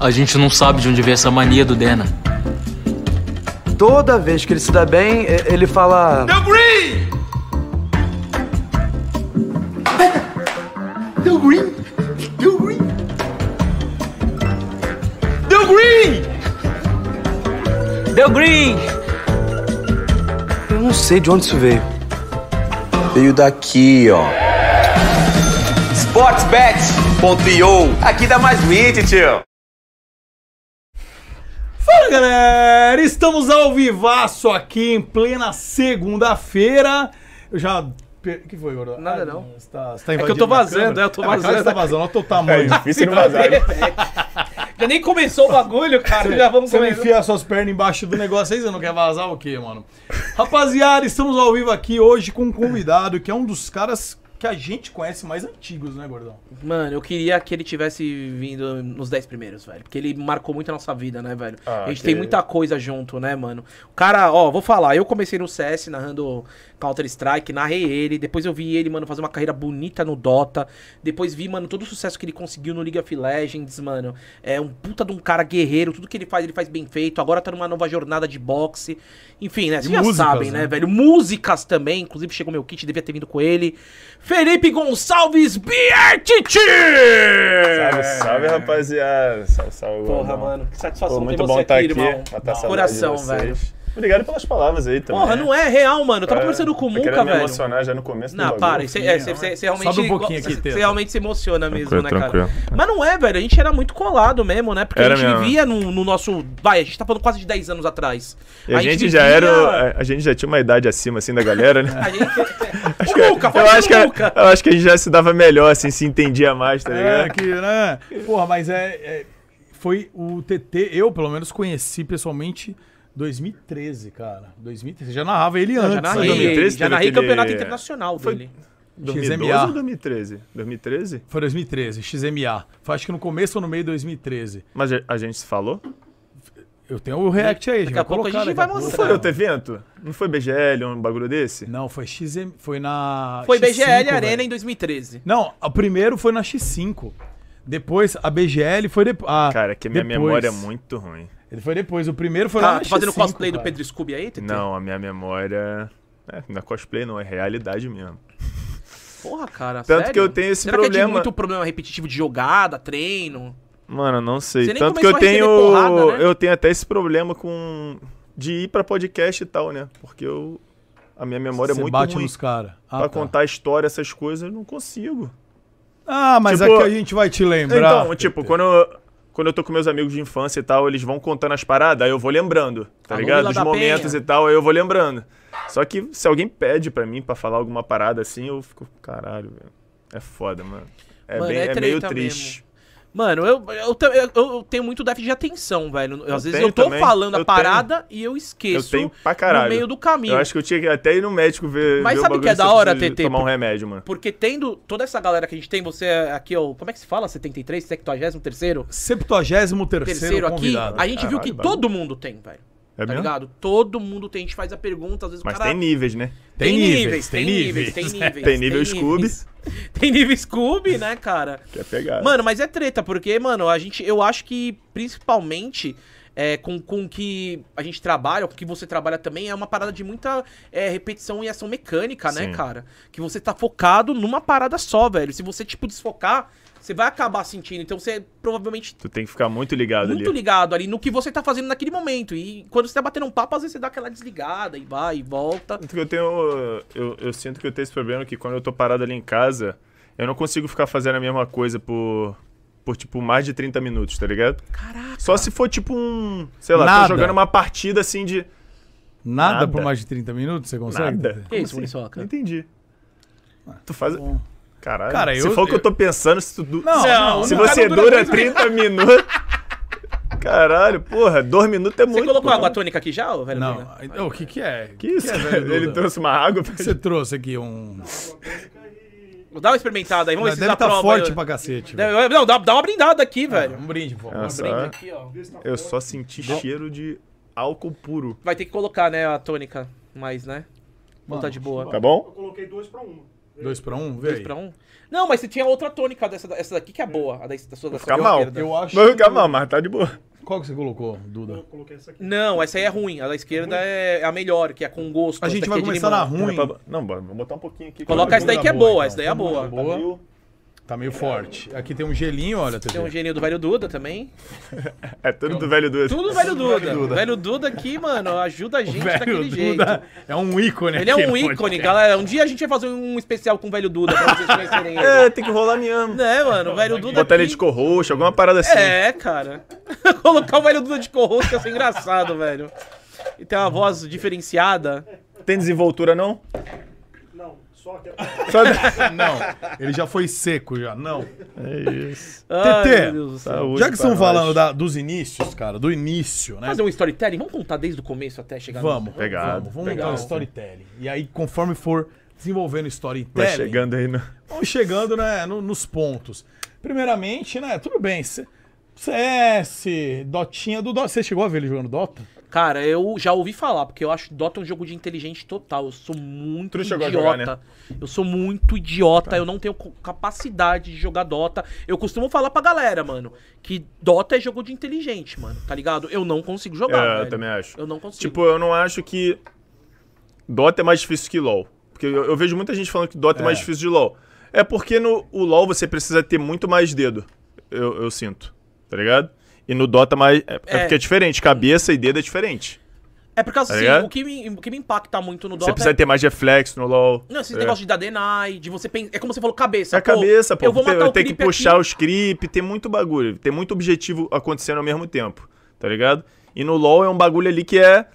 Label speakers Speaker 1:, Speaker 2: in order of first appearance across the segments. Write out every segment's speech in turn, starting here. Speaker 1: A gente não sabe de onde veio essa mania do Dena.
Speaker 2: Toda vez que ele se dá bem, e- ele fala.
Speaker 3: Deu green! Deu green! Deu green! Deu green!
Speaker 1: Deu green!
Speaker 2: Eu não sei de onde isso veio.
Speaker 4: Veio daqui, ó. Sportsbet.io. Aqui dá mais 20, tio.
Speaker 5: Fala galera, estamos ao vivaço aqui em plena segunda-feira. Eu já. pe- O que foi, gordo?
Speaker 2: Nada
Speaker 5: Ah,
Speaker 2: não.
Speaker 5: Você tá, você tá
Speaker 6: É que
Speaker 5: invadindo
Speaker 6: eu tô
Speaker 5: minha
Speaker 6: vazando,
Speaker 5: câmera.
Speaker 6: é, eu tô
Speaker 5: mas claro que
Speaker 6: vazando. É
Speaker 5: Você tá vazando, olha o teu tamanho.
Speaker 6: difícil não vazar. né?
Speaker 5: Já nem começou o bagulho, cara. Já vamos Você
Speaker 6: começar.
Speaker 5: enfia suas pernas embaixo do negócio aí, você não quer vazar o quê, mano? Rapaziada, estamos ao vivo aqui hoje com um convidado que é um dos caras que a gente conhece mais antigos, né, gordão?
Speaker 7: Mano, eu queria que ele tivesse vindo nos 10 primeiros, velho. Porque ele marcou muito a nossa vida, né, velho?
Speaker 5: Ah,
Speaker 7: a gente tem muita coisa junto, né, mano? O cara, ó, vou falar, eu comecei no CS narrando Counter-Strike, narrei ele, depois eu vi ele, mano, fazer uma carreira bonita no Dota, depois vi, mano, todo o sucesso que ele conseguiu no League of Legends, mano. É um puta de um cara guerreiro, tudo que ele faz, ele faz bem feito. Agora tá numa nova jornada de boxe. Enfim, né, vocês já
Speaker 5: músicas,
Speaker 7: sabem,
Speaker 5: né?
Speaker 7: né, velho? Músicas também, inclusive chegou meu kit, devia ter vindo com ele. Felipe Gonçalves Biertiti!
Speaker 8: Salve, salve, rapaziada. Salve, salve.
Speaker 7: É. Porra,
Speaker 8: gordão.
Speaker 7: mano, que satisfação
Speaker 8: Pô,
Speaker 7: ter
Speaker 8: muito
Speaker 7: você
Speaker 8: bom
Speaker 7: aqui,
Speaker 8: estar aqui.
Speaker 7: irmão.
Speaker 8: matar a saudade de
Speaker 7: Coração,
Speaker 8: vocês.
Speaker 7: velho.
Speaker 8: Obrigado pelas palavras aí também.
Speaker 7: Porra, não é real, mano. Eu tava conversando com o
Speaker 8: Tô
Speaker 7: Muca,
Speaker 8: Tá querendo me
Speaker 7: velho.
Speaker 8: emocionar já no começo do
Speaker 7: Não,
Speaker 8: bagulho.
Speaker 7: para, você é, você- você- você realmente.
Speaker 5: Sobe um pouquinho
Speaker 7: você-
Speaker 5: aqui,
Speaker 7: Você
Speaker 5: Teta.
Speaker 7: realmente se emociona mesmo,
Speaker 8: Tranquilo,
Speaker 7: né, cara?
Speaker 8: tranquilo.
Speaker 7: Mas não é, velho. A gente era muito colado mesmo, né? Porque
Speaker 8: Era
Speaker 7: a gente
Speaker 8: mesmo.
Speaker 7: vivia no, no nosso. Vai, a gente tá falando quase de 10 anos atrás.
Speaker 8: E a, gente, já
Speaker 7: vivia-
Speaker 8: era. A, a gente já tinha uma idade acima, assim, da galera, né?
Speaker 7: A gente.
Speaker 8: Acho que- eu, acho que, eu acho que a gente já se dava melhor, assim, se entendia mais, tá
Speaker 5: É,
Speaker 8: ligado?
Speaker 5: que, né? Porra, mas é, é- Foi o TT, eu pelo menos conheci pessoalmente 2013, cara. 2013. Já narrava ele antes.
Speaker 7: Já narrei,
Speaker 5: né?
Speaker 8: 2013
Speaker 7: já narrei
Speaker 8: teve aquele-
Speaker 7: campeonato internacional dele.
Speaker 8: ou 2013? 2013?
Speaker 5: Foi 2013, XMA. Foi acho que no começo ou no meio de 2013.
Speaker 8: Mas a- a gente se falou?
Speaker 5: Eu tenho o react aí,
Speaker 7: Daqui
Speaker 5: vai
Speaker 7: a pouco a
Speaker 5: colocar,
Speaker 7: gente
Speaker 5: daqui a
Speaker 7: vai
Speaker 5: pouco.
Speaker 8: Não
Speaker 7: mostrar.
Speaker 8: foi outro evento? Não foi BGL, um bagulho desse?
Speaker 5: Não, foi XM, foi na
Speaker 7: Foi
Speaker 5: X5,
Speaker 7: BGL
Speaker 5: velho.
Speaker 7: Arena em 2013.
Speaker 5: Não, o primeiro foi na X5. Depois a BGL foi depois.
Speaker 8: Cara, que a minha memória é muito ruim.
Speaker 5: Ele foi depois, o primeiro foi
Speaker 7: Tá
Speaker 5: na
Speaker 7: tá fazendo
Speaker 5: X5,
Speaker 7: cosplay do
Speaker 5: cara.
Speaker 7: Pedro Scooby aí, Tete?
Speaker 8: Não, a minha memória. É, não é cosplay, não, é realidade mesmo.
Speaker 7: Porra, cara.
Speaker 8: Tanto
Speaker 7: sério?
Speaker 8: que eu tenho esse
Speaker 7: Será Que é de
Speaker 8: problema.
Speaker 7: muito problema repetitivo de jogada, treino.
Speaker 8: Mano, não sei.
Speaker 7: Você nem
Speaker 8: Tanto que eu
Speaker 7: começou a receber
Speaker 8: tenho.
Speaker 7: porrada, né?
Speaker 8: Eu tenho até esse problema com. De ir pra podcast e tal, né? Porque eu. A minha memória
Speaker 5: Você
Speaker 8: é muito
Speaker 5: bate
Speaker 8: ruim.
Speaker 5: nos caras. Ah, tá.
Speaker 8: pra contar história, essas coisas, eu não consigo.
Speaker 5: Ah, mas
Speaker 8: Tipo-
Speaker 5: aqui a gente vai te lembrar.
Speaker 8: então, tipo, quando eu, quando eu tô com meus amigos de infância e tal, eles vão contando as paradas, aí eu vou lembrando, tá
Speaker 7: Alô,
Speaker 8: ligado?
Speaker 7: Vila
Speaker 8: Os
Speaker 7: da
Speaker 8: momentos
Speaker 7: Penha.
Speaker 8: e tal, aí eu vou lembrando. Só que se alguém pede pra mim pra falar alguma parada assim, eu fico, caralho, velho. É foda, mano. É,
Speaker 7: Mano,
Speaker 8: bem,
Speaker 7: é
Speaker 8: é, meio
Speaker 7: treta
Speaker 8: triste.
Speaker 7: Mano, eu, eu, te- eu- eu tenho muito déficit de atenção, velho. Eu- às vezes
Speaker 8: tenho
Speaker 7: eu tô
Speaker 8: também.
Speaker 7: falando a
Speaker 8: Eu
Speaker 7: parada e eu
Speaker 8: Eu
Speaker 7: esqueço
Speaker 8: tenho pra
Speaker 7: no
Speaker 8: caralho.
Speaker 7: meio do caminho.
Speaker 8: Eu acho que eu tinha que até ir no médico ver.
Speaker 7: Mas
Speaker 8: ver
Speaker 7: sabe
Speaker 8: o
Speaker 7: o que
Speaker 8: bagulho
Speaker 7: é da
Speaker 8: se eu
Speaker 7: hora,
Speaker 8: preciso
Speaker 7: TT?
Speaker 8: Tomar um remédio, mano.
Speaker 7: Porque tendo toda essa galera que a gente tem, você aqui, ó, como é que se fala? 73, 73
Speaker 5: 73 terceiro
Speaker 7: terceiro aqui,
Speaker 5: convidado.
Speaker 7: a gente viu que
Speaker 8: Caralho,
Speaker 7: todo mundo tem, velho.
Speaker 8: É
Speaker 7: tá
Speaker 8: mesmo?
Speaker 7: ligado? Todo mundo tem, a gente faz a pergunta, às vezes
Speaker 8: Mas
Speaker 7: o cara...
Speaker 8: tem níveis, né?
Speaker 5: Tem níveis,
Speaker 7: tem
Speaker 5: tem
Speaker 7: níveis, tem níveis.
Speaker 8: Tem nível
Speaker 7: tem
Speaker 8: Scooby.
Speaker 7: níveis. Tem nível Scooby, né, cara?
Speaker 8: Que é pegado.
Speaker 7: Mano, mas é treta, porque, mano, a gente, eu acho que principalmente é, com, com que a gente trabalha, com que você trabalha também, é uma parada de muita é, repetição e ação mecânica, né,
Speaker 8: Sim.
Speaker 7: cara? Que você tá focado numa parada só, velho. Se você, tipo, desfocar, você vai acabar sentindo. Então você provavelmente.
Speaker 8: Tu tem que ficar muito ligado
Speaker 7: Muito
Speaker 8: ali.
Speaker 7: ligado ali no que você tá fazendo naquele momento. E quando você tá batendo um papo, às vezes você dá aquela desligada e vai e volta.
Speaker 8: Tanto que eu tenho. Eu, eu sinto que eu tenho esse problema que quando eu tô parado ali em casa, eu não consigo ficar fazendo a mesma coisa por. Por, tipo, mais de 30 minutos, tá ligado?
Speaker 7: Caraca.
Speaker 8: Só se for, tipo, um... Sei lá,
Speaker 5: Nada.
Speaker 8: tô jogando uma partida, assim, de...
Speaker 5: Nada,
Speaker 8: Nada.
Speaker 5: por mais de 30 minutos, você consegue? assim?
Speaker 8: Nada.
Speaker 7: Que isso, Muriçoca?
Speaker 8: Não entendi. Tu faz... Caralho.
Speaker 5: Ah, tá Cara,
Speaker 8: se
Speaker 5: eu-
Speaker 8: for o que
Speaker 5: eu-
Speaker 8: eu tô pensando, se tu... du-
Speaker 5: Não,
Speaker 8: se,
Speaker 5: não,
Speaker 8: se
Speaker 5: não.
Speaker 8: você
Speaker 5: Cada um
Speaker 8: dura 30 minutos... Caralho, porra, dois minutos é
Speaker 7: Você
Speaker 8: muito.
Speaker 7: colocou
Speaker 8: pô.
Speaker 7: água tônica aqui já, ô, velho? Bruno?
Speaker 5: Não, então, o que que é? O
Speaker 8: Que isso?
Speaker 5: é, velho
Speaker 8: Ele
Speaker 5: Duda?
Speaker 8: trouxe uma água pra
Speaker 5: O que Você trouxe aqui um...
Speaker 7: Dá uma experimentada aí, vamos ver se
Speaker 5: Deve
Speaker 7: dá
Speaker 5: tá
Speaker 7: prova.
Speaker 5: forte
Speaker 7: aí.
Speaker 5: pra cacete, velho.
Speaker 7: Deve- Não, dá, dá uma brindada aqui, velho.
Speaker 5: Um brinde, pô.
Speaker 8: Ah, só-
Speaker 7: Brinde aqui, ó.
Speaker 8: Eu só senti cheiro de álcool puro.
Speaker 7: Vai ter que colocar, né, a tônica mais, né? Ou tá de boa.
Speaker 8: Tá bom?
Speaker 9: Eu coloquei dois pra uma.
Speaker 5: Dois pra um? Vê
Speaker 7: Dois
Speaker 5: aí.
Speaker 7: pra um? Não, mas você tinha outra tônica dessa, da- essa daqui que é boa. A da, da sua da sua
Speaker 8: Fica mal.
Speaker 7: esquerda.
Speaker 5: Eu acho.
Speaker 8: Vai ficar mal, mas tá de boa.
Speaker 7: um.
Speaker 5: Qual que você colocou, Duda?
Speaker 7: Não, essa aí é ruim. A da esquerda é, é a melhor, que é com gosto.
Speaker 5: A
Speaker 7: essa
Speaker 5: gente
Speaker 7: daqui
Speaker 5: vai
Speaker 7: é de
Speaker 5: começar na
Speaker 7: limão.
Speaker 5: ruim.
Speaker 8: Pra- Não, bora, vou botar um pouquinho aqui.
Speaker 7: Coloca essa daí que é
Speaker 5: Boa,
Speaker 7: boa.
Speaker 5: então.
Speaker 7: Essa daí é boa.
Speaker 5: Boa. Tá meio forte. Aqui tem um gelinho, olha,
Speaker 7: Tem um
Speaker 5: TG.
Speaker 7: gênio do velho Duda também.
Speaker 8: É tudo do velho Duda.
Speaker 7: Tudo velho Duda. O velho Duda aqui, mano, ajuda a gente daquele jeito.
Speaker 5: é um ícone
Speaker 7: Ele é
Speaker 5: aqui,
Speaker 7: um
Speaker 5: pode
Speaker 7: ícone,
Speaker 5: ser.
Speaker 7: galera. Um dia a gente vai fazer um especial com o velho Duda pra vocês conhecerem ele.
Speaker 8: É, tem que rolar mesmo.
Speaker 7: Né, mano? O velho Duda.
Speaker 8: Botar ele de
Speaker 7: aqui-
Speaker 8: cor roxa, alguma parada assim.
Speaker 7: É, cara. Colocar o velho Duda de corrosto ia ser engraçado, velho. E tem uma voz diferenciada.
Speaker 8: Tem desenvoltura, não?
Speaker 5: Não, ele já foi seco já. Não.
Speaker 8: É isso.
Speaker 7: Ai,
Speaker 5: Tetê,
Speaker 7: meu Deus do céu.
Speaker 8: Saúde
Speaker 5: Já que
Speaker 8: pra
Speaker 5: estão
Speaker 8: nós.
Speaker 5: falando da- dos inícios, cara, do início, né?
Speaker 7: Fazer um storytelling? Vamos contar desde o começo até chegar no-
Speaker 5: Vamos.
Speaker 8: Pegado,
Speaker 5: Vamos, vamos
Speaker 8: pegado.
Speaker 5: montar um storytelling. E aí, conforme for desenvolvendo
Speaker 8: Vai
Speaker 5: storytelling,
Speaker 8: chegando aí no...
Speaker 5: vamos chegando né, no- nos pontos. Primeiramente, né? Tudo bem. C- CS, Dotinha do Dota. Você chegou a ver ele jogando Dota?
Speaker 7: Cara, eu já ouvi falar, porque eu acho Dota um jogo de inteligente total. Eu sou muito
Speaker 8: Tu não chegou
Speaker 7: idiota.
Speaker 8: a jogar, né? Tá.
Speaker 7: Eu sou muito idiota, eu não tenho co- capacidade de jogar Dota. Eu costumo falar pra galera, mano, que Dota é jogo de inteligente, mano, tá ligado? Eu não consigo jogar,
Speaker 8: É,
Speaker 7: velho.
Speaker 8: eu também acho.
Speaker 7: Eu não consigo.
Speaker 8: Tipo, eu não acho que Dota é mais difícil que LoL. Porque eu, eu vejo muita gente falando que Dota é, mais difícil de LoL. É porque no o LoL você precisa ter muito mais dedo, eu, eu sinto. Tá ligado? E no Dota mais, é, é
Speaker 7: É.
Speaker 8: porque é diferente. Cabeça e dedo é diferente.
Speaker 7: é porque assim,
Speaker 8: tá ligado?
Speaker 7: o, que me, o que me impacta muito no
Speaker 8: Você
Speaker 7: Dota
Speaker 8: precisa
Speaker 7: é...
Speaker 8: ter mais reflexo no LoL.
Speaker 7: Não, esses
Speaker 8: É.
Speaker 7: negócios de dar deny, de você pensar. É como você falou, cabeça.
Speaker 8: É a cabeça, pô.
Speaker 7: Eu vou
Speaker 8: Tem-
Speaker 7: matar o
Speaker 8: tem que
Speaker 7: creep aqui.
Speaker 8: puxar os creep, tem muito bagulho, tem muito objetivo acontecendo ao mesmo tempo, tá ligado? E no LoL é um bagulho ali que é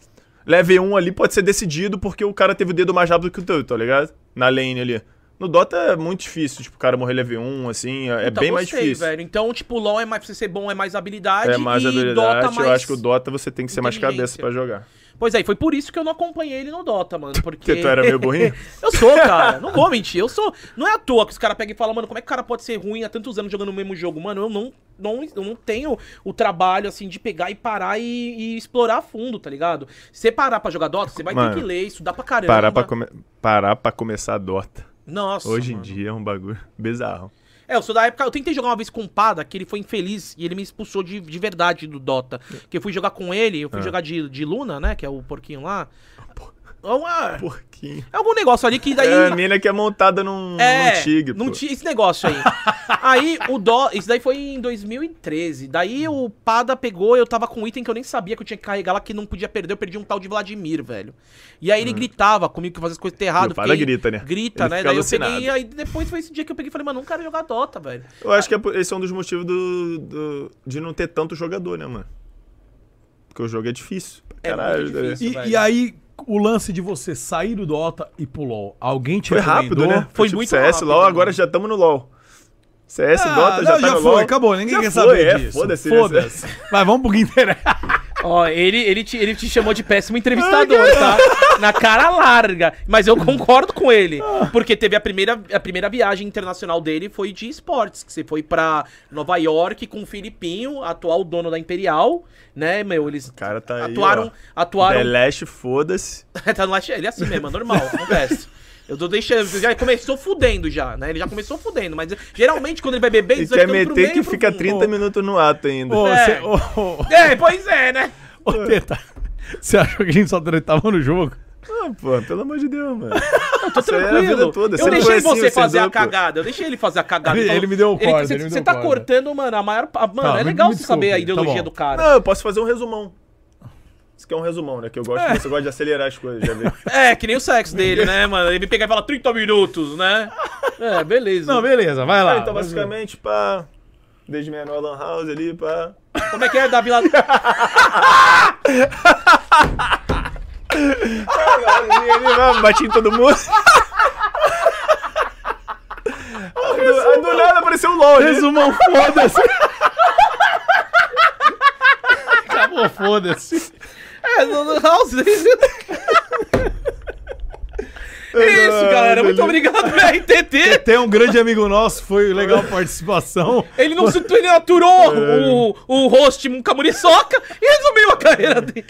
Speaker 8: level 1 ali pode ser decidido porque o cara teve o dedo mais rápido que o teu, tá ligado? Na lane ali. No Dota é muito difícil, tipo, o cara morrer level 1, assim, é é
Speaker 7: Então,
Speaker 8: bem mais
Speaker 7: gostei,
Speaker 8: difícil.
Speaker 7: velho. Então, tipo, LoL é mais pra você ser bom, é mais habilidade.
Speaker 8: É mais
Speaker 7: e
Speaker 8: habilidade,
Speaker 7: Dota mais...
Speaker 8: eu acho que o Dota você tem que ser mais cabeça
Speaker 7: inteligência.
Speaker 8: pra jogar.
Speaker 7: Pois é, e foi por isso que eu não acompanhei ele no Dota, mano. Porque.
Speaker 8: Porque tu era meio burrinho?
Speaker 7: eu sou, cara. Não vou mentir. Eu sou. Não é à toa que os caras pegam e falam, mano, como é que o cara pode ser ruim há tantos anos jogando o mesmo jogo? Mano, eu não, não, eu não tenho o trabalho, assim, de pegar e parar e, e explorar a fundo, tá ligado? Se você parar pra jogar Dota, você vai
Speaker 8: Mano,
Speaker 7: ter que ler, estudar pra caramba.
Speaker 8: Parar pra, come- parar pra começar Dota.
Speaker 7: Nossa.
Speaker 8: Hoje em
Speaker 7: mano.
Speaker 8: dia é um bagulho bizarro.
Speaker 7: É, eu sou da época. Eu tentei jogar uma vez com o Pada, que ele foi infeliz e ele me expulsou de, de verdade do Dota.
Speaker 8: É.
Speaker 7: Que eu fui jogar com ele, eu fui jogar de, de Luna, né? Que é o porquinho lá. É uma-
Speaker 8: Um Porquinho.
Speaker 7: é algum negócio ali que daí.
Speaker 8: É, a mina que é montada num,
Speaker 7: É,
Speaker 8: num tigre,
Speaker 7: não
Speaker 8: pô.
Speaker 7: tinha esse negócio aí. aí o dó, isso daí foi em 2013. Daí o Pada pegou, eu tava com um item que eu nem sabia que eu tinha que carregar lá que não podia perder, eu perdi um tal de Vladimir, velho. E aí ele gritava comigo que eu fazia as coisas tudo errado,
Speaker 8: Hum. E o Pada
Speaker 7: fiquei-
Speaker 8: grita, né?
Speaker 7: Grita,
Speaker 8: Ele
Speaker 7: né?
Speaker 8: fica
Speaker 7: Daí
Speaker 8: alucinado.
Speaker 7: eu peguei, aí depois foi esse dia que eu peguei e falei, mano, não quero jogar Dota, velho.
Speaker 8: Eu acho que é por- esse é um dos motivos do, do- de não ter tanto jogador, né, mano? Porque o jogo é difícil. pra
Speaker 7: É muito
Speaker 8: Caralho, né?
Speaker 7: difícil.
Speaker 5: E,
Speaker 7: Isso, velho.
Speaker 5: e aí, o lance de você sair do Dota e pro LoL. Alguém te
Speaker 8: Foi rápido,
Speaker 5: recomendou?
Speaker 8: né?
Speaker 7: Foi muito
Speaker 8: CS,
Speaker 7: rápido,
Speaker 8: LoL,
Speaker 7: né?
Speaker 8: agora já estamos no LoL. CS,
Speaker 5: Ah,
Speaker 8: Dota, já
Speaker 5: não,
Speaker 8: tá no
Speaker 5: foi,
Speaker 8: LoL.
Speaker 5: acabou. Ninguém
Speaker 8: Já
Speaker 5: quer
Speaker 8: foi,
Speaker 5: saber
Speaker 8: é,
Speaker 5: disso.
Speaker 8: Foda-se. né?
Speaker 5: Foda-se. Mas vamos pro que interessa.
Speaker 7: Ó, ele, ele, te, ele te chamou de péssimo entrevistador, tá? Na cara larga. Mas eu concordo com ele. Porque teve a primeira, a primeira viagem internacional dele foi de esportes. Que você foi pra Nova York com o Filipinho, atual dono da Imperial, né, meu? Eles
Speaker 8: O cara tá aí,
Speaker 7: atuaram.
Speaker 8: ó. The
Speaker 7: atuaram.
Speaker 8: Last, foda-se.
Speaker 7: tá no lache- ele é assim mesmo, é normal, acontece. Eu tô deixando. Já começou fudendo já, né? Ele já começou fudendo, mas geralmente quando ele vai beber,
Speaker 8: E
Speaker 7: isso vai
Speaker 8: quer
Speaker 7: ficando pro
Speaker 8: meter
Speaker 7: meio e
Speaker 8: que
Speaker 7: pro
Speaker 8: fica
Speaker 7: fundo.
Speaker 8: 30 minutos no ato ainda.
Speaker 5: Ô,
Speaker 7: É.
Speaker 5: cê- ô, ô,
Speaker 7: É, pois é, né?
Speaker 5: ô, Teta, você achou que a gente só tretava no jogo?
Speaker 8: Ah, pô, pelo amor de Deus, mano.
Speaker 7: Eu tô
Speaker 8: Isso aí era a
Speaker 7: tranquilo.
Speaker 8: vida toda, você
Speaker 7: Eu
Speaker 8: não
Speaker 7: deixei
Speaker 8: foi assim,
Speaker 7: você
Speaker 8: você
Speaker 7: fazer a
Speaker 8: andou, pô.
Speaker 7: cagada. Eu deixei ele fazer a cagada. então
Speaker 5: Ele- ele me deu o corda,
Speaker 7: Você
Speaker 5: ele me deu
Speaker 7: você
Speaker 5: o
Speaker 7: tá
Speaker 5: corda.
Speaker 7: cortando, mano, a maior. pa- Mano,
Speaker 5: Tá,
Speaker 7: é
Speaker 5: me-
Speaker 7: legal
Speaker 5: me
Speaker 7: você saber a
Speaker 5: desculpe, tá
Speaker 7: ideologia
Speaker 5: bom.
Speaker 7: do cara.
Speaker 8: Não, eu posso fazer um resumão. Isso aqui é um resumão, né? Que eu gosto, você gosta de acelerar as coisas, já vi. Ah,
Speaker 7: É, que nem o sexo dele, né, mano? Ele me pega e fala 30 minutos, né? É, beleza.
Speaker 5: Não, beleza, vai lá.
Speaker 8: Ah, então, basicamente, pá. Desde menor Lan House ali, pá.
Speaker 7: Como é que é, Davi? Lá...
Speaker 8: Bati em todo mundo.
Speaker 7: É
Speaker 8: Aí do, aí
Speaker 7: um
Speaker 8: do nada apareceu o LOL. ali.
Speaker 5: Resumam, foda-se. Acabou, foda-se.
Speaker 7: É, no no House. Isso, galera. Muito obrigado, RT TT.
Speaker 5: Tem um grande amigo nosso, foi legal a participação.
Speaker 7: Ele não se ele aturou
Speaker 8: É.
Speaker 7: o, o host Camuriçoca e resumiu a carreira dele.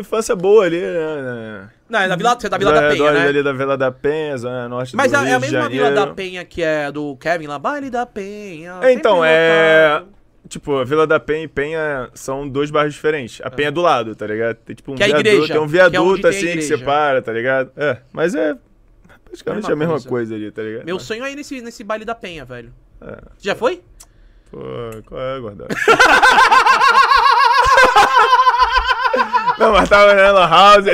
Speaker 8: Infância boa ali, né?
Speaker 7: Não, é da Vila, você é da Vila da Penha,
Speaker 8: redor
Speaker 7: né?
Speaker 8: ali da Vila da Penha, Zona Norte
Speaker 7: Mas
Speaker 8: do
Speaker 7: é
Speaker 8: Rio
Speaker 7: a
Speaker 8: de
Speaker 7: mesma Vila da
Speaker 8: Janeiro.
Speaker 7: Penha que é do Kevin lá, Baile da Penha.
Speaker 8: É, então,
Speaker 7: sempre
Speaker 8: é.
Speaker 7: lotado.
Speaker 8: Tipo, a Vila da Penha e Penha são dois bairros diferentes. A Penha é do lado, tá ligado? Tem tipo um
Speaker 7: Que é a
Speaker 8: viaduto,
Speaker 7: igreja,
Speaker 8: tem um
Speaker 7: que é onde
Speaker 8: viaduto
Speaker 7: tem a
Speaker 8: assim que
Speaker 7: igreja.
Speaker 8: separa, tá ligado? É, mas é praticamente
Speaker 7: Mesma
Speaker 8: a mesma
Speaker 7: coisa.
Speaker 8: coisa. ali, tá ligado?
Speaker 7: Meu
Speaker 8: Mas,
Speaker 7: sonho é ir nesse, nesse Baile da Penha, velho.
Speaker 8: É.
Speaker 7: Você Já foi?
Speaker 8: Pô, qual é, guardado? Não, mas tava na Lan House.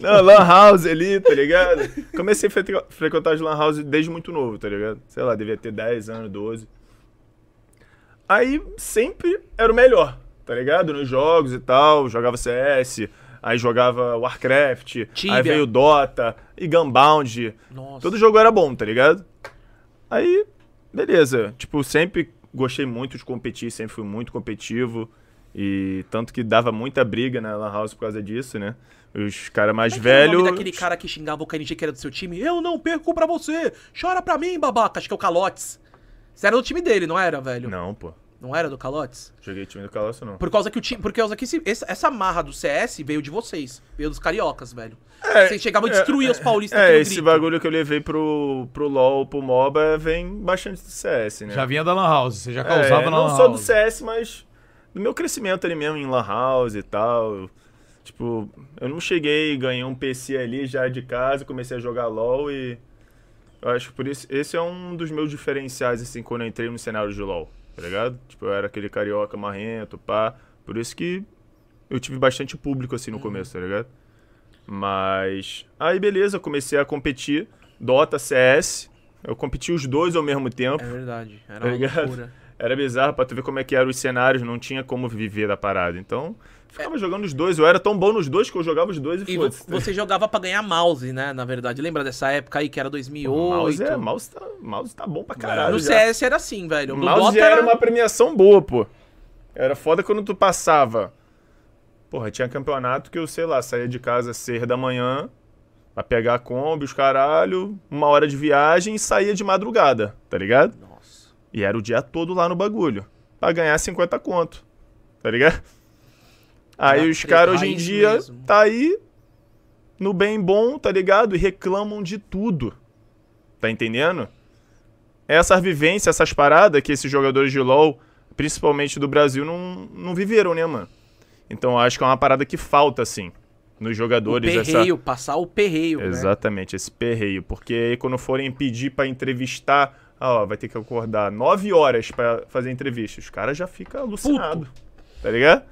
Speaker 8: Não, Lan House ali, tá ligado? Comecei a fre- frequentar as Lan House desde muito novo, tá ligado? Sei lá, devia ter 10 anos, 12. Aí sempre era o melhor, tá ligado? Nos jogos e tal, jogava CS, aí jogava Warcraft,
Speaker 7: Tibia.
Speaker 8: aí veio Dota e Gunbound.
Speaker 7: Nossa.
Speaker 8: Todo jogo era bom, tá ligado? Aí, beleza. Tipo, sempre gostei muito de competir, sempre fui muito competitivo. E tanto que dava muita briga na Lan House por causa disso, né? Os caras mais
Speaker 7: Como é que era
Speaker 8: velhos.
Speaker 7: O nome daquele cara que xingava o KNG que era do seu time. Eu não perco pra você. Chora pra mim, babaca. Acho que é o Calotes. Você era do time dele, não era, velho?
Speaker 8: Não, pô.
Speaker 7: Não era do Calotes?
Speaker 8: Joguei time do Calosso, não.
Speaker 7: Por causa que o time. Por causa que esse- esse- essa marra do CS veio de vocês. Veio dos cariocas, velho. vocês chegavam a destruir os paulistas aqui
Speaker 8: É,
Speaker 7: no
Speaker 8: esse
Speaker 7: grito.
Speaker 8: bagulho que eu levei pro, pro LoL, pro MOBA, vem bastante do CS, né?
Speaker 5: Já vinha da Lan House, você já
Speaker 8: É,
Speaker 5: causava na
Speaker 8: não
Speaker 5: Lan
Speaker 8: só do
Speaker 5: House.
Speaker 8: CS, mas do meu crescimento ali mesmo em Lan House e tal. Tipo, eu não cheguei, ganhei um PC ali já de casa, comecei a jogar LoL e. Eu acho que por isso. Esse é um dos meus diferenciais, assim, quando eu entrei no cenário de LoL, tá ligado? Tipo, eu era aquele carioca marrento, pá. Por isso que eu tive bastante público, assim,
Speaker 5: Uhum.
Speaker 8: no começo, tá ligado? Mas. Aí, beleza, eu comecei a competir. Dota, CS. Eu competi os dois ao mesmo tempo.
Speaker 7: É verdade. Era
Speaker 8: Tá
Speaker 7: uma
Speaker 8: ligado?
Speaker 7: loucura.
Speaker 8: Era bizarro pra tu ver como é que eram os cenários, não tinha como viver da parada. Então, ficava jogando os dois. Eu era tão bom nos dois que eu jogava os dois e,
Speaker 7: E vo-
Speaker 8: foda-se. tá
Speaker 7: você jogava pra ganhar mouse, né? Na verdade. Lembra dessa época aí que era 2008?
Speaker 8: Mouse, é, mouse, tá, mouse tá bom pra caralho.
Speaker 7: No
Speaker 8: já.
Speaker 7: CS era assim, velho. No
Speaker 8: mouse
Speaker 7: Dota
Speaker 8: já era
Speaker 7: era.
Speaker 8: uma premiação boa, pô. Era foda quando tu passava. Porra, tinha campeonato que eu, sei lá, saía de casa às seis da manhã pra pegar a Kombi, os caralho, uma hora de viagem e saía de madrugada, tá ligado?
Speaker 7: Nossa.
Speaker 8: E era o dia todo lá no bagulho. Pra ganhar 50 conto. Tá ligado? Aí
Speaker 7: Na
Speaker 8: os
Speaker 7: treta,
Speaker 8: caras hoje em
Speaker 7: raiz
Speaker 8: dia
Speaker 7: mesmo.
Speaker 8: tá aí no bem bom, tá ligado? E reclamam de tudo. Tá entendendo? Essas vivências, essas paradas que esses jogadores de LoL, principalmente do Brasil, não, não viveram, né, mano? Então eu acho que é uma parada que falta, assim, nos
Speaker 7: O
Speaker 8: jogadores. essa-
Speaker 7: perreio, passar o perreio. né?
Speaker 8: Exatamente, esse perreio. Porque aí quando forem pedir pra entrevistar, ah, ó, vai ter que acordar 9 horas pra fazer entrevista. Os caras já ficam alucinados. Tá ligado?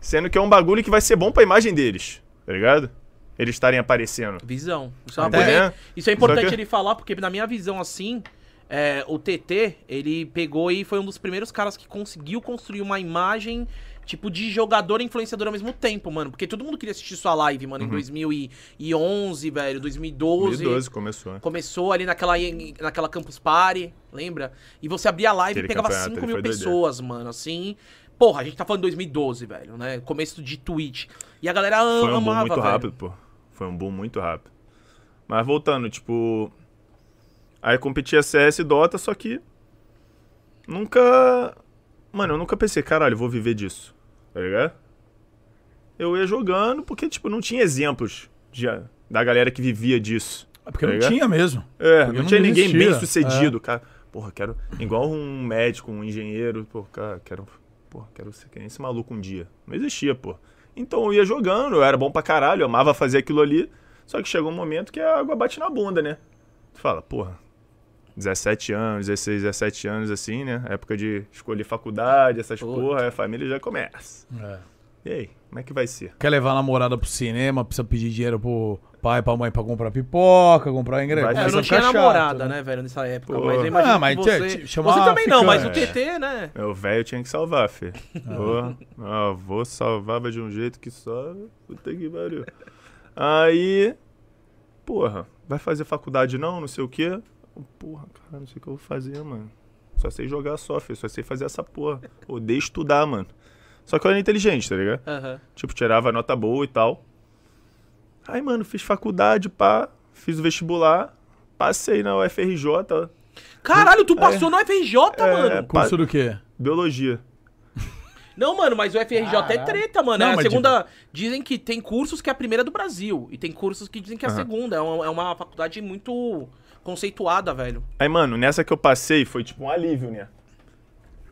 Speaker 8: Sendo que é um bagulho que vai ser bom pra imagem deles, tá ligado? Eles estarem aparecendo.
Speaker 7: Visão. Isso é, uma
Speaker 8: Entendeu?
Speaker 7: coisa- isso é importante
Speaker 8: Só que-
Speaker 7: ele falar, porque na minha visão, assim, é, o TT, ele pegou e foi um dos primeiros caras que conseguiu construir uma imagem, tipo, de jogador e influenciador ao mesmo tempo, mano. Porque todo mundo queria assistir sua live, mano,
Speaker 8: Uhum.
Speaker 7: em 2011, velho, 2012.
Speaker 8: 2012 começou, né?
Speaker 7: Começou ali naquela, naquela Campus Party, lembra? E você abria a live e
Speaker 8: Aquele
Speaker 7: pegava
Speaker 8: campeonato,
Speaker 7: 5
Speaker 8: ele
Speaker 7: mil
Speaker 8: foi doideira.
Speaker 7: pessoas, mano, assim. Porra, a gente tá falando 2012, velho, né? Começo de Twitch. E a galera
Speaker 8: Foi um boom
Speaker 7: amava,
Speaker 8: muito
Speaker 7: velho.
Speaker 8: rápido, pô. Foi um boom muito rápido. Mas voltando, tipo. Aí competia CS e Dota, só que. Nunca. Mano, eu nunca pensei, caralho, eu vou viver disso. Tá ligado? Eu ia jogando porque, tipo, não tinha exemplos de, da galera que vivia disso.
Speaker 5: É porque
Speaker 8: Tá
Speaker 5: não
Speaker 8: ligado?
Speaker 5: tinha mesmo. É.
Speaker 8: É,
Speaker 5: Porque
Speaker 8: não
Speaker 5: não
Speaker 8: tinha ninguém
Speaker 5: existia.
Speaker 8: bem sucedido, cara. Porra, quero. Igual um médico, um engenheiro, pô, cara, quero. Porra, quero ser que nem esse maluco um dia. Não existia, pô. Então eu ia jogando, eu era bom pra caralho, eu amava fazer aquilo ali. Só que chegou um momento que a água bate na bunda, né? Tu fala, porra, 17 anos, 16, 17 anos, assim, né? Época de escolher faculdade, essas
Speaker 7: Puta.
Speaker 8: porra, aí a família já começa.
Speaker 5: É.
Speaker 8: E aí, como é que vai ser?
Speaker 5: Quer levar a namorada pro cinema, precisa pedir dinheiro pro pai, pra mãe pra comprar pipoca, comprar ingresso.
Speaker 8: Vai
Speaker 7: É, eu
Speaker 5: Começa
Speaker 7: não
Speaker 5: a
Speaker 7: tinha
Speaker 5: ficar chato,
Speaker 7: namorada, né, velho, nessa época.
Speaker 8: Pô.
Speaker 7: Mas eu imagino
Speaker 5: um Ah, mas
Speaker 7: que
Speaker 5: te-
Speaker 7: você...
Speaker 5: te chamar
Speaker 7: você também não, mas o
Speaker 5: ficante.
Speaker 7: TT, né?
Speaker 8: Meu É, velho tinha que salvar, fi. Porra, Meu avô salvava de um jeito que só. Puta que pariu. Aí. Porra, vai fazer faculdade não? Não sei o quê. Eu, Porra, cara, não sei o que eu vou fazer, mano. Só sei jogar só, fi. Só sei fazer essa porra. Odeio estudar, mano. Só que eu era inteligente, tá ligado?
Speaker 7: Aham.
Speaker 8: Tipo, tirava nota boa e tal. Aí, mano, fiz faculdade, pá. Fiz o vestibular. Passei na UFRJ, ó.
Speaker 7: Caralho, tu passou no FRJ,
Speaker 8: É,
Speaker 7: mano.
Speaker 8: pa-
Speaker 5: Curso do quê?
Speaker 8: biologia.
Speaker 7: Não, mano, mas o FRJ é treta, mano.
Speaker 5: Não,
Speaker 7: é a
Speaker 5: mas
Speaker 8: tipo
Speaker 7: segunda. Dizem que tem cursos que é a primeira do Brasil. E tem cursos que dizem que é a segunda. É uma, é uma faculdade muito conceituada, velho.
Speaker 8: Aí, mano, nessa que eu passei foi tipo um alívio, né?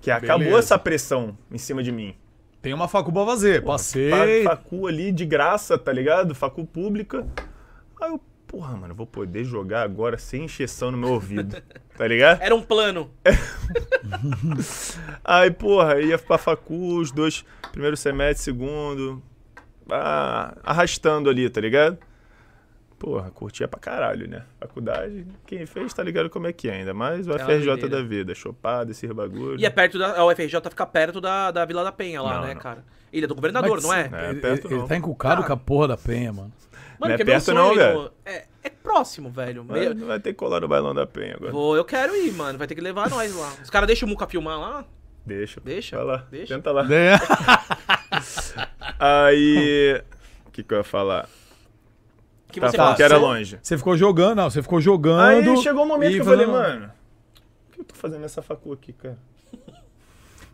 Speaker 8: Que acabou
Speaker 5: Beleza.
Speaker 8: essa pressão em cima de mim.
Speaker 5: Tem uma facuba a fazer.
Speaker 8: Fa-
Speaker 5: Passei.
Speaker 8: Facu ali tá de graça, tá ligado? Facu pública. Aí eu, porra, mano, eu vou poder jogar agora sem encheção no meu ouvido, tá ligado?
Speaker 7: Era um plano.
Speaker 8: Aí, porra, ia pra facu, os dois, primeiro semestre, segundo, ah, arrastando ali, tá ligado? Porra, curtia pra caralho, né? Faculdade, quem fez tá ligado como é que é ainda, mas o
Speaker 7: uma
Speaker 8: FRJ
Speaker 7: doideira.
Speaker 8: da vida, chopada, esses bagulho.
Speaker 7: E é perto da. A UFRJ fica perto da, da Vila da Penha lá,
Speaker 8: Não,
Speaker 7: né,
Speaker 8: não.
Speaker 7: cara? Ilha do Governador,
Speaker 5: Mas-
Speaker 7: não é?
Speaker 8: É,
Speaker 5: Ele,
Speaker 8: perto
Speaker 5: ele
Speaker 8: não.
Speaker 5: tá encucado com a porra da penha, mano.
Speaker 7: Mano,
Speaker 8: Não é
Speaker 7: que é meu
Speaker 8: perto
Speaker 7: sonho.
Speaker 8: não, velho. É.
Speaker 7: É, é próximo, velho.
Speaker 8: Vai,
Speaker 7: Meu-
Speaker 8: vai ter que colar no Bailão da Penha agora.
Speaker 7: Vou, eu quero ir, mano. Vai ter que levar nós lá. Os caras deixam o Muca filmar lá?
Speaker 8: Deixa.
Speaker 7: Deixa,
Speaker 8: Vai lá.
Speaker 7: deixa.
Speaker 8: Tenta lá.
Speaker 5: É.
Speaker 8: Aí. O que, que eu ia falar?
Speaker 7: Que
Speaker 8: Tá
Speaker 7: você
Speaker 8: falando que
Speaker 7: passou?
Speaker 8: era longe.
Speaker 5: Você ficou jogando, não. Você ficou
Speaker 8: Aí
Speaker 5: jogando.
Speaker 8: chegou um momento
Speaker 5: e
Speaker 8: que eu falei,
Speaker 5: fazendo-
Speaker 8: mano. O que eu tô fazendo nessa facu aqui, cara?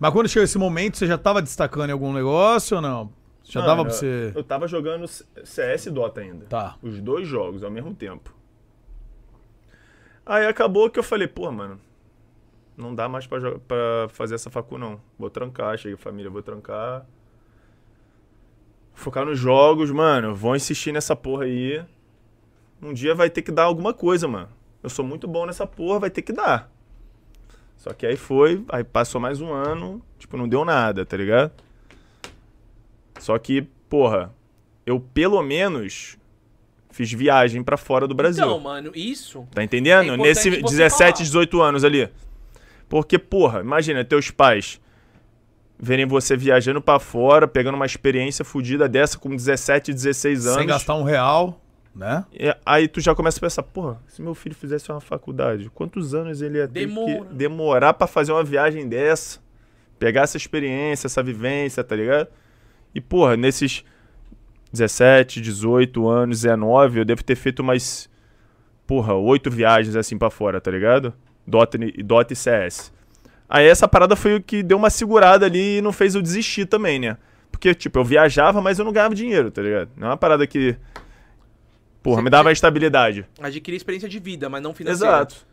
Speaker 5: Mas quando chegou esse momento, você já tava destacando em algum negócio ou não? Já
Speaker 8: Mano,
Speaker 5: dava pra você.
Speaker 8: Eu tava jogando C- CS e Dota ainda.
Speaker 5: Tá.
Speaker 8: Os dois jogos ao mesmo tempo. Aí acabou que eu falei, pô, mano, não dá mais pra, jo- pra fazer essa facu, não. Vou trancar, cheguei família, vou trancar. Focar nos jogos, mano, vou insistir nessa porra aí. Um dia vai ter que dar alguma coisa, mano. Eu sou muito bom nessa porra, vai ter que dar. Só que aí foi, aí passou mais um ano, tipo, não deu nada, tá ligado? Só que, porra, eu pelo menos fiz viagem pra fora do Brasil.
Speaker 7: Então, mano, isso.
Speaker 8: Tá entendendo?
Speaker 7: É importante
Speaker 8: Nesse
Speaker 7: você
Speaker 8: 17,
Speaker 7: falar.
Speaker 8: 18 anos ali. Porque, porra, imagina teus pais verem você viajando pra fora, pegando uma experiência fodida dessa com 17, 16 anos.
Speaker 5: Sem gastar um real, né?
Speaker 8: E É, aí tu já começa a pensar, porra, se meu filho fizesse uma faculdade, quantos anos ele ia ter
Speaker 7: Demora.
Speaker 8: que demorar pra fazer uma viagem dessa? Pegar essa experiência, essa vivência, tá ligado? E, porra, nesses 17, 18 anos, 19, eu devo ter feito umas, porra, oito viagens assim pra fora, tá ligado? Dota, e- Dota e CS. Aí essa parada foi o que deu uma segurada ali e não fez eu desistir também, né? Porque, tipo, eu viajava, mas eu não ganhava dinheiro, tá ligado? Não é uma parada que. Porra, me dava estabilidade.
Speaker 7: Adquirir experiência de vida, mas não financeira.
Speaker 8: Exato.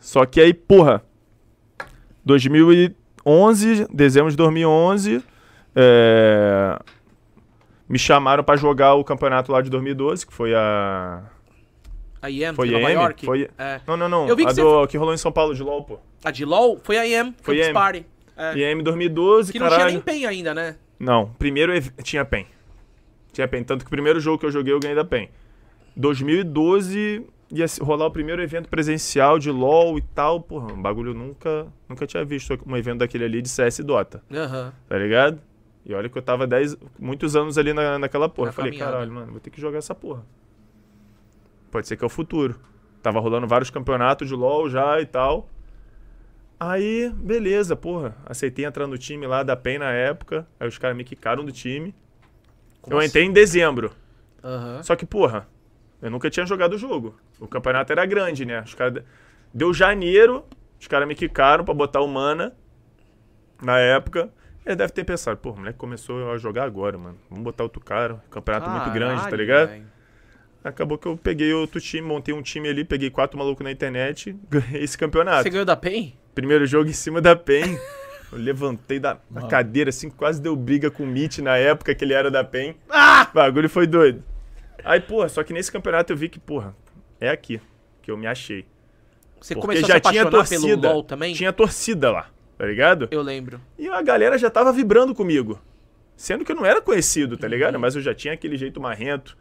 Speaker 8: Só que aí, porra, 2011, dezembro de 2011, é, me chamaram pra jogar o campeonato lá de 2012, que foi a...
Speaker 7: A IEM,
Speaker 8: Foi
Speaker 7: de Nova
Speaker 8: IEM?
Speaker 7: York.
Speaker 8: Foi-
Speaker 7: É.
Speaker 8: Não, não, não,
Speaker 7: Eu vi que
Speaker 8: a
Speaker 7: você
Speaker 8: do- que rolou em São Paulo de LoL, pô.
Speaker 7: A de LOL foi a IEM,
Speaker 8: Foi
Speaker 7: Campus
Speaker 8: IEM.
Speaker 7: Party. É.
Speaker 8: IEM 2012,
Speaker 7: Que não
Speaker 8: caralho.
Speaker 7: tinha nem PEN ainda, né?
Speaker 8: Não, primeiro ev- tinha PEN. Tinha PEN. Tanto que o primeiro jogo que eu joguei eu ganhei da PEN. 2012 ia se- rolar o primeiro evento presencial de LoL e tal. Porra, um bagulho eu nunca, nunca tinha visto um evento daquele ali de CS e Dota,
Speaker 7: Aham.
Speaker 8: tá ligado? E olha que eu tava 10, muitos anos ali na, naquela porra.
Speaker 7: Na
Speaker 8: Falei,
Speaker 7: caminhada.
Speaker 8: caralho, mano, vou ter que jogar essa porra. Pode ser que é o futuro. Tava rolando vários campeonatos de LoL já e tal. Aí, beleza, porra. Aceitei entrar no time lá da PEN na época. Aí os caras me quicaram do time. eu
Speaker 7: assim?
Speaker 8: entrei em dezembro.
Speaker 7: Aham.
Speaker 8: Só que, porra, eu nunca tinha jogado o jogo. O campeonato era grande, né? Os caras. Deu janeiro, os caras me quicaram pra botar o Mana na época. Ele deve ter pensado, pô, o moleque começou a jogar agora, mano. Vamos botar outro cara. Campeonato muito grande, tá
Speaker 7: Caralho,
Speaker 8: ligado?
Speaker 7: velho.
Speaker 8: Acabou que eu peguei outro time, montei um time ali, peguei quatro malucos na internet, ganhei esse campeonato.
Speaker 7: Você ganhou da PEN?
Speaker 8: Primeiro jogo em cima da PEN. Eu levantei da, da cadeira, assim, quase deu briga com o Mitch na época que ele era da PEN. O bagulho foi doido. Aí, porra, só que nesse campeonato eu vi que, porra, é aqui que eu me achei.
Speaker 7: Você
Speaker 8: Porque
Speaker 7: começou a se
Speaker 8: já tinha
Speaker 7: apaixonar
Speaker 8: torcida.
Speaker 7: pelo LOL também?
Speaker 8: Tinha torcida lá, tá ligado?
Speaker 7: Eu lembro.
Speaker 8: E a galera já tava vibrando comigo. Sendo que eu não era conhecido, tá
Speaker 7: Uhum.
Speaker 8: ligado? Mas eu já tinha aquele jeito marrento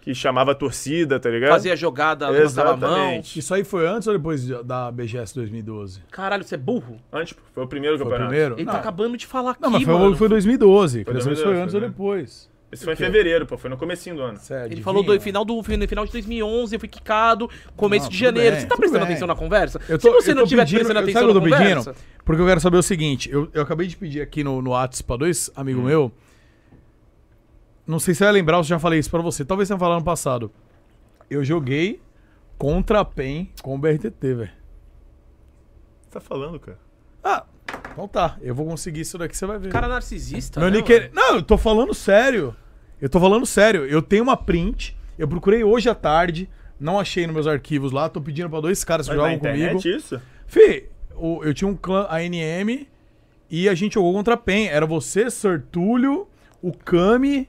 Speaker 8: que chamava a torcida, tá ligado?
Speaker 7: Fazia jogada, levantava a mão.
Speaker 8: Exatamente.
Speaker 5: Isso aí foi antes ou depois da BGS 2012?
Speaker 7: Caralho, você é burro?
Speaker 8: Antes, pô, foi o primeiro
Speaker 5: Foi o
Speaker 8: campeonato.
Speaker 5: primeiro?
Speaker 7: Ele
Speaker 5: não,
Speaker 7: tá acabando de falar aqui,
Speaker 5: não, mas foi,
Speaker 7: mano.
Speaker 5: foi 2012. Queria saber se
Speaker 8: 2012,
Speaker 5: foi antes ou
Speaker 8: né?
Speaker 5: depois.
Speaker 8: Esse foi em fevereiro, pô. Foi no comecinho do ano.
Speaker 5: Sério,
Speaker 7: Ele falou do final, do final de 2011, eu fui quicado, começo
Speaker 5: Não,
Speaker 7: de
Speaker 5: tudo
Speaker 7: janeiro.
Speaker 5: bem,
Speaker 7: você tá
Speaker 5: tudo
Speaker 7: prestando
Speaker 5: bem.
Speaker 7: atenção na conversa?
Speaker 5: Eu tô,
Speaker 7: Se Tipo, você
Speaker 5: eu
Speaker 7: não
Speaker 5: tô
Speaker 7: tiver
Speaker 5: pedindo,
Speaker 7: prestando
Speaker 5: eu-
Speaker 7: atenção
Speaker 5: sabe o
Speaker 7: na
Speaker 5: que eu tô
Speaker 7: conversa...
Speaker 5: pedindo? Porque eu quero saber o seguinte, eu, eu acabei de pedir aqui no, no WhatsApp pra dois amigo meu, não sei se você vai lembrar ou se eu já falei isso pra você, talvez você tenha falado no passado. Eu joguei Contra a PEN com o BRTT, velho.
Speaker 8: que tá falando, cara?
Speaker 5: Ah, então tá. Eu vou conseguir isso daqui, você vai ver.
Speaker 7: Cara narcisista.
Speaker 5: Meu
Speaker 7: né,
Speaker 5: nick é- Não, eu tô falando sério. Eu tô falando sério. Eu tenho uma print. Eu procurei hoje à tarde. Não achei nos meus arquivos lá. Tô pedindo pra dois caras que
Speaker 8: Mas na
Speaker 5: jogam comigo.
Speaker 8: internet isso?
Speaker 5: Fih, o- eu tinha um clã ANM e a gente jogou contra a PEN. Era você, Sertúlio, o Kami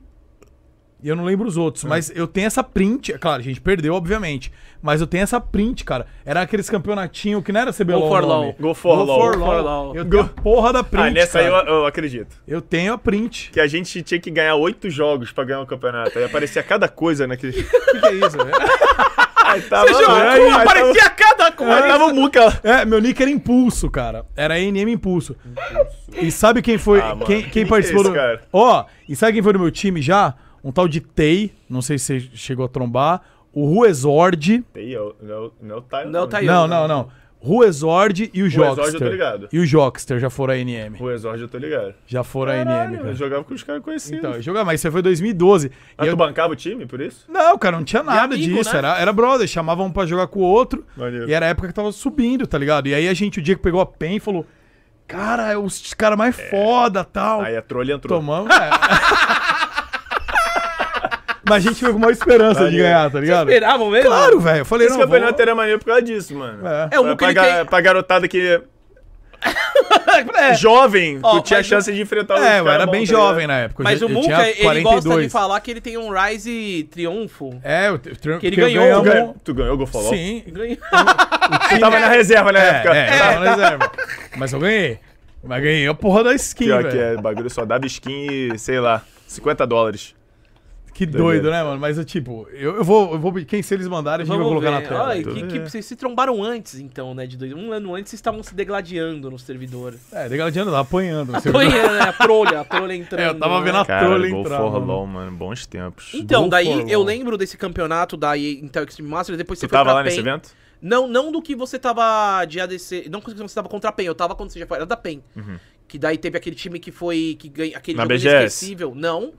Speaker 5: e eu não lembro os outros. Mas eu tenho essa print. é Claro, a gente perdeu, obviamente. Mas eu tenho essa print, cara. Era aqueles campeonatinhos que não era CBLOL.
Speaker 7: Go
Speaker 5: o
Speaker 7: for
Speaker 5: nome.
Speaker 7: LOL.
Speaker 8: Go for LOL.
Speaker 7: for LOL.
Speaker 5: Eu tenho a porra da print,
Speaker 8: Ah, nessa aí eu,
Speaker 5: cara.
Speaker 8: eu acredito.
Speaker 5: eu tenho a print.
Speaker 8: Que a gente tinha que ganhar oito jogos pra ganhar o campeonato. Aí aparecia cada coisa naquele.
Speaker 5: O que, que é isso, velho?
Speaker 8: Aí tava.
Speaker 5: jogou,
Speaker 8: aí, aí
Speaker 5: aparecia
Speaker 8: tava... cada
Speaker 5: Tá
Speaker 8: coisa. Aí tava o Muca lá.
Speaker 5: É, meu nick era Impulso, cara. Era NM Impulso. E sabe quem foi?
Speaker 8: Ah, mano,
Speaker 5: quem
Speaker 8: que
Speaker 5: quem
Speaker 8: nick
Speaker 5: participou
Speaker 8: é esse,
Speaker 5: do.
Speaker 8: cara?
Speaker 5: Ó, e sabe quem foi do meu time já? Um tal de Tei, não sei se você chegou a trombar. O Ruezord.
Speaker 8: Aí, é o- não é o- não é o Taio.
Speaker 7: Não é o Taio.
Speaker 5: Não, tá não, não. Ruezord e o
Speaker 8: Ruezord
Speaker 5: Jockster.
Speaker 8: eu tô ligado.
Speaker 5: E o Jockster já foram a NM.
Speaker 8: O Exord eu tô ligado.
Speaker 5: Já foram a NM,
Speaker 8: Eu
Speaker 5: cara.
Speaker 8: jogava com os caras conhecidos.
Speaker 5: Então, eu jogava, mas isso foi 2012. E
Speaker 8: Mas
Speaker 5: eu-
Speaker 8: tu bancava o time por isso?
Speaker 5: Não, cara, não tinha nada
Speaker 7: amigo,
Speaker 5: disso.
Speaker 7: né?
Speaker 5: Era, era brother, chamavam um pra jogar com o outro.
Speaker 8: Maneiro.
Speaker 5: E era a época que tava subindo, tá ligado? E aí a gente, o dia que pegou a PEN, falou: Cara, é os caras mais foda tal.
Speaker 8: Aí a trolha entrou.
Speaker 5: Tomamos. é. Mas a gente ficou com maior esperança de
Speaker 8: Maneiro.
Speaker 5: ganhar, tá ligado?
Speaker 7: Esperavam mesmo?
Speaker 5: Claro, velho. Eu falei:
Speaker 8: Esse
Speaker 5: Não, vou...
Speaker 8: campeonato é era maneiro por causa disso, mano.
Speaker 5: É.
Speaker 7: É, o
Speaker 8: pra,
Speaker 7: Luca,
Speaker 8: pra,
Speaker 7: ele
Speaker 8: ga- pra garotada que. Jovem,
Speaker 7: Ó,
Speaker 8: tu tinha
Speaker 7: mas o-
Speaker 8: chance de enfrentar os
Speaker 5: É, eu
Speaker 8: caras
Speaker 5: era
Speaker 8: bons,
Speaker 5: bem
Speaker 8: tá
Speaker 5: jovem
Speaker 8: ligado?
Speaker 5: na época. eu
Speaker 7: Mas
Speaker 5: já-
Speaker 7: o
Speaker 5: eu
Speaker 7: Muca,
Speaker 5: tinha
Speaker 7: ele gosta de falar que ele tem um Rise Triunfo.
Speaker 5: É, o que
Speaker 7: ele ganhou, um-
Speaker 8: Tu ganhou,
Speaker 5: Ganhamos...
Speaker 8: tu ganhou o Gofolol?
Speaker 5: Então, Sim,
Speaker 7: Ganhou.
Speaker 8: Tu tava na reserva na época.
Speaker 5: É, é,
Speaker 8: tá.
Speaker 5: tava na reserva. Mas eu ganhei. Mas ganhei a porra da skin,
Speaker 8: Pior
Speaker 5: velho.
Speaker 8: que é, o bagulho só dava skin e, sei lá, 50 dólares.
Speaker 5: Que doido, né, mano? Mas, eu, tipo, eu, eu vou, eu vou... Quem se eles mandarem, a gente vai
Speaker 7: Vamos
Speaker 5: colocar
Speaker 7: ver.
Speaker 5: na tela. é.
Speaker 7: Ai,
Speaker 8: tudo
Speaker 7: que,
Speaker 8: bem.
Speaker 7: que vocês se trombaram antes, então, né? De dois, um ano antes, vocês estavam se degladiando no servidor.
Speaker 5: É, degladiando, tava apanhando. você
Speaker 7: Foi,
Speaker 5: viu?
Speaker 7: né? A trolha, a trolha entrando. né?
Speaker 5: É, eu tava vendo a
Speaker 8: Cara,
Speaker 5: trolha
Speaker 8: Go
Speaker 5: entrar.
Speaker 8: for
Speaker 5: mano.
Speaker 8: LOL, mano, bons tempos.
Speaker 7: Então,
Speaker 5: Go
Speaker 7: daí
Speaker 5: for
Speaker 7: eu
Speaker 5: long.
Speaker 7: lembro desse campeonato da EA Intel Extreme Masters, depois você
Speaker 8: Tu
Speaker 7: foi
Speaker 8: tava
Speaker 7: pra
Speaker 8: lá nesse
Speaker 7: PEN.
Speaker 8: evento?
Speaker 7: Não, não do que você tava de ADC, não que você tava contra a PEN, eu tava quando você já foi, era da PEN. Que daí teve aquele time que foi, que ganha, aquele
Speaker 8: Uhum. Na
Speaker 7: jogo
Speaker 8: BGS.
Speaker 7: inesquecível. Não.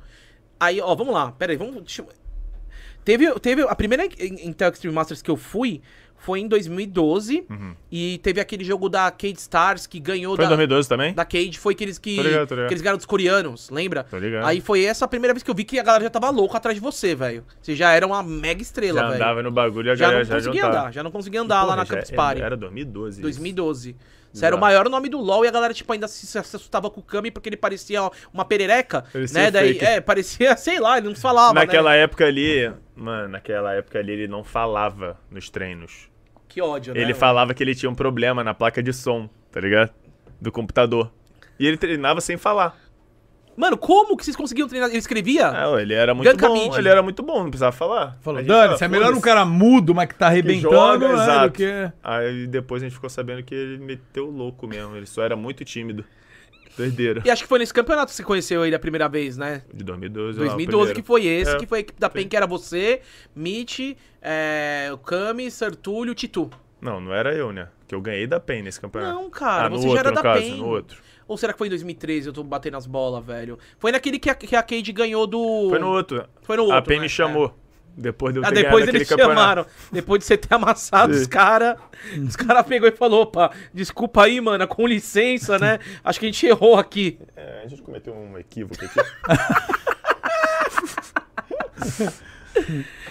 Speaker 7: Aí, ó, vamos lá, pera aí, vamos... deixa eu- Teve, teve a primeira In- Intel Extreme Masters que eu fui foi em 2012 e teve aquele jogo da Cade Stars que ganhou
Speaker 8: Uhum. Foi em
Speaker 7: da,
Speaker 8: 2012 também?
Speaker 7: da Cade foi aqueles que.
Speaker 8: É. Tô ligado, tô ligado.
Speaker 7: Aqueles garotos coreanos, lembra?
Speaker 8: Tô ligado.
Speaker 7: Aí foi essa a primeira vez que eu vi que a galera já tava louca atrás de você, velho. Você já era uma mega
Speaker 8: Já
Speaker 7: estrela, velho.
Speaker 8: andava no bagulho e a
Speaker 7: Já
Speaker 8: galera
Speaker 7: não
Speaker 8: já
Speaker 7: conseguia
Speaker 8: juntava.
Speaker 7: andar, já não conseguia andar lá
Speaker 8: Porra,
Speaker 7: na
Speaker 8: já
Speaker 7: Campus
Speaker 8: era-
Speaker 7: Party.
Speaker 8: Era 2012. isso.
Speaker 7: 2012. Você era o
Speaker 8: Exato.
Speaker 7: maior nome do LoL e a galera, tipo, ainda se, se assustava com o Kami porque ele parecia uma perereca,
Speaker 8: Parecia
Speaker 7: né? Daí,
Speaker 8: fake.
Speaker 7: é, parecia, sei lá, ele não falava,
Speaker 8: Naquela
Speaker 7: né?
Speaker 8: época ali, mano, naquela época ali ele não falava nos treinos.
Speaker 7: Que ódio, né?
Speaker 8: Ele
Speaker 7: mano?
Speaker 8: falava que ele tinha um problema na placa de som, tá ligado? Do computador. E ele treinava sem falar.
Speaker 7: Mano, como que vocês conseguiam treinar? Ele escrevia?
Speaker 8: Ah, ele era muito
Speaker 7: Ganka
Speaker 8: bom,
Speaker 7: Mid.
Speaker 8: ele era muito bom, não precisava falar. A
Speaker 5: Falou,
Speaker 8: gente
Speaker 5: Dani,
Speaker 8: fala,
Speaker 5: você é melhor um
Speaker 8: "Foda-se".
Speaker 5: cara mudo, mas que tá arrebentando,
Speaker 8: joga,
Speaker 5: né,
Speaker 8: exato.
Speaker 5: do que...
Speaker 8: Aí depois a gente ficou sabendo que ele meteu o louco mesmo, ele só era muito tímido. Doideira.
Speaker 7: E acho que foi nesse campeonato que você conheceu ele a primeira vez, né?
Speaker 8: De 2012, lá, o
Speaker 7: 2012 que foi esse,
Speaker 8: É.
Speaker 7: que foi a equipe da PEN, que era você, Mitch, é, o Kami, Sertúlio, Titu.
Speaker 8: Não, não era eu, né? Que eu ganhei da PEN nesse campeonato. Ah,
Speaker 7: Não, cara,
Speaker 8: no
Speaker 7: você já era
Speaker 8: no
Speaker 7: da
Speaker 8: caso,
Speaker 7: PEN.
Speaker 8: no outro.
Speaker 7: Ou será que foi em 2013? Eu tô batendo as bolas, velho. Foi naquele que a, que a Cade ganhou do.
Speaker 8: Foi no outro.
Speaker 7: Foi no outro.
Speaker 8: a PEN
Speaker 7: né?
Speaker 8: me chamou. Depois de eu
Speaker 7: É. Ah,
Speaker 8: ter
Speaker 7: depois
Speaker 8: ganhado
Speaker 7: eles
Speaker 8: aquele campeonato.
Speaker 7: chamaram. Depois de você ter amassado os caras, os caras pegou e falou: opa, desculpa aí, mano, com licença, né? Acho que a gente errou aqui.
Speaker 8: É, a gente cometeu um equívoco aqui.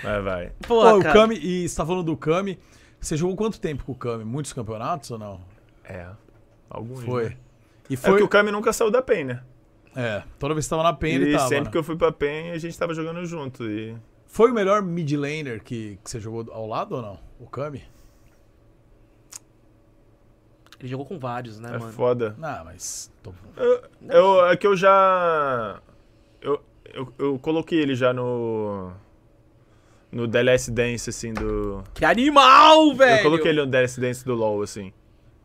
Speaker 8: Vai, vai.
Speaker 7: Porra,
Speaker 5: Pô, o
Speaker 7: cara.
Speaker 5: Kami, e você tá falando do Kami, você jogou quanto tempo com o Kami? Muitos campeonatos ou não?
Speaker 8: É. Alguns.
Speaker 5: Foi.
Speaker 8: né?
Speaker 5: E
Speaker 8: É
Speaker 5: foi...
Speaker 8: que o Kami nunca saiu da PEN, né?
Speaker 5: É, toda vez que tava na PEN, ele
Speaker 8: e
Speaker 5: tava,
Speaker 8: sempre
Speaker 5: né?
Speaker 8: que eu fui pra PEN, a gente tava jogando junto. E...
Speaker 5: Foi o melhor mid laner que, que você jogou ao lado ou não? O Kami?
Speaker 7: Ele jogou com vários, né,
Speaker 8: É
Speaker 7: mano?
Speaker 8: foda.
Speaker 5: Não, mas... tô-
Speaker 8: Eu, eu- é que eu já. Eu, eu, eu coloquei ele já no. No DLS Dance, assim, do.
Speaker 7: Que animal, velho!
Speaker 8: Eu coloquei ele no DLS Dance do LoL, assim.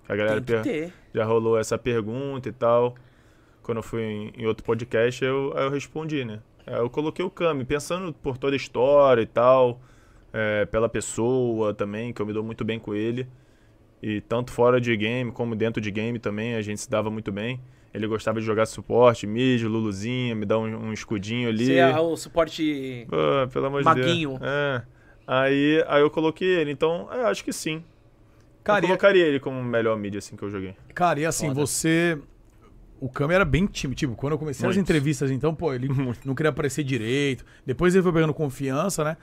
Speaker 8: A galera
Speaker 7: Tem que
Speaker 8: per-
Speaker 7: ter.
Speaker 8: já rolou essa pergunta e tal. Quando eu fui em, em outro podcast, eu, aí eu respondi, né? Aí eu coloquei o Kami, pensando por toda a história e tal, é, pela pessoa também, que eu me dou muito bem com ele. E tanto fora de game como dentro de game também, a gente se dava muito bem. Ele gostava de jogar suporte, mid,
Speaker 5: é
Speaker 8: Luluzinha, me dar um, um escudinho ali.
Speaker 7: Você é o suporte.
Speaker 8: Pô, pelo amor de Deus.
Speaker 7: Maguinho.
Speaker 8: É. Aí, aí eu coloquei ele, então é, acho que sim.
Speaker 5: Cara, e, é
Speaker 8: eu colocaria ele como melhor mídia assim que eu joguei.
Speaker 5: cara, e assim, você. O Cami era bem tímido. Tipo, quando eu comecei as
Speaker 8: Muito.
Speaker 5: entrevistas, então, pô, ele não queria aparecer direito. Depois ele foi pegando confiança, né?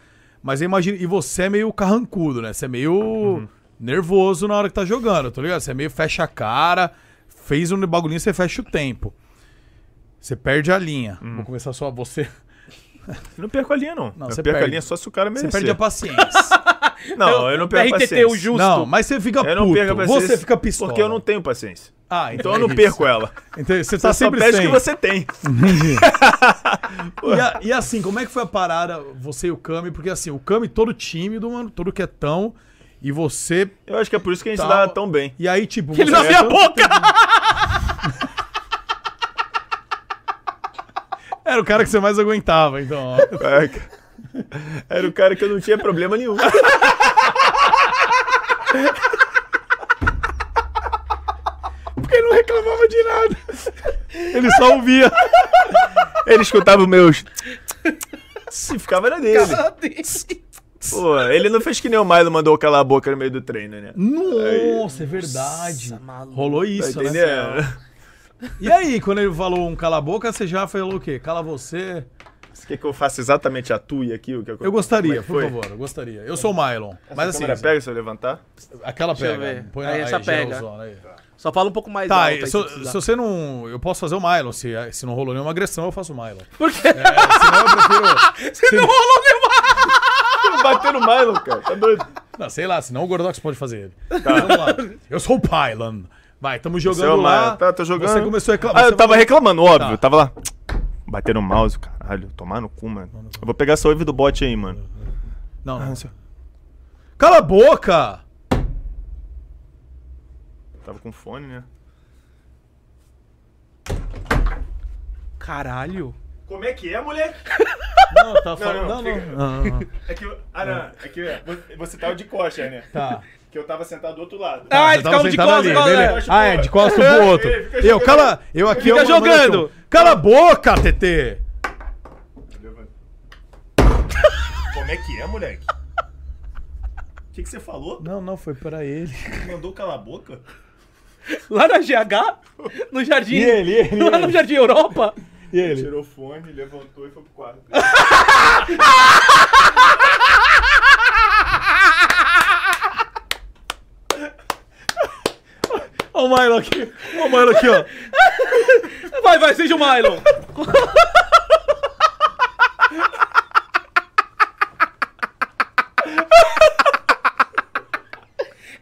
Speaker 5: Mas eu imagino. E você é meio carrancudo, né? Você é meio
Speaker 8: Uhum.
Speaker 5: nervoso na hora que tá jogando, tá ligado? Você é meio fecha a cara, fez um bagulhinho, você fecha o tempo. Você perde a linha.
Speaker 8: Hum.
Speaker 5: Vou começar só você.
Speaker 8: Eu não perco a linha, não.
Speaker 5: Não,
Speaker 8: eu
Speaker 5: você
Speaker 8: perco a
Speaker 5: perde.
Speaker 8: linha só se o cara
Speaker 5: Você
Speaker 8: merecer.
Speaker 5: perde a paciência.
Speaker 8: Não, eu não perco a
Speaker 7: RTT,
Speaker 8: paciência.
Speaker 7: o justo.
Speaker 5: Não, mas você fica
Speaker 8: Eu não
Speaker 5: puto.
Speaker 8: perco a paciência.
Speaker 5: você fica pistola.
Speaker 8: Porque eu não tenho paciência.
Speaker 5: Ah,
Speaker 8: Então eu não
Speaker 5: é isso.
Speaker 8: perco ela.
Speaker 5: Então, você tá
Speaker 8: Só
Speaker 5: sempre
Speaker 8: perde
Speaker 5: sem.
Speaker 8: que você tem.
Speaker 5: E, a- e assim, como é que foi a parada, você e o Kami? Porque assim, o Kami todo tímido, mano, todo quietão. E você.
Speaker 8: Eu acho que é por isso que a gente
Speaker 5: Tal.
Speaker 8: dá tão bem.
Speaker 5: E aí, tipo.
Speaker 7: Ele
Speaker 5: você-
Speaker 7: não abriu a boca!
Speaker 5: Era o cara que você mais aguentava, então. ó.
Speaker 8: É, cara. É, Era o cara que eu não tinha problema nenhum.
Speaker 5: Porque ele não reclamava de nada. Ele só ouvia.
Speaker 8: Ele escutava o meu. Se ficava na dele.
Speaker 7: é
Speaker 8: Pô, ele não fez que nem o Milo mandou eu calar a boca no meio do treino, né?
Speaker 5: Nossa, é verdade. Rolou isso,
Speaker 8: Tá
Speaker 5: né?
Speaker 8: entendendo?
Speaker 5: E aí, quando ele falou um cala a boca, você já falou o quê? Cala você.
Speaker 8: Você quer que eu faça exatamente a tua aqui? O que
Speaker 5: Eu gostaria,
Speaker 8: como
Speaker 5: por
Speaker 8: é que foi?
Speaker 5: favor, eu gostaria. Eu sou o Mylon. Mas assim,
Speaker 8: Câmera pega se eu levantar?
Speaker 5: aquela
Speaker 7: Deixa eu
Speaker 5: pega.
Speaker 7: ver.
Speaker 5: Põe
Speaker 7: Aí
Speaker 5: na-
Speaker 7: essa pega.
Speaker 5: geralzona, aí.
Speaker 7: Só fala um pouco mais
Speaker 5: Tá,
Speaker 7: alto aí,
Speaker 5: se,
Speaker 7: se
Speaker 5: eu-
Speaker 7: precisar.
Speaker 5: se você não. Eu posso fazer o Mylon. Se, se não rolou nenhuma agressão, eu faço o Mylon.
Speaker 7: Por quê?
Speaker 5: É, senão eu prefiro.
Speaker 7: Você não rolou nenhuma...
Speaker 8: Bater no Milo, cara. Tá doido?
Speaker 5: Não, sei lá, senão o Gordox pode fazer
Speaker 8: Tá.
Speaker 5: ele. Vamos lá. Eu sou o Pylon. Vai, tamo jogando
Speaker 8: Seu
Speaker 5: lá.
Speaker 8: Milo, Tá, tô jogando.
Speaker 5: Você começou a reclamar.
Speaker 8: Ah,
Speaker 5: você
Speaker 8: eu tava
Speaker 5: falou-
Speaker 8: reclamando, óbvio. Tava lá. Bater no mouse, caralho. Tomar no cu, mano. Eu vou pegar essa wave do bot aí, mano.
Speaker 5: Não,
Speaker 8: Ah,
Speaker 5: não. Cala a boca!
Speaker 8: Tava com fone, né?
Speaker 7: Caralho.
Speaker 8: Como é que é, moleque?
Speaker 5: Não, tá falando. Não,
Speaker 8: não,
Speaker 5: não.
Speaker 8: fica.
Speaker 5: não, não.
Speaker 8: É que. Ah, não. É que você tava de coxa, né?
Speaker 5: Tá.
Speaker 8: Que eu tava sentado do outro lado.
Speaker 7: Ah,
Speaker 5: Você
Speaker 7: ele
Speaker 5: tava
Speaker 7: ficava de
Speaker 5: sentado
Speaker 7: costas,
Speaker 5: ali,
Speaker 7: costas,
Speaker 5: beleza.
Speaker 7: é.
Speaker 5: Ah, é, de costas pro outro.
Speaker 8: Fica
Speaker 5: Eu,
Speaker 8: jogando.
Speaker 5: cala. Eu aqui.
Speaker 7: Fica
Speaker 5: eu mando aqui
Speaker 7: jogando.
Speaker 5: um- Cala a boca, TT!
Speaker 8: Como é que é, moleque? O que, que você falou?
Speaker 5: Não, não, foi pra ele.
Speaker 8: Mandou calar a boca?
Speaker 7: Lá na GH? No Jardim...
Speaker 5: E ele, ele,
Speaker 7: Lá no Jardim Europa?
Speaker 5: E ele?
Speaker 8: Tirou o fone, levantou e foi pro quarto.
Speaker 5: Ó o Milo aqui. Ó o Milo aqui, ó.
Speaker 7: Vai, vai, seja o Mylon.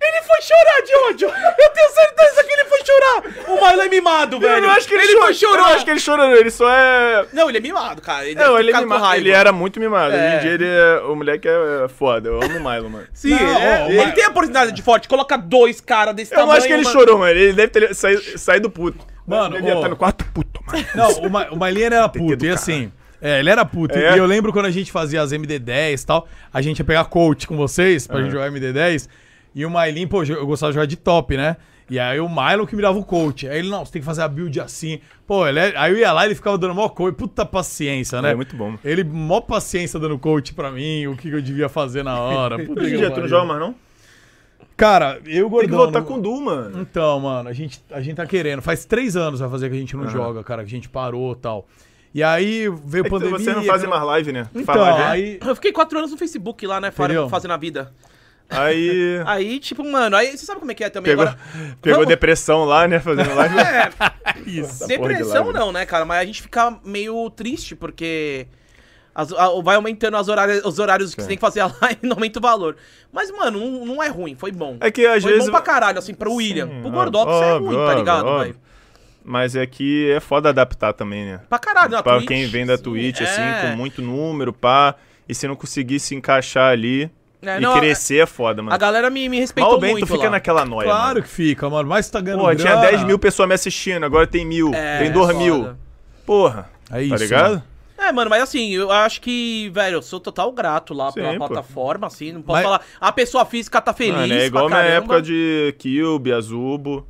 Speaker 7: ele foi chorar, Jojo. Eu tenho certeza que ele foi chorar. O Mylon é mimado, velho.
Speaker 8: Eu não acho que ele,
Speaker 7: ele foi
Speaker 8: chorou. Eu
Speaker 7: chorar.
Speaker 8: não acho que ele chorou, não. ele só é.
Speaker 7: Não, ele é mimado, cara. Ele
Speaker 8: Não,
Speaker 7: deve
Speaker 8: ele, é
Speaker 7: ficar com
Speaker 8: mimado.
Speaker 7: raiva.
Speaker 8: ele era muito mimado. Hoje em
Speaker 7: É.
Speaker 8: dia ele é. O moleque é é foda. Eu amo o Milo, mano.
Speaker 7: Sim, ele, é-
Speaker 5: ó, o
Speaker 7: ele
Speaker 5: Mylon-
Speaker 7: tem a oportunidade de forte. Coloca dois caras desse
Speaker 8: assim,
Speaker 7: tamanho.
Speaker 8: Eu não acho que ele
Speaker 7: mano.
Speaker 8: chorou, mano. Ele deve ter saído, saído puto.
Speaker 5: Mano,
Speaker 8: ele ia
Speaker 5: ô.
Speaker 8: estar no quarto puto, mano.
Speaker 5: Não, o, Ma o Mailin era puto, e assim. É, ele era puto.
Speaker 8: É?
Speaker 5: E eu lembro quando a gente fazia as MD10 e tal, a gente ia pegar coach com vocês pra gente jogar MD10. E o Mailin, pô, eu gostava de jogar de top, né? E aí o Milo que me dava o coach. Aí ele, não, você tem que fazer a build assim. Pô, ele é- aí eu ia lá e ele ficava dando mó coach. Puta paciência, né?
Speaker 8: É, muito bom.
Speaker 5: Ele, mó paciência dando coach pra mim, o que que eu devia fazer na hora. Puta
Speaker 8: Hoje em
Speaker 5: que
Speaker 8: dia, tu não
Speaker 5: pariu.
Speaker 8: joga mais, não?
Speaker 5: Cara, eu,
Speaker 8: Tem que
Speaker 5: gordão...
Speaker 8: voltar
Speaker 5: não-
Speaker 8: com o Du, mano.
Speaker 5: então, mano, a gente, a gente tá querendo. Faz três anos vai fazer que a gente não joga, cara, que a gente parou e tal. E aí veio
Speaker 8: É que
Speaker 5: pandemia.
Speaker 8: Você não faz
Speaker 5: veio-
Speaker 8: mais live, né? Tu faz
Speaker 5: Então,
Speaker 8: live, né?
Speaker 5: aí.
Speaker 7: Eu fiquei quatro anos no Facebook lá, né? fora-
Speaker 5: Entendeu?
Speaker 7: Fazendo a vida.
Speaker 8: Aí.
Speaker 7: Aí, tipo, mano, aí você sabe como é que é também
Speaker 8: Pegou,
Speaker 7: agora.
Speaker 8: pegou
Speaker 7: Vamos-
Speaker 8: depressão lá, né? Fazendo live.
Speaker 5: Isso.
Speaker 8: porra de
Speaker 7: Depressão
Speaker 8: live.
Speaker 7: não, né, cara? Mas a gente fica meio triste porque as- a- vai aumentando as horárias, os horários que você tem que fazer a live e não aumenta o valor. Mas, mano, não, não é ruim, foi bom.
Speaker 8: É que às
Speaker 7: foi
Speaker 8: vezes.
Speaker 7: bom pra caralho, assim, pro William. pro
Speaker 8: óbvio,
Speaker 7: Gordox é ruim, tá
Speaker 8: óbvio,
Speaker 7: ligado,
Speaker 8: óbvio.
Speaker 7: velho?
Speaker 8: Mas é que é foda adaptar também, né?
Speaker 7: Pra caralho, na
Speaker 8: pra
Speaker 7: Ah, Twitch,
Speaker 8: quem vem da
Speaker 7: sim,
Speaker 8: Twitch,
Speaker 7: é.
Speaker 8: assim, com muito número, pá. E se não conseguir se encaixar ali
Speaker 7: É,
Speaker 8: e
Speaker 7: não,
Speaker 8: crescer é foda,
Speaker 7: A
Speaker 8: mano.
Speaker 7: galera me, me respeitou
Speaker 8: Mal bem,
Speaker 7: muito
Speaker 8: tu fica
Speaker 7: lá.
Speaker 8: naquela noia.
Speaker 5: Claro
Speaker 8: mano.
Speaker 5: que fica, mano. Mas tá ganhando.
Speaker 8: Porra, tinha
Speaker 5: grana.
Speaker 8: 10 mil pessoas me assistindo, agora tem mil,
Speaker 7: É,
Speaker 8: tem 2
Speaker 7: foda.
Speaker 8: mil. Porra.
Speaker 5: É isso.
Speaker 8: tá ligado?
Speaker 7: É, mano, mas assim, eu acho que, velho, eu sou total grato lá pela
Speaker 8: Sim, pô.
Speaker 7: plataforma, assim, não posso
Speaker 5: Mas-
Speaker 7: falar. A pessoa física tá feliz,
Speaker 8: Mano, é igual
Speaker 7: pra
Speaker 8: na
Speaker 7: caramba.
Speaker 8: época de Cube, Azubo.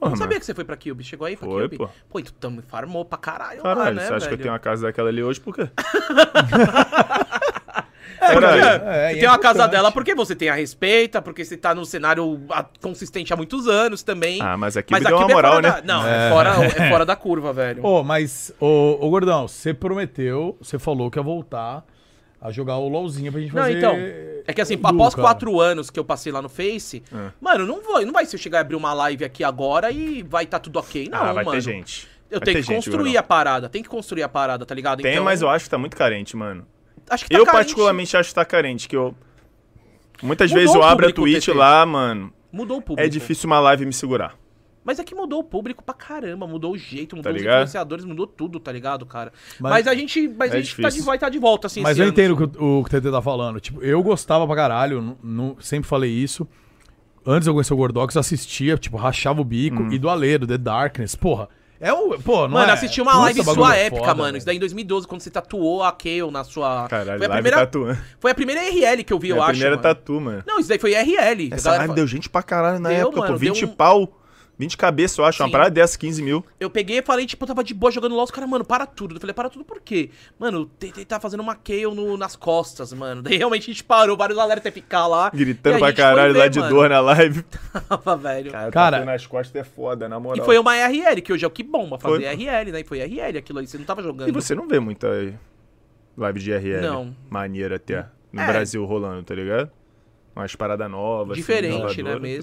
Speaker 8: Porra,
Speaker 7: Não
Speaker 8: mano.
Speaker 7: sabia que você foi pra Cube. Chegou aí pra
Speaker 8: Foi,
Speaker 7: Cube?
Speaker 8: pô.
Speaker 7: Pô, então tu me farmou pra caralho, Tá lá,
Speaker 8: Caralho,
Speaker 7: né,
Speaker 8: você acha que eu
Speaker 7: velho?
Speaker 8: tenho uma casa daquela ali hoje por quê? Caralho.
Speaker 5: É,
Speaker 7: e
Speaker 5: e
Speaker 7: tem
Speaker 5: é
Speaker 7: uma casa
Speaker 5: importante.
Speaker 7: dela porque você tem a respeita, porque você tá no cenário ah, consistente há muitos anos também.
Speaker 8: Ah, mas aqui me deu uma moral,
Speaker 7: fora
Speaker 8: né?
Speaker 7: da- Não, é. fora, é fora da curva, velho.
Speaker 5: Ô, mas, ô, ô, Gordão, você prometeu, você falou que ia voltar a jogar o LOLzinho pra gente
Speaker 7: Não,
Speaker 5: fazer...
Speaker 7: então. É que assim, após quatro anos que eu passei lá no Face,
Speaker 8: Ah.
Speaker 7: mano, não vou, não vai se eu chegar e abrir uma live aqui agora e vai estar tá tudo ok, não,
Speaker 8: Ah, vai
Speaker 7: mano.
Speaker 8: ter gente.
Speaker 7: Eu
Speaker 8: Vai
Speaker 7: tenho que
Speaker 8: ter gente,
Speaker 7: construir
Speaker 8: Gordão.
Speaker 7: a parada, tem que construir a parada, tá ligado?
Speaker 8: Tem, mas eu acho que tá muito carente, mano.
Speaker 7: acho tá
Speaker 8: eu particularmente acho que tá carente, que eu... Muitas
Speaker 7: Mudou
Speaker 8: vezes eu
Speaker 7: o
Speaker 8: abro a
Speaker 7: público,
Speaker 8: Twitch
Speaker 7: TT.
Speaker 8: lá, mano,
Speaker 7: Mudou o público.
Speaker 8: é difícil uma live me segurar.
Speaker 7: Mas é que mudou o público pra caramba, mudou o jeito, mudou os
Speaker 8: Tá ligado?
Speaker 7: influenciadores, mudou tudo, tá ligado, cara? Mas,
Speaker 5: Mas-
Speaker 7: a gente, mas
Speaker 8: É
Speaker 7: a gente tá de,
Speaker 8: difícil.
Speaker 7: vai estar de volta, assim,
Speaker 5: Mas
Speaker 7: esse
Speaker 5: eu
Speaker 7: ano.
Speaker 5: entendo o que o, o que o TT tá falando. Tipo, eu gostava pra caralho, nu- nu- sempre falei isso. Antes eu conhecer o Gordox, eu assistia, tipo, rachava o bico. E do Ale, do The Darkness, porra. É um. Pô, não
Speaker 7: Hum. Mano,
Speaker 5: é-
Speaker 7: assisti uma
Speaker 5: Puta,
Speaker 7: live
Speaker 5: bagulho
Speaker 7: sua épica,
Speaker 5: foda,
Speaker 7: mano.
Speaker 5: velho.
Speaker 7: Isso daí em 2012, quando você tatuou a Kale na sua.
Speaker 8: Caralho,
Speaker 7: foi a
Speaker 8: live tá
Speaker 7: primeira,
Speaker 8: tatu.
Speaker 7: Foi a primeira RL que eu vi, eu
Speaker 8: é a
Speaker 7: acho.
Speaker 8: primeira
Speaker 7: mano.
Speaker 8: tatu, mano.
Speaker 7: Não, isso daí foi RL. a
Speaker 8: Essa
Speaker 7: galera
Speaker 8: live
Speaker 7: fala-
Speaker 8: deu gente pra caralho na
Speaker 7: Deu,
Speaker 8: época,
Speaker 7: mano,
Speaker 8: pô.
Speaker 7: deu
Speaker 8: 20
Speaker 7: um-
Speaker 8: pau. 20 cabeça, eu acho.
Speaker 7: Sim.
Speaker 8: Uma parada dessa, 15 mil.
Speaker 7: Eu peguei e falei, tipo, eu tava de boa jogando LOL, os caras, mano, para tudo. Eu falei, para tudo por quê? Mano, tentei tá fazendo uma Kale no- nas costas, mano. Daí realmente a gente parou, vários galera até ficar lá. E
Speaker 8: Gritando
Speaker 7: a
Speaker 8: pra
Speaker 7: gente foi
Speaker 8: caralho
Speaker 7: ver,
Speaker 8: lá de
Speaker 7: mano.
Speaker 8: dor na live.
Speaker 7: Tava, velho.
Speaker 5: Cara-
Speaker 8: tatu nas costas é foda, na
Speaker 7: E
Speaker 8: moral.
Speaker 7: foi uma RL, que hoje é o que bomba fazer
Speaker 8: Foi.
Speaker 7: RL, né? E Foi RL aquilo aí, você não tava jogando.
Speaker 8: E você não vê muita live de RL.
Speaker 7: Não.
Speaker 8: Maneira até. No
Speaker 7: É.
Speaker 8: Brasil rolando, tá ligado? Umas paradas novas. assim,
Speaker 7: Diferente, né?
Speaker 8: inovadoras.
Speaker 7: Mesmo.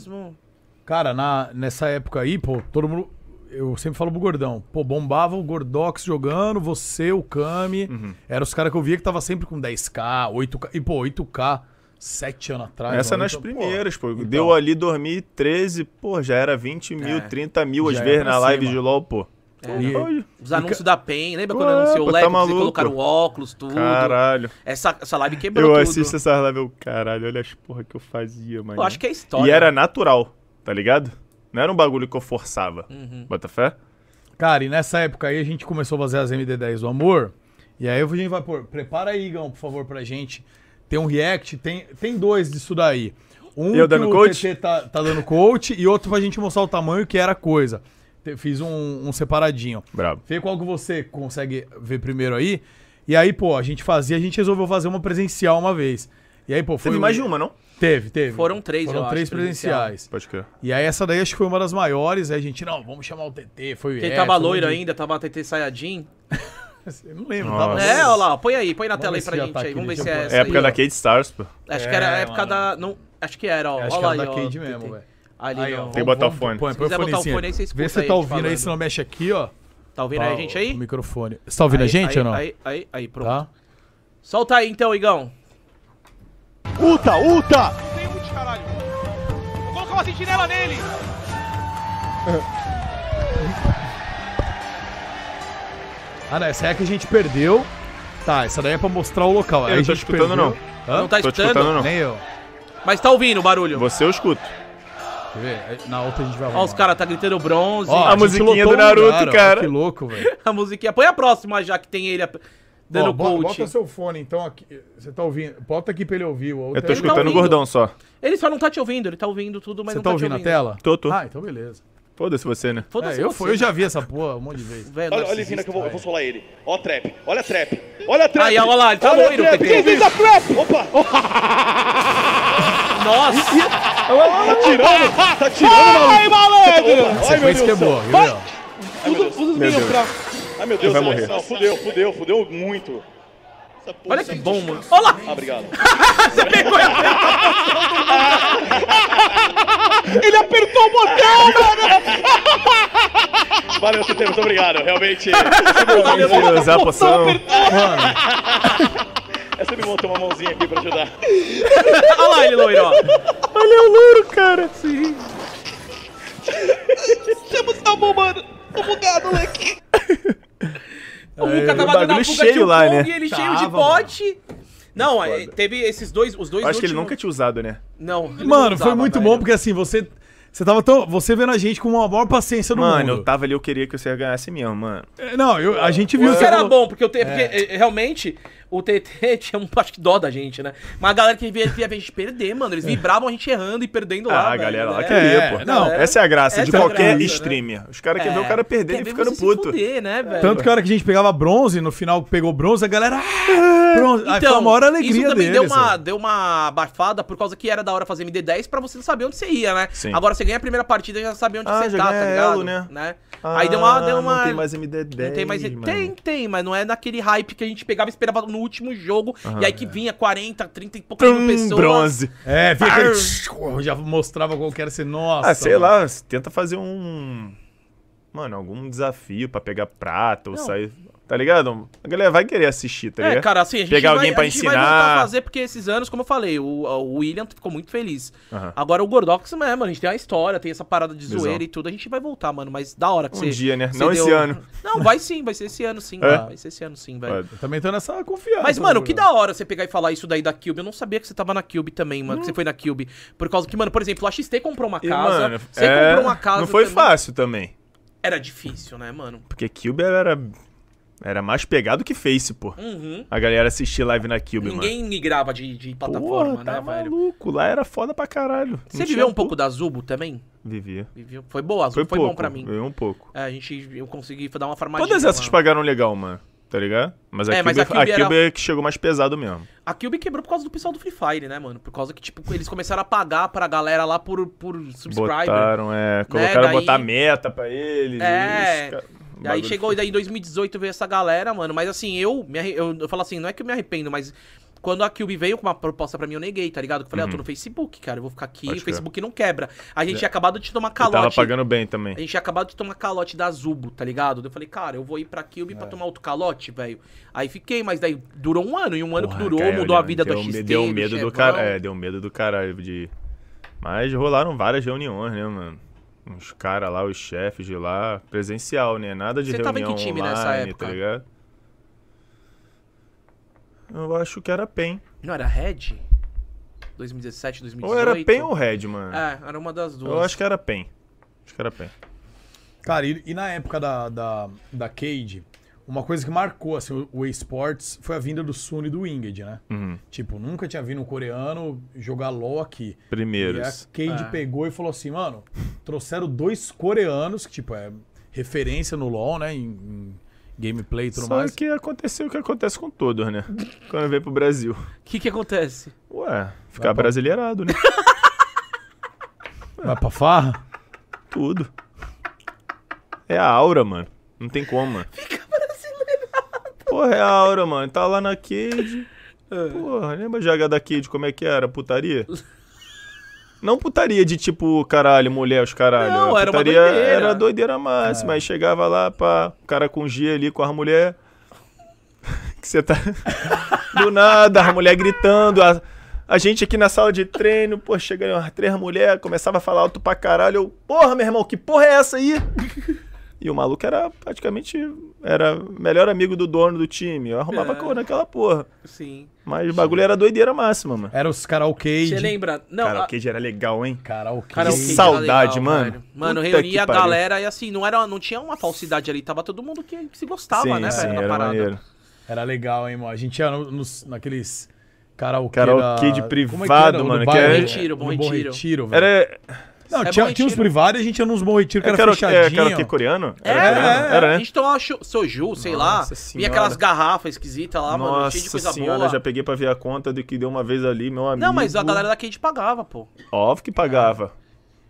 Speaker 5: Cara, na, nessa época aí, pô, todo mundo. Eu sempre falo pro Gordão. Pô, bombava o Gordox jogando, você, o Kami.
Speaker 7: Uhum.
Speaker 5: Era os caras que eu via que tava sempre com 10k, 8k. E, pô, 8k, 7 anos atrás.
Speaker 7: é
Speaker 8: Essa é
Speaker 5: mano,
Speaker 8: nas
Speaker 5: então, pô,
Speaker 8: primeiras, pô.
Speaker 5: então.
Speaker 8: Deu ali 2013, pô, já era 20 mil,
Speaker 7: É.
Speaker 8: 30 mil às
Speaker 5: Já
Speaker 8: vezes
Speaker 5: era
Speaker 8: na
Speaker 5: pra
Speaker 8: live
Speaker 5: cima.
Speaker 8: de LOL, pô.
Speaker 5: E-
Speaker 8: Olha,
Speaker 7: Os anúncios da PEN, lembra quando
Speaker 8: Claro,
Speaker 7: anunciou o
Speaker 8: tá
Speaker 7: Leco, você
Speaker 8: maluco.
Speaker 7: colocaram o óculos, tudo.
Speaker 8: Caralho.
Speaker 7: Essa, essa live quebrou
Speaker 8: Eu
Speaker 7: tudo.
Speaker 8: assisto essas lives, eu, caralho, olha as porra que eu fazia, mano.
Speaker 7: Eu acho que é história.
Speaker 8: E era natural, tá ligado? Não era um bagulho que eu forçava.
Speaker 7: Uhum.
Speaker 8: Bota fé?
Speaker 5: Cara, e nessa época aí a gente começou a fazer as MD10 do amor. E aí a gente vai pôr. Prepara aí, Igão, por favor, pra gente. Tem um react, tem, tem dois disso daí. Um
Speaker 8: Eu dando
Speaker 5: que o
Speaker 8: coach?
Speaker 5: TT tá, tá dando coach e outro pra gente mostrar o tamanho que era a coisa. Te- Fiz um, um separadinho.
Speaker 8: Brabo.
Speaker 5: Vê qual que você consegue ver primeiro aí. E aí, pô, a gente fazia, a gente resolveu fazer uma presencial uma vez. E aí, pô, foi.
Speaker 8: Teve
Speaker 5: um-
Speaker 8: mais de uma, não?
Speaker 5: Teve, teve.
Speaker 7: Foram três, eu
Speaker 5: Foram
Speaker 7: acho,
Speaker 5: três
Speaker 7: presencial.
Speaker 5: presenciais.
Speaker 8: Pode crer.
Speaker 5: E aí, essa daí acho que foi uma das maiores. Aí a gente, não, vamos chamar o TT. Foi o
Speaker 7: Quem
Speaker 5: Ed,
Speaker 7: tava
Speaker 5: foi um
Speaker 7: loiro
Speaker 5: monte de-
Speaker 7: ainda, tava TT Sayajin.
Speaker 5: Eu não lembro,
Speaker 8: Nossa.
Speaker 5: tava.
Speaker 7: É, olha lá, ó, põe aí, põe na
Speaker 5: Vamos
Speaker 7: tela aí
Speaker 5: ver
Speaker 7: pra
Speaker 5: se já
Speaker 7: gente
Speaker 5: tá
Speaker 7: aí.
Speaker 5: aqui,
Speaker 7: Vamos ver
Speaker 5: deixa
Speaker 7: se
Speaker 5: eu
Speaker 7: é
Speaker 5: pôr.
Speaker 7: essa
Speaker 8: É época
Speaker 7: aí, ó.
Speaker 8: da Kate Stars, pô.
Speaker 7: Acho que era a
Speaker 5: É,
Speaker 7: época
Speaker 5: mano.
Speaker 7: da... Não, acho que era, ó.
Speaker 5: Acho
Speaker 7: olha
Speaker 5: que
Speaker 7: lá
Speaker 5: era da
Speaker 7: aí, ó,
Speaker 5: Cade
Speaker 7: TT.
Speaker 5: mesmo, velho.
Speaker 7: Ali,
Speaker 5: Aí, ó,
Speaker 7: ó.
Speaker 8: que botar o
Speaker 5: vamos-
Speaker 8: fone.
Speaker 5: Põe,
Speaker 7: Se
Speaker 5: põe o
Speaker 7: quiser botar o
Speaker 5: fonezinho.
Speaker 7: fone aí, você escuta
Speaker 5: Vê se
Speaker 7: aí
Speaker 5: você tá
Speaker 7: a gente
Speaker 5: ouvindo aí,
Speaker 7: falando.
Speaker 5: se não mexe aqui, ó.
Speaker 7: Tá ouvindo aí a gente aí?
Speaker 5: O microfone. Você tá ouvindo a gente
Speaker 7: aí,
Speaker 5: ou não?
Speaker 7: Aí, aí, aí, pronto.
Speaker 5: Tá?
Speaker 7: Solta aí então, Igão.
Speaker 5: Uta, Uta! Ah, não, essa é a que a gente perdeu. Tá, essa daí é pra mostrar o local. Aí
Speaker 8: Eu
Speaker 5: a
Speaker 8: não tô
Speaker 5: gente
Speaker 8: escutando, não.
Speaker 5: Hã?
Speaker 7: Não tá
Speaker 8: Tô te
Speaker 7: escutando,
Speaker 8: escutando, não.
Speaker 5: Nem eu.
Speaker 7: mas tá ouvindo o barulho.
Speaker 8: Você eu escuto.
Speaker 5: Quer ver? Aí, Na outra a gente vai
Speaker 7: Ó,
Speaker 5: arrumar.
Speaker 7: os caras tá gritando bronze.
Speaker 5: Ó,
Speaker 8: A
Speaker 5: gente
Speaker 8: musiquinha
Speaker 5: lotou
Speaker 8: do Naruto,
Speaker 5: um ó,
Speaker 8: cara.
Speaker 5: Que louco, velho.
Speaker 7: A musiquinha. Põe a próxima já que tem ele ap- dando
Speaker 5: Ó, bo-
Speaker 7: coach.
Speaker 5: Bota seu fone, então, aqui. Você tá ouvindo? Bota aqui pra ele ouvir. o
Speaker 8: Eu
Speaker 5: outro
Speaker 8: tô
Speaker 5: é-
Speaker 7: escu-
Speaker 8: escutando o
Speaker 7: ouvindo.
Speaker 8: gordão só.
Speaker 7: Ele só não tá te ouvindo, ele tá ouvindo tudo, mas
Speaker 5: Você
Speaker 7: não
Speaker 5: tá
Speaker 7: te
Speaker 5: ouvindo a tela?
Speaker 8: Tô, tô.
Speaker 5: Ah, então beleza.
Speaker 8: Foda-se você, né?
Speaker 7: Foda-se
Speaker 5: É, eu,
Speaker 7: você,
Speaker 5: fui, eu já vi essa porra um monte de vezes.
Speaker 7: velho,
Speaker 6: Olha, olha,
Speaker 7: narcisista,
Speaker 6: Vina, que eu vou, eu vou
Speaker 7: velho.
Speaker 6: solar ele. Ó, a trap. Olha a trap. Olha a trap.
Speaker 7: Aí, olha lá, ele tá
Speaker 6: Olha a
Speaker 7: loiro,
Speaker 6: trap.
Speaker 7: TT.
Speaker 6: Quem fez a trap? Opa!
Speaker 7: Nossa!
Speaker 6: tá tirando. Tá tirando, maluco. Ai, malandro!
Speaker 5: Você fez que é boa, viu?
Speaker 6: Usa os minions pra... Ai, meu Deus.
Speaker 8: vai
Speaker 6: ai,
Speaker 8: morrer.
Speaker 6: Não, fudeu, fudeu, fudeu muito. Essa porra
Speaker 7: Olha que
Speaker 6: tá-
Speaker 7: bom, mano. Olha lá!
Speaker 6: Ah, obrigado.
Speaker 7: Você pegou ele!
Speaker 6: Ele apertou o botão, mano! Valeu, CT, muito obrigado. Realmente,
Speaker 8: Eu vou usar a poção.
Speaker 6: é sempre bom ter uma mãozinha aqui pra ajudar.
Speaker 7: Olha lá ele, loiro, ó.
Speaker 6: Tá bom, mano. Tô bugado, moleque.
Speaker 7: O Luca tava dando a
Speaker 8: É, bagulho
Speaker 7: fuga
Speaker 8: cheio
Speaker 7: de um
Speaker 8: lá,
Speaker 7: Kong,
Speaker 8: né?
Speaker 7: ele
Speaker 5: Tava,
Speaker 7: cheio de
Speaker 5: mano.
Speaker 7: pote. Não, é, teve esses dois, os dois
Speaker 8: Eu acho que ele
Speaker 7: últimos-
Speaker 8: nunca tinha usado, né?
Speaker 7: Não. ele não
Speaker 5: Mano,
Speaker 7: usava, né?
Speaker 5: foi muito
Speaker 7: velho.
Speaker 5: bom porque assim, você. Você tava tão. Você vendo a gente com a maior paciência do
Speaker 8: Mano, tá- eu
Speaker 5: mundo.
Speaker 8: tava ali, eu queria que você ganhasse mesmo, mano.
Speaker 5: É, Não, eu, a gente viu.
Speaker 7: Isso
Speaker 5: você
Speaker 7: era
Speaker 5: falou-
Speaker 8: É.
Speaker 7: bom, porque eu te, porque, eh, realmente o TT tinha um, acho que dó da gente, né? Mas a galera que via, via a gente perder, mano, eles vibravam a gente errando e perdendo lá.
Speaker 8: É. Ah, a
Speaker 7: velho,
Speaker 8: galera lá
Speaker 7: né?
Speaker 8: queria,
Speaker 5: É,
Speaker 8: pô.
Speaker 5: não,
Speaker 8: essa é a graça de
Speaker 7: essa é a
Speaker 8: qualquer
Speaker 7: graça, né?
Speaker 8: streamer. Os caras
Speaker 7: É,
Speaker 8: querem ver o cara
Speaker 7: quer
Speaker 8: perdendo e
Speaker 7: ver
Speaker 8: ficando
Speaker 7: você se
Speaker 8: puto. É.
Speaker 7: fuder, né, velho?
Speaker 5: Tanto que a hora que a gente pegava bronze, no final pegou bronze, a galera. "Ah, bronze". Aí foi a maior alegria assim.
Speaker 7: Então, isso também
Speaker 5: deles,
Speaker 7: deu, uma,
Speaker 5: sabe?
Speaker 7: deu uma abafada por causa que era da hora fazer MD10 pra você não saber onde você ia, né?
Speaker 8: Sim.
Speaker 7: Agora você ganha a primeira partida e já sabe onde
Speaker 8: Ah,
Speaker 7: você
Speaker 8: já
Speaker 7: tá, tá
Speaker 8: ganha
Speaker 7: ligado?
Speaker 8: elo, né?
Speaker 7: Aí deu uma.
Speaker 8: Ah,
Speaker 7: Deu uma...
Speaker 8: Não tem mais MD10.
Speaker 7: Não tem mais.
Speaker 8: mano.
Speaker 7: Tem, tem, mas não é naquele hype que a gente pegava e esperava no último jogo. e aí que vinha 40, 30 e poucas mil
Speaker 8: Tum,
Speaker 7: pessoas.
Speaker 8: bronze.
Speaker 5: É, vinha aquele. Já mostrava qual que era esse. Nossa.
Speaker 8: Ah, sei
Speaker 5: mano.
Speaker 8: lá, tenta fazer um. Mano, algum desafio pra pegar prata ou sair. Tá ligado? A galera vai querer assistir, tá ligado?
Speaker 7: É, cara, assim, a gente,
Speaker 8: Pegar
Speaker 7: vai,
Speaker 8: alguém pra
Speaker 7: a gente vai
Speaker 8: ensinar.
Speaker 7: voltar a fazer, porque esses anos, como eu falei, o, o William ficou muito feliz.
Speaker 8: Aham.
Speaker 7: Agora o Gordox, né, mano, a gente tem a história, tem essa parada de
Speaker 8: Visão.
Speaker 7: zoeira e tudo, a gente vai voltar, mano, mas da hora que
Speaker 8: Um
Speaker 7: você...
Speaker 8: dia, né?
Speaker 7: você
Speaker 8: Não esse ano.
Speaker 7: Não, vai sim, vai ser esse ano sim,
Speaker 8: É?
Speaker 7: cara, vai ser esse ano sim, velho.
Speaker 8: Ó,
Speaker 5: Eu também tô nessa confiança.
Speaker 7: Mas, mano, que
Speaker 5: né?
Speaker 7: da hora você pegar e falar isso daí da Cube. Eu não sabia que você tava na Cube também, mano, que você foi na Cube. Por causa que, mano, por exemplo, a XT comprou uma
Speaker 8: Hum. e,
Speaker 7: casa,
Speaker 8: mano,
Speaker 7: você
Speaker 8: é,
Speaker 7: comprou uma casa
Speaker 8: Não foi
Speaker 7: também.
Speaker 8: fácil também.
Speaker 7: Era difícil, né, mano?
Speaker 8: Porque Cube era. Era mais pegado que Face, pô.
Speaker 7: Uhum.
Speaker 8: A galera assistir live na Cube, mano.
Speaker 7: Ninguém migrava de, de plataforma,
Speaker 8: Porra, tá
Speaker 7: né, velho?
Speaker 8: maluco. Lá era foda pra caralho.
Speaker 7: Você
Speaker 8: Não
Speaker 7: viveu
Speaker 8: tinha
Speaker 7: um pouco da Zubo também?
Speaker 8: Vivia.
Speaker 7: Viveu. Foi boa, Azul.
Speaker 8: Foi,
Speaker 7: Foi,
Speaker 8: pouco,
Speaker 7: bom pra mim.
Speaker 8: Viveu um pouco.
Speaker 7: É, a gente, eu consegui dar uma farmadinha.
Speaker 8: Todas essas
Speaker 7: mano.
Speaker 8: pagaram legal, mano. Tá ligado? Mas a
Speaker 7: É,
Speaker 8: Cube,
Speaker 7: mas
Speaker 8: a
Speaker 7: a Cube era-
Speaker 8: Cube é que chegou mais pesado mesmo.
Speaker 7: A Cube quebrou por causa do pessoal do Free Fire, né, mano? Por causa que, tipo, eles começaram a pagar pra galera lá por, por subscriber. né,
Speaker 8: Botaram, é. Colocaram
Speaker 7: daí-
Speaker 8: botar meta pra eles.
Speaker 7: É,
Speaker 8: isso, cara.
Speaker 7: E aí
Speaker 8: Bagulho
Speaker 7: chegou, e daí em 2018 veio essa galera, mano. Mas assim, eu, me arre- eu, eu falo assim, não é que eu me arrependo, mas quando a Cube veio com uma proposta pra mim, eu neguei, tá ligado? Eu falei, ah, eu tô no Facebook, cara, eu vou ficar aqui,
Speaker 8: Uhum. Pode
Speaker 7: o
Speaker 8: crer.
Speaker 7: Facebook não quebra. A gente tinha acabado de tomar
Speaker 8: E tava
Speaker 7: calote.
Speaker 8: pagando bem também.
Speaker 7: A gente tinha acabado de tomar calote da Zubo, tá ligado? Eu falei, cara, eu vou ir pra Cube
Speaker 8: É.
Speaker 7: pra tomar outro calote, velho. Aí fiquei, mas daí durou um ano. E um ano
Speaker 8: Porra,
Speaker 7: que durou,
Speaker 8: cara,
Speaker 7: mudou a
Speaker 8: olha,
Speaker 7: vida da
Speaker 8: deu, um
Speaker 7: XT.
Speaker 8: Deu medo do
Speaker 7: Chevão.
Speaker 8: cara, é, deu medo do caralho de Mas rolaram várias reuniões, né, mano? Uns caras lá, os chefes de lá, presencial, né? Nada de
Speaker 7: Você
Speaker 8: reunião
Speaker 7: tava em que time
Speaker 8: online,
Speaker 7: nessa época?
Speaker 8: tá ligado? Eu acho que era PEN.
Speaker 7: Não era Red? 2017, 2018?
Speaker 8: Ou era PEN ou Red, mano.
Speaker 7: É, era uma das duas.
Speaker 8: Eu acho que era PEN. Acho que era PEN.
Speaker 5: Cara, e, e na época da, da, da Cade, uma coisa que marcou assim, o, o esportes foi a vinda do Sun e do Winged, né?
Speaker 8: Uhum.
Speaker 5: Tipo, nunca tinha vindo um coreano jogar LOL aqui. E a
Speaker 8: Primeiros.
Speaker 5: Cade
Speaker 7: É.
Speaker 5: pegou e falou assim, mano, trouxeram dois coreanos, que tipo, é referência no LOL, né? Em, em gameplay e tudo
Speaker 8: Só
Speaker 5: mais.
Speaker 8: que aconteceu o que acontece com todos, né? Quando veio pro Brasil.
Speaker 7: O que que acontece?
Speaker 8: Ué, ficar brasileirado, né?
Speaker 5: Vai pra farra?
Speaker 8: Tudo. É a aura, mano. Não tem como, mano. Fica brasileirado. Porra, é a aura, mano. Tá lá na Cade.
Speaker 7: É.
Speaker 8: Porra, lembra de H da Cade como é que era? Putaria? Não putaria de tipo, caralho, mulher, os caralho.
Speaker 7: Não, era uma
Speaker 8: putaria
Speaker 7: doideira. É.
Speaker 8: Era doideira máxima. Aí chegava lá, pá, o cara com G ali com a mulher. que você tá. Do nada, a mulher gritando. A, a gente aqui na sala de treino, pô, chegando umas três mulheres, começava a falar alto pra caralho. Eu, porra, meu irmão, que porra é essa aí? E o maluco era praticamente. Era melhor amigo do dono do time. Eu arrumava cor naquela porra.
Speaker 7: É. Sim.
Speaker 8: Mas o bagulho era doideira máxima, mano.
Speaker 5: Era os karaokê.
Speaker 7: Você lembra? Não,
Speaker 8: Cara,
Speaker 7: a-
Speaker 8: o Cage era legal, hein?
Speaker 5: Karaokê.
Speaker 7: Cara,
Speaker 8: Que
Speaker 7: o Cage
Speaker 8: sal-
Speaker 7: era
Speaker 8: saudade, mano.
Speaker 7: velho. Mano,
Speaker 8: Puta que
Speaker 7: reunia a
Speaker 8: pariu.
Speaker 7: galera e assim, não, era, não tinha uma falsidade ali, tava todo mundo que, que se gostava, né, velho, na
Speaker 8: era
Speaker 7: parada.
Speaker 8: maneiro.
Speaker 5: Era legal, hein, mano? A gente ia no- nos, naqueles karaokê.
Speaker 8: Karaokê
Speaker 5: da-
Speaker 8: de
Speaker 5: Como é que
Speaker 8: privado,
Speaker 5: era? O do
Speaker 8: mano, que
Speaker 5: bairro?
Speaker 8: era-
Speaker 7: Bom Retiro, Bom
Speaker 5: No
Speaker 7: Retiro.
Speaker 5: velho.
Speaker 8: Era.
Speaker 5: Não,
Speaker 7: É
Speaker 5: tinha,
Speaker 7: bom
Speaker 5: tinha uns
Speaker 7: retiro.
Speaker 5: privados e a gente ia nos bom retiro que
Speaker 8: Era
Speaker 5: era,
Speaker 8: karaokê, era
Speaker 5: fechadinho.
Speaker 8: karaokê coreano?
Speaker 7: É,
Speaker 8: coreano?
Speaker 7: é,
Speaker 8: Era, né?
Speaker 7: A gente tomava cho- soju, sei lá.
Speaker 8: Nossa
Speaker 7: Vinha
Speaker 8: senhora.
Speaker 7: aquelas garrafas esquisitas lá, mano, cheio de
Speaker 8: Nossa
Speaker 7: coisa
Speaker 8: senhora,
Speaker 7: boa.
Speaker 8: já é peguei pra ver a conta do que deu uma vez ali, meu amigo.
Speaker 7: Não, mas a galera da Cade pagava, pô.
Speaker 8: Óbvio que pagava.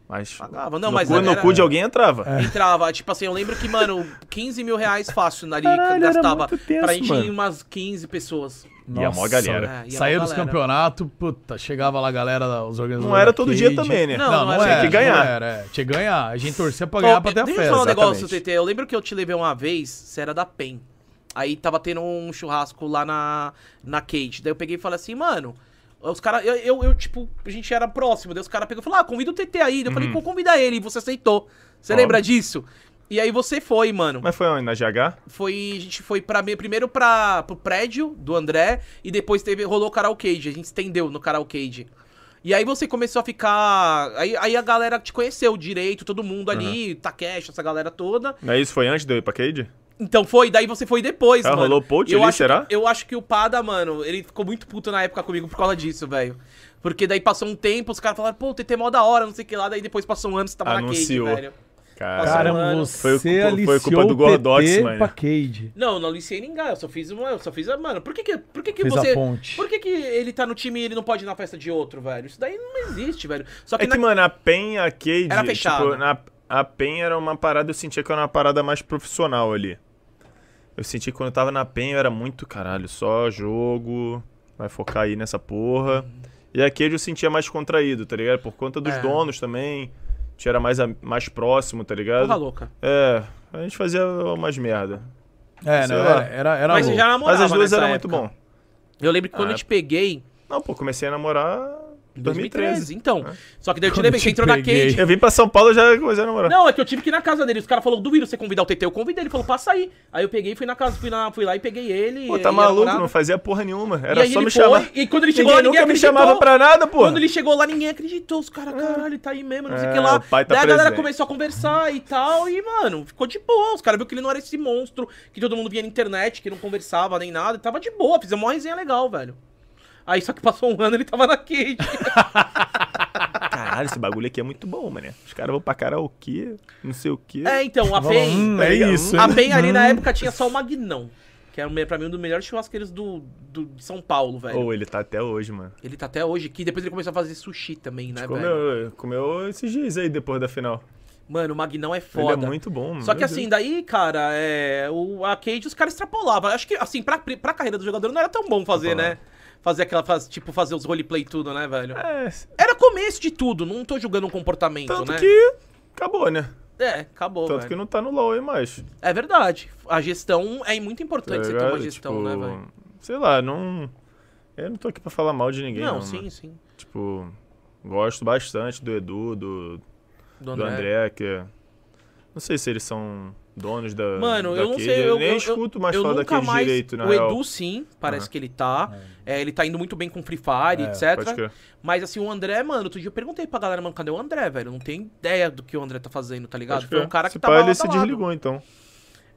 Speaker 8: Mas.
Speaker 7: Pagava. Não,
Speaker 8: no
Speaker 7: mas
Speaker 8: cu,
Speaker 7: a
Speaker 8: no
Speaker 7: galera-
Speaker 8: cu de alguém entrava.
Speaker 7: Entrava, tipo assim, eu lembro que, mano, 15 mil reais fácil ali
Speaker 8: Caralho, era
Speaker 7: gastava.
Speaker 8: muito tenso,
Speaker 7: pra gente
Speaker 8: mano.
Speaker 7: ir umas 15 pessoas.
Speaker 8: E a mó galera.
Speaker 5: velho.
Speaker 7: É, e a mó
Speaker 5: Saía dos
Speaker 7: galera.
Speaker 5: campeonatos, puta, chegava lá a galera, os organizadores.
Speaker 8: Não era
Speaker 5: da
Speaker 8: todo
Speaker 5: Cade.
Speaker 8: dia também, né?
Speaker 7: Não, não era.
Speaker 5: era,
Speaker 8: Tinha que ganhar.
Speaker 5: não era, é. Tinha que ganhar. A gente torcia pra
Speaker 7: Ó,
Speaker 5: ganhar pra ter a
Speaker 7: deixa eu falar um
Speaker 5: festa.
Speaker 7: negócio,
Speaker 8: exatamente.
Speaker 7: TT. Eu lembro que eu te levei uma vez, você era da PEN. Aí tava tendo um churrasco lá na, na Cage. Daí eu peguei e falei assim, mano. Os caras, eu, eu, eu, tipo, a gente era próximo. Daí os caras pegou e falou: Ah, convida o TT aí. Daí eu
Speaker 5: Uhum.
Speaker 7: falei: Pô, convida ele. E você aceitou. Você
Speaker 8: Óbvio.
Speaker 7: lembra disso? E aí você foi, mano.
Speaker 8: Mas foi onde? Na GH?
Speaker 7: Foi, a gente foi pra, primeiro pra, pro prédio do André e depois teve, rolou o karaokê. A gente estendeu no karaokê. E aí você começou a ficar. Aí, aí a galera te conheceu direito, todo mundo ali, Takeshi, essa galera toda.
Speaker 8: Não é isso? Foi antes de eu ir pra Cade?
Speaker 7: Então foi, daí você foi depois,
Speaker 8: Cara,
Speaker 7: mano.
Speaker 8: Ah, rolou poach
Speaker 7: eu
Speaker 8: ali,
Speaker 7: acho,
Speaker 8: será?
Speaker 7: Eu acho que o Pada, mano, ele ficou muito puto na época comigo por causa disso, velho. Porque daí passou um tempo, os caras falaram, pô, o TT é mó da hora, não sei o que lá, daí depois passou um ano, você tava
Speaker 8: Anunciou.
Speaker 7: na Cade, velho.
Speaker 8: Cara,
Speaker 7: Caramba.
Speaker 5: Cara,
Speaker 7: mano.
Speaker 5: você
Speaker 8: Foi culpa- foi
Speaker 5: aliciou
Speaker 8: culpa do
Speaker 5: o TT
Speaker 8: Gordox, mano.
Speaker 5: pra Cade.
Speaker 7: Não, eu não aliciei ninguém, eu só fiz uma, eu só fiz a, mano, por que que, por que, que
Speaker 5: Fez a
Speaker 7: você...
Speaker 5: ponte.
Speaker 7: Por que que ele tá no time e ele não pode ir na festa de outro, velho? Isso daí não existe, velho. Só que,
Speaker 8: é que,
Speaker 7: na-
Speaker 8: mano, a PEN, a Cade.
Speaker 7: Era fechado.
Speaker 8: Tipo, na- a PEN era uma parada, eu sentia que era uma parada mais profissional ali. Eu senti que quando eu tava na PEN eu era muito caralho, só jogo, vai focar aí nessa porra. E a Cade eu sentia mais contraído, tá ligado? Por conta dos
Speaker 7: É.
Speaker 8: donos também. A gente era mais, a- mais próximo, tá ligado?
Speaker 7: porra louca.
Speaker 8: É, a gente fazia umas merda.
Speaker 5: É,
Speaker 8: Sei
Speaker 5: não,
Speaker 8: lá.
Speaker 5: era, era, era
Speaker 7: Mas você
Speaker 5: louco.
Speaker 7: já namorava
Speaker 8: Mas as duas
Speaker 7: nessa
Speaker 8: eram muito
Speaker 7: época.
Speaker 8: bom.
Speaker 7: Eu lembro que quando
Speaker 8: Ah,
Speaker 7: eu te peguei,
Speaker 8: Não, pô, comecei a namorar em
Speaker 7: 2013,
Speaker 8: 2013.
Speaker 7: então. Só que daí eu te
Speaker 5: Quando
Speaker 7: lembro
Speaker 5: eu
Speaker 7: que você
Speaker 5: te
Speaker 7: entrou na
Speaker 5: peguei.
Speaker 7: Cade,
Speaker 8: Eu vim pra São Paulo e já comecei a namorar.
Speaker 7: Não, é que eu tive que ir na casa dele. Os caras falaram, duvido você convidar o TT. Eu convidei, ele falou, passa aí. Aí eu peguei, fui na casa, fui lá, fui lá e peguei ele.
Speaker 8: Pô,
Speaker 7: e
Speaker 8: tá
Speaker 7: a
Speaker 8: maluco,
Speaker 7: namorada.
Speaker 8: não fazia porra nenhuma.
Speaker 7: e
Speaker 8: Era
Speaker 7: aí
Speaker 8: só
Speaker 7: ele
Speaker 8: me
Speaker 7: foi,
Speaker 8: chamar.
Speaker 7: E quando ele chegou lá,
Speaker 8: Ninguém
Speaker 7: ninguém
Speaker 8: nunca me
Speaker 7: acreditou.
Speaker 8: chamava pra nada, pô.
Speaker 7: Quando ele chegou lá, ninguém acreditou. Os caras, caralho, tá aí mesmo, não sei o
Speaker 8: É,
Speaker 7: que lá.
Speaker 8: o pai tá
Speaker 7: Daí a galera
Speaker 8: presente.
Speaker 7: começou a conversar e tal. E, mano, ficou de boa. Os caras viram que ele não era esse monstro que todo mundo via na internet, que não conversava nem nada. Tava de boa, fizemos uma resenha legal, velho. Aí só que passou um ano ele tava na Cade.
Speaker 8: Caralho, esse bagulho aqui é muito bom, mano. Os caras vão pra karaokê, não sei o quê.
Speaker 7: é, então, a PEN.
Speaker 5: Hum, é isso.
Speaker 7: A
Speaker 5: hein?
Speaker 7: bem ali
Speaker 8: Hum.
Speaker 7: na época tinha só o Magnão, que era pra mim um dos melhores churrasqueiros do, do- de São Paulo, velho.
Speaker 8: Ou ele tá até hoje, mano.
Speaker 7: Ele tá até hoje aqui, depois ele começou a fazer sushi também, né, velho?
Speaker 8: Comeu, comeu esses dias aí depois da final.
Speaker 7: Mano, o Magnão é
Speaker 8: Ele
Speaker 7: foda.
Speaker 8: é muito bom, mano.
Speaker 7: Só que assim, daí, cara, é, o, a Cade os caras extrapolavam. Acho que, assim, pra, pra carreira do jogador não era tão bom fazer, né? Fazer aquela, faz- tipo, fazer os roleplay e tudo, né, velho?
Speaker 8: É,
Speaker 7: Era começo de tudo, não tô julgando um comportamento,
Speaker 8: tanto
Speaker 7: né?
Speaker 8: que acabou, né?
Speaker 7: É, acabou,
Speaker 8: tanto
Speaker 7: velho.
Speaker 8: que não tá no LoL aí mais.
Speaker 7: É verdade. A gestão é muito importante você ter uma
Speaker 8: ligado?
Speaker 7: gestão,
Speaker 8: Tipo,
Speaker 7: né, velho?
Speaker 8: Sei lá, não... Eu não tô aqui pra falar mal de ninguém, não,
Speaker 7: Não, sim,
Speaker 8: mano.
Speaker 7: sim.
Speaker 8: Tipo, gosto bastante do Edu, do,
Speaker 7: Do
Speaker 8: do André, que é... Não sei se eles são donos da
Speaker 7: Mano,
Speaker 8: da
Speaker 7: eu não
Speaker 8: Cade.
Speaker 7: sei. Eu,
Speaker 8: nem
Speaker 7: eu,
Speaker 8: escuto mais
Speaker 7: eu
Speaker 8: falar
Speaker 7: nunca
Speaker 8: daqueles
Speaker 7: mais,
Speaker 8: direito, na
Speaker 7: O
Speaker 8: real.
Speaker 7: Edu, sim, parece que ele tá. É, ele tá indo muito bem com Free Fire,
Speaker 8: É, Pode
Speaker 7: etc.
Speaker 8: crer.
Speaker 7: Mas assim, o André, mano, outro dia eu perguntei pra galera, mano, cadê o André, velho? Eu não tenho ideia do que o André tá fazendo, tá ligado?
Speaker 8: Pode
Speaker 7: Foi
Speaker 8: crer.
Speaker 7: um cara que
Speaker 8: Esse
Speaker 7: tava
Speaker 8: pai,
Speaker 7: lado
Speaker 8: ele
Speaker 7: a
Speaker 8: se
Speaker 7: lado.
Speaker 8: desligou, então.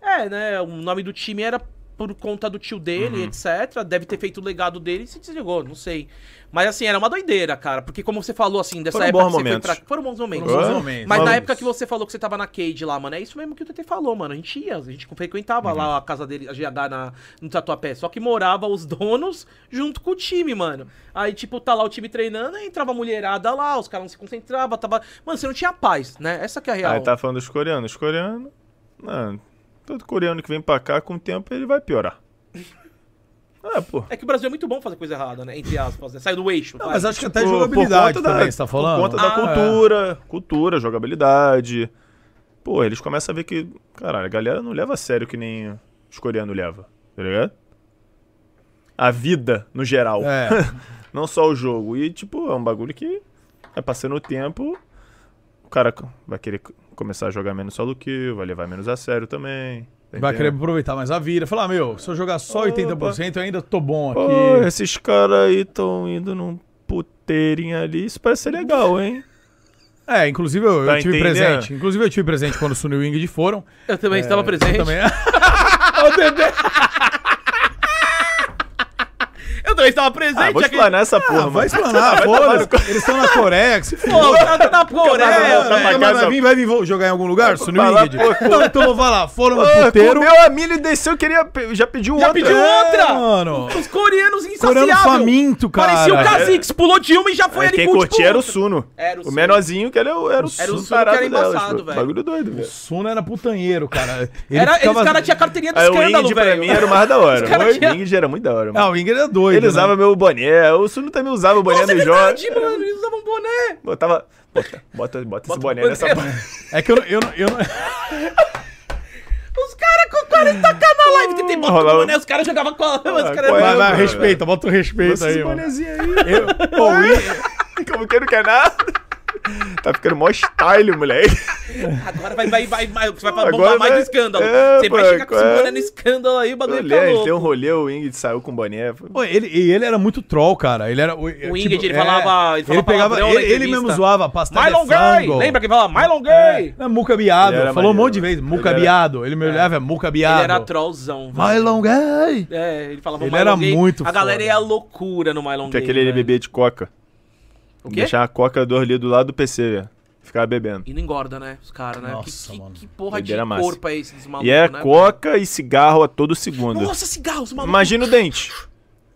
Speaker 7: É, né? O nome do time era por conta do tio dele,
Speaker 8: Uhum.
Speaker 7: etc. Deve ter feito o legado dele e se desligou, não sei. Mas assim, era uma doideira, cara. Porque como você falou, assim, dessa
Speaker 8: Foram
Speaker 7: época
Speaker 8: bons
Speaker 7: que você foi
Speaker 8: momentos.
Speaker 7: pra... Foram bons momentos.
Speaker 5: Foram bons
Speaker 7: Hã?
Speaker 5: momentos.
Speaker 7: Mas
Speaker 5: Vamos.
Speaker 7: na época que você falou que você tava na Cade lá, mano, é isso mesmo que o TT falou, mano. A gente ia, a gente frequentava
Speaker 8: Uhum.
Speaker 7: lá a casa dele, a GH na, no Tatuapé. Só que morava os donos junto com o time, mano. Aí, tipo, tá lá o time treinando, aí entrava a mulherada lá, os caras não se concentravam, tava... Mano, você não tinha paz, né? Essa que é a real.
Speaker 8: Aí tá falando dos coreanos. Os coreanos... Mano, todo coreano que vem pra cá, com o tempo, ele vai piorar. É, pô.
Speaker 7: É que o Brasil é muito bom fazer coisa errada, né? Entre aspas, né? Sai do eixo.
Speaker 5: Não,
Speaker 7: vai.
Speaker 5: mas acho que até
Speaker 8: Por- por
Speaker 5: jogabilidade
Speaker 8: conta da-
Speaker 5: também, você tá falando?
Speaker 8: Por conta da
Speaker 7: Ah, é.
Speaker 8: cultura, cultura, jogabilidade. Pô, eles começam a ver que, caralho, a galera não leva a sério que nem os coreanos levam, tá ligado? A vida, no geral.
Speaker 5: É.
Speaker 8: Não só o jogo. E, tipo, é um bagulho que é passando o tempo, o cara c- vai querer c- começar a jogar menos solo kill, vai levar menos a sério também. tá
Speaker 5: Vai
Speaker 8: entendendo?
Speaker 5: querer aproveitar mais a vida. Falar, "Ah, meu, se eu jogar só 80%, eu ainda tô bom aqui.
Speaker 8: Pô, esses caras aí tão indo num puteirinho ali, isso parece ser legal, hein?
Speaker 5: É, inclusive eu, eu
Speaker 8: Tá
Speaker 5: tive
Speaker 8: entendendo?
Speaker 5: presente. Inclusive eu tive presente quando o Sunil e o Ingrid foram.
Speaker 7: Eu
Speaker 8: É,
Speaker 7: também estava presente.
Speaker 5: Também. é.
Speaker 7: Eu também estava presente.
Speaker 8: Ah, vou
Speaker 7: aqui.
Speaker 8: explanar essa porra, mano.
Speaker 5: Vai explanar, foda-se. Eles estão na Coreia, que se
Speaker 7: Pô, o cara tá na
Speaker 8: Vai
Speaker 7: Coreia,
Speaker 8: voltar
Speaker 7: velho.
Speaker 8: pra
Speaker 5: Vai,
Speaker 8: casa.
Speaker 5: vai vir, vai vir vo- jogar em algum lugar, Sunil e
Speaker 8: falar,
Speaker 5: Ingrid? Então, então vai lá, foram no
Speaker 8: Pô,
Speaker 5: puteiro.
Speaker 8: comeu a milho e desceu, queria, pe- já pediu outra.
Speaker 7: pediu outra!
Speaker 5: É, mano.
Speaker 7: Os coreanos
Speaker 5: Coreano
Speaker 7: insaciáveis.
Speaker 5: faminto, cara.
Speaker 7: Parecia o Kha'Zix, pulou de uma e já foi
Speaker 8: É,
Speaker 7: ali
Speaker 8: quem
Speaker 7: com o
Speaker 8: curtia
Speaker 7: tipo-
Speaker 8: era o Suno.
Speaker 7: Era o
Speaker 8: o
Speaker 7: Suno.
Speaker 8: menorzinho que era, o- era o
Speaker 7: Era o
Speaker 8: Suno
Speaker 7: Suno que
Speaker 8: tarado
Speaker 7: era
Speaker 8: delas,
Speaker 7: embaçado,
Speaker 8: pô.
Speaker 7: velho.
Speaker 8: Bagulho doido, velho.
Speaker 5: Suno era putanheiro, cara. Ele
Speaker 7: Era,
Speaker 5: ficava-
Speaker 7: Esse cara tinha carteirinha do
Speaker 8: Aí É, o
Speaker 7: escândalo,
Speaker 8: Ingrid pra mim
Speaker 7: velho.
Speaker 8: era o mais da hora.
Speaker 7: Os cara
Speaker 8: O
Speaker 7: tinha-
Speaker 8: Ingrid era muito da hora,
Speaker 5: Ah,
Speaker 8: mano.
Speaker 5: o Ingrid era doido.
Speaker 8: Ele
Speaker 5: né?
Speaker 8: usava meu boné, o Suno também usava o boné
Speaker 7: Nossa, é
Speaker 8: do Jó.
Speaker 7: verdade, mano. Eles usavam boné.
Speaker 8: Botava. Bota, bota, bota esse boné
Speaker 7: boné.
Speaker 8: nessa
Speaker 5: É que eu não. Eu não, eu não-
Speaker 7: Os caras com 40k na live. Tentei botar o
Speaker 8: Rolava-
Speaker 7: boné, os caras jogavam com a... Mas os caras
Speaker 8: um qual é?
Speaker 5: Vai, vai,
Speaker 8: mano.
Speaker 5: respeita, bota o respeito aí. mano.
Speaker 8: bonézinho aí. Eu, Pô, o Ingrid- Como que não quer nada? Tá ficando mó style, moleque.
Speaker 7: Agora vai, vai, vai, vai, você vai pra
Speaker 8: Agora
Speaker 7: bombar mais
Speaker 8: vai-
Speaker 7: no escândalo.
Speaker 8: é,
Speaker 7: você vai
Speaker 8: pô,
Speaker 7: chegar com
Speaker 8: qual
Speaker 7: esse
Speaker 8: é?
Speaker 7: boné no escândalo aí, o bagulho
Speaker 8: Olha,
Speaker 7: tá
Speaker 8: ele tem um
Speaker 7: louco.
Speaker 8: rolê, o Ingrid saiu com boné. foi-
Speaker 5: Pô, ele, e ele era muito troll, cara. Ele era. O tipo, é,
Speaker 7: Ingrid, ele falava- ele
Speaker 5: Ele,
Speaker 7: falava
Speaker 5: pegava.
Speaker 7: palavrão na
Speaker 5: Ele, ele
Speaker 7: entrevista.
Speaker 5: mesmo zoava pastel.
Speaker 7: Mylon Gay! Lembra que ele falava Mylon Gay?
Speaker 5: Tá É, é muca biado.
Speaker 8: Ele era
Speaker 5: Falou um
Speaker 8: maneiro,
Speaker 5: monte de
Speaker 8: mano.
Speaker 5: vezes. Muca
Speaker 8: Ele era-
Speaker 5: biado. Ele me olhava, é muca biado.
Speaker 7: Ele era trollzão. velho.
Speaker 5: Mylon Gay!
Speaker 7: É, ele falava
Speaker 5: Ele
Speaker 7: Mylon
Speaker 5: era
Speaker 7: Gay.
Speaker 5: muito
Speaker 7: A galera
Speaker 5: foda.
Speaker 7: ia à loucura no Mylon
Speaker 8: Que é
Speaker 7: Gay.
Speaker 8: aquele ele
Speaker 7: velho.
Speaker 8: bebia de coca.
Speaker 7: né? O quê?
Speaker 8: Deixar a coca do ali do lado do PC, velho. Ficava bebendo.
Speaker 7: E não engorda, né? Os caras, né?
Speaker 5: Nossa,
Speaker 7: que, que-
Speaker 5: mano.
Speaker 7: que porra
Speaker 8: Doideira
Speaker 7: de
Speaker 8: massa.
Speaker 7: corpo é esse dos malucos,
Speaker 8: E era
Speaker 7: né?
Speaker 8: coca e cigarro a todo segundo.
Speaker 7: Nossa, cigarros, maluco.
Speaker 8: Imagina o dente.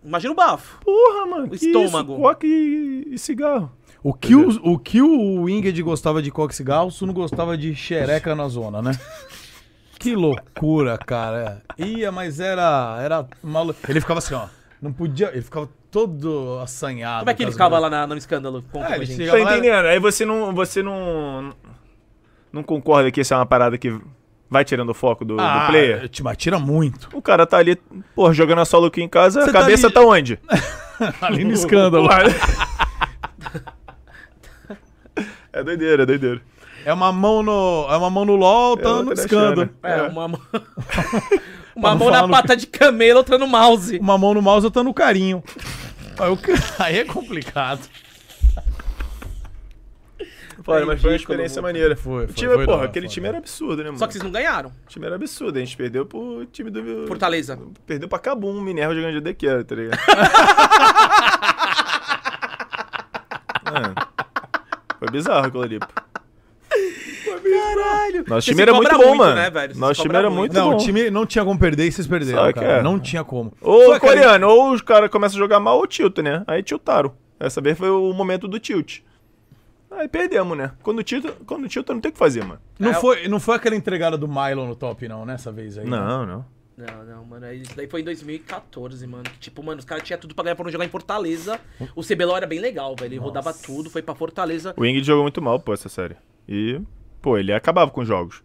Speaker 7: Imagina o bafo.
Speaker 8: Porra, mano. que
Speaker 7: estômago.
Speaker 8: isso? Coca e, e cigarro.
Speaker 5: O que o, o que o Ingrid gostava de coque e cigarro, o Suno gostava de xereca na zona, né? Que loucura, cara. é. Ia, mas era. Era maluco. Ele ficava assim, ó. Não podia. Ele ficava todo assanhado.
Speaker 7: Como é que ele ficava lá na- no escândalo? Conta
Speaker 5: É,
Speaker 7: pra
Speaker 5: ele
Speaker 7: gente.
Speaker 5: chega-
Speaker 8: Tá
Speaker 5: Galera-
Speaker 8: entendendo? Aí você não. Você não. Não concorda que essa é uma parada que vai tirando o foco do, do
Speaker 5: Ah,
Speaker 8: player?
Speaker 5: te- mas tira muito.
Speaker 8: O cara tá ali, porra, jogando a solo aqui em casa,
Speaker 5: Você
Speaker 8: a
Speaker 5: tá
Speaker 8: cabeça
Speaker 5: ali-
Speaker 8: tá, onde?
Speaker 5: Ali no escândalo.
Speaker 8: é doideira, é doideira.
Speaker 5: É uma mão no. É uma mão no LOL, tá no
Speaker 8: outra na
Speaker 5: escândalo.
Speaker 7: É,
Speaker 8: Xana.
Speaker 7: uma mão. uma
Speaker 5: não
Speaker 7: mão na
Speaker 5: falar no-
Speaker 7: pata de camelo, outra no mouse.
Speaker 5: Uma mão no mouse, outra no carinho. Aí, o ca- aí é complicado.
Speaker 8: Pô, mas foi uma
Speaker 7: ridículo,
Speaker 8: experiência
Speaker 7: mano.
Speaker 8: maneira.
Speaker 5: Foi,
Speaker 8: O
Speaker 5: foi,
Speaker 8: time,
Speaker 5: foi da
Speaker 8: porra,
Speaker 5: hora,
Speaker 8: aquele
Speaker 5: foi
Speaker 8: time
Speaker 5: da
Speaker 8: era absurdo, né, mano?
Speaker 7: Só que vocês não ganharam.
Speaker 5: Hum.
Speaker 8: O time era absurdo, a gente perdeu pro time do.
Speaker 7: Fortaleza.
Speaker 8: Perdeu pra Cabum, Minerva jogando de Dequero, tá ligado? É. Foi bizarro aquilo ali. pô.
Speaker 7: Caralho.
Speaker 8: Nosso
Speaker 7: Você
Speaker 8: time
Speaker 7: se
Speaker 8: era
Speaker 7: cobra
Speaker 8: muito bom,
Speaker 7: muito,
Speaker 8: mano.
Speaker 7: né, velho? Você se
Speaker 8: Nosso time
Speaker 7: cobra
Speaker 8: era
Speaker 7: muito.
Speaker 8: muito,
Speaker 5: não,
Speaker 8: bom.
Speaker 5: o time não tinha como perder e vocês perderam,
Speaker 8: Só que
Speaker 5: cara.
Speaker 8: é.
Speaker 5: Não tinha como.
Speaker 8: Ou
Speaker 5: Só que-
Speaker 8: coreano, ou os caras começam a jogar mal ou tilt, né? Aí tiltaram. Essa vez foi o momento do tilt. Aí perdemos, né? Quando tilta, quando tilta não tem o que fazer, mano.
Speaker 5: Não,
Speaker 7: É,
Speaker 5: foi, não foi aquela entregada do Mylon no top, não, nessa vez aí. né?
Speaker 8: Não, não.
Speaker 7: Não, não, mano. aí Isso daí foi em 2014, mano. Que, Tipo, mano, os caras tinham tudo pra ganhar, foram jogar em Fortaleza. O CBLOL era bem legal, velho. Ele rodava tudo, foi pra Fortaleza.
Speaker 8: O Ingrid jogou muito mal, pô, essa série. E, pô, ele acabava com os jogos.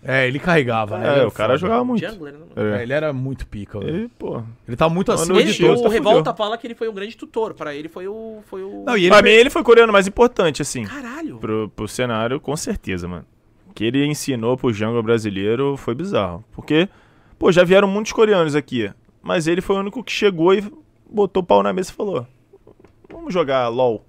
Speaker 5: É, ele carregava, né? Ele
Speaker 8: É,
Speaker 5: era
Speaker 8: o cara
Speaker 5: foda.
Speaker 8: jogava muito.
Speaker 7: Jungler, né? mano?
Speaker 5: É,
Speaker 8: É.
Speaker 5: ele era muito pica, velho.
Speaker 8: E, pô.
Speaker 5: Ele tá muito
Speaker 8: Mano,
Speaker 5: acima
Speaker 8: ele
Speaker 5: de
Speaker 7: Ele,
Speaker 8: editor,
Speaker 5: todos.
Speaker 8: você
Speaker 7: o
Speaker 8: tá
Speaker 7: Revolta
Speaker 8: fudeu.
Speaker 7: fala que ele foi um grande tutor. Pra ele foi o. Foi o...
Speaker 5: Não, e ele
Speaker 8: Pra mim, ele foi o coreano mais importante, assim.
Speaker 7: Caralho.
Speaker 8: Pro, pro cenário, com certeza, mano. O que ele ensinou pro jungle brasileiro foi bizarro. Porque, pô, já vieram muitos coreanos aqui. Mas ele foi o único que chegou e botou pau na mesa e falou: Vamos jogar LOL.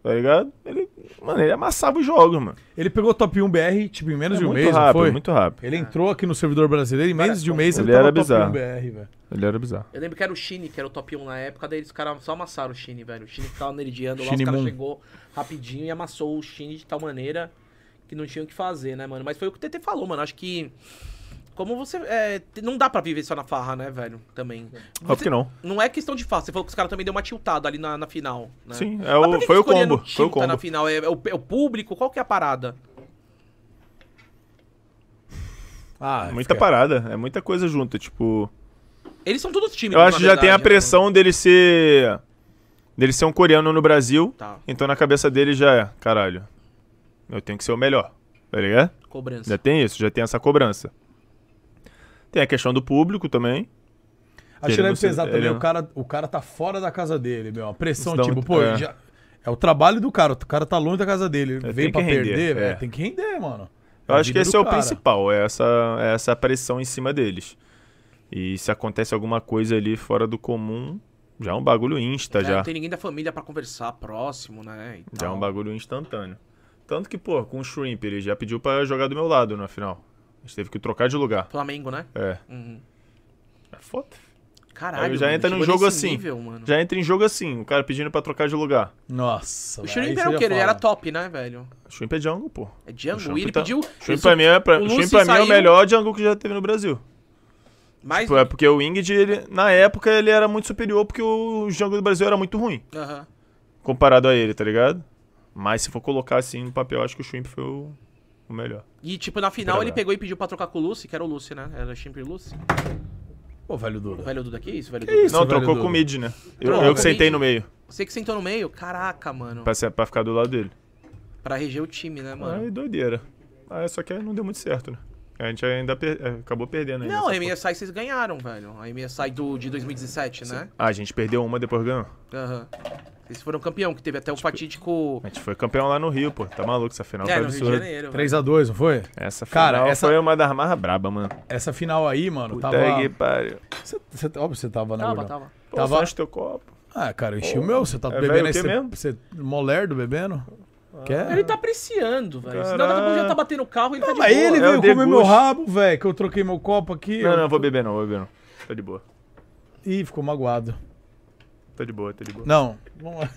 Speaker 8: Tá ligado? Ele, mano, ele amassava os jogos, mano.
Speaker 5: Ele pegou top 1 BR, tipo, em menos
Speaker 8: É
Speaker 5: de um
Speaker 8: muito
Speaker 5: mês, não
Speaker 8: rápido,
Speaker 5: foi?
Speaker 8: muito rápido.
Speaker 5: Ele entrou aqui no servidor brasileiro, em menos de um mês ele,
Speaker 8: Ele
Speaker 5: tava
Speaker 8: era bizarro.
Speaker 5: top 1 BR, velho.
Speaker 8: Ele era bizarro.
Speaker 7: Eu lembro que era o Shine, que era o top 1 na época, daí os caras só amassaram o Shine, velho. O Shine que tava neridiando lá, os
Speaker 5: Shine
Speaker 7: caras
Speaker 5: Moon.
Speaker 7: chegou rapidinho e amassou o Shine de tal maneira que não tinha o que fazer, né, mano? Mas foi o que o TT falou, mano. Acho que. Como você. é, te- não dá pra viver só na farra, né, velho? Também.
Speaker 8: Óbvio que não.
Speaker 7: Não é questão de farra. Você falou que os caras também deu uma tiltada ali na, na final. Né?
Speaker 8: Sim, é
Speaker 7: Mas
Speaker 8: o-
Speaker 7: por que
Speaker 8: foi
Speaker 7: que
Speaker 8: o
Speaker 7: os coreanos
Speaker 8: combo, foi o
Speaker 7: tiltam na
Speaker 8: combo.
Speaker 7: final? É, é o, é o público? Qual que é a parada?
Speaker 5: Ah, fica-
Speaker 8: Muita parada, é muita coisa junta. Tipo,
Speaker 7: Eles são todos tímidos.
Speaker 8: eu acho
Speaker 7: na
Speaker 8: que já tem a
Speaker 7: verdade, né,
Speaker 8: pressão dele ser. dele ser um coreano no Brasil.
Speaker 7: Tá.
Speaker 8: Então na cabeça dele já é: caralho, eu tenho que ser o melhor. Tá ligado?
Speaker 7: mano? Cobrança.
Speaker 8: Já tem isso, já tem essa cobrança. Tem a questão do público também.
Speaker 5: Acho que deve
Speaker 8: Querendo ser-
Speaker 5: pesar também.
Speaker 8: ele- é um-
Speaker 5: O cara, o cara tá fora da casa dele, meu. A pressão,
Speaker 8: Isso dá
Speaker 5: tipo,
Speaker 8: muito-
Speaker 5: pô,
Speaker 8: é.
Speaker 5: ele já- é. o trabalho do cara. O cara tá longe da casa dele. Ele
Speaker 8: tem
Speaker 5: veio
Speaker 8: que
Speaker 5: pra
Speaker 8: render,
Speaker 5: perder,
Speaker 8: é.
Speaker 5: velho. Tem que render, mano.
Speaker 8: Eu
Speaker 5: a
Speaker 8: acho que
Speaker 5: vida
Speaker 8: esse
Speaker 5: do
Speaker 8: é o
Speaker 5: cara.
Speaker 8: principal, é essa, é essa pressão em cima deles. E se acontece alguma coisa ali fora do comum, já é um bagulho insta
Speaker 7: É,
Speaker 8: já.
Speaker 7: Não tem ninguém da família pra conversar próximo, né? e
Speaker 8: Já é
Speaker 7: tal.
Speaker 8: um bagulho instantâneo. Tanto que, pô, com o Shrimp, ele já pediu pra jogar do meu lado na final. A gente teve que trocar de lugar.
Speaker 7: Flamengo, né?
Speaker 8: É.
Speaker 7: Uhum.
Speaker 8: É foda.
Speaker 7: Caralho.
Speaker 8: Aí já
Speaker 7: mano,
Speaker 8: entra num
Speaker 7: chegou
Speaker 8: jogo
Speaker 7: nesse
Speaker 8: assim.
Speaker 7: nível, mano.
Speaker 8: Já entra em jogo assim, o cara pedindo pra trocar de lugar.
Speaker 5: Nossa,
Speaker 7: O
Speaker 5: velho,
Speaker 7: Shrimp
Speaker 5: aí
Speaker 7: era
Speaker 5: você
Speaker 7: o quê?
Speaker 5: já
Speaker 7: Ele era
Speaker 5: fala.
Speaker 7: top, né, velho?
Speaker 8: Shrimp é jungle, pô.
Speaker 7: É
Speaker 8: O
Speaker 7: Django.
Speaker 8: Shrimp
Speaker 7: E ele
Speaker 8: tá-
Speaker 7: pediu.
Speaker 8: Shrimp
Speaker 7: isso-
Speaker 8: pra mim, é, pra...
Speaker 7: o Lucy
Speaker 8: Shrimp pra mim é
Speaker 7: saiu-
Speaker 8: o melhor jungle que já teve no Brasil.
Speaker 7: Mais...
Speaker 8: Pô, É porque o Inged, ele, na época, ele era muito superior porque o jungle do Brasil era muito ruim.
Speaker 7: Aham.
Speaker 8: Comparado a ele, tá ligado? Mas se for colocar assim no papel, acho que o Shrimp foi o, o melhor.
Speaker 7: E, tipo, na final ele
Speaker 8: Pra-
Speaker 7: pegou e pediu pra trocar com o Lucy, que era o Lucy, né? Era Shrimp e Lucy.
Speaker 5: Pô, velho
Speaker 7: O
Speaker 5: Duda.
Speaker 7: velho Duda, que isso, velho Duda?
Speaker 5: isso?
Speaker 8: Não,
Speaker 5: velho
Speaker 8: trocou
Speaker 5: do-
Speaker 8: com o Mid, né? Eu,
Speaker 7: Trocou
Speaker 8: eu
Speaker 7: com
Speaker 8: que
Speaker 7: o
Speaker 8: sentei
Speaker 7: Mid.
Speaker 8: no meio,
Speaker 7: Você que sentou no meio? Caraca, mano.
Speaker 8: pra, ser- pra ficar do lado dele.
Speaker 7: Pra reger o time, né, mano?
Speaker 8: Aí doideira. Ah, só que aí não deu muito certo, né? A gente ainda per- é, acabou perdendo ainda.
Speaker 7: Não,
Speaker 8: essa
Speaker 7: a MSI vocês ganharam, velho. A MSI do, de 2017, né?
Speaker 8: porra. Ah, a gente perdeu uma, depois ganhou.
Speaker 7: Aham. Eles foram campeão, que teve até o fatídico.
Speaker 8: A gente foi campeão lá no Rio, pô. Tá maluco, essa final
Speaker 7: É,
Speaker 8: foi
Speaker 7: no Rio de
Speaker 8: absurda.
Speaker 7: Janeiro. velho.
Speaker 5: 3x2, não foi?
Speaker 8: Essa final
Speaker 5: Cara, essa-
Speaker 8: foi uma das mais braba, mano.
Speaker 5: Essa final aí, mano,
Speaker 8: Puta
Speaker 5: tava.
Speaker 8: que pariu.
Speaker 5: Cê, cê, óbvio que você tava na
Speaker 7: Tava,
Speaker 5: gordão.
Speaker 7: tava.
Speaker 8: Pô,
Speaker 5: Tava-
Speaker 8: só enche teu copo.
Speaker 5: Ah, cara, eu enchi o meu. Você tá
Speaker 8: É velho
Speaker 5: bebendo
Speaker 8: o
Speaker 5: aí,
Speaker 8: quê
Speaker 5: você,
Speaker 8: mesmo? Ah.
Speaker 5: você molerdo bebendo? Quer?
Speaker 7: Ele tá apreciando, velho. Senão daqui a pouco já tá batendo o carro e ele tá de
Speaker 5: Mas
Speaker 7: boa.
Speaker 5: ele
Speaker 8: é
Speaker 5: veio
Speaker 8: o
Speaker 5: comer meu
Speaker 8: degusto.
Speaker 5: rabo, velho, que eu troquei meu copo aqui.
Speaker 8: Não,
Speaker 5: eu-
Speaker 8: não, vou beber não, vou beber não. Tô de boa.
Speaker 5: Ih, ficou magoado.
Speaker 8: Tô de boa, tô de boa.
Speaker 5: Não. vamos lá.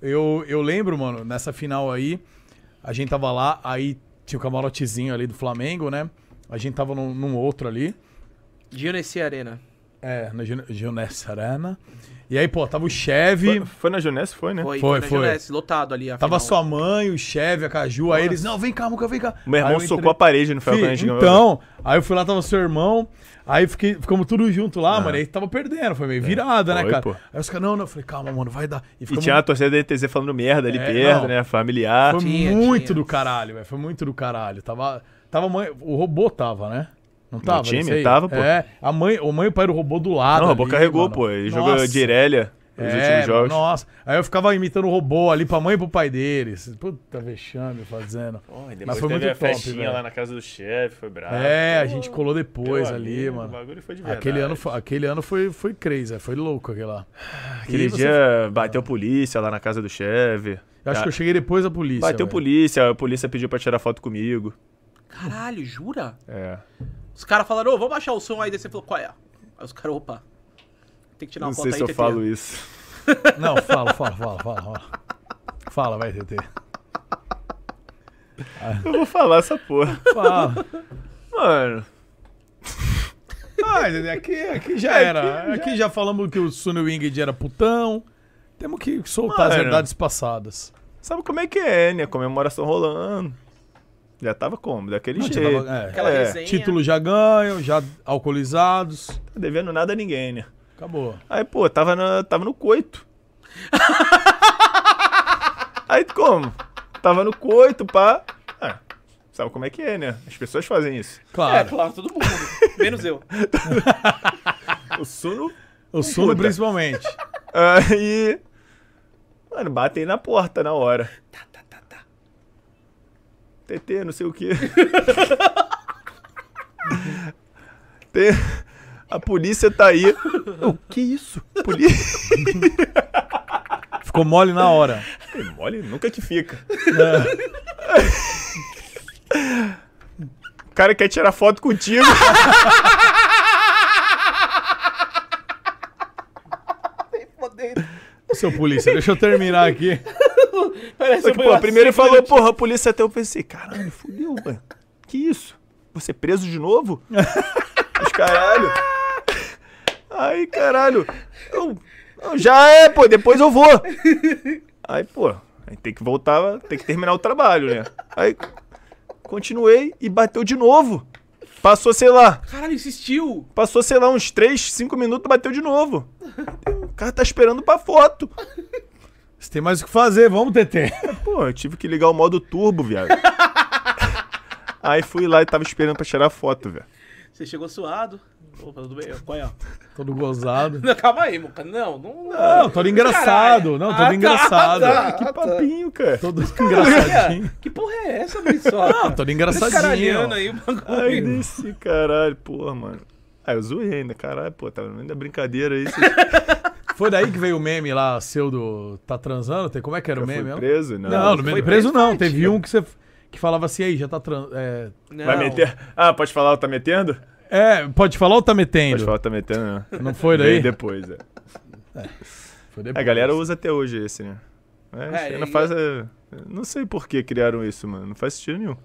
Speaker 5: Eu, eu lembro, mano, nessa final aí, a gente tava lá, aí tinha o camarotezinho ali do Flamengo, né? A gente tava num, num outro ali,
Speaker 7: Dionisio Arena.
Speaker 5: é, na Gil- Gilnessa Arena. E aí, pô, tava o Cheve,
Speaker 8: Foi, foi na Junesse, foi, né?
Speaker 7: Foi,
Speaker 5: Foi,
Speaker 7: na
Speaker 5: foi.
Speaker 7: Gionesse, lotado ali. A
Speaker 5: tava
Speaker 7: final.
Speaker 5: sua mãe, o Cheve, a Caju, aí eles, não, vem cá, Muca, vem cá.
Speaker 8: Meu irmão
Speaker 5: Aí eu
Speaker 8: socou
Speaker 5: entrei-
Speaker 8: a parede, não foi
Speaker 5: Fih,
Speaker 8: quando a gente ganhou. né?
Speaker 5: então, aí eu fui lá, tava seu irmão, aí fiquei, ficamos tudo junto lá, mano, aí tava perdendo, foi meio virada, né,
Speaker 8: Ah. É. Foi,
Speaker 5: cara?
Speaker 8: pô.
Speaker 5: Aí os caras, não, não, eu falei, calma, mano, vai dar.
Speaker 8: E
Speaker 5: ficamos-
Speaker 8: tinha a torcida da ETZ falando merda ali
Speaker 5: É,
Speaker 8: perto,
Speaker 5: não.
Speaker 8: né? Familiar.
Speaker 5: Foi
Speaker 7: Tinha,
Speaker 5: muito
Speaker 7: tinha.
Speaker 5: do caralho, velho. Foi muito do caralho. Tava, tava a mãe, o robô tava, né? Não tava?
Speaker 8: time?
Speaker 5: Não sei.
Speaker 8: Tava, pô.
Speaker 5: É, a mãe, o mãe e o pai do robô do lado.
Speaker 8: Não, o robô
Speaker 5: ali,
Speaker 8: carregou,
Speaker 5: mano.
Speaker 8: pô. Ele
Speaker 5: Nossa.
Speaker 8: jogou de Irelia nos
Speaker 5: É,
Speaker 8: últimos jogos.
Speaker 5: nossa. Aí eu ficava imitando o robô ali pra mãe e pro pai deles. Puta vexame fazendo. Mas foi muito top, velho.
Speaker 8: na casa do chefe, foi brabo.
Speaker 5: É, a gente colou depois ali,
Speaker 8: O
Speaker 5: mano.
Speaker 8: um bagulho foi de verdade.
Speaker 5: Aquele ano, foi- aquele ano foi, foi crazy, foi louco aquele lá.
Speaker 8: Aquele
Speaker 5: E você-
Speaker 8: dia bateu polícia lá na casa do chefe.
Speaker 5: Eu acho que eu cheguei depois da polícia.
Speaker 8: Bateu
Speaker 5: velho.
Speaker 8: polícia, a polícia pediu pra tirar foto comigo.
Speaker 7: Caralho, jura?
Speaker 8: É.
Speaker 7: Os caras falaram, ô, vamos baixar o som aí. Daí você falou, qual é? Aí os caras, opa. Tem que tirar
Speaker 8: Não
Speaker 7: uma foto
Speaker 8: sei
Speaker 7: aí,
Speaker 8: se eu
Speaker 5: é
Speaker 7: TT.
Speaker 8: falo isso.
Speaker 5: Não, fala, fala, fala, fala. Fala, fala vai, TT.
Speaker 8: Eu vou falar essa porra.
Speaker 5: Fala.
Speaker 8: Mano,
Speaker 5: Ah, aqui, aqui já era. Aqui, já... falamos que o Sunny Winged era putão. Temos que soltar as
Speaker 8: Mano.
Speaker 5: verdades passadas.
Speaker 8: sabe como é que é, né? Comemoração rolando. Já tava como? Daquele
Speaker 5: Não, já
Speaker 8: jeito.
Speaker 5: tava- é.
Speaker 7: Aquela
Speaker 8: É,
Speaker 7: resenha.
Speaker 5: Título já ganho, já alcoolizados.
Speaker 8: Tá devendo nada a ninguém, né?
Speaker 5: Acabou.
Speaker 8: Aí, pô, tava, na, tava no coito. Aí como? Tava no coito, pá. Ah, sabe como é que é, né? As pessoas fazem isso.
Speaker 7: É,
Speaker 5: Claro.
Speaker 7: claro, todo mundo. Menos eu.
Speaker 8: O sono.
Speaker 5: o sono
Speaker 8: puta.
Speaker 5: principalmente.
Speaker 8: Aí. Mano, batem na porta na hora. TT, não sei o quê. Tem- A polícia tá aí. O que isso? Polícia.
Speaker 5: Ficou mole na hora.
Speaker 8: Mole nunca que fica. É. o cara quer tirar foto contigo.
Speaker 5: Seu polícia, deixa eu terminar aqui.
Speaker 7: Parece
Speaker 8: Só que, pô, primeiro ele falou, porra, a polícia até eu pensei, caralho, fudeu, mano. Que isso? Você é preso de novo? Os caralho. Aí, caralho. Eu- eu já é, pô, depois eu vou. Aí, pô, aí tem que voltar, tem que terminar o trabalho, né? Aí continuei e bateu de novo. Passou, sei lá,
Speaker 7: Caralho, insistiu.
Speaker 8: Passou, sei lá, uns 3, 5 minutos, bateu de novo. O cara tá esperando pra foto.
Speaker 5: Você tem mais o que fazer, vamos, TT.
Speaker 8: Pô, eu tive que ligar o modo turbo, viado. Aí fui lá e tava esperando pra tirar foto, velho.
Speaker 7: Você chegou suado. Opa, tudo bem? Qual é?
Speaker 5: Todo gozado.
Speaker 7: Não, calma aí, Muca. Não, não.
Speaker 5: Não, todo engraçado. Não,
Speaker 8: Ah, tá.
Speaker 5: todo engraçado.
Speaker 8: Que papinho, cara.
Speaker 5: Ah, tá. Todo engraçadinho.
Speaker 7: Que porra é essa, Muriçoca?
Speaker 5: Todo
Speaker 7: Caralhando
Speaker 5: engraçadinho.
Speaker 7: aí o
Speaker 8: Ai,
Speaker 7: bagulho.
Speaker 8: desse caralho, porra, mano. Ah, eu zoei ainda, caralho, pô, tava ainda brincadeira aí. Você
Speaker 5: Foi daí que veio o meme lá, seu do tá transando? Tem- Como é que era o meme?
Speaker 8: foi
Speaker 5: mesmo?
Speaker 8: preso? Não.
Speaker 5: Não, não
Speaker 8: Foi
Speaker 5: foi preso não. Teve um que você que falava assim, aí, já tá trans... É,
Speaker 7: Não.
Speaker 8: Vai meter. Ah, pode falar, tá metendo?
Speaker 5: é, pode falar ou tá
Speaker 8: Pode
Speaker 5: metendo?
Speaker 8: falar, tá metendo, não.
Speaker 5: Não foi daí?
Speaker 8: Veio depois, é.
Speaker 5: Foi depois.
Speaker 8: A É, galera usa até hoje esse, né? Mas
Speaker 7: É,
Speaker 8: ainda
Speaker 7: e-
Speaker 8: faz. é, Não sei por que criaram isso, mano. Não faz sentido nenhum.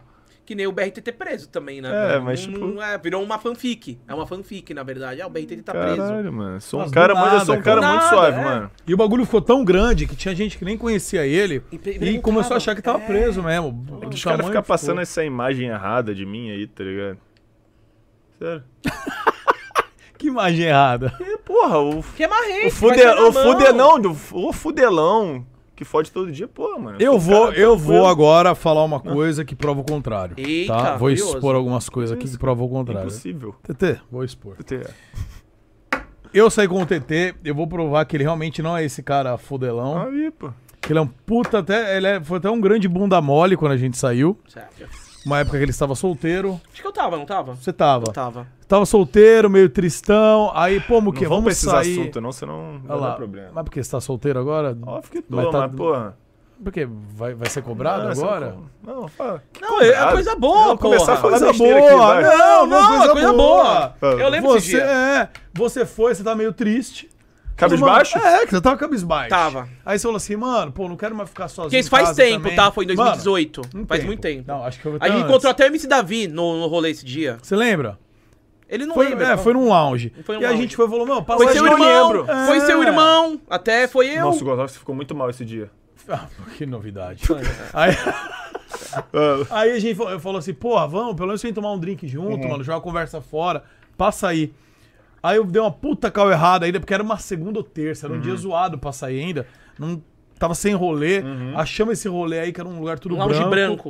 Speaker 7: Que nem o BRTT preso também, né?
Speaker 8: É,
Speaker 7: Não-
Speaker 8: mas,
Speaker 7: não-
Speaker 8: tipo-
Speaker 7: é, virou uma fanfic. É uma fanfic, na verdade. Ah, o BRTT tá preso.
Speaker 8: Caralho, mano. Sou um
Speaker 5: Mas do
Speaker 8: cara, mas eu
Speaker 5: nada, Tá
Speaker 8: sou um cara
Speaker 7: cara.
Speaker 8: muito
Speaker 7: Nada,
Speaker 8: suave,
Speaker 7: é.
Speaker 8: mano.
Speaker 5: E o bagulho ficou tão grande que tinha gente que nem conhecia ele
Speaker 7: E pe-
Speaker 5: e,
Speaker 7: perguntava.
Speaker 5: começou a achar que tava
Speaker 7: É.
Speaker 5: preso mesmo. Do
Speaker 8: Os caras
Speaker 5: tamanho
Speaker 8: ficam
Speaker 5: que
Speaker 8: passando
Speaker 5: ficou.
Speaker 8: essa imagem errada de mim aí, tá ligado? Sério.
Speaker 5: Que imagem errada.
Speaker 8: E, porra, o,
Speaker 7: Que é marrente, vai
Speaker 8: o, fude,
Speaker 7: ser na
Speaker 8: o
Speaker 7: mão.
Speaker 8: fudelão, do, o fudelão que fode todo dia, porra, mano.
Speaker 5: Eu
Speaker 8: sou um
Speaker 5: vou,
Speaker 8: cara
Speaker 5: eu
Speaker 8: tranquilo.
Speaker 5: vou agora falar uma coisa que prova o contrário.
Speaker 7: Eita,
Speaker 5: tá? Vou
Speaker 7: curioso.
Speaker 8: É
Speaker 5: expor algumas coisas aqui que provam o contrário.
Speaker 8: Impossível.
Speaker 5: TT, vou expor.
Speaker 8: Eu te-
Speaker 5: Eu saí com o TT, eu vou provar que ele realmente não é esse cara fudelão.
Speaker 8: Aí, pô.
Speaker 5: Que ele é um puta até. Ele é- foi até um grande bunda mole quando a gente saiu.
Speaker 7: Sério.
Speaker 5: Uma época que ele estava solteiro.
Speaker 7: Acho que eu tava, não tava?
Speaker 5: Você tava.
Speaker 7: Tava.
Speaker 5: Tava solteiro, meio tristão. Aí, pô,
Speaker 8: Não
Speaker 5: Muquinha,
Speaker 8: vamos pra
Speaker 5: vamos
Speaker 8: esses
Speaker 5: sair.
Speaker 8: assuntos, não, senão
Speaker 5: Olha
Speaker 8: vai
Speaker 5: lá.
Speaker 8: dar problema.
Speaker 5: Mas porque você tá solteiro agora?
Speaker 8: Óbvio que tô,
Speaker 5: Mas
Speaker 8: mas,
Speaker 5: tá-
Speaker 8: porra.
Speaker 5: Porque vai, vai ser cobrado
Speaker 8: Ah, essa
Speaker 5: agora?
Speaker 8: co- Não, fala.
Speaker 7: Não, é coisa boa, porra.
Speaker 8: Não, começar a falar
Speaker 5: Coisa
Speaker 8: besteira aqui,
Speaker 5: boa!
Speaker 8: vai.
Speaker 5: não,
Speaker 7: Não,
Speaker 5: não, coisa,
Speaker 7: é coisa
Speaker 5: boa!
Speaker 7: boa.
Speaker 8: Fala.
Speaker 7: Eu lembro desse
Speaker 5: Você
Speaker 7: dia.
Speaker 5: é, você foi, você tá meio triste.
Speaker 8: Cabisbaixo?
Speaker 5: Mano, É, que você tava cabisbaixo.
Speaker 7: Tava.
Speaker 5: Aí você falou assim, mano, pô, não quero mais ficar sozinho.
Speaker 7: Porque isso
Speaker 5: em
Speaker 7: faz
Speaker 5: casa
Speaker 7: tempo,
Speaker 5: também.
Speaker 7: tá? Foi em
Speaker 5: Mano,
Speaker 7: 2018.
Speaker 5: um
Speaker 7: faz
Speaker 5: tempo.
Speaker 7: muito tempo.
Speaker 5: Não, acho que eu
Speaker 7: A gente
Speaker 5: antes.
Speaker 7: encontrou até o MC Davi no, no rolê esse dia.
Speaker 5: Você lembra?
Speaker 7: Ele não
Speaker 5: Foi,
Speaker 7: lembra.
Speaker 5: é, foi num lounge.
Speaker 7: um Foi num
Speaker 5: e a
Speaker 7: lounge.
Speaker 5: gente foi e falou, meu, passa
Speaker 7: Foi
Speaker 5: lá
Speaker 7: seu
Speaker 5: de
Speaker 7: irmão,
Speaker 5: novembro.
Speaker 7: foi
Speaker 5: É.
Speaker 7: seu irmão, até foi eu.
Speaker 8: Nossa, o Gonçalves ficou muito mal esse dia.
Speaker 5: Ah, que novidade. Aí, Ah.
Speaker 7: Ah.
Speaker 5: aí a gente falou, falou assim, porra, vamos, pelo menos vem tomar um drink junto,
Speaker 7: Uhum.
Speaker 5: mano, jogar uma conversa fora, passa aí. Aí eu dei uma puta cal errada ainda, porque era uma segunda ou terça, era um
Speaker 7: Uhum.
Speaker 5: dia zoado pra sair ainda. Não, tava sem rolê, achamos esse rolê aí que era um lugar tudo
Speaker 7: Uhum. um lounge branco.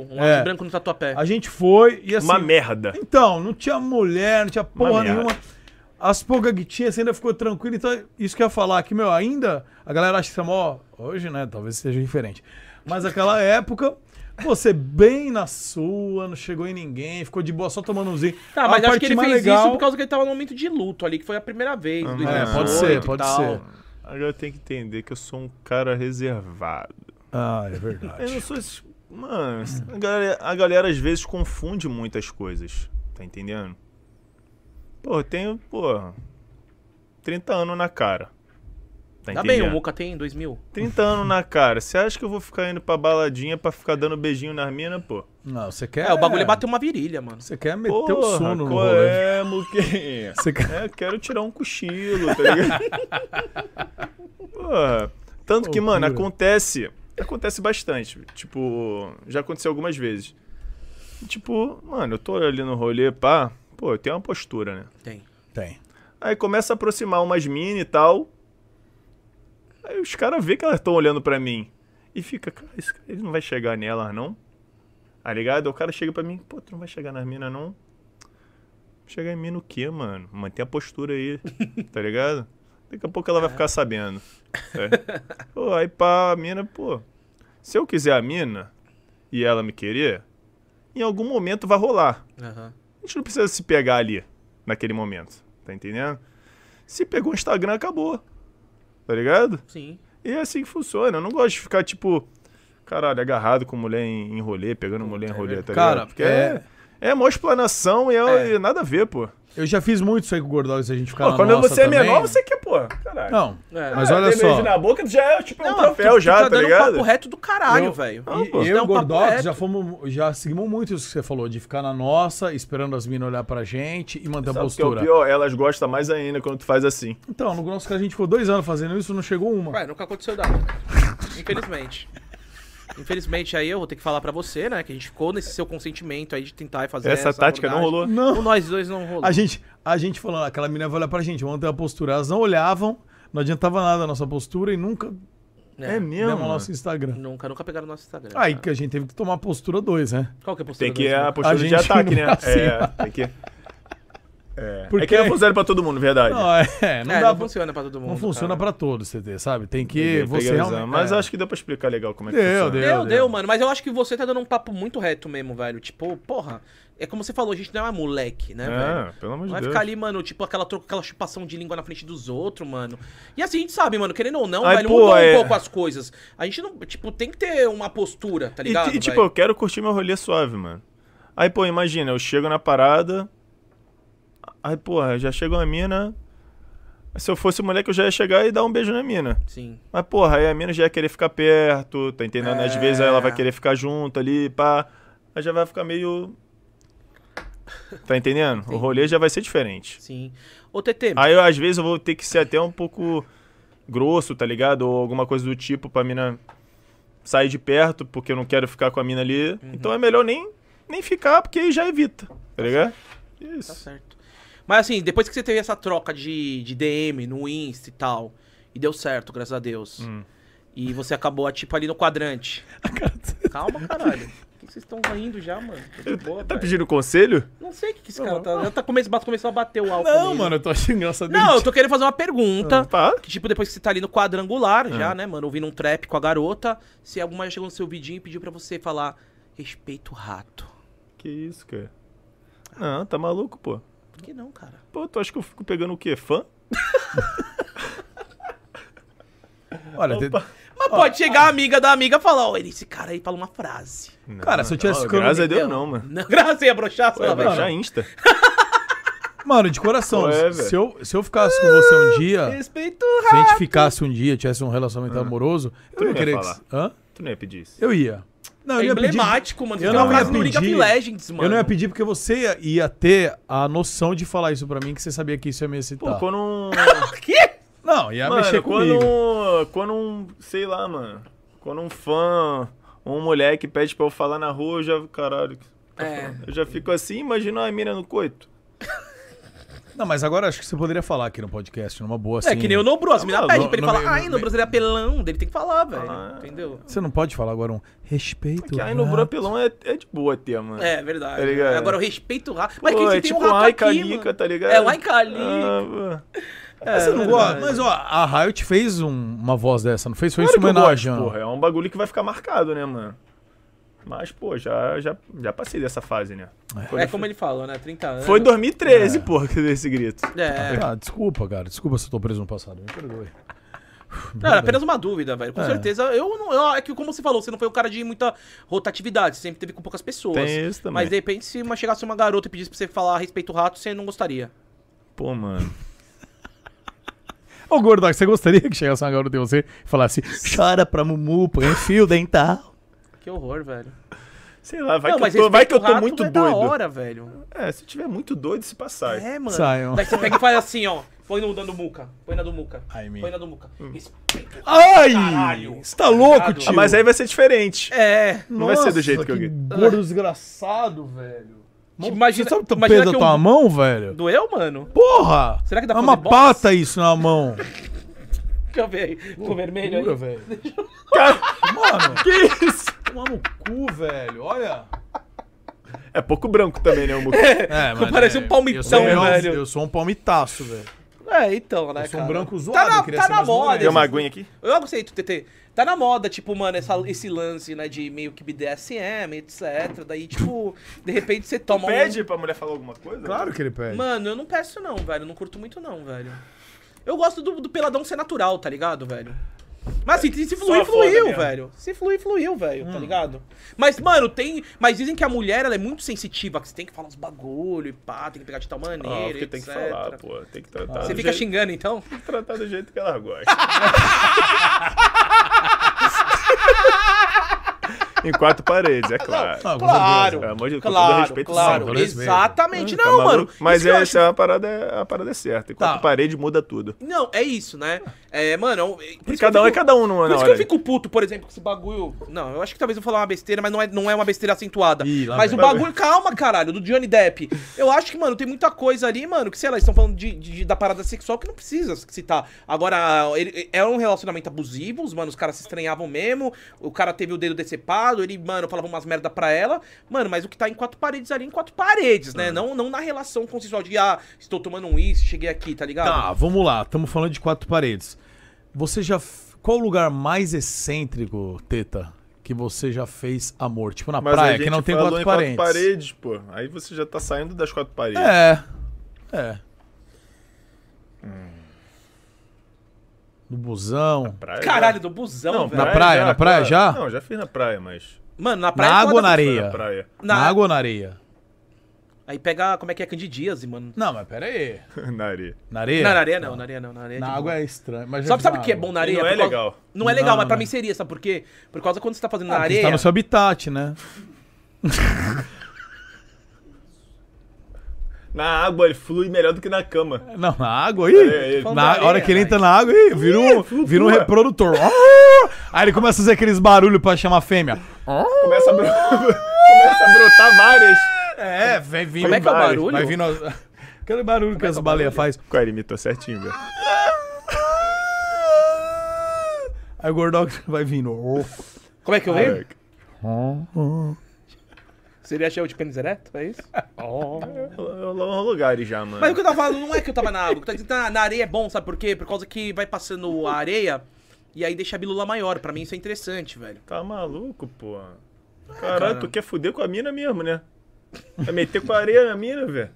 Speaker 5: branco.
Speaker 7: Um lounge
Speaker 5: É.
Speaker 7: branco no tatuapé.
Speaker 5: A gente foi e assim...
Speaker 8: Uma merda.
Speaker 5: Então, não tinha mulher, não tinha porra
Speaker 8: merda.
Speaker 5: nenhuma. As poucas que tinha, você ainda ficou tranquilo. Então, isso que eu ia falar aqui, meu, ainda a galera acha que você é mó. Hoje, né? Talvez seja diferente. Mas aquela época, você bem na sua, não chegou em ninguém, ficou de boa só tomando um zinho.
Speaker 7: Tá, mas
Speaker 5: a
Speaker 7: acho que ele
Speaker 5: mais
Speaker 7: fez isso por causa que ele tava num momento de luto ali, que foi a primeira vez. do
Speaker 5: É,
Speaker 7: 2018
Speaker 5: pode
Speaker 7: e
Speaker 5: ser, pode
Speaker 7: tal.
Speaker 5: ser.
Speaker 8: Agora eu tenho que entender que eu sou um cara reservado.
Speaker 5: Ah, é
Speaker 8: Eu não
Speaker 5: verdade.
Speaker 8: sou esse... Mano, a galera, a galera às vezes confunde muitas coisas. Tá entendendo? Pô, eu tenho, pô, 30 anos na cara. Tá
Speaker 7: Tá
Speaker 8: entendendo?
Speaker 7: bem, o Muca tem 2000.
Speaker 8: 30 anos na cara. Você acha que eu vou ficar indo pra baladinha pra ficar dando beijinho nas minas, pô?
Speaker 5: Não, você quer.
Speaker 7: É, o bagulho bateu uma virilha, mano.
Speaker 5: Você quer meter
Speaker 8: Porra,
Speaker 5: o um sono no
Speaker 8: qual
Speaker 5: rolê.
Speaker 8: é, Muquinha?
Speaker 5: Você quer.
Speaker 8: É, eu quero tirar um cochilo, tá ligado? Porra. Tanto que, mano,
Speaker 5: Loucura.
Speaker 8: acontece. Acontece bastante. Tipo, já aconteceu algumas vezes. E, Tipo, mano, eu tô ali no rolê, pá. Pô, eu tenho uma postura, né?
Speaker 7: Tem.
Speaker 5: Tem.
Speaker 8: Aí começa a aproximar umas mini e tal. Aí os caras vê que elas estão olhando pra mim. E fica, cara, esse cara ele não vai chegar nelas, não? Tá ligado? Aí o cara chega pra mim, pô, tu não vai chegar nas minas, não? Chegar em mina o quê, mano? Mantém a postura aí, tá ligado? Daqui a pouco ela vai ficar sabendo. É. Pô, aí pá, a mina, pô. Se eu quiser a mina e ela me querer, em algum momento vai rolar.
Speaker 7: Aham.
Speaker 8: A gente não precisa se pegar ali, naquele momento. Tá entendendo? Se pegou o Instagram, acabou. Tá ligado?
Speaker 7: Sim.
Speaker 8: E é assim que funciona. Eu não gosto de ficar, tipo, caralho, agarrado com mulher em, em rolê, pegando mulher em rolê, tá
Speaker 5: Cara,
Speaker 8: ligado? Porque é. É mó explanação e, é, e nada a ver, pô.
Speaker 5: Eu já fiz muito isso aí com o Gordal, se a gente ficar
Speaker 8: Pô,
Speaker 5: na
Speaker 8: quando
Speaker 5: nossa
Speaker 8: você é
Speaker 5: também.
Speaker 8: menor, você quer, pô. Caralho.
Speaker 5: Não,
Speaker 7: É.
Speaker 5: mas
Speaker 8: Ah,
Speaker 5: olha
Speaker 8: tem beijo
Speaker 5: só.
Speaker 8: na boca, tu já é, tipo, é um
Speaker 7: Não,
Speaker 8: troféu
Speaker 7: tu- tu
Speaker 8: já,
Speaker 7: tá
Speaker 8: tá,
Speaker 7: dando um
Speaker 8: ligado?
Speaker 7: papo reto do caralho,
Speaker 5: Eu-
Speaker 7: velho.
Speaker 8: Ah,
Speaker 5: E
Speaker 8: pô.
Speaker 5: eu
Speaker 7: Dá
Speaker 5: e o
Speaker 7: um papo
Speaker 5: Gordox
Speaker 7: reto.
Speaker 5: já fomos, já seguimos muito isso que você falou, de ficar na nossa, esperando as minas olhar pra gente e manter a
Speaker 8: Sabe o que é o
Speaker 5: postura.
Speaker 8: pior? Elas gostam mais ainda quando tu faz assim.
Speaker 5: Então, no nosso caso a gente ficou dois anos fazendo isso, não chegou uma.
Speaker 7: Ué, nunca aconteceu nada. Infelizmente. Infelizmente, aí eu vou ter que falar pra você, né? Que a gente ficou nesse seu consentimento aí de tentar e fazer
Speaker 8: Essa tática não
Speaker 7: abordagem.
Speaker 8: rolou.
Speaker 7: Com
Speaker 5: Não.
Speaker 7: nós dois não rolou.
Speaker 5: A gente, a gente falando, aquela menina vai olhar pra gente, manter a postura. Elas não olhavam, não adiantava nada a nossa postura e nunca
Speaker 7: É,
Speaker 5: demos o nosso Instagram.
Speaker 7: Nunca, nunca pegaram o nosso Instagram.
Speaker 5: Aí
Speaker 7: cara.
Speaker 5: que a gente teve que tomar a postura 2, né?
Speaker 7: Qual que é a postura
Speaker 8: Tem que ir
Speaker 7: dois,
Speaker 8: a
Speaker 7: né?
Speaker 8: postura
Speaker 5: A
Speaker 8: de
Speaker 5: gente
Speaker 8: ataque,
Speaker 5: não
Speaker 8: né? É,
Speaker 5: vacila.
Speaker 8: tem que. É.
Speaker 5: Porque-
Speaker 8: é que não funciona pra todo mundo, verdade.
Speaker 5: Não, é, não
Speaker 7: É,
Speaker 5: dá pra-
Speaker 7: não funciona pra todo mundo.
Speaker 5: Não funciona
Speaker 7: cara.
Speaker 5: pra todos, CT, sabe? Tem que
Speaker 8: Peguei,
Speaker 5: você
Speaker 8: peguei a visão,
Speaker 5: realmente...
Speaker 8: Mas
Speaker 5: é.
Speaker 8: acho que deu pra explicar legal como é que
Speaker 5: Deu,
Speaker 8: funciona.
Speaker 5: deu.
Speaker 7: Deu, deu, mano. Mas eu acho que você tá dando um papo muito reto mesmo, velho. Tipo, porra. É como você falou, a gente não é moleque, né,
Speaker 8: É,
Speaker 7: velho?
Speaker 8: pelo amor
Speaker 7: Não
Speaker 8: de
Speaker 7: vai
Speaker 8: Deus.
Speaker 7: ficar ali, mano, tipo, aquela, tro- aquela chupação de língua na frente dos outros, mano. E assim, a gente sabe, mano, querendo ou não,
Speaker 8: Ai,
Speaker 7: velho,
Speaker 8: pô,
Speaker 7: mudou
Speaker 8: é.
Speaker 7: um pouco as coisas. A gente não, tipo, tem que ter uma postura, tá
Speaker 8: E,
Speaker 7: ligado?
Speaker 8: e, tipo,
Speaker 7: velho?
Speaker 8: eu quero curtir meu rolê suave, mano. Aí, pô, imagina, eu chego na parada. Aí, porra, já chegou a mina. Se eu fosse moleque, eu já ia chegar e dar um beijo na mina.
Speaker 7: Sim.
Speaker 8: Mas, porra, aí a mina já ia querer ficar perto, tá entendendo? Às vezes aí ela vai querer ficar junto ali, pá. Aí já vai ficar meio. Tá entendendo? O rolê já vai ser diferente.
Speaker 7: Sim. Ô, TT,
Speaker 8: Aí eu, às vezes eu vou ter que ser até um pouco grosso, tá ligado? Ou alguma coisa do tipo pra mina sair de perto, porque eu não quero ficar com a mina ali. Então é melhor nem, nem ficar, porque aí já evita, tá ligado?
Speaker 7: Tá
Speaker 8: Isso.
Speaker 7: certo. Mas assim, depois que você teve essa troca de, de DM no Insta e tal, Hum. e deu certo, graças a Deus. E você acabou, tipo, ali no quadrante. Calma, caralho. Por que vocês estão rindo já, mano? Tô de boa,
Speaker 8: Tá
Speaker 7: velho.
Speaker 8: pedindo conselho?
Speaker 7: Não sei o que, que esse cara tá. Já tá começando, começou a bater o álcool.
Speaker 5: Não,
Speaker 7: nele.
Speaker 5: mano, eu tô achando engraçado.
Speaker 7: Não, eu tô querendo fazer uma pergunta.
Speaker 8: Tá.
Speaker 7: Que, tipo, depois que você tá ali no quadrangular, já, né, mano, ouvindo um trap com a garota, se alguma já chegou no seu vidinho e pediu pra você falar, respeita o rato.
Speaker 8: Que isso, cara? Não, tá maluco, pô.
Speaker 7: Por que não, cara?
Speaker 8: Pô, tu acha que eu fico pegando o quê? Fã?
Speaker 5: Olha, tem-
Speaker 7: Mas pode chegar a amiga da amiga e falar, ó, esse cara aí fala uma frase.
Speaker 5: cara, se eu tivesse
Speaker 8: Não,
Speaker 5: câmera-
Speaker 8: graças a Deus, não, mano.
Speaker 7: Não, graças a broxar, sei lá,
Speaker 8: Vai
Speaker 7: vai.
Speaker 8: baixar Insta.
Speaker 5: Mano, de coração,
Speaker 8: Ué,
Speaker 5: se-
Speaker 8: é, velho.
Speaker 5: se, eu, se eu ficasse com você um dia,
Speaker 7: Respeito. é
Speaker 5: se a gente ficasse um dia, tivesse um relacionamento amoroso, eu não
Speaker 8: Ah. ia
Speaker 5: queria
Speaker 8: falar.
Speaker 5: que... Hã?
Speaker 8: Tu não ia pedir isso.
Speaker 5: Eu ia. Não,
Speaker 7: É
Speaker 5: eu ia pedir-
Speaker 7: emblemático, mano.
Speaker 5: Eu
Speaker 7: Fica
Speaker 5: não
Speaker 7: uma
Speaker 5: ia
Speaker 7: frase do League of
Speaker 5: pedir.
Speaker 7: Legends, mano.
Speaker 5: Eu não ia pedir porque você ia, ia ter a noção de falar isso pra mim, que você sabia que isso ia me
Speaker 8: Pô,
Speaker 5: excitar.
Speaker 8: quando um.
Speaker 7: Que? É
Speaker 5: Não, ia mexer
Speaker 8: mano, quando
Speaker 5: comigo.
Speaker 8: um. Quando um. Sei lá, mano. Quando um fã. Um moleque pede pra eu falar na rua, eu já. Caralho.
Speaker 7: É.
Speaker 8: Eu já fico assim, imagina uma mina no coito.
Speaker 5: Não, mas agora acho que você poderia falar aqui no podcast, numa boa, assim.
Speaker 7: É que nem o Nobru, as meninas
Speaker 8: Não,
Speaker 7: pedem
Speaker 5: no-
Speaker 7: pra ele
Speaker 5: no-
Speaker 7: falar,
Speaker 5: no-
Speaker 7: ai, Nobru, ele é apelão, dele tem que falar, velho.
Speaker 8: Ah.
Speaker 7: Entendeu?
Speaker 5: Você não pode falar agora um respeito.
Speaker 8: Que aí
Speaker 5: né?
Speaker 8: no Brapelão é, é de boa ter, mano.
Speaker 7: É, verdade.
Speaker 8: Tá ligado?
Speaker 7: Agora eu respeito o rato. Mas
Speaker 8: Pô,
Speaker 7: que você
Speaker 8: é
Speaker 7: tem
Speaker 8: tipo
Speaker 7: um rato
Speaker 8: ai,
Speaker 7: aqui,
Speaker 8: calica,
Speaker 7: mano.
Speaker 8: tá ligado?
Speaker 7: É, ai, calica.
Speaker 8: Ah, pô.
Speaker 7: É,
Speaker 5: Você não
Speaker 7: verdade.
Speaker 5: gosta? Mas ó, a Riot fez um- uma voz dessa, não fez? Foi isso
Speaker 8: né? Claro que eu
Speaker 5: homenagem.
Speaker 8: gosto,
Speaker 5: ó.
Speaker 8: porra. É um bagulho que vai ficar marcado, né, mano? Mas, pô, já, já, já passei dessa fase, né?
Speaker 7: É como ele falou, né? 30 anos.
Speaker 8: É. Foi tá em 2013, porra, que deu esse grito.
Speaker 7: É.
Speaker 5: Ah, desculpa, cara. Desculpa se eu tô preso no passado. Me perdoe.
Speaker 7: Não, era apenas uma dúvida, velho.
Speaker 8: É.
Speaker 7: Com certeza, eu não. eu- é que, como você falou, você não foi um cara de muita rotatividade. Você sempre teve com poucas pessoas.
Speaker 8: Tem isso também.
Speaker 7: Mas, de repente, se uma, chegasse uma garota e pedisse pra você falar a respeito do rato, você não gostaria.
Speaker 8: Pô, mano.
Speaker 5: Ô, Gordox, você gostaria que chegasse uma garota de você e falasse chora pra Mumu, põe um fio dental?
Speaker 7: Que horror, velho.
Speaker 8: Sei lá, vai
Speaker 7: não,
Speaker 8: que eu tô, vai que eu tô
Speaker 7: rato
Speaker 8: muito
Speaker 7: é da
Speaker 8: doido.
Speaker 7: hora, velho.
Speaker 8: É, se tiver muito doido, se passar.
Speaker 7: É, mano.
Speaker 5: Saiam.
Speaker 7: Daí você pega e faz assim, ó. Põe no dando muca. Põe na do muca.
Speaker 5: Ai, me- Hum.
Speaker 7: Põe na do muca. Isso-
Speaker 5: Ai!
Speaker 7: Caralho.
Speaker 5: Você tá louco,
Speaker 7: Caralho.
Speaker 5: tio?
Speaker 8: Ah, mas aí vai ser diferente.
Speaker 7: É.
Speaker 8: não vai ser do jeito que eu grito.
Speaker 5: Gordo desgraçado, velho.
Speaker 7: Imagina-
Speaker 5: Ah. você sabe o
Speaker 7: imagina
Speaker 5: tamanho da
Speaker 7: que
Speaker 5: tua
Speaker 7: um-
Speaker 5: mão, velho?
Speaker 7: Doeu, mano?
Speaker 5: Porra!
Speaker 7: Será que
Speaker 5: É
Speaker 7: dá pra
Speaker 5: uma
Speaker 7: fazer boxe?
Speaker 5: pata isso na mão.
Speaker 7: Deixa eu ver aí. Ficou vermelho
Speaker 5: Pura,
Speaker 7: aí.
Speaker 5: velho. Mano, que isso? Tomar no cu, velho. Olha.
Speaker 8: É pouco branco também, né, o Muki?
Speaker 5: É, mano,
Speaker 7: Parece um palmitão,
Speaker 5: eu sou um-
Speaker 7: velho.
Speaker 5: Eu sou um palmitaço, velho.
Speaker 7: É, então, né,
Speaker 5: Eu sou um
Speaker 7: cara?
Speaker 5: branco zoado.
Speaker 7: Tá
Speaker 5: eu
Speaker 7: na,
Speaker 5: queria
Speaker 7: tá
Speaker 5: ser
Speaker 7: na
Speaker 5: mais um
Speaker 7: moda. tipo,
Speaker 5: moreno.
Speaker 8: Deu uma aguinha aqui?
Speaker 7: Eu aceito, TT. Tá na moda, tipo, mano, essa- esse lance, né, de meio que BDSM, etc. Daí, tipo, de repente você toma um-
Speaker 8: Pede pra mulher falar alguma coisa?
Speaker 5: Claro que ele pede.
Speaker 7: Mano, eu não peço não, velho. Eu não curto muito não, velho. Eu gosto do, do peladão ser natural, tá ligado, velho? Mas assim, se
Speaker 8: Só
Speaker 7: fluir,
Speaker 8: a foda
Speaker 7: fluiu,
Speaker 8: mesmo. Hum.
Speaker 7: velho. Se fluir, fluiu, velho, tá ligado? Mas, mano, tem. Mas dizem que a mulher, ela é muito sensitiva, que você tem que falar uns bagulho e pá, tem que pegar de tal maneira.
Speaker 8: Ah, porque tem que
Speaker 7: etc.
Speaker 8: falar, pô. Tem que tratar,
Speaker 7: Você
Speaker 8: do
Speaker 7: fica
Speaker 8: jeito,
Speaker 7: xingando então?
Speaker 8: tratar do jeito que ela gosta. em quatro paredes, é claro.
Speaker 5: Ah, com
Speaker 7: Claro.
Speaker 8: Pelo amor de Deus, com todo
Speaker 7: Claro,
Speaker 8: respeito,
Speaker 7: claro.
Speaker 5: sim, todo respeito.
Speaker 7: Exatamente.
Speaker 8: Tá
Speaker 7: não,
Speaker 8: maluco?
Speaker 7: mano.
Speaker 8: Mas
Speaker 7: isso que eu
Speaker 8: essa é a parada, é- a parada é certa. Enquanto
Speaker 5: Tá.
Speaker 8: parede muda tudo.
Speaker 7: Não, é isso, né? É, mano, eu- por isso que
Speaker 8: E
Speaker 7: eu
Speaker 8: cada um é
Speaker 7: fico-
Speaker 8: cada um, não é?
Speaker 7: Por
Speaker 8: na
Speaker 7: isso que eu
Speaker 8: hora.
Speaker 7: fico puto, por exemplo, com esse bagulho. Não, eu acho que talvez eu vou falar uma besteira, mas não é, não é uma besteira acentuada.
Speaker 5: Ih, lá
Speaker 7: mas o
Speaker 5: vem.
Speaker 7: bagulho, calma, caralho, do Johnny Depp. Eu acho que, mano, tem muita coisa ali, mano, que sei lá, eles estão falando de, de- da parada sexual que não precisa citar. Agora, ele, é um relacionamento abusivo, os, mano, os caras se estranhavam mesmo, o cara teve o dedo decepado, ele, mano, falava umas merda pra ela. Mano, mas o que tá em quatro paredes ali, em quatro paredes,
Speaker 5: Ah.
Speaker 7: né? Não, não na relação consensual de, ah, estou tomando um uísque, cheguei aqui, tá ligado?
Speaker 5: Tá, vamos lá. Estamos falando de quatro paredes. Você já. f- Qual o lugar mais excêntrico, Teta, que você já fez amor? Tipo na
Speaker 8: Mas a
Speaker 5: praia,
Speaker 8: gente
Speaker 5: que não tem
Speaker 8: falou
Speaker 5: quatro
Speaker 8: em
Speaker 5: paredes.
Speaker 8: quatro paredes, pô. Aí você já tá saindo das quatro paredes.
Speaker 5: É. É. No busão.
Speaker 8: Praia,
Speaker 7: Caralho, do busão,
Speaker 8: já-
Speaker 7: velho.
Speaker 5: na praia, na praia já?
Speaker 8: Não, já fiz na praia, mas.
Speaker 7: Mano, na praia
Speaker 5: Na
Speaker 7: é
Speaker 5: água ou
Speaker 7: foda-
Speaker 5: na
Speaker 8: foi
Speaker 5: areia?
Speaker 8: Na praia.
Speaker 5: Na
Speaker 7: Na-
Speaker 5: água ou na areia?
Speaker 7: Aí pega, como é que é, candidíase, mano.
Speaker 5: Não, mas pera aí.
Speaker 8: na areia.
Speaker 5: Na areia?
Speaker 7: Não, na areia não, na areia não, É, tá. na areia.
Speaker 5: Na água é estranho. Mas já
Speaker 7: Sabe,
Speaker 5: fiz
Speaker 7: sabe
Speaker 5: na
Speaker 7: o que é
Speaker 5: água.
Speaker 7: bom na areia?
Speaker 8: não
Speaker 7: Por
Speaker 8: é
Speaker 7: causa-
Speaker 8: legal.
Speaker 7: Não é legal,
Speaker 5: Não,
Speaker 7: mas pra
Speaker 5: não.
Speaker 7: mim seria, sabe por quê? Por causa quando você tá fazendo na
Speaker 5: Porque você
Speaker 7: areia.
Speaker 5: tá no seu habitat, né?
Speaker 8: Na água ele flui melhor do que na cama.
Speaker 5: Não, na água aí.
Speaker 8: É, é,
Speaker 5: na
Speaker 7: na areia,
Speaker 5: hora que ele entra na água aí, vira um, vira um
Speaker 8: flutua.
Speaker 5: reprodutor. Ah! Aí ele começa a fazer aqueles barulhos pra chamar fêmea.
Speaker 8: Começa a, bro- Começa a brotar várias.
Speaker 5: É, vem vindo.
Speaker 7: Como é que é o
Speaker 8: vários,
Speaker 7: barulho? é
Speaker 5: Vai vindo. as- Aquele barulho que as baleias fazem.
Speaker 8: Cara, ele imitou é, certinho, velho.
Speaker 5: Aí o Gordox vai vindo. "Oh."
Speaker 7: Como é que eu venho?
Speaker 8: Caraca.
Speaker 7: Seria show de pênis ereto? É isso?
Speaker 8: Rolou lugares já, mano.
Speaker 7: Mas o que eu tava falando não é que eu tava na água. o que eu tava dizendo, ah, Na areia é bom, sabe por quê? Por causa que vai passando a areia e aí deixa a bilula maior. Pra mim isso é interessante, velho.
Speaker 8: Tá maluco, pô. Caralho, tu quer fuder com a mina mesmo, né? Vai meter com a areia na mina, velho.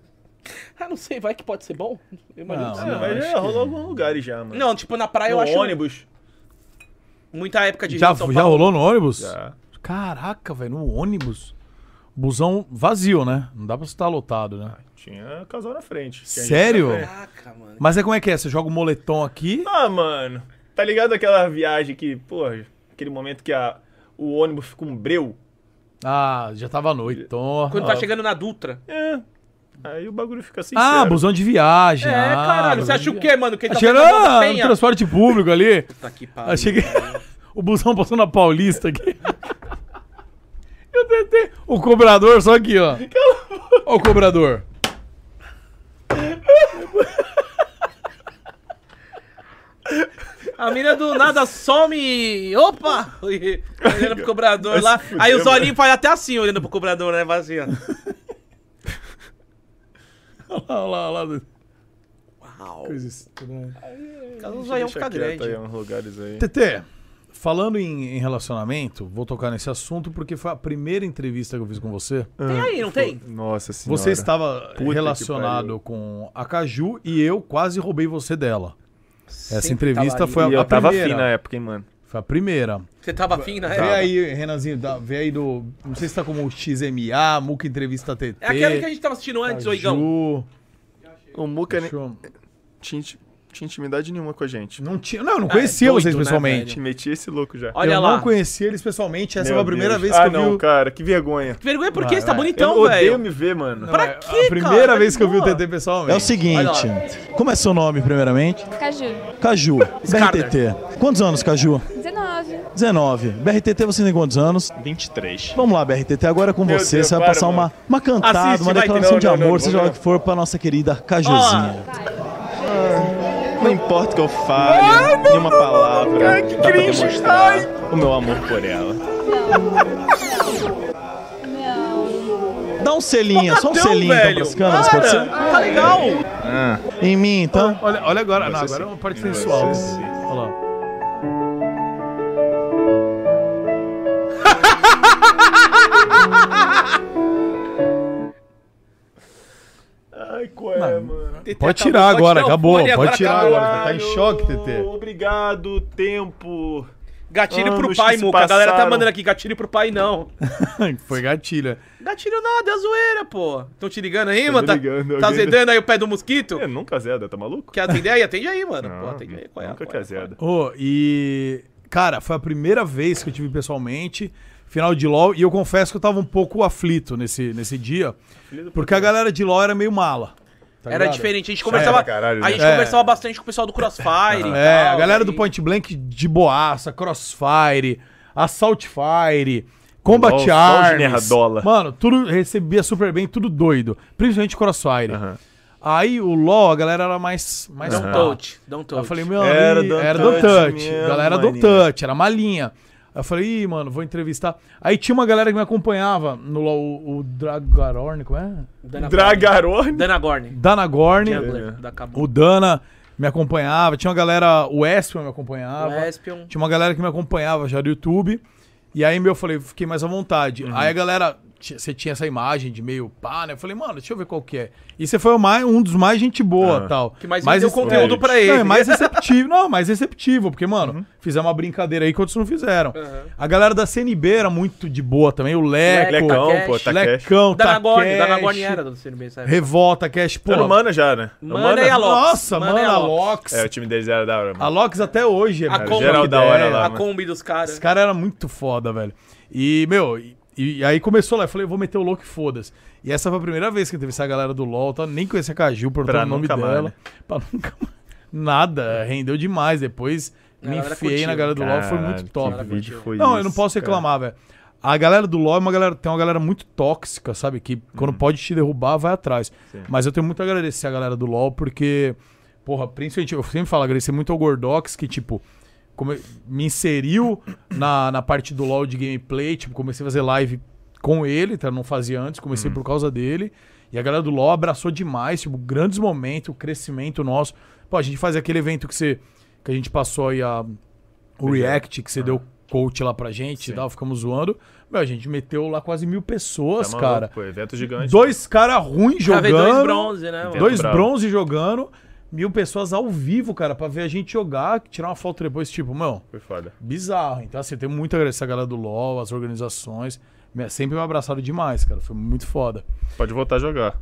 Speaker 7: Ah, não sei, vai que pode ser bom. Eu imagino que
Speaker 8: Ah,
Speaker 7: sim.
Speaker 8: mas já rolou alguns lugares já, mano.
Speaker 7: Não, tipo, na praia
Speaker 8: no
Speaker 7: eu acho
Speaker 8: ônibus.
Speaker 7: muita época de
Speaker 5: Já,
Speaker 7: Rio, São
Speaker 5: já
Speaker 7: Paulo.
Speaker 5: rolou no ônibus?
Speaker 8: Já.
Speaker 5: Caraca, velho, no ônibus. Busão vazio, né? Não dá pra estar lotado, né?
Speaker 8: Tinha casal na frente. Tinha gente
Speaker 5: Sério?
Speaker 8: na frente.
Speaker 7: Caraca, mano.
Speaker 5: Mas é como é que é? Você joga o moletom aqui?
Speaker 8: Ah, mano. Tá ligado aquela viagem que, porra, aquele momento que a, o ônibus fica um breu?
Speaker 5: Ah, já tava à noite, então.
Speaker 7: Quando tá chegando na Dutra.
Speaker 8: É. Aí o bagulho fica assim.
Speaker 5: Ah, busão de viagem.
Speaker 7: É,
Speaker 5: ah,
Speaker 7: caralho, você
Speaker 5: busão de
Speaker 7: acha o quê, mano? Que ele tá
Speaker 5: Achei
Speaker 7: vendo a Mona
Speaker 5: era um
Speaker 7: Penha?
Speaker 5: transporte público ali.
Speaker 7: Puta que pariu.
Speaker 5: Achei que o busão passou na Paulista aqui. Eu tentei. O cobrador só aqui, ó. Ó o cobrador.
Speaker 7: A mina do nada some. Opa! Olhando pro cobrador lá.
Speaker 8: fuder,
Speaker 7: Aí os
Speaker 8: mano.
Speaker 7: olhinhos fazem até assim, olhando pro cobrador, né? Faz assim, ó.
Speaker 5: Olha lá, olha lá, olha lá. Uau. Coisa estranha.
Speaker 7: Os olhões ficam grandes.
Speaker 8: Aí, é uns lugares aí.
Speaker 5: TT, falando em, em relacionamento, vou tocar nesse assunto porque foi a primeira entrevista que eu fiz com você.
Speaker 7: Tem aí, não tem?
Speaker 8: Nossa senhora.
Speaker 5: Você estava
Speaker 8: que
Speaker 5: relacionado
Speaker 8: pariu.
Speaker 5: com a Caju e eu quase roubei você dela. Essa
Speaker 7: Sempre tava
Speaker 5: entrevista
Speaker 7: ali.
Speaker 5: foi a,
Speaker 8: E eu
Speaker 5: a
Speaker 8: tava
Speaker 5: primeira.
Speaker 8: afim na época, hein, mano.
Speaker 5: Foi a primeira.
Speaker 7: Você tava afim na
Speaker 5: Vê
Speaker 7: época?
Speaker 5: aí, Renanzinho, dá- vê aí do. Não sei se tá como XMA, Muca Entrevista TT.
Speaker 7: É aquela que a gente tava assistindo antes, ô Igão.
Speaker 5: Ju,
Speaker 8: O Muca nem
Speaker 5: deixa eu-
Speaker 8: tinha, inti- tinha intimidade nenhuma com a gente.
Speaker 5: Não tinha. Não, eu não conhecia
Speaker 7: doido,
Speaker 5: vocês
Speaker 7: né,
Speaker 5: pessoalmente.
Speaker 8: Te metia esse louco já.
Speaker 7: Olha
Speaker 5: eu
Speaker 7: lá.
Speaker 5: não conhecia eles pessoalmente. Essa
Speaker 8: Meu
Speaker 5: foi a primeira
Speaker 8: Deus.
Speaker 5: vez
Speaker 8: ah,
Speaker 5: que eu
Speaker 8: não,
Speaker 5: vi. o-
Speaker 8: cara, que vergonha.
Speaker 7: Que vergonha, por quê? Você tá
Speaker 8: eu
Speaker 7: bonitão,
Speaker 8: odeio
Speaker 7: velho.
Speaker 8: me ver, mano.
Speaker 7: Pra
Speaker 5: É
Speaker 7: quê,
Speaker 5: a primeira
Speaker 7: cara?
Speaker 5: vez que eu vi o
Speaker 7: Boa.
Speaker 5: TT pessoalmente.
Speaker 9: É o seguinte, como é seu nome primeiramente?
Speaker 10: Caju,
Speaker 9: Caju,
Speaker 7: Scarter.
Speaker 9: BRTT. Quantos anos, Caju?
Speaker 10: 19.
Speaker 9: 19. BRTT, você tem quantos anos?
Speaker 6: 23.
Speaker 9: Vamos lá, BRTT, agora é com
Speaker 8: Meu
Speaker 9: você.
Speaker 8: Deus,
Speaker 9: você vai
Speaker 8: para,
Speaker 9: passar
Speaker 8: mano.
Speaker 9: uma, uma cantada,
Speaker 8: Assiste,
Speaker 9: uma
Speaker 8: vai que
Speaker 9: declaração
Speaker 8: não,
Speaker 9: de
Speaker 8: não, não,
Speaker 9: amor,
Speaker 8: não,
Speaker 9: seja
Speaker 8: não.
Speaker 9: lá o que for, pra nossa querida Cajuzinha.
Speaker 6: Não importa o que eu fale, nenhuma palavra
Speaker 8: que
Speaker 6: dá pra
Speaker 8: cringe,
Speaker 6: demonstrar o meu amor por ela.
Speaker 10: Não.
Speaker 9: Dá um selinho, só um selinho então, pras câmeras, pode ser?
Speaker 7: Tá legal.
Speaker 9: Em mim, então.
Speaker 5: Olha, olha agora. Não,
Speaker 8: Você
Speaker 5: agora é
Speaker 8: sim.
Speaker 5: uma parte
Speaker 8: Você
Speaker 5: sensual.
Speaker 8: sim.
Speaker 5: Olha lá.
Speaker 8: Ai, qual é, mano?
Speaker 5: Pode
Speaker 7: tá
Speaker 5: tirar agora,
Speaker 7: dar o
Speaker 5: acabou.
Speaker 7: fone,
Speaker 5: Pode
Speaker 7: agora
Speaker 5: tirar
Speaker 7: acabou.
Speaker 5: agora. Tá em choque, TT.
Speaker 8: Obrigado, tempo.
Speaker 7: Gatilho pro
Speaker 8: Anos
Speaker 7: pai,
Speaker 8: que se
Speaker 7: Muca. A galera tá
Speaker 8: passaram.
Speaker 7: mandando aqui, gatilho pro pai, não.
Speaker 5: Foi gatilha.
Speaker 7: Gatilho nada, é zoeira, pô. Tão te ligando aí, mano? Tá,
Speaker 8: ligando,
Speaker 7: tá
Speaker 8: alguém-
Speaker 7: azedando aí o pé do mosquito?
Speaker 8: É, nunca zeda, tá maluco?
Speaker 7: Quer atender aí? Atende aí, mano.
Speaker 8: Não,
Speaker 7: pô, atende aí. Qual é?
Speaker 8: nunca
Speaker 7: Qual é?
Speaker 8: quer zeda.
Speaker 5: Ô, e. Cara, foi a primeira vez que eu tive pessoalmente, final de LOL, e eu confesso que eu tava um pouco aflito nesse, nesse dia, porque a galera de LOL era meio mala. tá
Speaker 7: Era
Speaker 5: ligado?
Speaker 7: diferente, a gente conversava.
Speaker 8: pra caralho,
Speaker 7: a
Speaker 8: né?
Speaker 7: gente
Speaker 5: É.
Speaker 7: conversava bastante com o pessoal do Crossfire. e
Speaker 5: É,
Speaker 7: tal,
Speaker 5: a galera do
Speaker 7: aí-
Speaker 5: Point Blank de boaça, Crossfire, Assault Fire, Combat
Speaker 8: Lol, só os
Speaker 5: Arms.
Speaker 8: nerdola.
Speaker 5: Mano, tudo recebia super bem, tudo doido. Principalmente Crossfire.
Speaker 8: Aham.
Speaker 5: Ahí o LOL, a galera era mais. mais
Speaker 7: Don't
Speaker 5: pá.
Speaker 7: touch, don't touch.
Speaker 5: Aí Ah. eu falei, meu,
Speaker 8: Era
Speaker 5: era,
Speaker 8: do
Speaker 5: era do
Speaker 8: touch
Speaker 5: touch.
Speaker 8: mesmo,
Speaker 5: galera do
Speaker 8: maninho.
Speaker 5: touch, era malinha. Aí eu falei, ih, mano, vou entrevistar. Aí tinha uma galera que me acompanhava no LOL, o, o Dragarorn, como é?
Speaker 8: Tá
Speaker 7: Dana
Speaker 8: Dragarone.
Speaker 7: Dana Gorn.
Speaker 5: Danagorn,
Speaker 7: Gambler,
Speaker 8: né?
Speaker 7: da Cabo.
Speaker 5: o Dana me acompanhava. Tinha uma galera, o Espion me
Speaker 7: O
Speaker 5: acompanhava.
Speaker 7: Espion.
Speaker 5: Tinha uma galera que me acompanhava já do YouTube. E aí, meu, eu falei, fiquei mais à vontade.
Speaker 7: Uhum.
Speaker 5: Aí a galera, ti- você tinha essa imagem de meio pá, né? Eu falei, mano, deixa eu ver qual que é. E você foi o mais, um dos mais gente boa
Speaker 8: Ah.
Speaker 5: tal.
Speaker 7: Que mais deu
Speaker 5: rece-
Speaker 7: conteúdo pra ele. Uhum.
Speaker 5: Não, é mais receptivo. não, mais receptivo, porque, mano, fizeram uma brincadeira aí que outros não fizeram. A galera da CNB era muito de boa também. O Leco,
Speaker 7: Leco,
Speaker 5: Lecão,
Speaker 8: Lecão, pô,
Speaker 7: Takeshi.
Speaker 8: tá
Speaker 5: Lecão,
Speaker 7: Dana Gorn, Dana
Speaker 5: Takeshi,
Speaker 7: Gorn era do CNB, sabe?
Speaker 5: Revolta, Cash, pô.
Speaker 8: Era humana já, né?
Speaker 7: Mana e a Lox.
Speaker 5: Nossa,
Speaker 7: Mana
Speaker 5: mano,
Speaker 7: e a
Speaker 5: a
Speaker 7: Lox.
Speaker 5: Lox.
Speaker 8: É, o time deles era da hora,
Speaker 5: A
Speaker 8: mano.
Speaker 5: Lox até hoje é
Speaker 7: A
Speaker 5: muito
Speaker 7: Combo.
Speaker 5: top
Speaker 7: Geral
Speaker 5: da hora lá,
Speaker 7: A
Speaker 5: mano.
Speaker 7: Kombi dos
Speaker 5: Esse
Speaker 7: caras.
Speaker 5: cara era muito foda, velho. E, meu, e, e aí começou lá. Eu falei, eu vou meter o louco e foda-se. E essa foi a primeira vez que eu entrevistei a galera do LoL. Tá? Nem conhecia a Caju, perguntando
Speaker 8: Pra
Speaker 5: o nome
Speaker 8: nunca mais,
Speaker 5: dela.
Speaker 8: né?
Speaker 5: Pra nunca mais. Nada, rendeu demais. Depois me
Speaker 7: galera
Speaker 5: enfiei
Speaker 7: curtiu.
Speaker 5: na galera do LoL. Foi muito top,
Speaker 8: que
Speaker 5: velho.
Speaker 8: vídeo foi
Speaker 5: Não, eu
Speaker 8: esse,
Speaker 5: não posso
Speaker 8: cara?
Speaker 5: reclamar, velho. A galera do LoL é uma galera, tem uma galera muito tóxica, sabe? Que
Speaker 8: Uhum.
Speaker 5: quando pode te derrubar, vai atrás. Mas eu tenho muito a agradecer a galera do LoL, porque, porra, principalmente, eu sempre falo, agradecer muito ao Gordox, que, tipo, come- me inseriu na, na parte do LoL de gameplay, tipo, comecei a fazer live com ele, tá? Não fazia antes,
Speaker 8: Hum.
Speaker 5: comecei por causa dele. E a galera do LoL abraçou demais, tipo, grandes momentos, crescimento nosso. Pô, a gente faz aquele evento que você que a gente passou aí a o
Speaker 8: é.
Speaker 5: React que você deu
Speaker 8: Ah.
Speaker 5: coach lá pra gente e tal, ficamos zoando. Meu, a gente meteu lá quase mil pessoas,
Speaker 8: Tá maluco,
Speaker 5: cara.
Speaker 8: Pô, evento gigante.
Speaker 5: Dois caras ruins
Speaker 7: Gravei
Speaker 5: jogando.
Speaker 7: dois bronze, né? mano?
Speaker 8: Entendeu?
Speaker 5: Dois
Speaker 8: Bravo.
Speaker 5: bronze jogando, mil pessoas ao vivo, cara, pra ver a gente jogar, tirar uma foto depois, tipo, mano,
Speaker 8: Foi foda.
Speaker 5: bizarro. Então, assim, eu tenho muito a agradecer a galera do LoL, as organizações. Me- Sempre me abraçaram demais, cara. Foi muito foda.
Speaker 8: Pode voltar a jogar.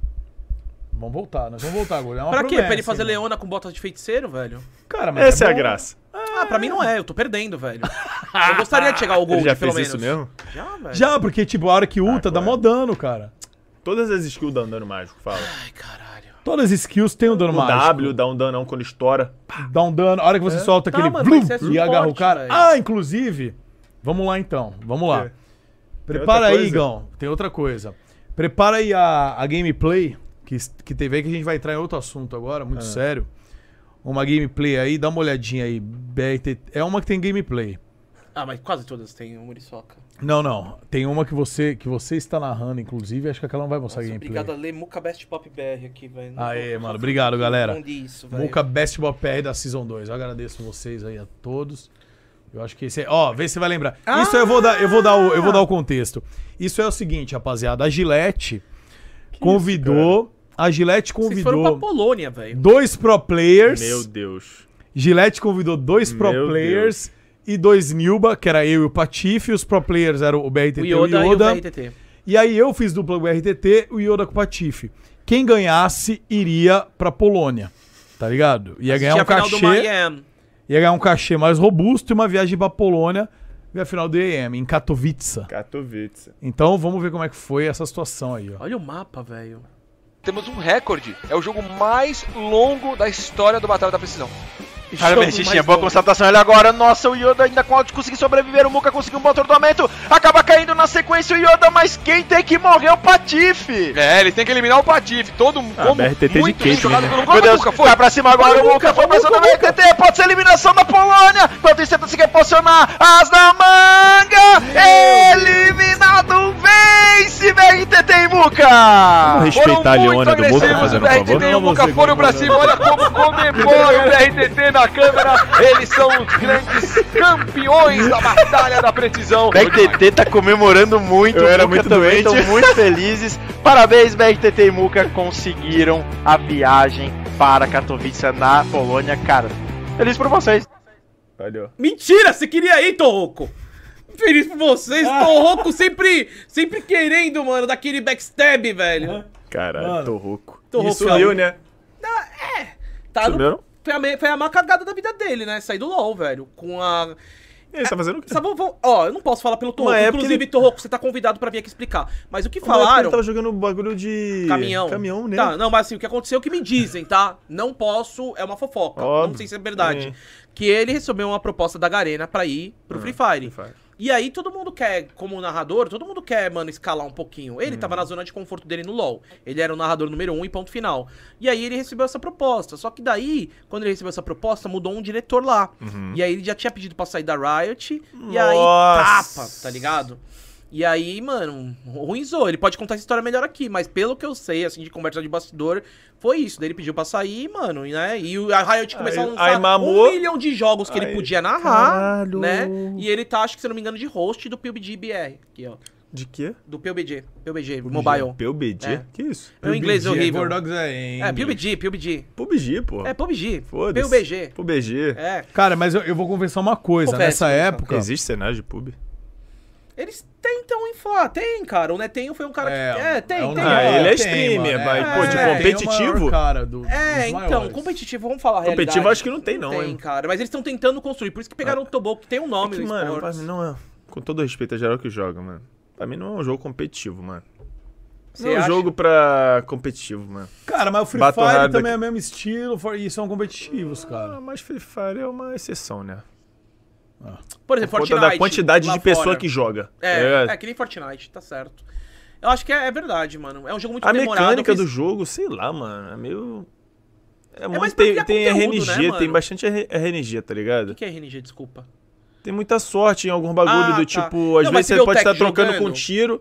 Speaker 5: Vamos voltar, nós vamos voltar agora. É uma
Speaker 7: Pra quê?
Speaker 5: promessa,
Speaker 7: Pra ele fazer
Speaker 5: hein,
Speaker 7: Leona com botas de feiticeiro, velho?
Speaker 5: mano. Cara, mas
Speaker 8: Essa é a
Speaker 5: bom.
Speaker 8: graça.
Speaker 7: Ah, pra mim não é, eu tô perdendo, velho. Eu gostaria de chegar ao
Speaker 8: Ele
Speaker 7: gold,
Speaker 8: já
Speaker 7: pelo
Speaker 8: fez
Speaker 7: menos.
Speaker 8: isso mesmo?
Speaker 7: Já, velho.
Speaker 5: Já, porque, tipo, a hora
Speaker 8: Ah,
Speaker 5: que ulta, dá mó dano, cara.
Speaker 8: Todas as skills dão dano mágico, fala.
Speaker 7: Ai, caralho.
Speaker 5: Todas as skills têm um dano
Speaker 8: O
Speaker 5: mágico.
Speaker 8: W dá um danão quando estoura.
Speaker 5: Dá um dano. A hora que você solta
Speaker 7: Tá,
Speaker 5: aquele
Speaker 7: mano,
Speaker 5: blum,
Speaker 7: mas isso é
Speaker 5: e agarra o
Speaker 7: suporte,
Speaker 5: cara.
Speaker 7: velho.
Speaker 5: Ah, inclusive. Vamos lá então. Vamos lá.
Speaker 8: É.
Speaker 5: Prepara
Speaker 8: outra
Speaker 5: aí,
Speaker 8: coisa?
Speaker 5: Igão. Tem outra coisa. Prepara aí a, a gameplay que, s- que teve aí, que a gente vai entrar em outro assunto agora,
Speaker 7: Ah.
Speaker 5: muito sério. Uma gameplay aí, dá uma olhadinha aí. BRT. É uma que tem gameplay.
Speaker 7: Ah, mas quase todas têm um Muriçoca.
Speaker 5: Não, não. Tem uma que você que você está narrando, inclusive. Acho que aquela não vai mostrar
Speaker 7: Nossa,
Speaker 5: Tá gameplay.
Speaker 7: obrigado a ler Muca Best Pop BR aqui, velho. Não
Speaker 5: Aê,
Speaker 7: vou-
Speaker 5: mano, obrigado,
Speaker 7: não
Speaker 5: galera.
Speaker 7: respondi Isso, velho.
Speaker 5: Muca Best Ball PR da Season 2. Eu agradeço vocês aí a todos. Eu acho que esse é. Ó, vê se você vai lembrar. Isso eu vou dar, eu vou dar o, eu vou
Speaker 7: Ah!
Speaker 5: dar o contexto. Isso é o seguinte, rapaziada. A Gillette convidou. a Gillette
Speaker 7: Vocês foram pra
Speaker 5: convidou
Speaker 7: Polônia, velho.
Speaker 5: dois pro players.
Speaker 8: Meu Deus.
Speaker 5: Gillette convidou dois pro
Speaker 8: Meu
Speaker 5: players e dois Nilba, que era eu e o Patife. Os pro players eram o BRTT
Speaker 7: O
Speaker 5: e o
Speaker 7: Yoda,
Speaker 5: Yoda.
Speaker 7: e o BRTT.
Speaker 5: E aí eu fiz dupla com o RTT, o Yoda com o Patife. Quem ganhasse iria pra Polônia, tá ligado? Ia ganhar um
Speaker 7: Tinha a final do
Speaker 5: cachê,
Speaker 7: Miami.
Speaker 5: ia ganhar um cachê mais robusto e uma viagem pra Polônia ver a final do EM, em Katowice.
Speaker 8: Katowice.
Speaker 5: Então vamos ver como é que foi essa situação aí, ó.
Speaker 7: Olha o mapa, velho.
Speaker 11: Temos um recorde. É o jogo mais longo da história do Batalha da Precisão.
Speaker 4: Parabéns, Xixinha. Boa constatação. Olha agora. Nossa, o Yoda ainda quase conseguiu sobreviver. O Muka conseguiu um bom atordoamento. Acaba caindo na sequência o Yoda, mas quem tem que morrer é o Patife.
Speaker 11: É, eles têm que eliminar o Patife. Todo mundo. como
Speaker 8: BRTT de
Speaker 11: muito
Speaker 8: queijo,
Speaker 11: bem jogado
Speaker 8: né?
Speaker 11: pelo
Speaker 4: Meu Deus,
Speaker 11: Muca. Foi.
Speaker 4: vai pra cima agora, o Muka foi pra cima do VTT, pode ser eliminação da Polônia, enquanto isso tenta se reposicionar, as da manga, eliminado, vence VTT e Muka!
Speaker 8: respeitar a Leona do Muca fazendo um favor?
Speaker 11: BRTT e o Muca foram pra cima. Olha como comemora o BRTT na câmera. Eles são os grandes campeões da Batalha da Precisão.
Speaker 4: BRTT tá comemorando muito,
Speaker 8: Eu era
Speaker 4: Muca
Speaker 8: muito
Speaker 4: também,
Speaker 8: doente.
Speaker 4: estão muito felizes. Parabéns, BRTT e Muca, conseguiram a viagem para Katowice na Polônia, cara. Feliz por vocês.
Speaker 8: Valeu.
Speaker 7: Mentira, você queria ir, Torroco! Feliz por vocês,
Speaker 5: Ah.
Speaker 7: Torroco sempre, sempre querendo, mano, daquele backstab,
Speaker 5: Ah.
Speaker 7: velho.
Speaker 8: Caralho, tô rouco.
Speaker 7: Tô rouco,
Speaker 8: Isso sumiu,
Speaker 7: cara.
Speaker 8: né?
Speaker 7: Tá no-
Speaker 8: Sumiram?
Speaker 7: foi, a, me- foi a maior cagada da vida dele, né? Sair do LoL, velho. Com a.
Speaker 8: E aí, você tá fazendo o quê?
Speaker 7: Essa vovó- Ó, eu não posso falar pelo Torroco.
Speaker 8: Uma época
Speaker 7: Inclusive,
Speaker 8: ele-
Speaker 7: Torroco, você tá convidado pra vir aqui explicar. Mas o que
Speaker 8: Eu
Speaker 7: falaram.
Speaker 8: tava jogando bagulho de...
Speaker 7: Caminhão.
Speaker 8: Caminhão, né?
Speaker 7: Tá, não, mas assim, o que aconteceu é o que me dizem, tá? Não posso, é uma fofoca. Não
Speaker 8: Óbvio.
Speaker 7: sei se é verdade.
Speaker 8: É. Ah,
Speaker 7: Que ele recebeu uma proposta da Garena pra ir pro Free Fire.
Speaker 8: Fire.
Speaker 7: E aí todo mundo quer, como narrador, todo mundo quer, mano, escalar um pouquinho.
Speaker 8: Hum.
Speaker 7: Ele tava na zona de conforto dele no LoL. Ele era o narrador número um e ponto final. E aí ele recebeu essa proposta. Só que daí, quando ele recebeu essa proposta, mudou um diretor lá.
Speaker 8: Uhum.
Speaker 7: E aí ele já tinha pedido pra sair da Riot. E aí,
Speaker 8: Nossa.
Speaker 7: tapa, tá ligado? E aí, mano, ruimzou. Ele pode contar essa história melhor aqui, mas pelo que eu sei, assim, de conversa de bastidor, foi isso. Daí ele pediu pra sair, mano, e, né? E o- a Riot começou
Speaker 8: Aí-
Speaker 7: a
Speaker 8: aí
Speaker 7: lançar
Speaker 8: mamou.
Speaker 7: um milhão de jogos que ele
Speaker 8: Aí,
Speaker 7: podia narrar,
Speaker 8: caralho.
Speaker 7: né? E ele tá, acho que se eu não me engano, de host do PUBG BR, aqui, ó.
Speaker 8: De quê?
Speaker 7: Do PUBG, PUBG, Mobile.
Speaker 8: PUBG?
Speaker 7: É.
Speaker 8: Que isso?
Speaker 7: Meu inglês é
Speaker 5: Horrível.
Speaker 7: horrível.
Speaker 5: Gordogs é,
Speaker 7: É,
Speaker 5: English.
Speaker 7: PUBG, PUBG.
Speaker 8: PUBG, pô.
Speaker 7: É, PUBG.
Speaker 8: Foda-se.
Speaker 7: PUBG.
Speaker 8: PUBG.
Speaker 7: É,
Speaker 5: Cara, mas eu, eu vou confessar uma coisa. Nessa
Speaker 7: Confessa, confessa.
Speaker 5: época.
Speaker 8: Existe cenário de PUB?
Speaker 7: eles tentam inflar. Tem, cara. O Netenho foi um cara que... É, tem,
Speaker 5: um-
Speaker 7: tem.
Speaker 8: Ah, ele
Speaker 5: tem,
Speaker 8: é streamer,
Speaker 5: mano,
Speaker 8: mas, pô, de
Speaker 5: É, tem o maior
Speaker 8: competitivo?
Speaker 5: cara do- dos
Speaker 7: É, então,
Speaker 5: maiores.
Speaker 7: competitivo, vamos falar a
Speaker 8: Competitivo
Speaker 7: realidade.
Speaker 8: acho que não tem, não,
Speaker 7: Tem,
Speaker 8: hein? Ah.
Speaker 7: cara. Mas eles estão tentando construir. Por isso que pegaram o Tobol, que tem um nome
Speaker 8: É que,
Speaker 7: no
Speaker 8: mano, pra
Speaker 7: esportes.
Speaker 8: mim não é. Com todo respeito a geral que joga, mano. Pra mim não é um jogo competitivo, mano.
Speaker 7: Você
Speaker 8: Não é um
Speaker 7: acha?
Speaker 8: jogo pra competitivo, mano.
Speaker 5: Cara, mas o Free
Speaker 8: Battle
Speaker 5: Fire
Speaker 8: Royale
Speaker 5: também
Speaker 8: daqui-
Speaker 5: é o mesmo estilo for- e são competitivos,
Speaker 8: Ah,
Speaker 5: cara.
Speaker 8: mas Free Fire é uma exceção, né?
Speaker 7: Por exemplo,
Speaker 8: Por conta
Speaker 7: Fortnite.
Speaker 8: da quantidade
Speaker 7: lá
Speaker 8: de pessoa
Speaker 7: fora.
Speaker 8: que joga. tá
Speaker 7: É,
Speaker 8: ligado?
Speaker 7: é, que nem Fortnite, tá certo. Eu acho que é, é verdade, mano. É um jogo muito
Speaker 8: a
Speaker 7: demorado.
Speaker 8: mecânica
Speaker 7: eu
Speaker 8: do
Speaker 7: fiz-
Speaker 8: jogo, sei lá, mano. É meio. É, muito-
Speaker 7: mais pra
Speaker 8: tem,
Speaker 7: criar
Speaker 8: tem
Speaker 7: conteúdo, né,
Speaker 8: RNG,
Speaker 7: mano?
Speaker 8: tem bastante R- RNG, tá ligado?
Speaker 7: O que é RNG, desculpa?
Speaker 8: Tem muita sorte em algum bagulho
Speaker 7: Ah,
Speaker 8: do
Speaker 7: tá.
Speaker 8: tipo, às
Speaker 7: Não, mas se
Speaker 8: vezes você
Speaker 7: vê o
Speaker 8: pode estar
Speaker 7: Tec
Speaker 8: trocando
Speaker 7: jogando-
Speaker 8: com um tiro,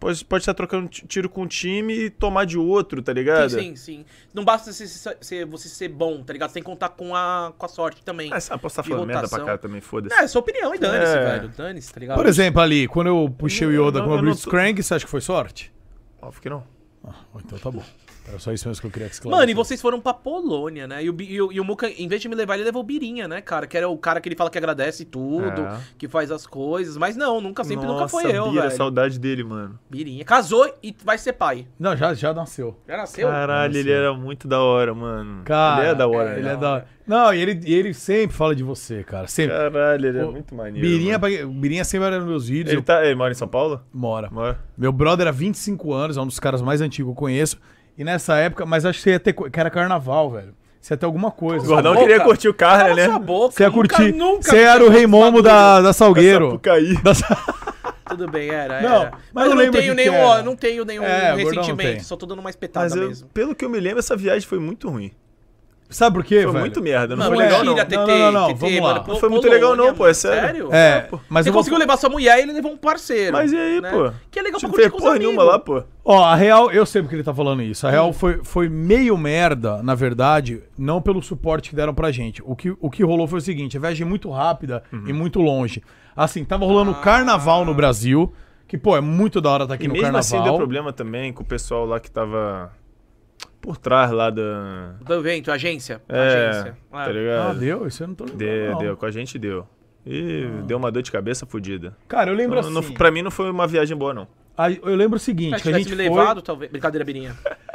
Speaker 8: pode, pode estar trocando ti- tiro com um time e tomar de outro, tá ligado?
Speaker 7: Sim, sim, sim. Não basta você ser, ser- você ser bom, tá ligado? Você tem que contar com a, com a sorte também.
Speaker 8: Ah, essa- posso estar
Speaker 7: De
Speaker 8: falando merda
Speaker 7: rotação.
Speaker 8: pra cá também, foda-se.
Speaker 7: É, é sua opinião, e dane-se,
Speaker 8: É.
Speaker 7: velho. Dane-se, tá ligado?
Speaker 5: Por exemplo, ali, quando eu puxei o Yoda
Speaker 8: Eu
Speaker 5: com
Speaker 8: não-
Speaker 5: o
Speaker 8: eu não
Speaker 5: Blitz
Speaker 8: tô-
Speaker 5: Crank, você acha que foi sorte?
Speaker 8: Óbvio que não.
Speaker 5: Ah, então tá bom. Era só isso mesmo que eu queria que esclarecer.
Speaker 7: Mano, e vocês foram pra Polônia, né? E o, Bi- e o, e o Muca, em vez de me levar, ele levou o Birinha, né, cara? Que era o cara que ele fala que agradece tudo,
Speaker 8: É.
Speaker 7: que faz as coisas. Mas não, nunca, sempre nunca foi eu,
Speaker 8: Bira,
Speaker 7: velho.
Speaker 8: saudade dele, mano.
Speaker 7: Birinha. Casou e vai ser pai.
Speaker 5: Não, já, já nasceu.
Speaker 7: Já nasceu?
Speaker 8: Caralho, ele era muito da hora, mano.
Speaker 5: assim? Cara,
Speaker 8: ele é da hora,
Speaker 5: Ele
Speaker 8: né?
Speaker 5: é da hora. Não, e ele, e ele sempre fala de você, cara. Sempre.
Speaker 8: Caralho, ele é
Speaker 5: Ô,
Speaker 8: muito maneiro.
Speaker 5: Birinha,
Speaker 8: mano.
Speaker 5: pra- Birinha sempre era nos meus vídeos.
Speaker 8: Ele,
Speaker 5: eu-
Speaker 8: tá, ele mora em São Paulo?
Speaker 5: Mora.
Speaker 8: Mora.
Speaker 5: Meu brother há 25 anos, é um dos caras mais antigos que eu conheço. E nessa época, mas acho que você ia ter. co- Que era carnaval, velho. Você ia ter alguma coisa.
Speaker 8: O Gordão
Speaker 7: boca.
Speaker 8: Ah, queria curtir o
Speaker 7: Cala
Speaker 8: cara, né?
Speaker 7: sua boca.
Speaker 5: Você ia
Speaker 7: nunca-
Speaker 5: curtir.
Speaker 7: nunca
Speaker 5: Você
Speaker 7: me
Speaker 5: era o
Speaker 7: chamou
Speaker 5: Rei
Speaker 7: de
Speaker 5: Momo da, da Salgueiro.
Speaker 8: Sapucaí.
Speaker 5: Da Sa-
Speaker 7: Tudo bem, era,
Speaker 5: Não,
Speaker 7: era.
Speaker 5: mas
Speaker 7: Mas eu
Speaker 5: eu
Speaker 7: não
Speaker 5: lembro
Speaker 7: tenho
Speaker 5: de que
Speaker 7: nenhum,
Speaker 5: era.
Speaker 7: ó, não tenho nenhum
Speaker 5: É, o Gordão não
Speaker 7: ressentimento,
Speaker 5: tem.
Speaker 7: só tô dando uma espetada
Speaker 8: Mas eu-
Speaker 7: mesmo.
Speaker 8: pelo que eu me lembro, essa viagem foi muito ruim.
Speaker 5: Sabe por quê,
Speaker 8: Foi
Speaker 5: velho?
Speaker 8: muito merda, não,
Speaker 7: Mano,
Speaker 8: foi legal, não.
Speaker 7: mentira,
Speaker 5: Não,
Speaker 7: TT,
Speaker 5: não, não,
Speaker 7: TT,
Speaker 5: vamos lá.
Speaker 7: mano.
Speaker 5: Não
Speaker 7: Pol-
Speaker 8: foi muito legal não,
Speaker 7: Polônia,
Speaker 8: pô, é
Speaker 7: mano,
Speaker 8: sério?
Speaker 5: É, mas
Speaker 7: Você
Speaker 5: eu vou-
Speaker 7: conseguiu levar sua mulher e ele levou um parceiro.
Speaker 8: Mas e aí,
Speaker 7: né?
Speaker 8: pô?
Speaker 7: Que é legal pra
Speaker 8: Tipo, Não
Speaker 7: curtir
Speaker 8: fez
Speaker 7: com os
Speaker 8: porra nenhuma lá,
Speaker 7: amigos.
Speaker 8: pô.
Speaker 5: Ó, a real, eu sei porque ele tá falando isso. A real foi, foi meio merda, na verdade, não pelo suporte que deram pra gente. O que, o que rolou foi o seguinte: a viagem é muito rápida e muito longe. Assim, tava rolando carnaval no Brasil, que, pô, é muito da hora estar tá aqui
Speaker 8: Ah. E
Speaker 5: no
Speaker 8: mesmo assim
Speaker 5: carnaval.
Speaker 8: deu problema também com o pessoal lá que tava por trás lá da.
Speaker 7: Do evento, agência.
Speaker 8: É,
Speaker 7: agência.
Speaker 8: tá
Speaker 5: ah,
Speaker 8: ligado?
Speaker 5: deu? Isso eu não tô lembrando.
Speaker 8: deu,
Speaker 5: não.
Speaker 8: deu, com a gente deu. E
Speaker 7: Ah.
Speaker 8: deu uma dor de cabeça fodida.
Speaker 5: Cara, eu lembro
Speaker 8: Não- não-
Speaker 5: assim.
Speaker 8: pra mim não foi uma viagem boa, não.
Speaker 5: a- eu lembro o seguinte:
Speaker 7: Se
Speaker 5: que a
Speaker 7: tivesse
Speaker 5: gente
Speaker 7: me
Speaker 5: foi,
Speaker 7: levado, talvez. Brincadeira, Birinha.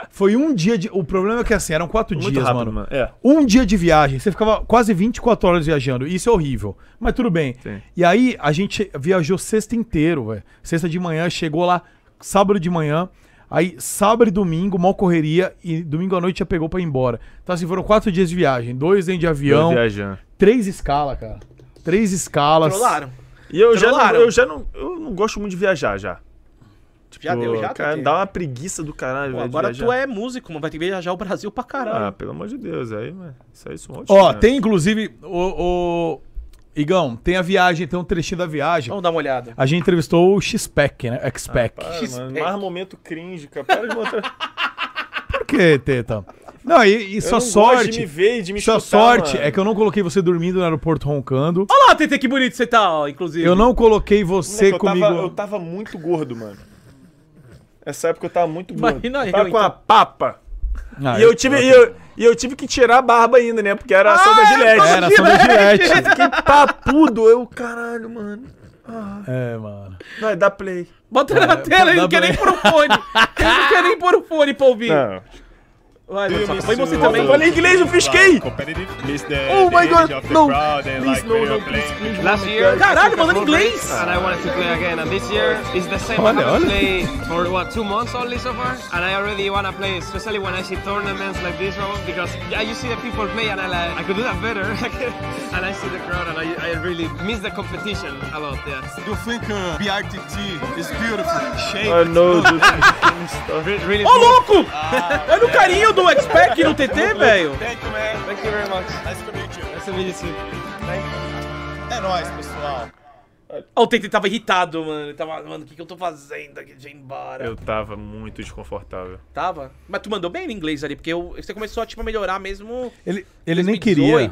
Speaker 5: foi um dia de. O problema é que assim, eram quatro
Speaker 8: Muito
Speaker 5: dias,
Speaker 8: rápido,
Speaker 5: mano.
Speaker 8: mano. É.
Speaker 5: Um dia de viagem, você ficava quase 24 horas viajando. Isso é horrível. Mas tudo bem.
Speaker 8: Sim.
Speaker 5: E aí, a gente viajou sexta inteiro, velho. Sexta de manhã, chegou lá sábado de manhã. Aí, sábado e domingo, mal correria. E domingo à noite já pegou pra ir embora. Então, assim, foram quatro dias de viagem. Dois dentro de avião.
Speaker 8: viajando.
Speaker 5: Três escalas, cara. Três escalas.
Speaker 7: Trollaram.
Speaker 8: E eu já, não,
Speaker 7: Trollaram.
Speaker 8: eu já não. Eu não gosto muito de viajar já.
Speaker 7: Tipo,
Speaker 8: Tipo,
Speaker 7: Já deu, já.
Speaker 8: Cara,
Speaker 7: Tete?
Speaker 8: dá uma preguiça do caralho,
Speaker 7: Pô,
Speaker 8: velho, de
Speaker 7: agora
Speaker 8: viajar.
Speaker 7: tu é músico, mano. Vai ter que viajar o Brasil pra caralho.
Speaker 8: Ah, pelo amor de Deus, aí, mano. Isso aí é um são ótimos.
Speaker 5: Ó, tem inclusive o, o- Igão, tem a viagem, tem um trechinho da viagem.
Speaker 7: Vamos dar uma olhada.
Speaker 5: A gente entrevistou o X-Pack, né? X-Pack.
Speaker 8: Para, mano, mais momento cringe, cara. Para de mostrar.
Speaker 5: Por que, Teta? Não, e, e
Speaker 8: Eu
Speaker 5: sua
Speaker 8: não
Speaker 5: sorte.
Speaker 8: Gosto de me ver e de me
Speaker 5: sua
Speaker 8: escutar,
Speaker 5: sorte
Speaker 8: mano.
Speaker 5: é que eu não coloquei você dormindo no aeroporto roncando.
Speaker 7: Olha lá, TT, que bonito você tá, ó, inclusive.
Speaker 5: Eu não coloquei
Speaker 8: Moleque,
Speaker 5: você
Speaker 8: eu
Speaker 5: comigo.
Speaker 8: Tava, eu tava muito gordo, mano. Essa época eu tava muito gordo.
Speaker 7: Imagina
Speaker 8: tava
Speaker 7: eu,
Speaker 8: com
Speaker 7: então.
Speaker 8: a papa.
Speaker 5: Ah,
Speaker 8: e eu tive, e eu, e eu tive que tirar a barba ainda, né? Porque era só da Gillette.
Speaker 5: É, Era só da Gillette.
Speaker 8: Que papudo. Eu, caralho, mano.
Speaker 5: É, mano.
Speaker 8: Vai, dá play.
Speaker 7: Bota na tela, ele
Speaker 5: É, dá
Speaker 7: não quer
Speaker 5: pra- É.
Speaker 7: nem pôr o fone. Ele não quer nem pôr o fone pra ouvir.
Speaker 8: Não.
Speaker 7: Vai, Gonçalo. Foi você também.
Speaker 8: Eu falei inglês, eu fisquei. Oh my god, no. Please, no, no, please, please.
Speaker 11: Last year,
Speaker 7: Caralho, falando inglês.
Speaker 11: and I wanted to play again. And this year is the same. I
Speaker 5: Olha,
Speaker 11: haven't
Speaker 5: olha.
Speaker 11: played for what two months only so far, and I already wanna play, especially when I see tournaments like this one, because yeah, you see the people play, and I like I could do that better. and I see the crowd, and I, I really miss the competition a lot. Yeah.
Speaker 12: You think uh, BRTT is beautiful shape?
Speaker 8: I know, dude.
Speaker 11: Re- really.
Speaker 7: Ô, louco! é no carinho do X-Pack no TT, velho.
Speaker 12: Thank you, man.
Speaker 11: Thank you very much.
Speaker 12: Nice to meet you.
Speaker 11: Nice to meet you too.
Speaker 12: É nóis, pessoal.
Speaker 7: Ó, o TT tava irritado, mano. Ele tava, mano, o que, que eu tô fazendo aqui? Deixa eu ir embora.
Speaker 8: Eu tava muito desconfortável.
Speaker 7: Tava. Mas tu mandou bem no inglês ali, porque eu- você começou tipo, a melhorar mesmo.
Speaker 5: Ele, ele nem queria.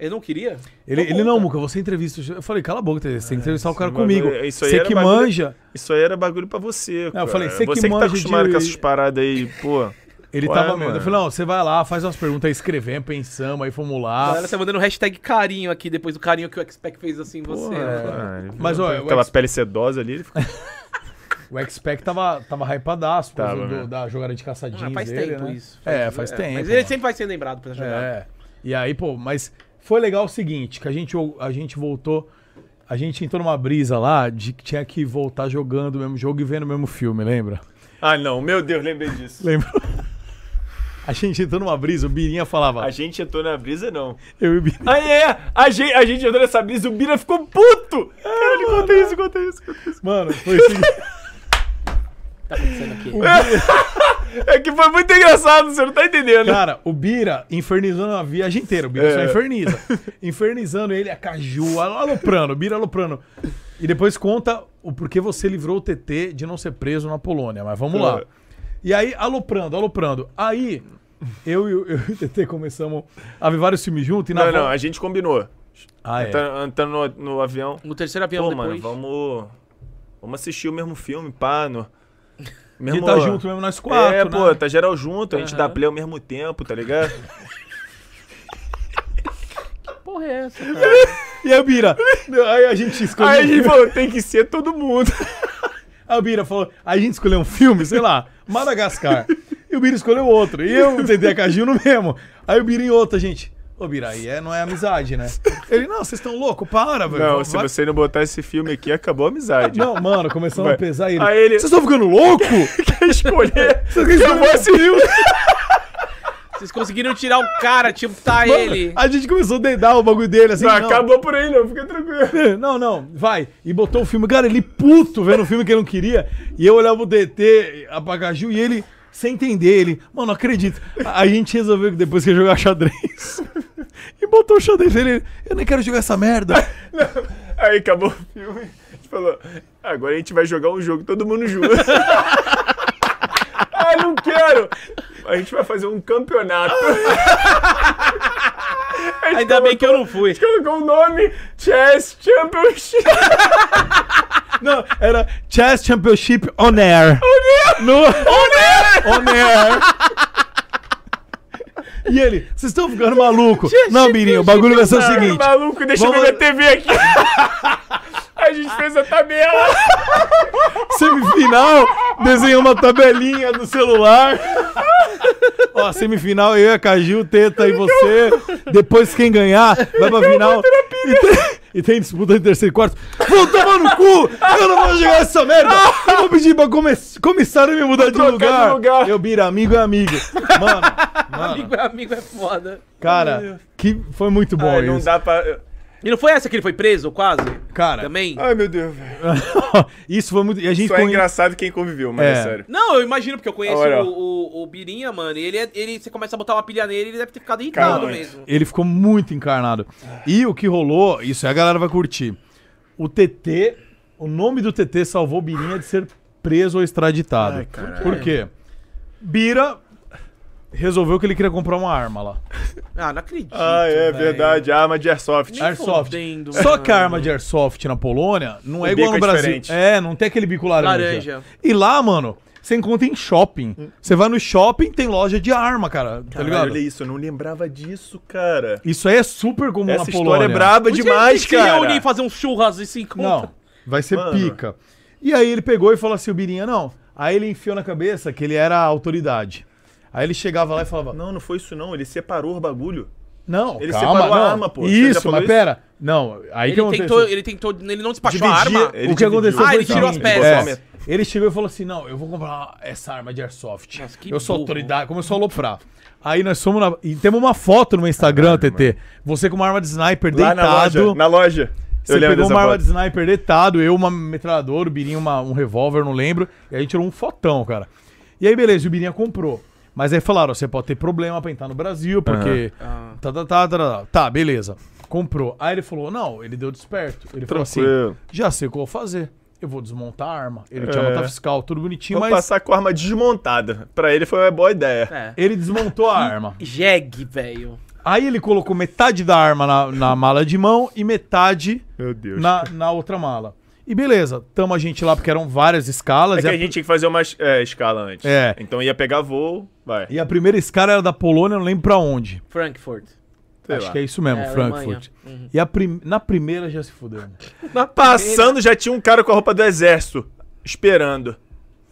Speaker 7: Ele não queria?
Speaker 5: Ele,
Speaker 7: Tá
Speaker 5: ele
Speaker 7: bom,
Speaker 5: não,
Speaker 7: cara.
Speaker 5: Muca, você entrevista. o Gil- Eu falei, cala a boca, Teta, você tem que entrevistar o cara
Speaker 8: É, esse
Speaker 5: comigo.
Speaker 8: bagulho- isso aí
Speaker 5: Você
Speaker 8: era
Speaker 5: que
Speaker 8: bagulho-
Speaker 5: manja.
Speaker 8: Isso aí era bagulho pra você, cara.
Speaker 5: falei, você que
Speaker 8: você que
Speaker 5: manja
Speaker 8: tá acostumado
Speaker 5: de-
Speaker 8: com essas paradas aí, pô.
Speaker 5: Ele
Speaker 8: Ué,
Speaker 5: tava meio.
Speaker 8: mano.
Speaker 5: Eu falei, não, você vai lá, faz umas perguntas, aí escrevemos, pensamos, aí fomos
Speaker 7: A
Speaker 5: lá.
Speaker 7: galera tá mandando hashtag carinho aqui, depois do carinho que o X-Pack fez assim em você. né?
Speaker 8: Ah, ele-
Speaker 5: Mas, ó,
Speaker 8: Aquela
Speaker 5: o X-
Speaker 8: pele sedosa ali, ele ficou...
Speaker 5: O X-Pack tava, tava hypadaço por
Speaker 8: Tava né?
Speaker 5: causa do-
Speaker 8: mesmo.
Speaker 5: da jogada de
Speaker 7: Ah,
Speaker 5: caçadinha.
Speaker 7: faz
Speaker 5: dele,
Speaker 7: tempo
Speaker 5: né?
Speaker 7: isso.
Speaker 5: É, faz tempo.
Speaker 7: Mas ele
Speaker 5: mano.
Speaker 7: sempre vai ser lembrado pra jogar.
Speaker 5: É. E aí, pô, mas foi legal o seguinte, que a gente, a gente voltou, a gente entrou numa brisa lá de que tinha que voltar jogando o mesmo jogo e vendo o mesmo filme, lembra?
Speaker 8: Ah, não, meu Deus, lembrei disso.
Speaker 5: Lembra? A gente entrou numa brisa, o Birinha falava,
Speaker 8: A gente entrou na brisa, não.
Speaker 5: eu e o Birinha.
Speaker 8: Ah, é! A gente, a gente entrou nessa brisa e o Bira ficou puto!
Speaker 5: É,
Speaker 8: Caralho, conta isso, conta isso, conta isso.
Speaker 5: Mano, foi o seguinte,
Speaker 7: Tá acontecendo aqui.
Speaker 8: É que foi muito engraçado, você não tá entendendo.
Speaker 5: Cara, o Bira infernizando a viagem inteira. O Bira só
Speaker 8: É.
Speaker 5: inferniza. Infernizando ele, a Caju, aloprando, o Bira aloprando. E depois conta o porquê você livrou o TT de não ser preso na Polônia. Mas vamos lá.
Speaker 8: É.
Speaker 5: E aí, aloprando, aloprando. Aí, eu e o, eu e o TT começamos a ver vários filmes juntos. E na
Speaker 8: Não,
Speaker 5: volta-
Speaker 8: não, tá a gente combinou.
Speaker 5: Ah, é.
Speaker 8: Entra- Entrando no, no avião.
Speaker 7: No terceiro avião
Speaker 8: Pô, mano,
Speaker 7: depois.
Speaker 8: vamos, vamos assistir o mesmo filme, pá. No,
Speaker 5: E tá junto mesmo, nós quatro,
Speaker 8: É,
Speaker 5: né?
Speaker 8: pô, tá geral junto, a gente dá
Speaker 5: Aham.
Speaker 8: play ao mesmo tempo, tá ligado?
Speaker 7: Porra, é essa, cara?
Speaker 5: E a Bira? Aí a gente escolheu.
Speaker 8: Aí a gente falou, tem que ser todo mundo.
Speaker 5: A Bira falou, a gente escolheu um filme, sei lá, Madagascar. E o Bira escolheu outro. E eu tentei a Caju no mesmo. Aí o Bira em outra, gente. Ô, Bira, aí é, não é amizade, né? Ele, não, vocês estão loucos, para, velho.
Speaker 8: Não,
Speaker 5: Vai-
Speaker 8: se você não botar esse filme aqui, acabou a amizade.
Speaker 5: Não, mano, começando
Speaker 8: Vai.
Speaker 5: a pesar ele.
Speaker 8: Aí ele-
Speaker 5: Vocês estão ficando louco?
Speaker 8: Quer escolher?
Speaker 5: Vocês querem
Speaker 8: Eu vou
Speaker 5: escolher
Speaker 8: assistir.
Speaker 5: meu filme?
Speaker 7: Vocês conseguiram tirar o cara, tipo, tá
Speaker 5: Mano,
Speaker 7: ele.
Speaker 5: A gente começou a dedar o bagulho dele assim.
Speaker 7: Não, acabou
Speaker 8: por aí, não, fica tranquilo.
Speaker 5: Não, não, vai. E botou o filme. Cara, ele puto vendo o filme que ele não queria. E eu olhava o DT, a Pagaju, e ele, sem entender, ele, mano, não acredito. A a gente resolveu que depois que ia jogar xadrez. e botou o xadrez nele. Eu nem quero jogar essa merda.
Speaker 8: Aí acabou o filme. A gente falou, agora a gente vai jogar um jogo todo mundo junto. ah, não quero! A gente vai fazer um campeonato.
Speaker 7: Ainda bem que eu não fui.
Speaker 8: A gente colocou o nome Chess Championship.
Speaker 5: não, era Chess Championship On Air.
Speaker 8: On
Speaker 5: Air! No... On Air! On Air! E ele, vocês estão ficando maluco? Não, Birinho, o bagulho vai ser o
Speaker 8: Não,
Speaker 5: seguinte.
Speaker 8: Maluco, deixa
Speaker 5: vamos-
Speaker 8: eu ver minha TV aqui. a gente fez a tabela.
Speaker 5: Semifinal, desenhou uma tabelinha do celular. Ó, semifinal, eu e a Caju, Teta e você. Depois, quem ganhar, vai pra final. E tem, e tem disputa de terceiro e quarto. Vou tomar no cu! Eu não vou jogar essa merda! Eu vou pedir pra come- comissário me mudar de
Speaker 8: trocar de
Speaker 5: lugar.
Speaker 8: lugar.
Speaker 5: Eu, Bira, amigo é amigo. Mano,
Speaker 7: Amigo, é amigo é foda.
Speaker 5: cara, que foi muito bom
Speaker 7: Ai,
Speaker 5: isso.
Speaker 7: não
Speaker 8: dá pra.
Speaker 7: E não foi essa que ele foi preso, quase?
Speaker 5: Cara.
Speaker 7: Também?
Speaker 8: Ai, meu Deus, velho.
Speaker 5: isso foi muito. E a gente
Speaker 8: Só é
Speaker 5: conhe-
Speaker 8: engraçado quem conviveu, mas é,
Speaker 5: É.
Speaker 8: sério.
Speaker 7: Não, eu imagino, porque eu conheço
Speaker 8: Olha, ó.
Speaker 7: o, o- o Birinha, mano, e ele, é- ele, você começa a botar uma pilha nele, ele deve ter ficado
Speaker 5: Cara,
Speaker 7: irritado mesmo.
Speaker 5: Ele ficou muito encarnado. E o que rolou, isso aí a galera vai curtir. O TT, o nome do TT salvou Birinha de ser preso ou extraditado. Por quê? Bira resolveu que ele queria comprar uma arma lá.
Speaker 7: Ah, não acredito.
Speaker 8: Ah, é verdade. Arma de airsoft.
Speaker 5: airsoft.
Speaker 7: Tá fodendo,
Speaker 5: Só
Speaker 7: mano.
Speaker 5: que a arma de airsoft na Polônia não é
Speaker 8: O
Speaker 5: igual
Speaker 8: bico
Speaker 5: no
Speaker 8: é
Speaker 5: Brasil.
Speaker 8: diferente.
Speaker 5: É, não tem aquele bico laranja.
Speaker 7: Laranja.
Speaker 5: E lá, mano, você encontra em shopping. Você vai no shopping, tem loja de arma, cara. Tá
Speaker 8: Caralho,
Speaker 5: ligado?
Speaker 8: Olha isso, eu não lembrava disso, cara.
Speaker 5: Isso aí é super comum na
Speaker 8: Essa história
Speaker 5: Polônia.
Speaker 8: é braba
Speaker 7: Onde
Speaker 8: demais,
Speaker 7: eles
Speaker 8: cara.
Speaker 7: Se reúnem e fazer um churras e se encontram.
Speaker 5: Não, vai ser
Speaker 8: Mano.
Speaker 5: pica. E aí ele pegou e falou assim, o Birinha, não. Aí ele enfiou na cabeça que ele era a autoridade. Aí ele chegava lá e falava,
Speaker 8: Não, não foi isso não. Ele separou o bagulho.
Speaker 5: não,
Speaker 8: Ele
Speaker 5: calma,
Speaker 8: separou a
Speaker 5: não.
Speaker 8: arma, pô. Você já
Speaker 5: Isso,
Speaker 8: falou
Speaker 5: mas
Speaker 8: isso?
Speaker 5: pera. Não, aí que
Speaker 7: Ele
Speaker 5: aconteceu.
Speaker 7: tentou, ele tentou, ele não despachou a
Speaker 5: Dividir-
Speaker 7: arma.
Speaker 8: Ele
Speaker 5: o que
Speaker 8: dividiu.
Speaker 5: aconteceu
Speaker 7: Ah,
Speaker 5: foi
Speaker 7: ele
Speaker 5: o
Speaker 7: tirou as
Speaker 5: seguinte,
Speaker 7: peças.
Speaker 5: é, ele chegou e falou assim, não, eu vou comprar essa arma de airsoft.
Speaker 7: que
Speaker 5: eu sou
Speaker 7: burro.
Speaker 5: autoridade, começou a aloprar. Aí nós fomos na... E temos uma foto no Instagram, TT. Você com uma arma de sniper
Speaker 8: Lá
Speaker 5: deitado.
Speaker 8: na loja. Na loja.
Speaker 5: Você pegou uma arma de
Speaker 8: foto.
Speaker 5: sniper deitado, eu uma metralhadora, o Birinho uma- um revólver, não lembro. E a gente tirou um fotão, cara. E aí, beleza, o Birinha comprou. Mas aí falaram, ó, você pode ter problema pra entrar no Brasil, porque... Tá, tá, tá, tá, tá, tá, beleza. Comprou. Aí ele falou, não, ele deu desperto. Ele falou assim,
Speaker 8: Tranquilo.
Speaker 5: já sei o que eu vou fazer. Eu vou desmontar a arma. Ele tinha
Speaker 8: É.
Speaker 5: nota fiscal, tudo bonitinho,
Speaker 8: Vou
Speaker 5: mas
Speaker 8: passar com a arma desmontada. Pra ele foi uma boa ideia.
Speaker 7: É.
Speaker 5: ele desmontou a arma.
Speaker 7: Jeg, velho.
Speaker 5: Aí ele colocou metade da arma na, na mala de mão e metade
Speaker 8: Meu Deus.
Speaker 5: na, na outra mala. E beleza, tamo a gente lá porque eram várias escalas.
Speaker 8: É que
Speaker 5: e,
Speaker 8: a gente tinha que fazer uma é, escala antes.
Speaker 5: É.
Speaker 8: Então ia pegar voo, vai.
Speaker 5: e a primeira escala era da Polônia, eu não lembro pra onde.
Speaker 7: Frankfurt.
Speaker 8: Sei
Speaker 5: Acho
Speaker 8: lá.
Speaker 5: que é isso mesmo,
Speaker 7: É,
Speaker 5: Frankfurt.
Speaker 7: Alemanha. Uhum.
Speaker 5: E a prim- na primeira já se fudeu. né?
Speaker 8: Passando já tinha um cara com a roupa do exército. Esperando.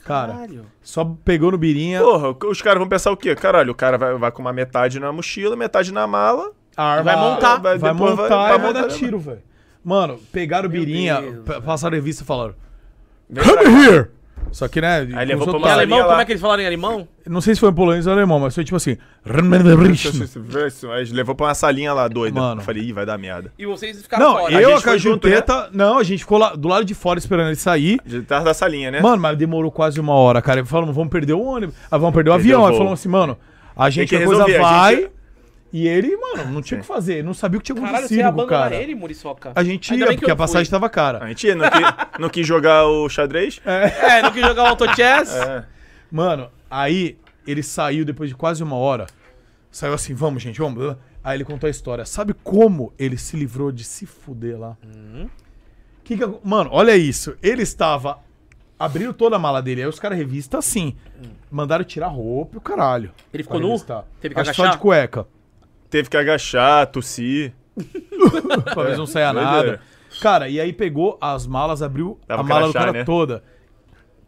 Speaker 5: Cara,
Speaker 7: Caralho.
Speaker 5: só pegou no birinha,
Speaker 8: Porra, os caras vão pensar o quê? Caralho, o cara vai, vai com uma metade na mochila, metade na mala.
Speaker 5: a arma
Speaker 7: vai montar.
Speaker 5: vai,
Speaker 8: Vai- depois vai-
Speaker 5: montar e
Speaker 8: vai
Speaker 5: vai, dar
Speaker 8: montar.
Speaker 5: tiro, velho. Mano, pegaram o birinha,
Speaker 7: Deus,
Speaker 5: pa- passaram a revista e falaram:
Speaker 8: Vem pra
Speaker 5: Come here! Só que, né?
Speaker 7: Aí
Speaker 5: com os
Speaker 7: levou pra
Speaker 5: otários.
Speaker 7: uma alemão, como é que eles falaram em alemão?
Speaker 5: Não sei se foi em polonês ou alemão, mas foi tipo assim.
Speaker 8: Então, assim, Aí levou pra uma salinha lá doida. Eu falei, ih, vai dar merda.
Speaker 7: E vocês ficaram
Speaker 5: Não,
Speaker 7: fora.
Speaker 5: eu, a
Speaker 8: foi junto,
Speaker 5: Cajuteta. Não, a gente ficou lá do lado de fora esperando ele sair.
Speaker 8: De trás da salinha, né?
Speaker 5: Mano, mas demorou quase uma hora, cara. Falamos, vamos perder o ônibus. Ah, vamos perder o
Speaker 8: Perdeu
Speaker 5: avião.
Speaker 8: o
Speaker 5: Aí
Speaker 8: voo.
Speaker 5: falamos assim, mano, a gente,
Speaker 8: que
Speaker 5: a coisa
Speaker 8: resolver, a
Speaker 5: vai.
Speaker 8: gente- É.
Speaker 5: E ele, mano, não tinha o que fazer. ele Não sabia o que tinha
Speaker 7: Caralho,
Speaker 5: acontecido
Speaker 7: você ia
Speaker 5: com o
Speaker 7: abandonar
Speaker 5: cara.
Speaker 7: ele, Muriçoca?
Speaker 5: A gente
Speaker 7: Ainda
Speaker 5: ia,
Speaker 7: bem que
Speaker 5: porque
Speaker 7: eu
Speaker 5: a passagem tá-
Speaker 7: fui.
Speaker 5: tava cara.
Speaker 8: A gente ia, não, que, não quis jogar o xadrez.
Speaker 7: É, não quis jogar o auto-chess.
Speaker 5: É, Mano, aí ele saiu depois de quase uma hora. Saiu assim, vamos, gente, vamos. Aí ele contou a história. Sabe como ele se livrou de se fuder lá?
Speaker 7: Uhum.
Speaker 5: Que que ac- mano, olha isso. Ele estava. Abriram toda a mala dele. Aí os caras revistam assim. Mandaram tirar roupa e o caralho.
Speaker 7: Hum. Ele ficou
Speaker 5: Pra
Speaker 7: nu?
Speaker 5: revistar.
Speaker 7: Teve que
Speaker 5: Acho
Speaker 7: agachar?
Speaker 5: só de cueca.
Speaker 8: Teve que agachar, tossir.
Speaker 5: pra
Speaker 8: É.
Speaker 5: ver se não saia nada. Cara, e aí pegou as malas, abriu
Speaker 8: Dava
Speaker 5: a mala do
Speaker 8: crachá,
Speaker 5: cara
Speaker 8: né?
Speaker 5: toda.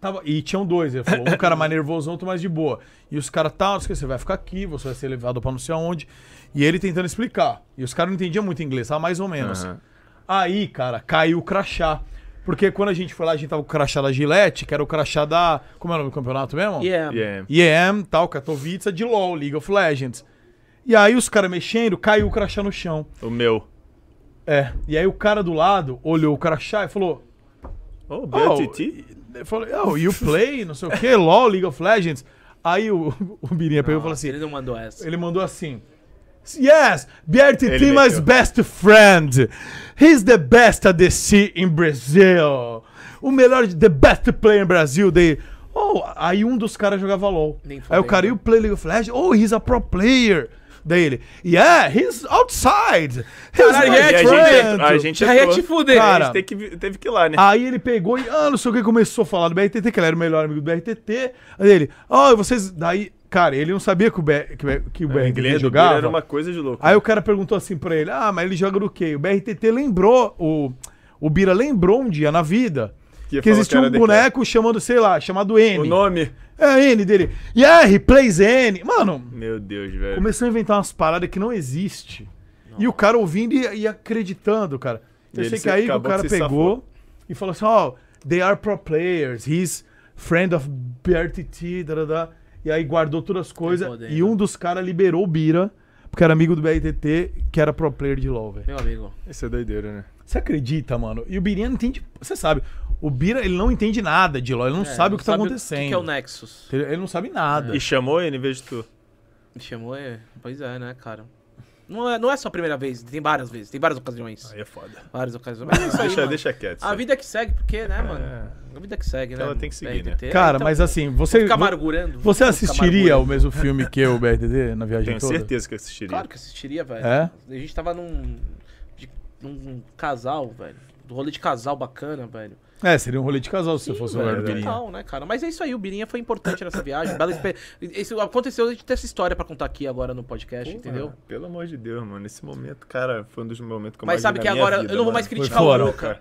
Speaker 5: Tava, e tinham dois, ele falou. Um cara mais nervoso, outro mais de boa. E os caras, tá, você vai ficar aqui, você vai ser levado pra não sei aonde. E ele tentando explicar. E os caras não entendiam muito inglês, tá? Mais ou menos.
Speaker 8: Aham.
Speaker 5: Aí, cara, caiu o crachá. Porque quando a gente foi lá, a gente tava com o crachá da Gillette, que era o crachá da. Como é o nome do campeonato mesmo?
Speaker 7: Yeah.
Speaker 8: Yeah.
Speaker 5: IEM, tal, Katowice, de LOL, League of Legends. E aí os caras mexendo, caiu o crachá no chão.
Speaker 8: O meu.
Speaker 5: É. E aí o cara do lado olhou o crachá e falou.
Speaker 8: Oh,
Speaker 5: BTT? Eu falei, oh, you play, não sei o que, LOL, League of Legends. Aí o, o Birinha pegou e falou assim.
Speaker 7: Ele não mandou essa.
Speaker 5: Ele mandou assim. Yes, BRTT
Speaker 7: Ele
Speaker 5: my
Speaker 7: meteu.
Speaker 5: best friend. He's the best at the sea in Brazil. O melhor, the best player in Brasil. They, oh, aí um dos caras jogava LOL. Aí o cara, you play League of Legends? Oh, he's a pro player. Daí ele, yeah, he's outside. He's
Speaker 8: Caralho,
Speaker 5: my
Speaker 8: e a gente
Speaker 5: friend."
Speaker 8: entrou- a gente
Speaker 5: Aí
Speaker 8: entrou.
Speaker 5: Cara,
Speaker 8: A gente tem que- teve que ir lá, né?
Speaker 5: Aí ele pegou e, ah, não sei o que, começou a falar do BRTT, que ele era o melhor amigo do BRTT. Aí ele, ah, vocês. Daí, cara, ele não sabia que o, BR, que, o BR que o
Speaker 8: O
Speaker 5: BRTT
Speaker 8: É, inglês do
Speaker 5: jogava.
Speaker 8: Bira era uma coisa de louco.
Speaker 5: Aí o cara perguntou assim pra ele, ah, mas ele joga do quê? E O BRTT lembrou, o, o Bira lembrou um dia na vida
Speaker 8: Que
Speaker 5: que,
Speaker 8: falou
Speaker 5: existia
Speaker 8: que era
Speaker 5: um
Speaker 8: de quê?
Speaker 5: boneco chamando, sei lá, chamado N. O
Speaker 8: nome?
Speaker 5: É, N dele. Yeah, he plays N. Mano,
Speaker 8: Meu Deus, velho.
Speaker 7: é
Speaker 5: começou a inventar umas paradas que não existe. E o cara ouvindo e, e acreditando, cara.
Speaker 8: E
Speaker 5: Eu
Speaker 8: ele
Speaker 5: sei
Speaker 8: se-
Speaker 5: que aí o
Speaker 8: acabou
Speaker 5: cara
Speaker 8: que se
Speaker 5: pegou e falou assim, ó, they are pro players, he's friend of BRTT, dadada. E aí guardou todas as coisas e
Speaker 7: né?
Speaker 5: um dos caras liberou o Bira, porque era amigo do BRTT, que era pro player de LoL, velho.
Speaker 7: Meu amigo.
Speaker 8: Isso é doideira, né?
Speaker 5: Você acredita, mano? E o Birinha não entende, você sabe, o Bira, ele não entende nada de LoL, ele não
Speaker 7: É,
Speaker 5: sabe o que tá
Speaker 7: sabe
Speaker 5: acontecendo.
Speaker 7: O É. que, que é o Nexus?
Speaker 5: Ele, ele não sabe nada.
Speaker 8: E chamou ele em vez de tu.
Speaker 7: Chamou é. Pois é, né, cara? Não é, não é só a primeira vez, tem várias vezes, tem várias ocasiões.
Speaker 8: Aí é foda.
Speaker 7: Várias ocasiões. Mas é isso aí,
Speaker 8: Deixa-
Speaker 7: mano.
Speaker 8: deixa quieto, isso
Speaker 7: A
Speaker 8: aí.
Speaker 7: vida que segue, porque, né, mano?
Speaker 5: É.
Speaker 7: A vida que segue, né?
Speaker 8: Ela
Speaker 7: mano?
Speaker 8: tem que seguir,
Speaker 7: BRTT,
Speaker 5: Cara,
Speaker 7: então,
Speaker 5: mas assim, você.
Speaker 7: Vou ficar
Speaker 5: vo-
Speaker 7: amargurando.
Speaker 5: Você
Speaker 7: Vou ficar
Speaker 5: assistiria o
Speaker 7: amargurando.
Speaker 5: mesmo filme que o BRTT na viagem
Speaker 8: Tenho
Speaker 5: toda?
Speaker 8: certeza que assistiria.
Speaker 7: Claro que assistiria, velho.
Speaker 5: É?
Speaker 7: A gente tava num. de- num casal, velho. Do rolê de casal bacana, velho.
Speaker 5: É, seria um rolê de casal se você fosse o
Speaker 8: é
Speaker 5: lugar do Birinha.
Speaker 7: Total, né, cara? Mas é isso aí, o Birinha foi importante nessa viagem. Bela espe- Isso aconteceu, a gente tem essa história pra contar aqui agora no podcast, entendeu?
Speaker 8: Pelo amor de Deus, mano. Esse momento, cara, foi um dos momentos que eu
Speaker 7: Mas
Speaker 8: mais
Speaker 7: sabe
Speaker 8: vi
Speaker 7: que
Speaker 8: na minha
Speaker 7: agora
Speaker 8: vida,
Speaker 7: eu não vou
Speaker 8: mano.
Speaker 7: mais criticar o Luca.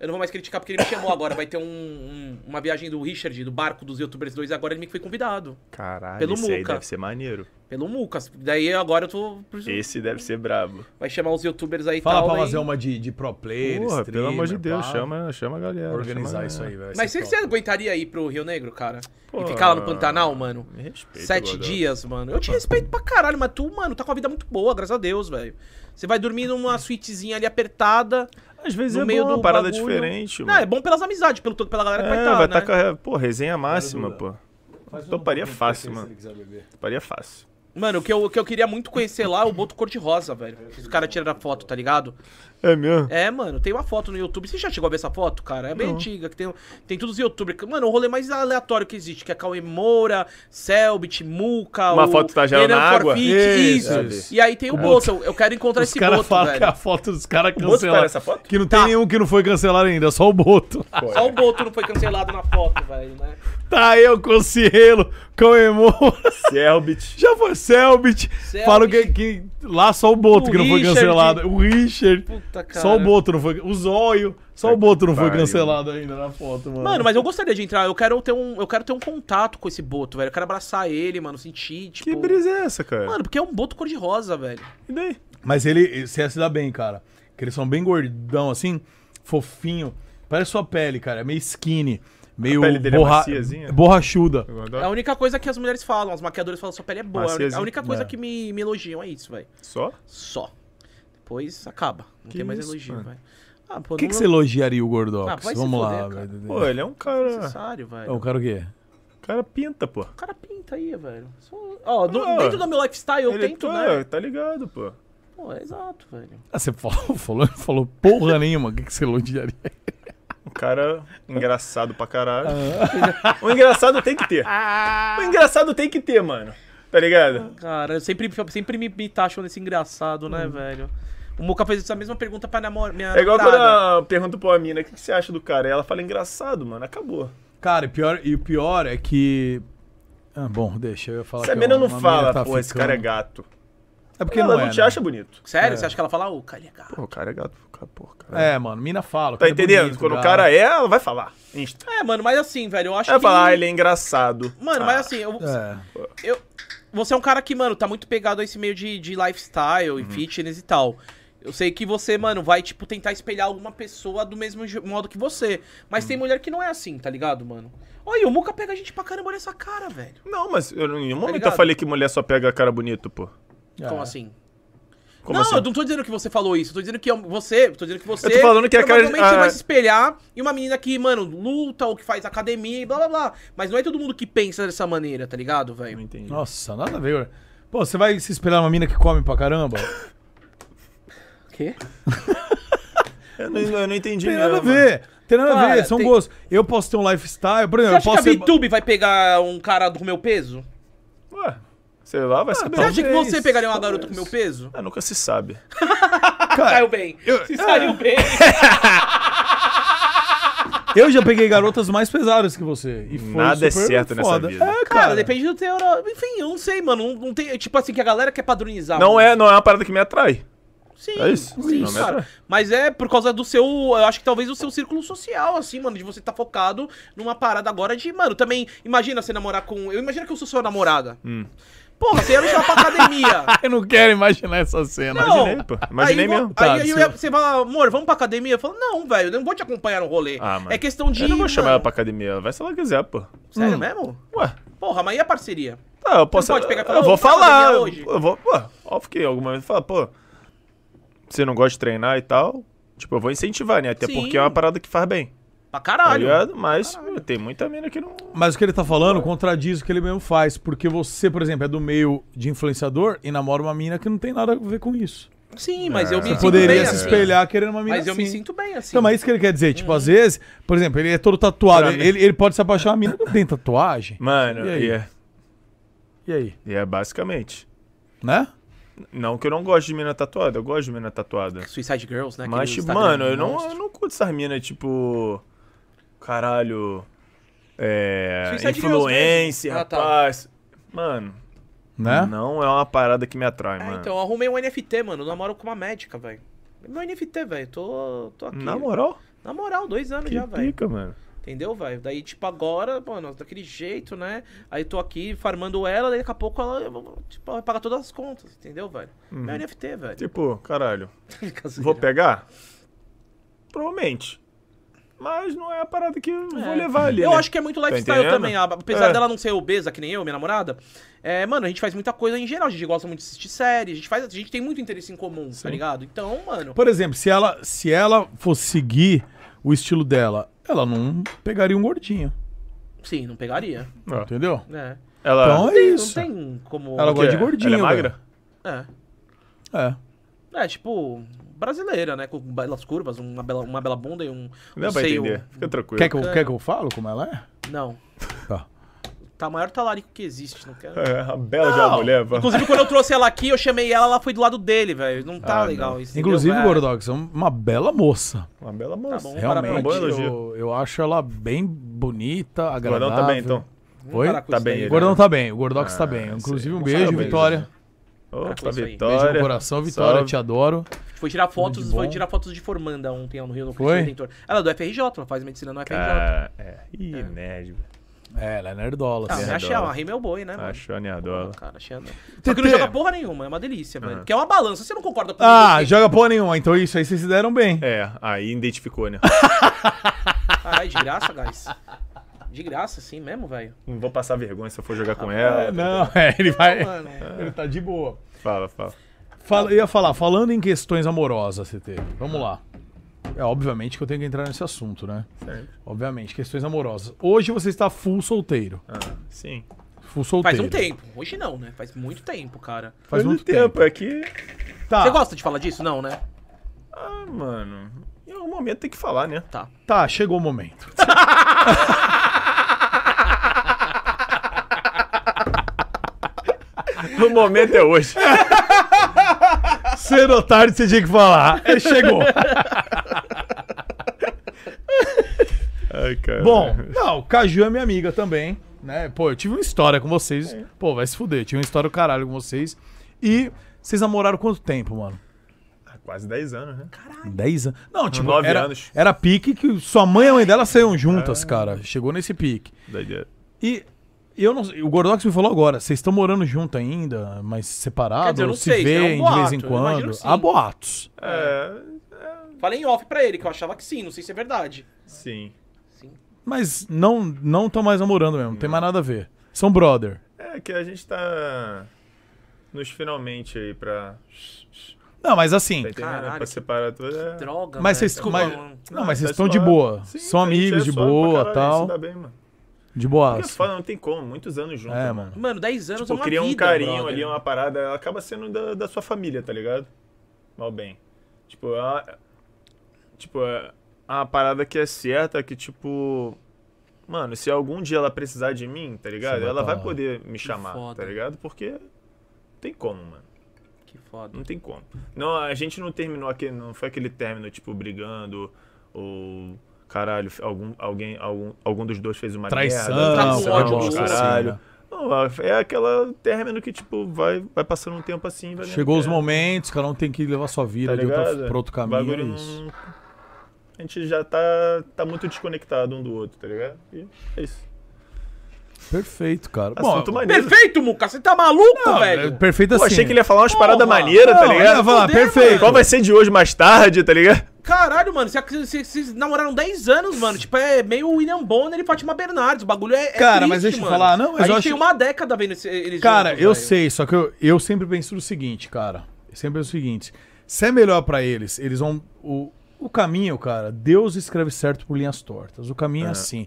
Speaker 7: Eu não vou mais criticar porque ele me chamou agora. Vai ter um- um- uma viagem do Richard, do barco dos youtubers 2. Agora ele me foi convidado.
Speaker 8: Caralho,
Speaker 7: Pelo
Speaker 8: esse aí
Speaker 7: Muca.
Speaker 8: deve ser maneiro.
Speaker 7: Pelo Mucas. Daí agora eu tô.
Speaker 8: Esse deve ser brabo.
Speaker 7: Vai chamar os youtubers aí e
Speaker 5: Fala
Speaker 7: tal.
Speaker 5: pra
Speaker 7: aí.
Speaker 8: um
Speaker 5: fazer uma de, de pro player,
Speaker 8: Porra, pelo amor de
Speaker 5: streamer,
Speaker 8: Deus,
Speaker 5: pá.
Speaker 8: chama, chama a galera.
Speaker 5: Organizar
Speaker 8: chama a
Speaker 5: isso é aí,
Speaker 8: galera.
Speaker 5: velho.
Speaker 7: Mas você, você aguentaria ir pro Rio Negro, cara?
Speaker 8: Pô,
Speaker 7: e ficar lá no Pantanal, mano?
Speaker 8: me respeita,
Speaker 7: Sete
Speaker 8: Godão.
Speaker 7: dias, mano. Eu te respeito pra caralho, mas tu, mano, tá com a vida muito boa, graças a Deus, velho. Você vai dormir numa suítezinha ali apertada.
Speaker 8: Às vezes é bom, uma parada diferente,
Speaker 7: Não,
Speaker 8: mano.
Speaker 7: é bom pelas amizades, pelo todo, pela galera que vai
Speaker 8: É,
Speaker 7: estar,
Speaker 8: vai
Speaker 7: né? um
Speaker 8: tá com a... Pô, resenha máxima, pô. Toparia fácil, mano. Toparia fácil.
Speaker 7: Mano, o que, eu, o que eu queria muito conhecer lá é o Boto Cor-de-Rosa, velho. Os caras tiraram a foto, tá ligado?
Speaker 8: É mesmo?
Speaker 7: É, mano, tem uma foto no YouTube. Você já chegou a ver essa foto, cara? É bem
Speaker 8: Não.
Speaker 7: antiga, que tem, tem todos os youtubers. Mano, o rolê mais aleatório que existe, que é Cauê Moura, Selbit, Muca,
Speaker 8: Uma
Speaker 7: o
Speaker 8: foto que tá já na água?
Speaker 7: Forfit,
Speaker 8: Isso,
Speaker 7: isso.
Speaker 8: isso.
Speaker 7: E aí tem o
Speaker 5: É.
Speaker 7: Boto. Eu, eu quero encontrar
Speaker 5: Os
Speaker 7: esse
Speaker 5: caras
Speaker 7: Boto,
Speaker 5: falam
Speaker 7: velho.
Speaker 5: que a foto dos caras
Speaker 7: Boto tá
Speaker 5: cancelaram.
Speaker 7: nessa foto? Tá.
Speaker 5: Que não tem nenhum que não foi cancelado ainda, só o Boto.
Speaker 7: Só o Boto não foi cancelado na foto, velho, né?
Speaker 5: Tá eu com o Cielo, com o Emo.
Speaker 8: Selbit.
Speaker 5: Já foi Selbit.
Speaker 7: Selbit.
Speaker 5: Falam que, que lá só o Boto
Speaker 7: O
Speaker 5: que não foi
Speaker 7: Richard.
Speaker 5: cancelado. O Richard.
Speaker 7: Puta, cara.
Speaker 5: Só o Boto não foi. O Zóio. Só o Boto não foi
Speaker 8: pariu.
Speaker 5: cancelado ainda na foto, mano.
Speaker 7: Mano, mas eu gostaria de entrar. Eu quero ter um, eu quero ter um contato com esse Boto, velho. Eu quero abraçar ele, mano, sentir, tipo...
Speaker 8: Que brisa é essa, cara?
Speaker 7: Mano, porque é um Boto cor-de-rosa, velho.
Speaker 8: E daí?
Speaker 5: Mas ele você ia se dar bem, cara. Que eles são bem gordão, assim, fofinho. Parece sua pele, cara. É meio skinny. meio
Speaker 8: pele dele é
Speaker 5: borra-
Speaker 8: maciazinha?
Speaker 5: borrachuda.
Speaker 7: É a única coisa que as mulheres falam, as maquiadoras falam, sua pele é boa. É a única-
Speaker 5: Maciezinha.
Speaker 7: A única coisa
Speaker 5: É.
Speaker 7: que me, me elogiam é isso, velho.
Speaker 8: Só?
Speaker 7: Só. Depois acaba. Não
Speaker 8: Que
Speaker 7: tem mais
Speaker 8: isso,
Speaker 7: elogio,
Speaker 8: mano?
Speaker 7: velho. Ah,
Speaker 5: O que, que você elogiaria o Gordox?
Speaker 7: Ah, vai se
Speaker 5: Vamos lá,
Speaker 7: foder, cara.
Speaker 5: velho.
Speaker 8: Pô, ele é um cara.
Speaker 7: Necessário, velho.
Speaker 5: É um cara o quê?
Speaker 8: O cara pinta, pô. O
Speaker 7: cara pinta aí, velho. Só- Ó, no-
Speaker 8: Ah,
Speaker 7: dentro do meu lifestyle eu
Speaker 8: ele
Speaker 7: tento,
Speaker 8: tá,
Speaker 7: né?
Speaker 8: tá ligado, pô.
Speaker 7: Pô, é exato, velho.
Speaker 5: Ah, você falou, falou, falou porra nenhuma. O que, que você elogiaria?
Speaker 8: Um cara engraçado pra caralho.
Speaker 5: Ah.
Speaker 8: o engraçado tem que ter.
Speaker 7: Ah.
Speaker 8: O engraçado tem que ter, mano. Tá ligado?
Speaker 7: Cara, eu sempre, sempre me, me taxam nesse engraçado, né, velho? O Muca fez essa mesma pergunta pra namor... minha
Speaker 8: Uhum. É igual quando
Speaker 7: namorada.
Speaker 8: eu pergunto pra uma mina, o que que você acha do cara? E ela fala engraçado, mano. Acabou.
Speaker 5: Cara, e, pior, e o pior é que. Ah, bom, deixa eu falar.
Speaker 8: Se a
Speaker 5: que
Speaker 8: mina
Speaker 5: uma-
Speaker 8: não
Speaker 5: uma
Speaker 8: fala,
Speaker 5: tá
Speaker 8: pô, esse cara é
Speaker 5: ficando.
Speaker 8: gato.
Speaker 5: É porque
Speaker 8: ela
Speaker 5: não
Speaker 8: não,
Speaker 5: é,
Speaker 8: te
Speaker 5: né?
Speaker 8: acha bonito.
Speaker 7: Sério?
Speaker 5: É.
Speaker 7: Você acha que ela fala, ô, cara, é gato.
Speaker 8: Pô, o cara é gato. Cara, pô, cara.
Speaker 5: É, mano, mina fala. o
Speaker 8: Tá
Speaker 5: cara é
Speaker 8: entendendo?
Speaker 5: bonito,
Speaker 8: quando o cara é, ela vai falar.
Speaker 7: É, mano, mas assim, velho, eu acho
Speaker 8: Ela vai
Speaker 7: que...
Speaker 8: falar, ah, ele é engraçado.
Speaker 7: Mano,
Speaker 8: Ah,
Speaker 7: mas assim, eu...
Speaker 5: É.
Speaker 7: eu- Você é um cara que, mano, tá muito pegado a esse meio de, de lifestyle
Speaker 8: Uhum.
Speaker 7: e fitness e tal. Eu sei que você, mano, vai, tipo, tentar espelhar alguma pessoa do mesmo je- modo que você. Mas
Speaker 8: Uhum.
Speaker 7: tem mulher que não é assim, tá ligado, mano? Olha, o Muca pega a gente pra caramba, olha essa cara, velho.
Speaker 8: Não, mas eu, em nenhum momento eu
Speaker 7: Tá ligado?
Speaker 8: falei que mulher só pega cara bonito, pô. É.
Speaker 7: Como assim?
Speaker 8: Como
Speaker 7: não,
Speaker 8: assim?
Speaker 7: eu não tô dizendo que você falou isso. Eu tô dizendo que é um- você. Tô dizendo que você.
Speaker 8: tô falando que é a cara- Ah.
Speaker 7: provavelmente
Speaker 8: a-
Speaker 7: vai se espelhar em uma menina que, mano, luta ou que faz academia e blá blá blá. Mas não é todo mundo que pensa dessa maneira, tá ligado, velho? Não
Speaker 8: entendi.
Speaker 5: Nossa, nada a ver, cara. Pô, você vai se esperar uma mina que come pra caramba?
Speaker 7: Quê?
Speaker 8: Eu não, eu não entendi
Speaker 5: Tem nada a
Speaker 8: mesmo.
Speaker 5: ver. Tem nada a
Speaker 7: Cara,
Speaker 5: ver, são
Speaker 7: tem-
Speaker 5: gostos. Eu posso ter um lifestyle, por
Speaker 7: Você
Speaker 5: exemplo, eu
Speaker 7: acha
Speaker 5: posso
Speaker 7: que a
Speaker 5: ser...
Speaker 7: VTube vai pegar um cara do meu peso?
Speaker 8: Ué, sei lá, vai ser
Speaker 7: Você acha que
Speaker 8: talvez,
Speaker 7: você pegaria uma garota com
Speaker 8: talvez.
Speaker 7: meu peso?
Speaker 8: Ah, nunca se sabe. Ah,
Speaker 7: Caiu bem. Se saiu bem.
Speaker 5: Eu já peguei garotas mais pesadas que você. E foi
Speaker 8: Nada é
Speaker 5: super
Speaker 8: certo nessa
Speaker 5: foda.
Speaker 8: vida.
Speaker 5: É,
Speaker 7: Cara,
Speaker 5: cara.
Speaker 7: depende do teu. Enfim, eu não sei, mano. Não, não tem. Tipo assim, que a galera quer padronizar.
Speaker 8: Não
Speaker 7: mano.
Speaker 8: é, não é uma parada que me atrai.
Speaker 7: Sim,
Speaker 8: É isso?
Speaker 7: sim,
Speaker 8: Não, mas-
Speaker 7: cara. Mas é por causa do seu. Eu acho que talvez o seu círculo social, assim, mano, de você tá focado numa parada agora de, mano, também. Imagina você namorar com. Eu imagino que eu sou sua namorada.
Speaker 8: Hum.
Speaker 7: Porra, você ia me chamar pra academia.
Speaker 5: Eu não quero imaginar essa cena.
Speaker 7: Não.
Speaker 8: Imaginei, pô. Imaginei
Speaker 7: aí, vo-
Speaker 8: mesmo. Tá,
Speaker 7: Aí, aí eu ia- você fala, amor, vamos pra academia? Eu falo, não, velho, eu não vou te acompanhar no rolê.
Speaker 8: Ah, mano.
Speaker 7: É questão de.
Speaker 8: Eu não vou chamar ela
Speaker 7: mano,
Speaker 8: pra academia, ela vai se ela quiser, pô.
Speaker 7: Sério
Speaker 8: Hum.
Speaker 7: mesmo?
Speaker 8: Ué.
Speaker 7: Porra, mas e a parceria?
Speaker 8: Ah, eu posso.
Speaker 7: Você não pode pegar e falar,
Speaker 8: eu vou
Speaker 7: "Vamos pra academia
Speaker 8: falar. Eu,
Speaker 7: hoje?"
Speaker 8: eu vou. Pô, óbvio que alguma vez fala, pô. Você não gosta de treinar e tal. Tipo, eu vou incentivar, né? Até
Speaker 7: Sim.
Speaker 8: porque é uma parada que faz bem.
Speaker 7: Pra
Speaker 8: Tá
Speaker 7: caralho.
Speaker 8: ligado? Mas pô, tem muita mina que não.
Speaker 5: Mas o que ele tá falando contradiz o que ele mesmo faz. Porque você, por exemplo, é do meio de influenciador e namora uma mina que não tem nada a ver com isso.
Speaker 7: Sim, mas
Speaker 8: É.
Speaker 7: eu me
Speaker 5: Você
Speaker 7: sinto
Speaker 5: poderia
Speaker 7: bem
Speaker 5: se
Speaker 7: assim.
Speaker 5: espelhar querendo uma mina
Speaker 7: Mas eu me
Speaker 5: assim.
Speaker 7: sinto Uhum. bem assim.
Speaker 5: Então, mas isso que ele quer dizer. Tipo, às vezes, por exemplo, ele é todo tatuado.
Speaker 8: Pra mim.
Speaker 5: Ele, ele pode se apaixonar uma mina que não tem tatuagem.
Speaker 8: Mano,
Speaker 5: E
Speaker 8: e
Speaker 5: aí?
Speaker 8: é.
Speaker 5: E aí?
Speaker 8: E é basicamente.
Speaker 5: Né?
Speaker 8: Não que eu não gosto de mina tatuada, eu gosto de mina tatuada.
Speaker 7: Suicide Girls, né?
Speaker 8: Mas,
Speaker 7: Aquele
Speaker 8: tipo,
Speaker 7: Instagram
Speaker 8: mano, eu não,
Speaker 7: monstro.
Speaker 8: eu não curto essas minas, tipo. Caralho. É.
Speaker 7: Suicide Girls
Speaker 8: influencer,
Speaker 7: mesmo. Ah, tá.
Speaker 8: rapaz. Mano.
Speaker 5: Né?
Speaker 8: Não é uma parada que me atrai,
Speaker 7: Ah,
Speaker 8: mano.
Speaker 7: então, eu arrumei um NFT, mano. Eu namoro com uma médica, velho. Meu NFT, velho. Tô, tô aqui.
Speaker 8: Na moral?
Speaker 7: Na moral, dois anos
Speaker 8: Que
Speaker 7: já, velho.
Speaker 8: pica, mano.
Speaker 7: Entendeu, velho? Daí, tipo, agora, mano, daquele jeito, né? Aí tô aqui farmando ela, daí daqui a pouco ela, tipo, vai pagar todas as contas, entendeu, velho?
Speaker 8: Uhum.
Speaker 7: Meu NFT, velho.
Speaker 8: Tipo, caralho.
Speaker 7: Fica zoeira.
Speaker 8: Vou pegar? Provavelmente. Mas não é a parada que eu vou levar ali.
Speaker 7: Eu
Speaker 8: né?
Speaker 7: acho que é muito
Speaker 8: Tá
Speaker 7: lifestyle
Speaker 8: entendendo?
Speaker 7: também. a- Apesar
Speaker 8: É.
Speaker 7: dela não ser obesa, que nem eu, minha namorada. É, mano, a gente faz muita coisa em geral. A gente gosta muito de assistir séries. A gente, faz, a gente tem muito interesse em comum, tá ligado? Então, mano.
Speaker 5: Por exemplo, se ela, se ela fosse seguir o estilo dela, ela não pegaria um gordinho.
Speaker 7: Sim, não pegaria.
Speaker 5: Entendeu?
Speaker 7: É.
Speaker 8: Ela-
Speaker 5: Então é isso.
Speaker 7: Não tem como.
Speaker 5: Ela gosta de
Speaker 8: Ela é
Speaker 5: gordinho.
Speaker 8: magra?
Speaker 5: velho.
Speaker 7: É.
Speaker 5: É.
Speaker 7: É, tipo, brasileira, né? Com belas curvas, uma bela, uma bela bunda e um.
Speaker 8: Não
Speaker 7: um
Speaker 8: vai
Speaker 7: seio
Speaker 8: entender. Fica tranquilo.
Speaker 5: Quer que, eu,
Speaker 7: bacana.
Speaker 5: quer que eu falo como ela é?
Speaker 7: Não.
Speaker 5: Tá.
Speaker 7: Tá o maior talarico que existe, não quero.
Speaker 8: É, a bela já é uma mulher, pô.
Speaker 7: Inclusive, quando eu trouxe ela aqui, eu chamei ela, ela foi do lado dele, velho. Não tá
Speaker 8: Ah,
Speaker 7: legal
Speaker 8: não.
Speaker 7: isso. entendeu,
Speaker 5: Inclusive,
Speaker 7: velho?
Speaker 5: Gordox, é uma bela moça.
Speaker 8: Uma bela moça.
Speaker 7: bom, vamos parar por
Speaker 5: Realmente,
Speaker 8: aqui. Bom
Speaker 5: eu,
Speaker 8: elogio.
Speaker 5: eu acho ela bem bonita, agradável.
Speaker 8: Gordão tá bem, então.
Speaker 7: Vamos
Speaker 5: Oi?
Speaker 7: parar com
Speaker 8: Tá
Speaker 7: isso
Speaker 8: bem
Speaker 7: daí.
Speaker 8: ele,
Speaker 5: O Gordão
Speaker 8: né?
Speaker 5: tá bem, o Gordox
Speaker 8: Ah,
Speaker 5: tá bem.
Speaker 8: sei.
Speaker 5: Inclusive, um
Speaker 8: Vamos
Speaker 5: beijo,
Speaker 8: saber,
Speaker 5: Vitória.
Speaker 7: Para com
Speaker 8: Opa,
Speaker 7: isso aí.
Speaker 8: Vitória.
Speaker 5: É Beijo no coração, Vitória,
Speaker 8: Salve.
Speaker 5: te adoro.
Speaker 7: Foi tirar fotos,
Speaker 5: de
Speaker 7: foi
Speaker 5: bom.
Speaker 7: tirar fotos de formanda ontem lá no Rio, no
Speaker 5: Foi?
Speaker 7: Redentor. Ela é do FRJ, ela faz medicina no FRJ.
Speaker 8: Ah, é. Ih, nerd, velho.
Speaker 5: É, ela é nerdola.
Speaker 7: Ah,
Speaker 5: assim.
Speaker 7: me achei, ela rima é o boi, né, mano?
Speaker 8: Achou a nerdola.
Speaker 7: Cara, achei ela- Só que não joga porra nenhuma, é uma delícia, velho. Porque é uma balança, você não concorda com
Speaker 5: Ah,
Speaker 7: ninguém.
Speaker 5: joga porra nenhuma. Então isso aí vocês se deram bem.
Speaker 8: É, aí identificou, né?
Speaker 7: Caralho, de graça, guys. De graça, sim mesmo, velho.
Speaker 8: Não vou passar vergonha se eu for jogar com ela.
Speaker 5: Não, Ah, é, ele vai.
Speaker 7: mano, é.
Speaker 5: Ele tá de boa.
Speaker 8: Fala, fala.
Speaker 5: Fala- eu ia falar, falando em questões amorosas, CT, vamos lá. É obviamente que eu tenho que entrar nesse assunto, né?
Speaker 8: Certo.
Speaker 5: Obviamente, questões amorosas. Hoje você está full solteiro.
Speaker 8: Ah, sim.
Speaker 5: Full solteiro.
Speaker 7: Faz um tempo. Hoje não, né? Faz muito tempo, cara.
Speaker 5: Faz Faz muito muito tempo, tempo.
Speaker 8: é que.
Speaker 5: Tá.
Speaker 7: Você gosta de falar disso? Não, né?
Speaker 8: Ah, mano. Em algum momento tem que falar, né?
Speaker 7: Tá.
Speaker 5: Tá, chegou o momento.
Speaker 8: O momento é hoje.
Speaker 5: Cedo ou tarde você tinha que falar. É, chegou.
Speaker 8: Ai, cara.
Speaker 5: Bom, não, o Caju é minha amiga também, né? Pô, eu tive uma história com vocês. Pô, vai se fuder, eu tive uma história do caralho com vocês. E vocês namoraram quanto tempo, mano?
Speaker 8: Quase 10 anos, né?
Speaker 5: 10 anos? Não, tipo,
Speaker 8: Nove
Speaker 5: era,
Speaker 8: anos.
Speaker 5: era pique que sua mãe e a mãe dela saíam juntas, cara. Chegou nesse pique.
Speaker 8: Doideira.
Speaker 5: E eu não sei, o Gordox me falou agora, vocês estão morando junto ainda, mas separados?
Speaker 7: Quer dizer, eu não
Speaker 5: se
Speaker 7: sei, isso é
Speaker 5: veem
Speaker 7: um
Speaker 5: de vez em
Speaker 7: boato, eu imagino
Speaker 5: quando?
Speaker 7: que sim.
Speaker 5: Há boatos.
Speaker 8: É,
Speaker 7: Falei em off pra ele, que eu achava que sim, não sei se é verdade.
Speaker 8: Sim.
Speaker 5: Mas não não estão mais namorando mesmo, não tem mais nada a ver. São brother.
Speaker 8: É que a gente tá nos finalmente aí pra.
Speaker 5: Não, mas assim,
Speaker 8: Tá entendendo? pra separar tudo. É...
Speaker 7: Droga,
Speaker 5: Mas
Speaker 7: velho.
Speaker 5: vocês,
Speaker 7: Desculpa,
Speaker 5: mas,
Speaker 7: mano.
Speaker 5: não, mas
Speaker 8: tá
Speaker 5: vocês estão de
Speaker 8: suave.
Speaker 5: boa.
Speaker 8: Sim,
Speaker 5: São
Speaker 8: a gente
Speaker 5: amigos
Speaker 8: é
Speaker 5: de
Speaker 8: suave pra
Speaker 5: boa,
Speaker 8: caralho,
Speaker 5: tal.
Speaker 8: Se dá bem, mano.
Speaker 5: De
Speaker 8: Porque é
Speaker 5: boas.
Speaker 8: fala, não tem como, muitos anos juntos.
Speaker 5: É,
Speaker 8: mano.
Speaker 7: Mano, 10 anos é
Speaker 8: Tipo,
Speaker 7: uma
Speaker 8: cria um
Speaker 7: vida,
Speaker 8: carinho
Speaker 7: brother.
Speaker 8: ali, uma parada. Ela acaba sendo da, da sua família, tá ligado? Mal bem. Tipo, ela. Tipo, é uma parada que é certa, que tipo. Mano, se algum dia ela precisar de mim, tá ligado?
Speaker 5: vai
Speaker 8: Ela
Speaker 5: tá
Speaker 8: vai
Speaker 5: lá.
Speaker 8: poder me chamar,
Speaker 7: foda.
Speaker 8: tá ligado? Porque. Não tem como, mano.
Speaker 7: Que foda.
Speaker 8: Não tem como. Não, a gente não terminou aquele. Não foi aquele término, tipo, brigando ou. Caralho, algum, alguém, algum, algum dos dois fez uma
Speaker 5: Traição,
Speaker 8: merda.
Speaker 5: Tá com ódio
Speaker 8: do
Speaker 5: do outro.
Speaker 8: caralho.
Speaker 5: Sim,
Speaker 8: Não, é aquela término que, tipo, vai, vai passando um tempo assim. Vai vendo
Speaker 5: Chegou
Speaker 8: que
Speaker 5: os
Speaker 8: é,
Speaker 5: momentos, cada um tem que levar sua vida
Speaker 8: tá
Speaker 5: de outra,
Speaker 8: ligado?
Speaker 5: pra outro
Speaker 8: O
Speaker 5: caminho.
Speaker 8: bagulho
Speaker 5: É
Speaker 8: não-
Speaker 5: isso.
Speaker 8: A gente já tá, tá muito desconectado um do outro, tá ligado? E é isso.
Speaker 5: Perfeito, assim. cara.
Speaker 8: Assunto
Speaker 5: Bom,
Speaker 8: maneiro.
Speaker 7: Perfeito, Muca, você tá maluco,
Speaker 5: é
Speaker 7: velho?
Speaker 5: perfeito
Speaker 8: Pô,
Speaker 5: assim.
Speaker 8: achei que ele ia falar umas paradas
Speaker 7: Porra.
Speaker 8: maneiras, tá
Speaker 5: Não,
Speaker 8: ligado?
Speaker 5: ele ia falar,
Speaker 7: Fudeu,
Speaker 5: perfeito.
Speaker 8: Qual vai ser de hoje mais tarde, tá ligado?
Speaker 7: Caralho, mano, vocês, vocês- vocês namoraram 10 anos, mano. Tipo, é meio William Bonner e Fátima Bernardes. O bagulho é. é
Speaker 5: Cara, mas deixa eu falar, não, mas
Speaker 7: a
Speaker 5: eu
Speaker 7: gente
Speaker 5: acho-
Speaker 7: tem uma década vendo esse- eles.
Speaker 5: Cara,
Speaker 7: juntos,
Speaker 5: eu
Speaker 7: velho.
Speaker 5: sei, só que eu, eu sempre penso o seguinte, cara. Eu sempre penso o seguinte. Se é melhor pra eles, eles vão. O, o caminho, cara, Deus escreve certo por linhas tortas. O caminho é, assim.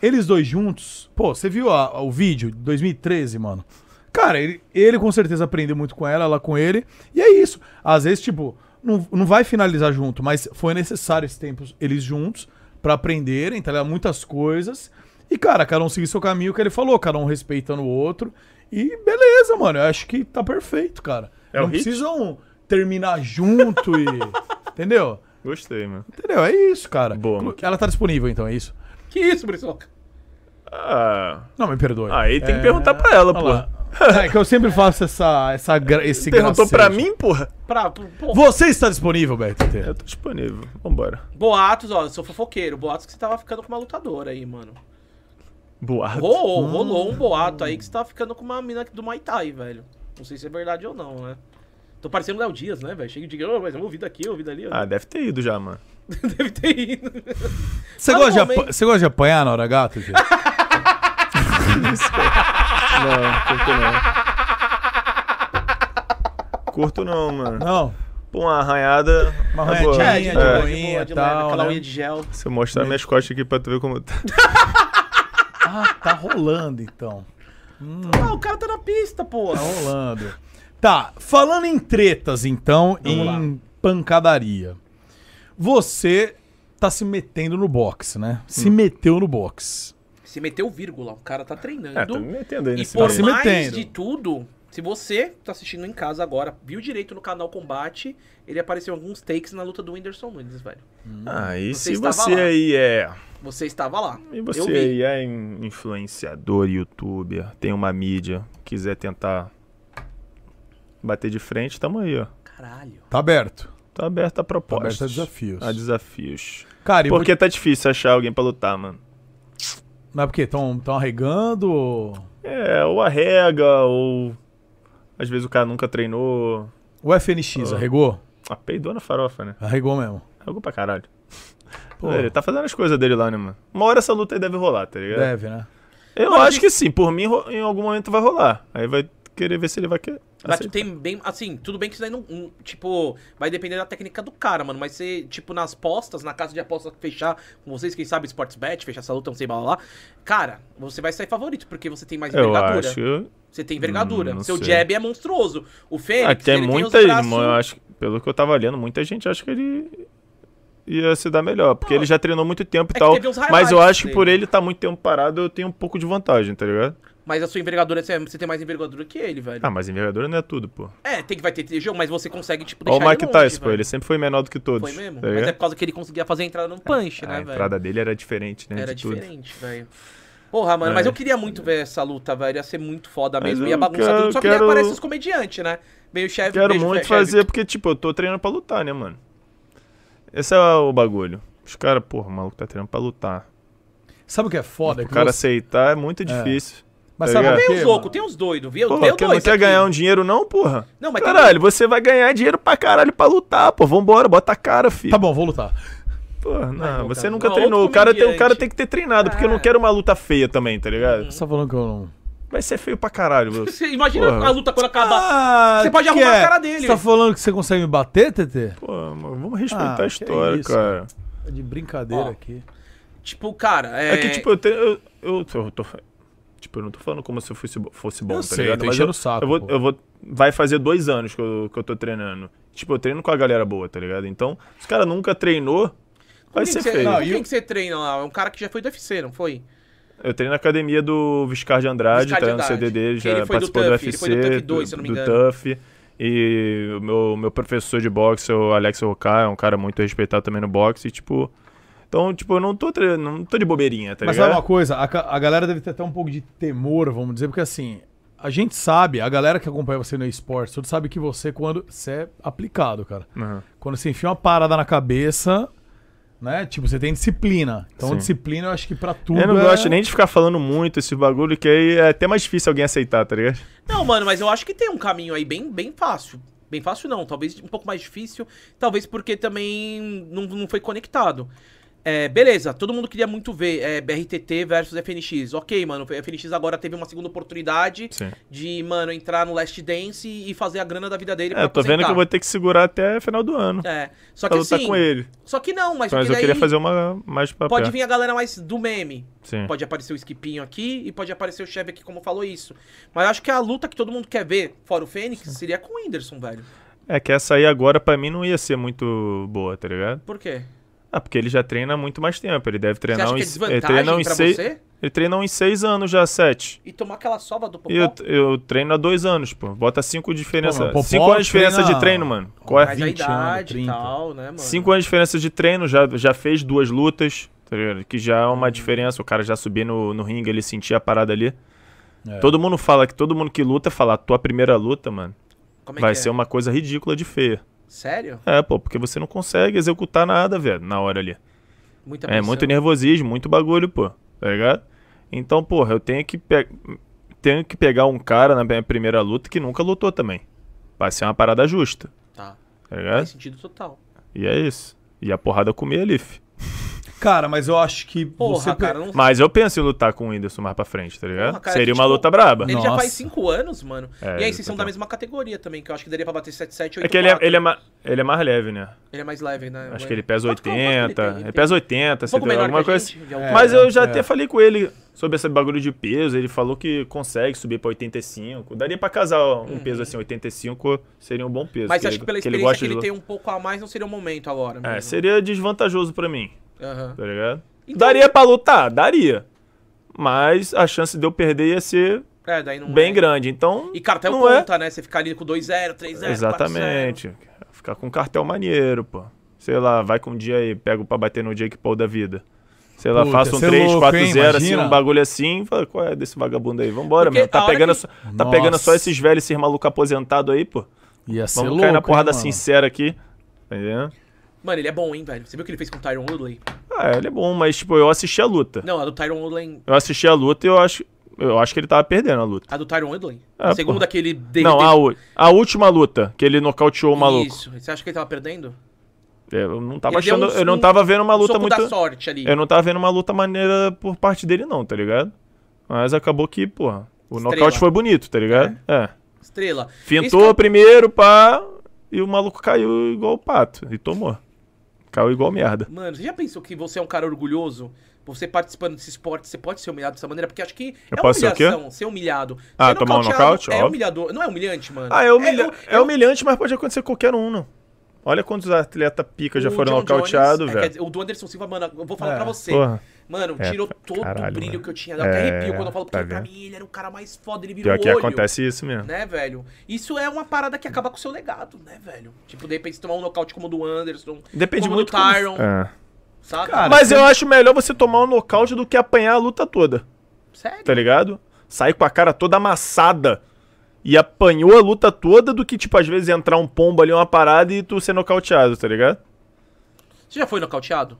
Speaker 5: Eles dois juntos, pô, você viu a- o vídeo de 2013, mano? Cara, ele, ele com certeza aprendeu muito com ela, ela com ele. E é isso. Às vezes, tipo, não, não vai finalizar junto, mas foi necessário esse tempo, eles juntos, pra aprenderem, tá ligado? Muitas coisas. E, cara, cada um seguir seu caminho, que ele falou, cada um respeitando o outro. E beleza, mano. Eu acho que tá perfeito, cara.
Speaker 8: É o
Speaker 5: não
Speaker 8: hit?
Speaker 5: precisam terminar junto e. Entendeu?
Speaker 8: Gostei, mano.
Speaker 5: Entendeu? É isso, cara.
Speaker 8: Boa,
Speaker 5: Como-
Speaker 8: mano.
Speaker 5: Ela tá disponível, então, é isso?
Speaker 7: Que isso, Brizoca?
Speaker 8: Ah.
Speaker 5: Não, me perdoe.
Speaker 8: Aí tem
Speaker 5: É,
Speaker 8: que perguntar pra ela,
Speaker 5: olha
Speaker 8: pô.
Speaker 5: lá. É que eu sempre faço essa, essa, gra- esse
Speaker 8: Perguntou pra
Speaker 5: gracejo.
Speaker 8: mim, porra?
Speaker 7: Pra, pro- pô,
Speaker 5: Você está disponível, BRTT?
Speaker 8: Eu tô disponível. Vambora.
Speaker 7: Boatos, ó, eu sou fofoqueiro. Boatos que você tava ficando com uma lutadora aí, mano.
Speaker 8: Boato.
Speaker 7: Rolou, rolou um boato aí que você tava ficando com uma mina do Muay Thai, velho. Não sei se é verdade ou não, né? Tô parecendo o Léo Dias, né, velho? Chega de digo, ô, mas eu ouvi daqui, eu ouvi dali. ó.
Speaker 8: Ah, deve ter ido já, mano.
Speaker 7: Deve ter ido.
Speaker 5: Você
Speaker 7: Tá
Speaker 5: gosta, de
Speaker 7: bom,
Speaker 5: apa-
Speaker 7: hein?
Speaker 5: você gosta de apanhar na hora gata? Tio?
Speaker 8: Curto não, mano.
Speaker 5: Não.
Speaker 8: Pô, uma arranhada.
Speaker 5: Uma
Speaker 8: tá boa.
Speaker 5: arranhadinha, de
Speaker 8: É,
Speaker 5: boinha.
Speaker 7: Boa, de leve,
Speaker 5: tal,
Speaker 7: Aquela
Speaker 5: né?
Speaker 7: unha de gel.
Speaker 8: Se eu mostrar minhas costas aqui pra tu ver como tá.
Speaker 5: Ah, tá rolando então.
Speaker 7: Ah, o cara tá na pista, pô.
Speaker 5: Tá rolando. Tá, falando em tretas então, em pancadaria. Você tá se metendo no boxe, né? Se
Speaker 7: Hum.
Speaker 5: meteu no boxe.
Speaker 7: Se meteu vírgula, o cara tá treinando.
Speaker 8: É, tô me metendo aí
Speaker 7: E
Speaker 8: nesse
Speaker 7: por
Speaker 5: Se
Speaker 8: bagulho.
Speaker 7: mais
Speaker 5: metendo.
Speaker 7: de tudo, se você tá assistindo em casa agora, viu direito no canal Combate, ele apareceu em alguns takes na luta do Whindersson Nunes, velho.
Speaker 8: Ah, e
Speaker 7: Você
Speaker 8: se
Speaker 7: estava
Speaker 8: você
Speaker 7: lá.
Speaker 8: aí é.
Speaker 7: Você estava lá.
Speaker 8: E
Speaker 7: Eu
Speaker 8: você
Speaker 7: vi.
Speaker 8: aí é in- influenciador, youtuber, tem uma mídia, quiser tentar bater de frente, tamo aí, ó.
Speaker 7: Caralho.
Speaker 5: Tá aberto. Tá
Speaker 8: Tá aberta a
Speaker 5: aberto a
Speaker 8: propostas.
Speaker 5: desafios.
Speaker 8: A desafios.
Speaker 5: Cara, e vou-
Speaker 8: Porque tá difícil achar alguém pra lutar, mano.
Speaker 5: Mas por quê? Tão, tão arregando? ou-
Speaker 8: É, ou arrega, ou. Às vezes o cara nunca treinou.
Speaker 5: O FNX arregou?
Speaker 7: Ah.
Speaker 8: A peidou na farofa, né?
Speaker 5: Arregou mesmo.
Speaker 8: Arregou pra caralho.
Speaker 5: Pô.
Speaker 7: É.
Speaker 8: Ele tá fazendo as coisas dele lá, né, mano? Uma hora essa luta aí deve rolar, tá ligado?
Speaker 5: Deve, né?
Speaker 8: Eu
Speaker 7: Não,
Speaker 8: acho que sim. Por mim, ro- em algum momento vai rolar. Aí vai querer ver se ele vai querer.
Speaker 7: Mas tu tem bem. Assim, tudo bem que isso daí não. não- Tipo, vai depender da técnica do cara, mano. Mas você, tipo, nas postas, na casa de apostas que fechar com vocês, quem sabe, Sportsbet, fechar essa luta, não sei lá, lá, lá. Cara, você vai sair favorito, porque você tem mais
Speaker 8: Eu
Speaker 7: envergadura.
Speaker 8: acho-
Speaker 7: Você tem envergadura.
Speaker 8: Hum, não
Speaker 7: Seu
Speaker 8: sei.
Speaker 7: jab é monstruoso. O Fênix,
Speaker 8: ah, tem
Speaker 7: ele os
Speaker 8: muita.
Speaker 7: braços-
Speaker 8: mo- eu acho, pelo que eu tava lendo, muita gente acha que ele ia se dar melhor. Porque ele já treinou muito tempo e
Speaker 7: É que
Speaker 8: tal.
Speaker 7: teve uns
Speaker 8: Mas eu
Speaker 7: highlights
Speaker 8: acho que por ele tá muito tempo parado, eu tenho um pouco de vantagem, tá ligado?
Speaker 7: Mas a sua envergadura, você você tem mais envergadura que ele, velho.
Speaker 8: Ah, mas envergadura não é tudo, pô.
Speaker 7: É, tem que vai ter jogo, mas você consegue, tipo,
Speaker 8: Olha o
Speaker 7: ele
Speaker 8: Mike
Speaker 7: longe,
Speaker 8: Tyson, pô.
Speaker 7: velho.
Speaker 8: Ele sempre foi menor do que todos.
Speaker 7: Foi mesmo?
Speaker 8: tá
Speaker 7: mas
Speaker 8: ligado? É,
Speaker 7: é por causa que ele conseguia fazer a entrada no punch, né,
Speaker 8: A
Speaker 7: velho?
Speaker 8: entrada dele era diferente, né?
Speaker 7: Era
Speaker 8: de tudo.
Speaker 7: diferente, velho. Porra, mano, mas
Speaker 8: É.
Speaker 7: eu queria muito ver essa luta, velho. Ia ser muito foda
Speaker 8: Mas
Speaker 7: mesmo.
Speaker 8: eu
Speaker 7: Ia bagunçar
Speaker 8: quero-
Speaker 7: tudo. Só que
Speaker 8: quero-
Speaker 7: daí aparece os comediantes, né? Meio chefe.
Speaker 8: Quero
Speaker 7: beijo,
Speaker 8: muito
Speaker 7: chefe.
Speaker 8: fazer, porque, tipo, eu tô treinando pra lutar, né, mano? Esse é o bagulho. Os caras, porra, o maluco tá treinando pra lutar.
Speaker 5: Sabe o que é foda?
Speaker 8: O
Speaker 5: Que
Speaker 8: cara
Speaker 5: você-
Speaker 8: aceitar é muito
Speaker 5: É.
Speaker 8: difícil.
Speaker 5: Mas sabe é? por
Speaker 8: ligado?
Speaker 7: Tem uns loucos, tem uns doidos, viu?
Speaker 8: Pô,
Speaker 7: tem
Speaker 8: quer, não
Speaker 7: dois
Speaker 8: quer
Speaker 7: aqui.
Speaker 8: ganhar um dinheiro não, porra?
Speaker 7: Não, mas tem um-
Speaker 8: Caralho, você vai ganhar dinheiro pra caralho pra lutar, pô. Vambora, bota a cara, filho. Tá
Speaker 5: bom, vou lutar.
Speaker 8: Porra, não, você nunca
Speaker 5: Não,
Speaker 8: treinou.
Speaker 5: outro
Speaker 8: O cara, tem, o
Speaker 5: comediante.
Speaker 8: cara tem que ter treinado, porque eu
Speaker 7: Ah.
Speaker 8: não quero uma luta feia também, tá ligado?
Speaker 7: Uhum.
Speaker 5: Você tá falando que eu não...
Speaker 8: Vai ser feio pra caralho, meu.
Speaker 7: Você imagina a luta quando acabar.
Speaker 5: Ah,
Speaker 7: você pode
Speaker 5: que
Speaker 7: arrumar
Speaker 5: é?
Speaker 7: a cara dele.
Speaker 5: Você tá falando que você consegue me bater, TT?
Speaker 8: Pô, mano, vamos
Speaker 5: Ah,
Speaker 8: respeitar
Speaker 5: que
Speaker 8: a história,
Speaker 5: isso.
Speaker 8: cara.
Speaker 5: É de brincadeira aqui.
Speaker 7: Tipo, cara, é.
Speaker 8: É que, tipo, eu tenho. Eu, eu, eu tô. Tipo, eu não tô falando como se eu fosse, bo- fosse bom,
Speaker 5: Eu
Speaker 8: tá
Speaker 5: sei,
Speaker 8: ligado?
Speaker 5: tô
Speaker 8: Mas
Speaker 5: enchendo
Speaker 8: eu,
Speaker 5: o saco,
Speaker 8: eu vou,
Speaker 5: pô.
Speaker 8: eu vou. Vai fazer dois anos que eu, que eu tô treinando. Tipo, eu treino com a galera boa, tá ligado? Então, se o cara nunca treinou, vai
Speaker 7: quem
Speaker 8: ser
Speaker 7: que você,
Speaker 8: é feio.
Speaker 7: com quem que você treina lá? É um cara que já foi do UFC, não foi?
Speaker 8: Eu treino na academia do Viscar de Andrade,
Speaker 7: Viscar de
Speaker 8: tá no
Speaker 7: Andrade.
Speaker 8: CD dele,
Speaker 7: Que ele
Speaker 8: já
Speaker 7: foi do
Speaker 8: participou do,
Speaker 7: TUF, ele
Speaker 8: UFC,
Speaker 7: foi do TUF 2, se eu não me
Speaker 8: do
Speaker 7: engano.
Speaker 8: TUF. E o meu, meu professor de boxe, o Alex Rocar, é um cara muito respeitado também no boxe. E, tipo, então, tipo, eu não tô, tre- não tô de bobeirinha, tá
Speaker 5: Mas sabe
Speaker 8: ligado?
Speaker 5: uma coisa? A, ca- a galera deve ter até um pouco de temor, vamos dizer, porque assim, a gente sabe, a galera que acompanha você no esporte, tudo sabe que você, quando. Você é aplicado, cara.
Speaker 8: Uhum.
Speaker 5: Quando você enfia uma parada na cabeça, né? Tipo, você tem disciplina. Então,
Speaker 8: Sim.
Speaker 5: disciplina eu acho que pra tudo.
Speaker 8: eu não
Speaker 5: é-
Speaker 8: gosto nem de ficar falando muito esse bagulho, que aí é até mais difícil alguém aceitar, tá ligado?
Speaker 7: Não, mano, mas eu acho que tem um caminho aí bem, bem fácil. Bem fácil não, talvez um pouco mais difícil, talvez porque também não, não foi conectado. É, beleza, todo mundo queria muito ver é, BRTT versus FNX. Ok, mano, o FNX agora teve uma segunda oportunidade
Speaker 8: Sim.
Speaker 7: de, mano, entrar no Last Dance e fazer a grana da vida dele
Speaker 8: É, eu tô vendo que eu vou
Speaker 7: aposentar.
Speaker 8: ter que segurar até final do ano.
Speaker 7: É, só
Speaker 8: pra
Speaker 7: que
Speaker 8: lutar
Speaker 7: assim...
Speaker 8: com ele.
Speaker 7: Só que não, mas...
Speaker 8: Mas, eu
Speaker 7: porque
Speaker 8: queria
Speaker 7: daí
Speaker 8: fazer uma mais pra
Speaker 7: Pode
Speaker 8: pé.
Speaker 7: vir a galera mais do meme.
Speaker 8: Sim.
Speaker 7: Pode aparecer o Skipinho aqui e pode aparecer o Chevy aqui, como falou isso. Mas eu acho que a luta que todo mundo quer ver, fora o Fênix, seria com o Whindersson, velho.
Speaker 8: É que essa aí agora pra mim não ia ser muito boa, tá ligado?
Speaker 7: Por quê?
Speaker 8: Ah, porque ele já treina há muito mais tempo. Ele deve treinar
Speaker 7: acha que é
Speaker 8: uns. ele
Speaker 7: desvantagem
Speaker 8: treina uns
Speaker 7: pra
Speaker 8: seis.
Speaker 7: você?
Speaker 8: Ele treina uns seis anos já, sete.
Speaker 7: E tomar aquela sova do Popó.
Speaker 8: E eu, eu treino há dois anos, pô. Bota cinco diferença.
Speaker 5: Pô, mas o Popó
Speaker 8: cinco anos de diferença
Speaker 5: treina-
Speaker 8: de treino, mano. Qual é?
Speaker 7: Mas a idade e tal, né, mano?
Speaker 8: Cinco anos de diferença de treino, já, já fez duas lutas, tá ligado? Que já é uma
Speaker 7: Uhum.
Speaker 8: diferença. O cara já subia no, no ringue, ele sentia a parada ali.
Speaker 5: É.
Speaker 8: Todo mundo fala que todo mundo que luta fala, a tua primeira luta, mano,
Speaker 7: Como é
Speaker 8: vai
Speaker 7: que é?
Speaker 8: ser um- uma coisa ridícula de feia.
Speaker 7: Sério?
Speaker 8: É, pô, porque você não consegue executar nada, velho, na hora ali.
Speaker 7: Muita
Speaker 8: é,
Speaker 7: pressão.
Speaker 8: muito nervosismo, muito bagulho, pô. Tá ligado? Então, porra, eu tenho que, pe- tenho que pegar um cara na minha primeira luta que nunca lutou também. Vai ser uma parada justa.
Speaker 7: Tá.
Speaker 8: Tá ligado?
Speaker 7: Faz sentido total.
Speaker 8: E é isso. E a porrada comer é ali, fi.
Speaker 5: Cara, mas eu acho que.
Speaker 7: Porra,
Speaker 5: você...
Speaker 7: cara, não
Speaker 8: Mas eu penso em lutar com o Whindersson mais pra frente, tá ligado?
Speaker 7: Porra, cara,
Speaker 8: Seria
Speaker 7: que,
Speaker 8: uma
Speaker 7: tipo,
Speaker 8: luta braba.
Speaker 7: Ele já faz cinco anos, mano.
Speaker 8: É,
Speaker 7: e aí,
Speaker 8: ele
Speaker 7: vocês
Speaker 8: tá
Speaker 7: são da mesma categoria também, que eu acho que daria pra bater 7, 7, 8,
Speaker 8: É que ele é, ele, é ma- ele é mais leve, né?
Speaker 7: Ele é mais leve, né?
Speaker 8: Acho
Speaker 7: Ué.
Speaker 8: que ele pesa
Speaker 7: Quanto que é o- quanto que
Speaker 8: 80.
Speaker 7: ele tem?
Speaker 8: Ele,
Speaker 7: Ele tem-
Speaker 8: pesa 80,
Speaker 7: um pouco
Speaker 8: 70,
Speaker 7: menor
Speaker 8: alguma
Speaker 7: que a
Speaker 8: coisa
Speaker 7: gente,
Speaker 8: assim.
Speaker 7: de altura.
Speaker 8: Mas eu já
Speaker 5: É.
Speaker 8: até falei com ele sobre esse bagulho de peso. Ele falou que consegue subir pra 85. Daria pra casar ó, um peso assim, 85 seria um bom peso.
Speaker 7: Uhum. Mas
Speaker 8: que
Speaker 7: acho
Speaker 8: ele-
Speaker 7: que pela
Speaker 8: que
Speaker 7: experiência
Speaker 8: gosta
Speaker 7: que ele né?
Speaker 8: de-
Speaker 7: tem um pouco a mais, não seria o momento agora.
Speaker 8: É,
Speaker 7: mesmo.
Speaker 8: seria desvantajoso pra mim.
Speaker 7: Aham.
Speaker 8: Tá ligado?
Speaker 7: Então-
Speaker 8: Daria pra lutar? Daria. Mas a chance de eu perder ia ser
Speaker 7: É, daí não
Speaker 8: bem
Speaker 7: é.
Speaker 8: grande. Então.
Speaker 7: E cartel
Speaker 8: não é-
Speaker 7: conta, né? Você ficar ali com 2-0, 3-0, 4-0.
Speaker 8: Exatamente. Ficar com um cartel maneiro, pô. Sei lá, vai com um dia aí, pego pra bater no Jake Paul da vida. Sei lá,
Speaker 5: Puta,
Speaker 8: faça um
Speaker 5: cê é
Speaker 8: 3,
Speaker 5: louco,
Speaker 8: 4,
Speaker 5: hein?
Speaker 8: 0, assim,
Speaker 5: Imagina.
Speaker 8: um bagulho assim. Fala, qual é desse vagabundo aí? Vambora,
Speaker 5: Porque
Speaker 8: meu.
Speaker 5: a
Speaker 8: Tá,
Speaker 5: hora
Speaker 8: pegando,
Speaker 5: que-
Speaker 8: só, tá pegando só
Speaker 5: Nossa.
Speaker 8: esses velhos, esses malucos aposentados aí, pô.
Speaker 5: Ia ser
Speaker 8: Vamos
Speaker 5: louco,
Speaker 8: cair na
Speaker 5: hein,
Speaker 8: porrada assim.
Speaker 5: mano?
Speaker 8: sincera aqui. Tá entendendo?
Speaker 7: Mano, ele é bom, hein, velho? Você viu o que ele fez com o Tyron Woodley?
Speaker 8: Ah, ele é bom, mas, tipo, eu assisti a luta.
Speaker 7: Não, a do Tyron Woodley...
Speaker 8: Eu assisti a luta e eu acho, eu acho que ele tava perdendo a luta.
Speaker 7: A do Tyron Woodley?
Speaker 8: Ah,
Speaker 7: a segunda
Speaker 8: porra.
Speaker 7: que ele... derreteu-
Speaker 8: Não, a, u- a última luta, que ele nocauteou o maluco. É,
Speaker 7: Isso. Você acha que ele tava perdendo?
Speaker 8: Eu não tava
Speaker 7: Ele deu
Speaker 8: achando.
Speaker 7: um-
Speaker 8: eu não
Speaker 7: um
Speaker 8: tava vendo uma luta
Speaker 7: soco
Speaker 8: muito. É.
Speaker 7: da sorte ali.
Speaker 8: Eu não tava vendo uma luta maneira por parte dele, não, tá ligado? Mas acabou que, porra, o
Speaker 7: Estrela.
Speaker 8: nocaute foi bonito, tá ligado? É.
Speaker 7: Estrela.
Speaker 8: Fintou primeiro, pá, e o maluco caiu igual o pato. E tomou. Caiu igual merda.
Speaker 7: Mano, você já pensou que você é um cara orgulhoso? Você participando desse esporte, você pode ser humilhado dessa maneira? Porque acho que
Speaker 8: Eu
Speaker 7: é
Speaker 8: posso ser o quê?
Speaker 7: humilhação, ser humilhado.
Speaker 8: Ah,
Speaker 7: Ser
Speaker 8: tomar um
Speaker 7: nocauteado
Speaker 8: nocaute,
Speaker 7: É
Speaker 8: óbvio.
Speaker 7: humilhador. Não é humilhante, mano.
Speaker 8: Ah, é, humilha...
Speaker 7: eu-
Speaker 8: é humilhante, mas pode acontecer com qualquer um, não. Olha quantos atletas pica já
Speaker 7: O
Speaker 8: foram
Speaker 7: John
Speaker 8: nocauteados,
Speaker 7: Jones, é, quer
Speaker 8: velho.
Speaker 7: dizer, o do Anderson Silva, mano, eu vou falar
Speaker 8: É,
Speaker 7: pra você.
Speaker 8: porra.
Speaker 7: Mano,
Speaker 8: É,
Speaker 7: tirou
Speaker 8: pra
Speaker 7: todo
Speaker 8: caralho,
Speaker 7: o brilho
Speaker 8: mano.
Speaker 7: que eu tinha. Eu até
Speaker 8: É,
Speaker 7: arrepio quando eu falo,
Speaker 8: tá
Speaker 7: porque pra
Speaker 8: vendo?
Speaker 7: mim ele era o cara mais foda, ele virou
Speaker 8: Pior
Speaker 7: o
Speaker 8: que
Speaker 7: olho.
Speaker 8: acontece isso mesmo.
Speaker 7: Né, velho? Isso é uma parada que acaba com o seu legado, né, velho? Tipo, de repente você tomar um nocaute como o do Anderson,
Speaker 8: Depende
Speaker 7: como
Speaker 8: muito
Speaker 7: do Tyron,
Speaker 8: É.
Speaker 7: saca?
Speaker 8: Mas eu acho melhor você tomar um nocaute do que apanhar a luta toda.
Speaker 7: Sério?
Speaker 8: Tá ligado? Sair com a cara toda amassada e apanhou a luta toda do que, tipo, às vezes entrar um pombo ali, uma parada e tu ser nocauteado, tá ligado?
Speaker 7: Você já foi nocauteado?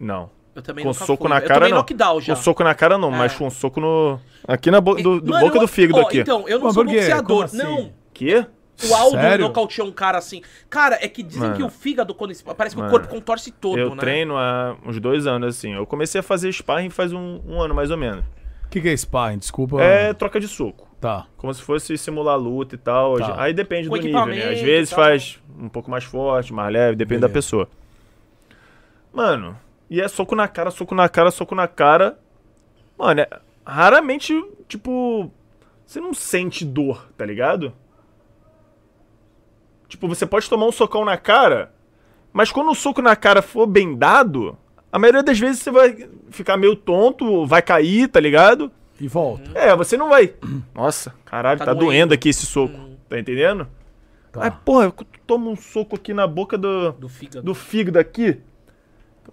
Speaker 8: Não.
Speaker 7: Eu também
Speaker 8: com
Speaker 7: nunca
Speaker 8: soco
Speaker 7: fui.
Speaker 8: na
Speaker 7: Eu
Speaker 8: cara
Speaker 7: tomei
Speaker 8: não.
Speaker 7: knockdown já. É.
Speaker 8: Com soco na cara não, mas com soco no aqui na bo- do, do
Speaker 7: Mano,
Speaker 8: boca
Speaker 7: eu-
Speaker 8: do fígado
Speaker 7: ó,
Speaker 8: aqui.
Speaker 7: Então, eu não
Speaker 5: Mas
Speaker 7: sou
Speaker 5: por quê?
Speaker 7: boxeador,
Speaker 5: Como assim?
Speaker 7: não.
Speaker 8: Que?
Speaker 7: O Aldo
Speaker 8: Sério?
Speaker 7: nocauteou um cara assim. Cara, é que dizem
Speaker 8: Mano.
Speaker 7: que o fígado, quando es- parece que
Speaker 8: Mano,
Speaker 7: o corpo contorce todo,
Speaker 8: eu
Speaker 7: né?
Speaker 8: treino há uns dois anos, assim. Eu comecei a fazer sparring faz um, um ano, mais ou menos.
Speaker 5: O que, que é sparring? Desculpa.
Speaker 8: É troca de soco.
Speaker 5: Tá.
Speaker 8: Como se fosse simular luta e tal.
Speaker 5: Tá.
Speaker 8: Aí depende
Speaker 5: Com
Speaker 8: do nível, né? Às
Speaker 5: equipamento
Speaker 8: vezes
Speaker 5: e tal.
Speaker 8: faz um pouco mais forte, mais leve, depende da
Speaker 5: Beleza.
Speaker 8: pessoa. Mano, e é soco na cara, soco na cara, soco na cara. Mano, é- raramente, tipo, você não sente dor, tá ligado? Tipo, você pode tomar um socão na cara, mas quando o soco na cara for bem dado, a maioria das vezes você vai ficar meio tonto, vai cair, tá ligado?
Speaker 5: E volta.
Speaker 8: É, você não vai. Nossa, caralho, tá,
Speaker 5: Tá
Speaker 8: doendo.
Speaker 5: doendo.
Speaker 8: aqui esse soco. Tá entendendo? Ai, porra, tu toma um soco aqui na boca do. Do
Speaker 7: fígado.
Speaker 8: Do fígado aqui.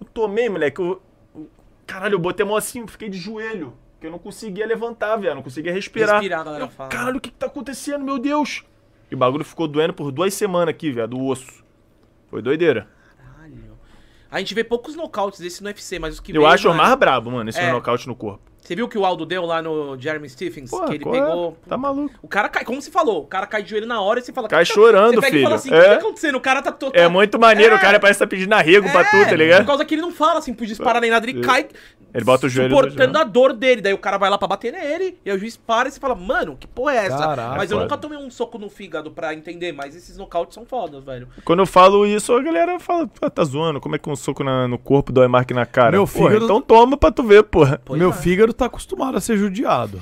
Speaker 8: Eu tomei, moleque. Eu, eu- caralho, eu botei a mão assim, fiquei de joelho. Porque eu não conseguia levantar, velho. eu Não conseguia respirar.
Speaker 7: Respirar, galera
Speaker 8: Eu,
Speaker 7: fala.
Speaker 8: Caralho, o que, que tá acontecendo, meu Deus? E o bagulho ficou doendo por duas semanas aqui, velho, do osso. Foi doideira.
Speaker 7: A gente vê poucos nocautes desse no UFC, mas os que
Speaker 8: eu
Speaker 7: veio,
Speaker 8: acho o
Speaker 7: mano-
Speaker 8: mais brabo, mano, esse
Speaker 7: É.
Speaker 8: nocaute no corpo.
Speaker 7: Você viu que o Aldo deu lá no Jeremy Stephens?
Speaker 8: Porra,
Speaker 7: que ele
Speaker 8: qual é?
Speaker 7: pegou.
Speaker 8: Tá maluco.
Speaker 7: O cara cai, como você falou, o cara cai de joelho na hora e você fala.
Speaker 8: Cai
Speaker 7: "Que que tá-"
Speaker 8: chorando,
Speaker 7: você pega E
Speaker 8: filho,
Speaker 7: fala assim,
Speaker 8: é.
Speaker 7: o que tá acontecendo? O cara tá todo.
Speaker 8: É muito maneiro, o cara parece que tá pedindo arrego
Speaker 7: É.
Speaker 8: pra tu, tá ligado?
Speaker 7: Por causa que ele não fala assim, podia disparar nem nada, ele cai
Speaker 8: Ele É. bota o joelho no
Speaker 7: suportando a dor dele. Daí o cara vai lá pra bater nele, e aí o juiz para e você fala, mano, que porra é essa?
Speaker 8: Caraca,
Speaker 7: mas eu
Speaker 8: foda.
Speaker 7: nunca tomei um soco no fígado pra entender, mas esses nocautes são fodas, velho.
Speaker 8: Quando eu falo isso, a galera fala, "Ah, tá zoando, como é que um soco na- no corpo dói marca na cara?
Speaker 5: Meu
Speaker 8: Porra,
Speaker 5: fígado-
Speaker 8: então toma pra tu ver, porra.
Speaker 5: Meu fígado tá acostumado a ser judiado.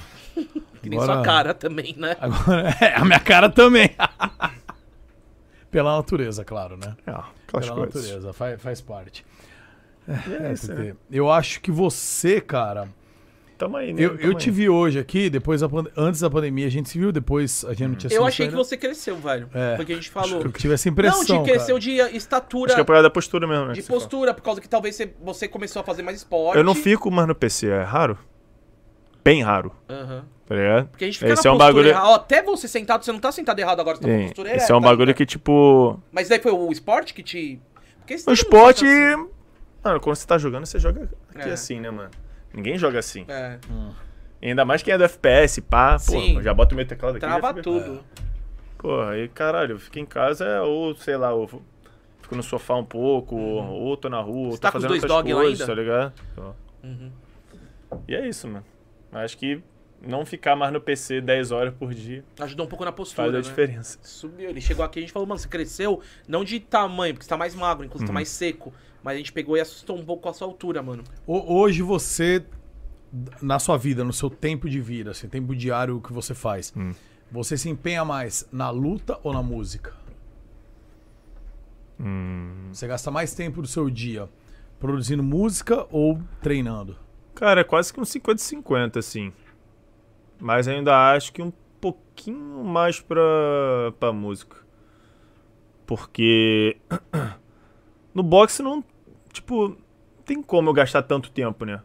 Speaker 7: Que nem
Speaker 5: Agora-
Speaker 7: sua cara também, né?
Speaker 5: Agora, é, a minha cara também. Pela natureza, claro, né?
Speaker 8: É, aquelas
Speaker 5: Pela
Speaker 8: coisas.
Speaker 5: natureza, faz, faz parte.
Speaker 8: E é isso,
Speaker 5: TT.
Speaker 8: né?
Speaker 5: Eu acho que você, cara.
Speaker 8: Tamo aí, né?
Speaker 5: Eu,
Speaker 8: Tamo
Speaker 5: eu te
Speaker 8: aí.
Speaker 5: vi hoje aqui, depois da pande- antes da pandemia, a gente se viu, depois a gente não tinha se
Speaker 7: Eu
Speaker 5: visto
Speaker 7: achei que
Speaker 8: né?
Speaker 5: ainda.
Speaker 7: você cresceu, velho.
Speaker 5: É,
Speaker 7: Porque a gente
Speaker 5: acho
Speaker 7: falou.
Speaker 5: que eu tive essa
Speaker 7: Não,
Speaker 5: impressão,
Speaker 7: de cresceu
Speaker 5: cara.
Speaker 7: de estatura.
Speaker 8: Acho que é por causa da postura mesmo, né?
Speaker 7: De
Speaker 8: que você fala.
Speaker 7: postura, por causa que talvez você, você começou a fazer mais esporte.
Speaker 8: Eu não fico mais no PC, é raro. Bem raro.
Speaker 7: Aham.
Speaker 8: Tá ligado?
Speaker 7: Porque a gente fica
Speaker 8: Esse
Speaker 7: na
Speaker 8: é um
Speaker 7: postura
Speaker 8: bagulho.
Speaker 7: errada. Ó, até você sentado, você não tá sentado errado agora, você tá com a
Speaker 8: Sim,
Speaker 7: postura
Speaker 8: esse
Speaker 7: ereta.
Speaker 8: é um bagulho que, tipo.
Speaker 7: Mas daí foi o esporte que te. Porque esse todo
Speaker 8: O
Speaker 7: mundo
Speaker 8: esporte.
Speaker 7: senta
Speaker 8: Mano, quando você tá jogando, você joga aqui
Speaker 7: assim, É.
Speaker 8: assim, né, mano? Ninguém joga assim.
Speaker 7: É.
Speaker 8: E Ainda mais quem é do FPS, pá,
Speaker 7: Sim.
Speaker 8: pô, já bota o meu teclado aqui. já
Speaker 7: Trava
Speaker 8: fica-
Speaker 7: tudo.
Speaker 8: Porra, aí caralho, eu fico em casa é ou, sei lá, ou fico no sofá um pouco, ou- ou tô na rua, ou
Speaker 7: Uhum. Você
Speaker 8: tô
Speaker 7: tá com os
Speaker 8: fazendo
Speaker 7: dois
Speaker 8: outras
Speaker 7: dog lá
Speaker 8: coisas,
Speaker 7: ainda? Uhum.
Speaker 8: tá ligado? Tô. E é isso, mano. Acho que não ficar mais no PC 10 horas por dia.
Speaker 7: Ajudou um pouco na postura.
Speaker 8: Faz a
Speaker 7: né?
Speaker 8: diferença.
Speaker 7: Subiu. Ele chegou aqui e a gente falou, mano, você cresceu não de tamanho, porque você tá mais magro, inclusive, tá
Speaker 5: Uhum.
Speaker 7: mais seco. Mas a gente pegou e assustou um pouco com a sua altura, mano.
Speaker 5: Ho- Hoje você, na sua vida, no seu tempo de vida, assim, tempo diário que você faz, você se empenha mais na luta ou na música? Você gasta mais tempo do seu dia produzindo música ou treinando?
Speaker 8: Cara, é quase que um 50-50, assim. Mas ainda acho que um pouquinho mais pra, pra música. Porque. No boxe não. Tipo, não tem como eu gastar tanto tempo, né?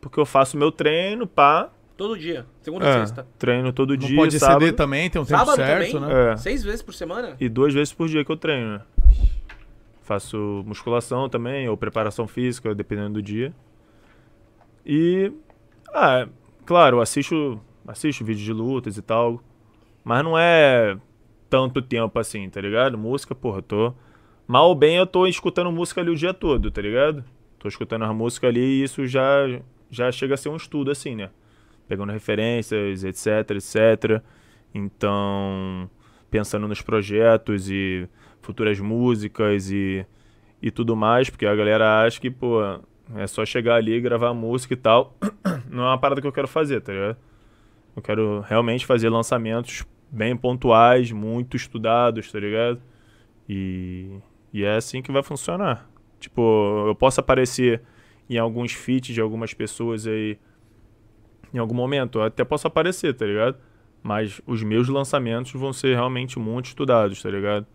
Speaker 8: Porque eu faço meu treino, pá.
Speaker 7: Todo dia. Segunda
Speaker 8: É,
Speaker 7: e sexta.
Speaker 8: Treino todo
Speaker 5: Não
Speaker 8: dia.
Speaker 5: pode exceder
Speaker 8: sábado.
Speaker 5: também, tem um tempo Sábado certo, também? né?
Speaker 8: É.
Speaker 7: Seis vezes por semana?
Speaker 8: E duas vezes por dia que eu treino, né? Faço musculação também, ou preparação física, dependendo do dia. E. Ah, é- claro, eu assisto, assisto vídeo de lutas e tal. Mas não é tanto tempo assim, tá ligado? Música, porra, eu tô Mal ou bem, eu tô escutando música ali o dia todo, tá ligado? Tô escutando a música ali e isso já, já chega a ser um estudo, assim, né? Pegando referências, etc, etc. Então, pensando nos projetos e futuras músicas e, e tudo mais, porque a galera acha que, pô, é só chegar ali e gravar a música e tal. Não é uma parada que eu quero fazer, tá ligado? Eu quero realmente fazer lançamentos bem pontuais, muito estudados, tá ligado? E, e é assim que vai funcionar. Tipo, eu posso aparecer em alguns feats de algumas pessoas aí em algum momento. Eu até posso aparecer, tá ligado? Mas os meus lançamentos vão ser realmente muito estudados, tá ligado?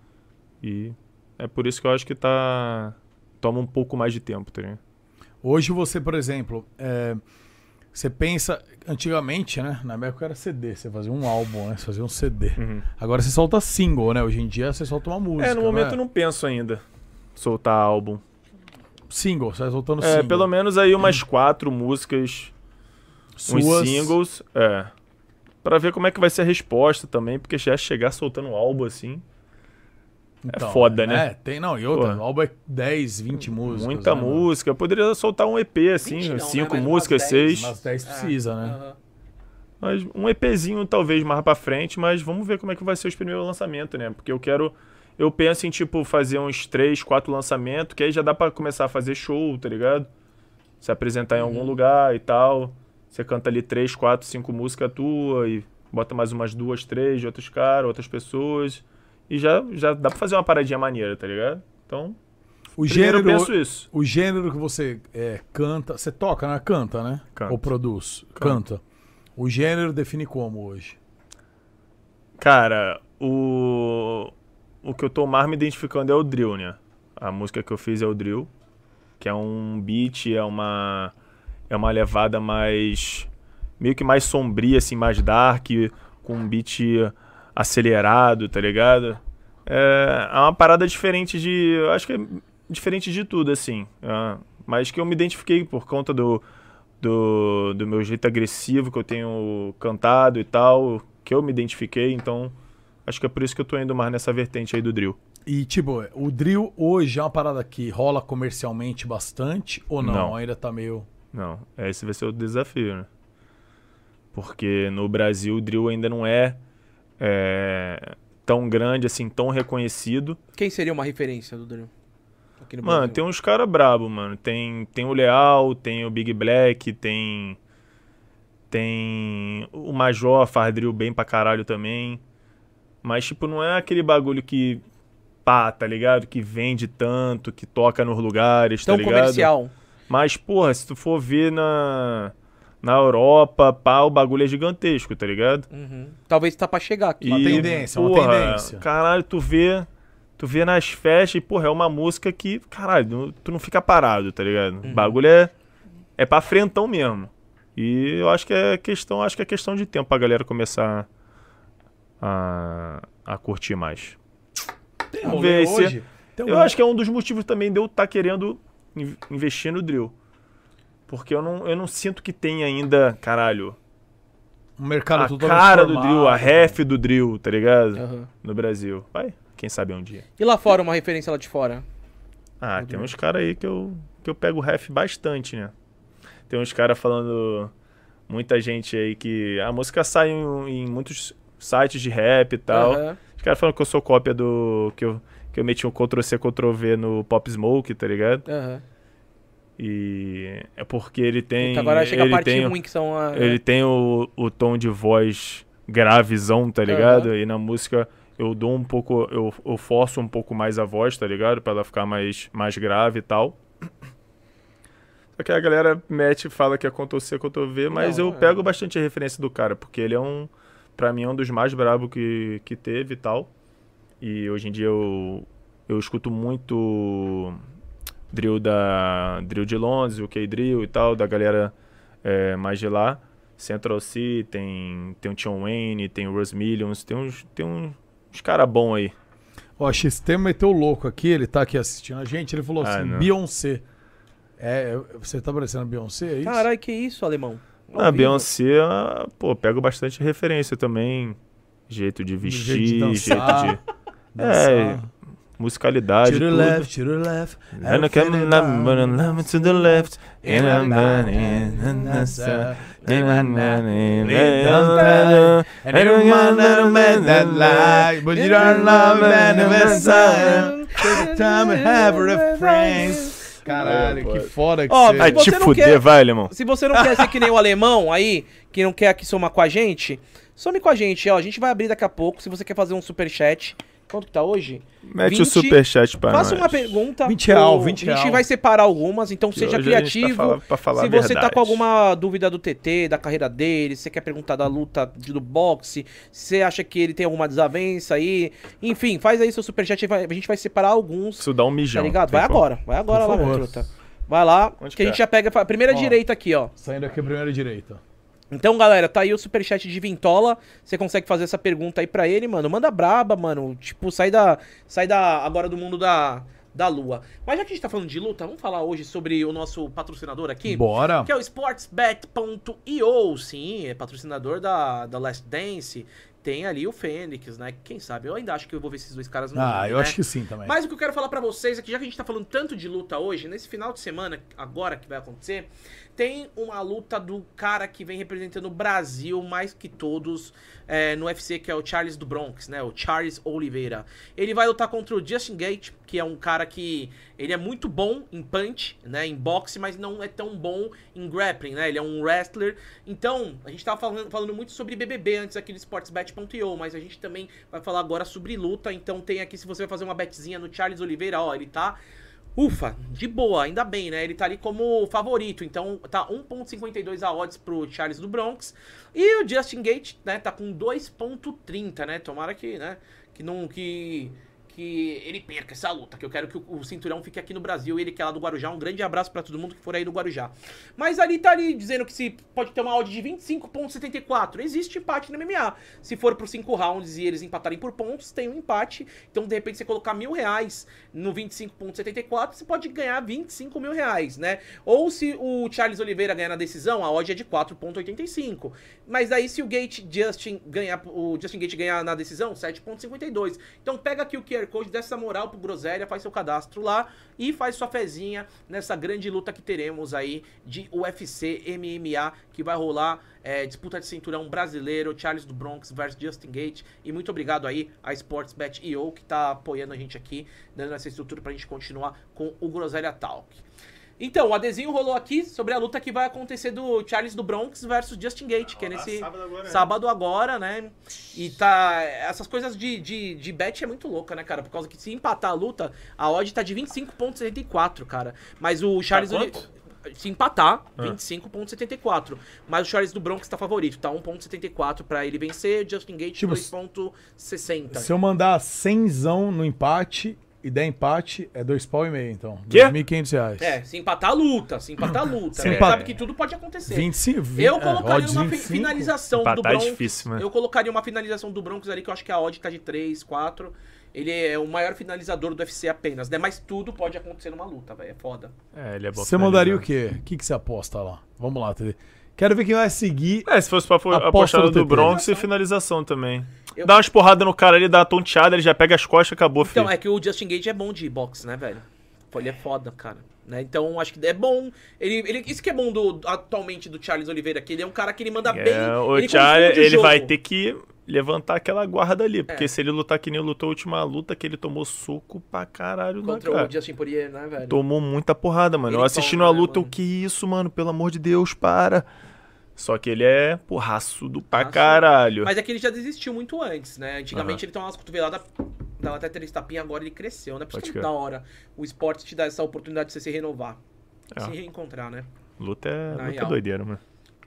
Speaker 8: E é por isso que eu acho que tá. Toma um pouco mais de tempo, tá ligado?
Speaker 5: Hoje você, por exemplo, é, você pensa. Antigamente, né? Na época era CD, você fazia um álbum, né? Você fazia um CD. Agora você solta single, né? Hoje em dia você solta uma música.
Speaker 8: Uhum. é, no momento eu
Speaker 5: né?
Speaker 8: não penso ainda soltar álbum.
Speaker 5: Single, você vai soltando
Speaker 8: É,
Speaker 5: single.
Speaker 8: pelo menos aí umas quatro músicas,
Speaker 5: Suas.
Speaker 8: uns singles, é. Pra ver como é que vai ser a resposta também, porque já chegar soltando um álbum assim
Speaker 5: Então,
Speaker 8: é foda, né?
Speaker 5: É, tem não. E outra,
Speaker 8: Pô.
Speaker 5: o álbum é 10, 20 músicas.
Speaker 8: Muita
Speaker 5: né, mano?
Speaker 8: música. Eu poderia soltar um EP, assim,
Speaker 5: não, né?
Speaker 8: cinco
Speaker 5: Mas umas
Speaker 8: músicas,
Speaker 5: 10,
Speaker 8: seis.
Speaker 5: umas 10 precisa, né?
Speaker 8: Mas um EPzinho talvez mais pra frente, mas vamos ver como é que vai ser os primeiros lançamentos, né? Porque eu quero. Eu penso em, tipo, fazer uns três, quatro lançamentos, que aí já dá pra começar a fazer show, tá ligado? Se apresentar em algum lugar e tal. Você canta ali três, quatro, cinco músicas tua e bota mais umas duas, três de outros caras, outras pessoas. E já, já dá pra fazer uma paradinha maneira, tá ligado? Então.
Speaker 5: O
Speaker 8: primeiro
Speaker 5: gênero,
Speaker 8: eu penso isso.
Speaker 5: O gênero que você é, canta. Você toca, né? Canta, né?
Speaker 8: Canto.
Speaker 5: Ou produz?
Speaker 8: Canto.
Speaker 5: Canta. O gênero define como hoje?
Speaker 8: Cara, o. O que eu tô mais me identificando é o drill, né? A música que eu fiz é o drill, que é um beat, é uma. É uma levada mais. Meio que mais sombria, assim, mais dark, com um beat acelerado, tá ligado? É, é uma parada diferente de. eu Acho que é diferente de tudo, assim. é, mas que eu me identifiquei por conta do, do, do meu jeito agressivo que eu tenho cantado e tal, que eu me identifiquei, então acho que é por isso que eu tô indo mais nessa vertente aí do drill.
Speaker 5: E, tipo, o drill hoje é uma parada que rola comercialmente bastante ou não?
Speaker 8: Não.
Speaker 5: Ainda tá meio.
Speaker 8: Não, esse vai ser o desafio, né? Porque no Brasil o drill ainda não é, é, tão grande, assim, tão reconhecido.
Speaker 7: Quem seria uma referência do Drill? Aqui no
Speaker 8: Mano,
Speaker 7: Brasil.
Speaker 8: tem uns caras brabo, mano. Tem, tem o Leal, tem o Big Black, tem. Tem. O Major faz drill bem pra caralho também. Mas, tipo, não é aquele bagulho que. pá, tá ligado? Que vende tanto, que toca nos lugares,
Speaker 7: Tão
Speaker 8: tá ligado?
Speaker 7: um comercial.
Speaker 8: Mas, porra, se tu for ver na. na Europa, pá, o bagulho é gigantesco, tá ligado?
Speaker 7: Uhum. Talvez tá pra chegar aqui.
Speaker 8: E, porra, Caralho, tu vê. Tu vê nas festas e, porra, é uma música que, caralho, não- tu não fica parado, tá ligado? O bagulho é, é pra frentão mesmo. E eu acho que é questão, acho que é questão de tempo pra galera começar a, a curtir mais.
Speaker 5: Tem um
Speaker 8: Vamos
Speaker 5: rolê
Speaker 8: ver um se-
Speaker 5: hoje? Tem
Speaker 8: Eu
Speaker 5: rolê.
Speaker 8: acho que é um dos motivos também de eu estar querendo in- investir no drill. Porque eu não, eu não sinto que tem ainda, caralho,
Speaker 5: O mercado
Speaker 8: a
Speaker 5: totalmente
Speaker 8: cara do
Speaker 5: formado.
Speaker 8: drill, a ref do drill, tá ligado?
Speaker 7: Aham.
Speaker 8: No Brasil. Vai, quem sabe um dia.
Speaker 7: E lá fora, uma referência lá de fora?
Speaker 8: Ah, tem uns caras aí que eu, que eu pego ref bastante, né? Tem uns caras falando. Muita gente aí que. ah, A música sai em, em muitos sites de rap e tal.
Speaker 7: Aham.
Speaker 8: Os caras falam que eu sou cópia do. Que eu, que eu meti um Ctrl-C, Ctrl-V no Pop Smoke, tá ligado?
Speaker 7: Aham.
Speaker 8: E é porque ele tem.
Speaker 7: Puta, agora chega a
Speaker 8: ele
Speaker 7: parte né?
Speaker 8: tem, um-
Speaker 7: ruim que são a-
Speaker 8: Ele tem o, o tom de voz gravezão, tá ligado? E na música eu dou um pouco. Eu, eu forço um pouco mais a voz, tá ligado? Pra ela ficar mais, mais grave e tal. Só que a galera mete e fala que é Ctrl C, Ctrl V, mas
Speaker 7: Não,
Speaker 8: eu
Speaker 7: é.
Speaker 8: pego bastante a referência do cara, porque ele é um. Pra mim, é um dos mais brabo que, que teve e tal. E hoje em dia eu, eu escuto muito drill da drill de Londres, o K-Drill e tal, da galera é, mais de lá. Central C, tem, tem o Tion Wayne, tem o Russ Millions, tem uns, tem uns, uns cara bom aí.
Speaker 5: Ó, X-Tema meteu o é louco aqui, ele tá aqui assistindo a gente, ele falou
Speaker 8: Ah,
Speaker 5: assim,
Speaker 8: não.
Speaker 5: Beyoncé. É, você tá parecendo Beyoncé, é isso?
Speaker 7: Caralho, que isso, alemão? Ao
Speaker 8: A
Speaker 7: vivo.
Speaker 8: Beyoncé, ah, pô, pego bastante referência também. Jeito de vestir,
Speaker 5: jeito de
Speaker 8: jeito de.
Speaker 5: dançar,
Speaker 8: É,
Speaker 5: dançar.
Speaker 8: musicalidade.
Speaker 5: To the
Speaker 8: tudo.
Speaker 5: left, to the left,
Speaker 8: And I come in love, but I'm loving to the left. And I'm running, and I'm
Speaker 5: é.
Speaker 8: sorry. And I'm running, and I'm running. And everyone that I met that light, but you don't love and I'm sorry.
Speaker 5: Take the time and have a friends.
Speaker 8: Caralho,
Speaker 5: que foda
Speaker 8: que você- Vai te fuder, vai, alemão.
Speaker 7: Se você não quer ser que nem o alemão aí, que não quer aqui somar com a gente, some com a gente, ó. A gente vai abrir daqui a pouco. Se você quer fazer um superchat, quanto que tá hoje?
Speaker 8: Mete o superchat pra
Speaker 7: Faça
Speaker 8: nós.
Speaker 7: uma pergunta.
Speaker 8: 20 real,
Speaker 7: pro-
Speaker 8: 20
Speaker 7: A gente
Speaker 8: real.
Speaker 7: vai separar algumas, então
Speaker 8: Que
Speaker 7: seja
Speaker 8: hoje a gente tá
Speaker 7: criativo.
Speaker 8: fala- pra falar
Speaker 7: se
Speaker 8: a
Speaker 7: você tá
Speaker 8: verdade.
Speaker 7: com alguma dúvida do TT, da carreira dele, se você quer perguntar da luta de- do boxe, se você acha que ele tem alguma desavença aí, enfim, faz aí seu superchat, vai- a gente vai separar alguns.
Speaker 8: Isso dá um mijão.
Speaker 7: Tá ligado?
Speaker 8: tem
Speaker 7: Vai
Speaker 8: como.
Speaker 7: agora, vai agora
Speaker 5: Por
Speaker 7: lá, meu
Speaker 5: favor.
Speaker 7: truta. Vai lá, que a
Speaker 5: que
Speaker 7: gente
Speaker 5: é?
Speaker 7: já pega a primeira
Speaker 5: Ó.
Speaker 7: direita aqui, ó.
Speaker 5: Saindo aqui primeiro direito.
Speaker 7: Então, galera, tá aí o superchat de Vintola. Você consegue fazer essa pergunta aí pra ele, mano. Manda braba, mano. Tipo, sai da. Sai da. Agora do mundo da. Da lua. Mas já que a gente tá falando de luta, vamos falar hoje sobre o nosso patrocinador aqui?
Speaker 5: Bora.
Speaker 7: Que é o sportsbet.io. Sim, é patrocinador da, da Last Dance. Tem ali o Fênix, né? Quem sabe? Eu ainda acho que eu vou ver esses dois caras no
Speaker 5: Ah,
Speaker 7: ringue,
Speaker 5: eu
Speaker 7: né?
Speaker 5: acho que sim também.
Speaker 7: Mas o que eu quero falar pra vocês é que já que a gente tá falando tanto de luta hoje, nesse final de semana, agora que vai acontecer, tem uma luta do cara que vem representando o Brasil mais que todos é, no UFC, que é o Charles do Bronx, né? O Charles Oliveira. Ele vai lutar contra o Justin Gate, que é um cara que ele é muito bom em punch, né? Em boxe, mas não é tão bom em grappling, né? Ele é um wrestler. Então, a gente tava falando, falando muito sobre BBB antes aqui do sportsbet.io, mas a gente também vai falar agora sobre luta. Então tem aqui, se você vai fazer uma betzinha no Charles Oliveira, ó, ele tá Ufa, de boa, ainda bem, né? Ele tá ali como favorito, então tá 1.52 a odds pro Charles do Bronx. E o Justin Gate, né, tá com 2.30, né? Tomara que, né, que não que que ele perca essa luta, que eu quero que o, o cinturão fique aqui no Brasil, ele que é lá do Guarujá. Um grande abraço pra todo mundo que for aí do Guarujá. Mas ali tá ali dizendo que se pode ter uma odd de 25.74. Existe empate no MMA. Se for pros 5 rounds e eles empatarem por pontos, tem um empate. Então, de repente, você colocar mil reais no 25.74, você pode ganhar 25 mil reais, né? Ou se o Charles Oliveira ganhar na decisão, a odd é de 4.85. Mas aí, se o Gate Justin ganhar, o Justin Gate ganhar na decisão, 7.52. Então, pega aqui o QR Code, dá essa moral pro Groselha, faz seu cadastro lá e faz sua fezinha nessa grande luta que teremos aí de UFC MMA, que vai rolar é, disputa de cinturão brasileiro, Charles do Bronx versus Justin Gate. E muito obrigado aí a Sportsbet.io que tá apoiando a gente aqui, dando essa estrutura pra gente continuar com o Groselha Talk. Então, o adesinho rolou aqui sobre a luta que vai acontecer do Charles do Bronx versus Justin Gate, que é nesse sábado agora, né? E tá. Essas coisas de, de, de bet é muito louca, né, cara? Por causa que se empatar a luta, a odd tá de 25,74, cara. Mas o Charles. Oli- Se empatar,
Speaker 13: Ah.
Speaker 7: 25,74. Mas o Charles do Bronx tá favorito, tá 1,74 pra ele vencer. Justin Gate,
Speaker 5: Tipo,
Speaker 7: 2,60.
Speaker 5: Se eu mandar 100zão no empate e der empate, é dois pau e meio, então.
Speaker 7: Quê?
Speaker 5: 2.500 reais.
Speaker 7: É, se empatar a luta, se empatar a luta.
Speaker 5: Uhum. Se
Speaker 7: né?
Speaker 5: empatar-
Speaker 7: Sabe que tudo pode acontecer.
Speaker 5: 25, vi-
Speaker 7: Eu
Speaker 5: é,
Speaker 7: colocaria
Speaker 5: odds
Speaker 7: uma fi-
Speaker 5: 25.
Speaker 7: finalização do
Speaker 8: Empatar é
Speaker 7: Broncos.
Speaker 8: difícil, né?
Speaker 7: Então, Eu colocaria uma finalização do Broncos ali, que eu acho que a odd tá de 3, 4. Ele é o maior finalizador do UFC apenas, né? Mas tudo pode acontecer numa luta, velho. É foda.
Speaker 8: É, ele é bom.
Speaker 5: Você mandaria o quê? O que, que você aposta lá? Vamos lá, Tedê. Quero ver quem vai seguir.
Speaker 8: É, se fosse pra apo-
Speaker 5: Aposta
Speaker 8: apostar
Speaker 5: do
Speaker 8: do, do
Speaker 5: TT.
Speaker 8: Bronx e finalização também. Dá umas porradas no cara ali, dá uma tonteada, ele já pega as costas, acabou, filho.
Speaker 7: Então, é que o Justin Gage é bom de boxe, né, velho? Pô, Ele é foda, cara. Né? Então, acho que é bom. Ele, ele- isso que é bom do, atualmente do Charles Oliveira, que ele é um cara que ele manda bem.
Speaker 8: É, o
Speaker 7: ele
Speaker 8: Charles,
Speaker 7: confunde o
Speaker 8: ele
Speaker 7: jogo. É.
Speaker 8: vai ter que levantar aquela guarda ali, porque se ele lutar que nem lutou a última luta, que ele tomou soco pra caralho na
Speaker 7: Contra
Speaker 8: cara.
Speaker 7: o Justin Poirier, né, velho?
Speaker 8: Tomou muita porrada, mano.
Speaker 7: Ele
Speaker 8: Eu assistindo
Speaker 7: toma,
Speaker 8: a
Speaker 7: né,
Speaker 8: luta, o que isso, mano? Pelo amor de Deus, para. Só que ele é porraçudo pra
Speaker 7: Raçudo.
Speaker 8: caralho.
Speaker 7: Mas é que ele já desistiu muito antes, né? Antigamente
Speaker 8: Aham.
Speaker 7: ele tomava umas cotoveladas, dava até três tapinhas, agora ele cresceu, né? Por
Speaker 8: Pode
Speaker 7: isso que é
Speaker 8: crer.
Speaker 7: da hora. O esporte te dá essa oportunidade de você se renovar.
Speaker 8: É.
Speaker 7: Se reencontrar, né?
Speaker 8: Luta é,
Speaker 7: Na
Speaker 8: luta é
Speaker 7: real.
Speaker 8: doideira, mano.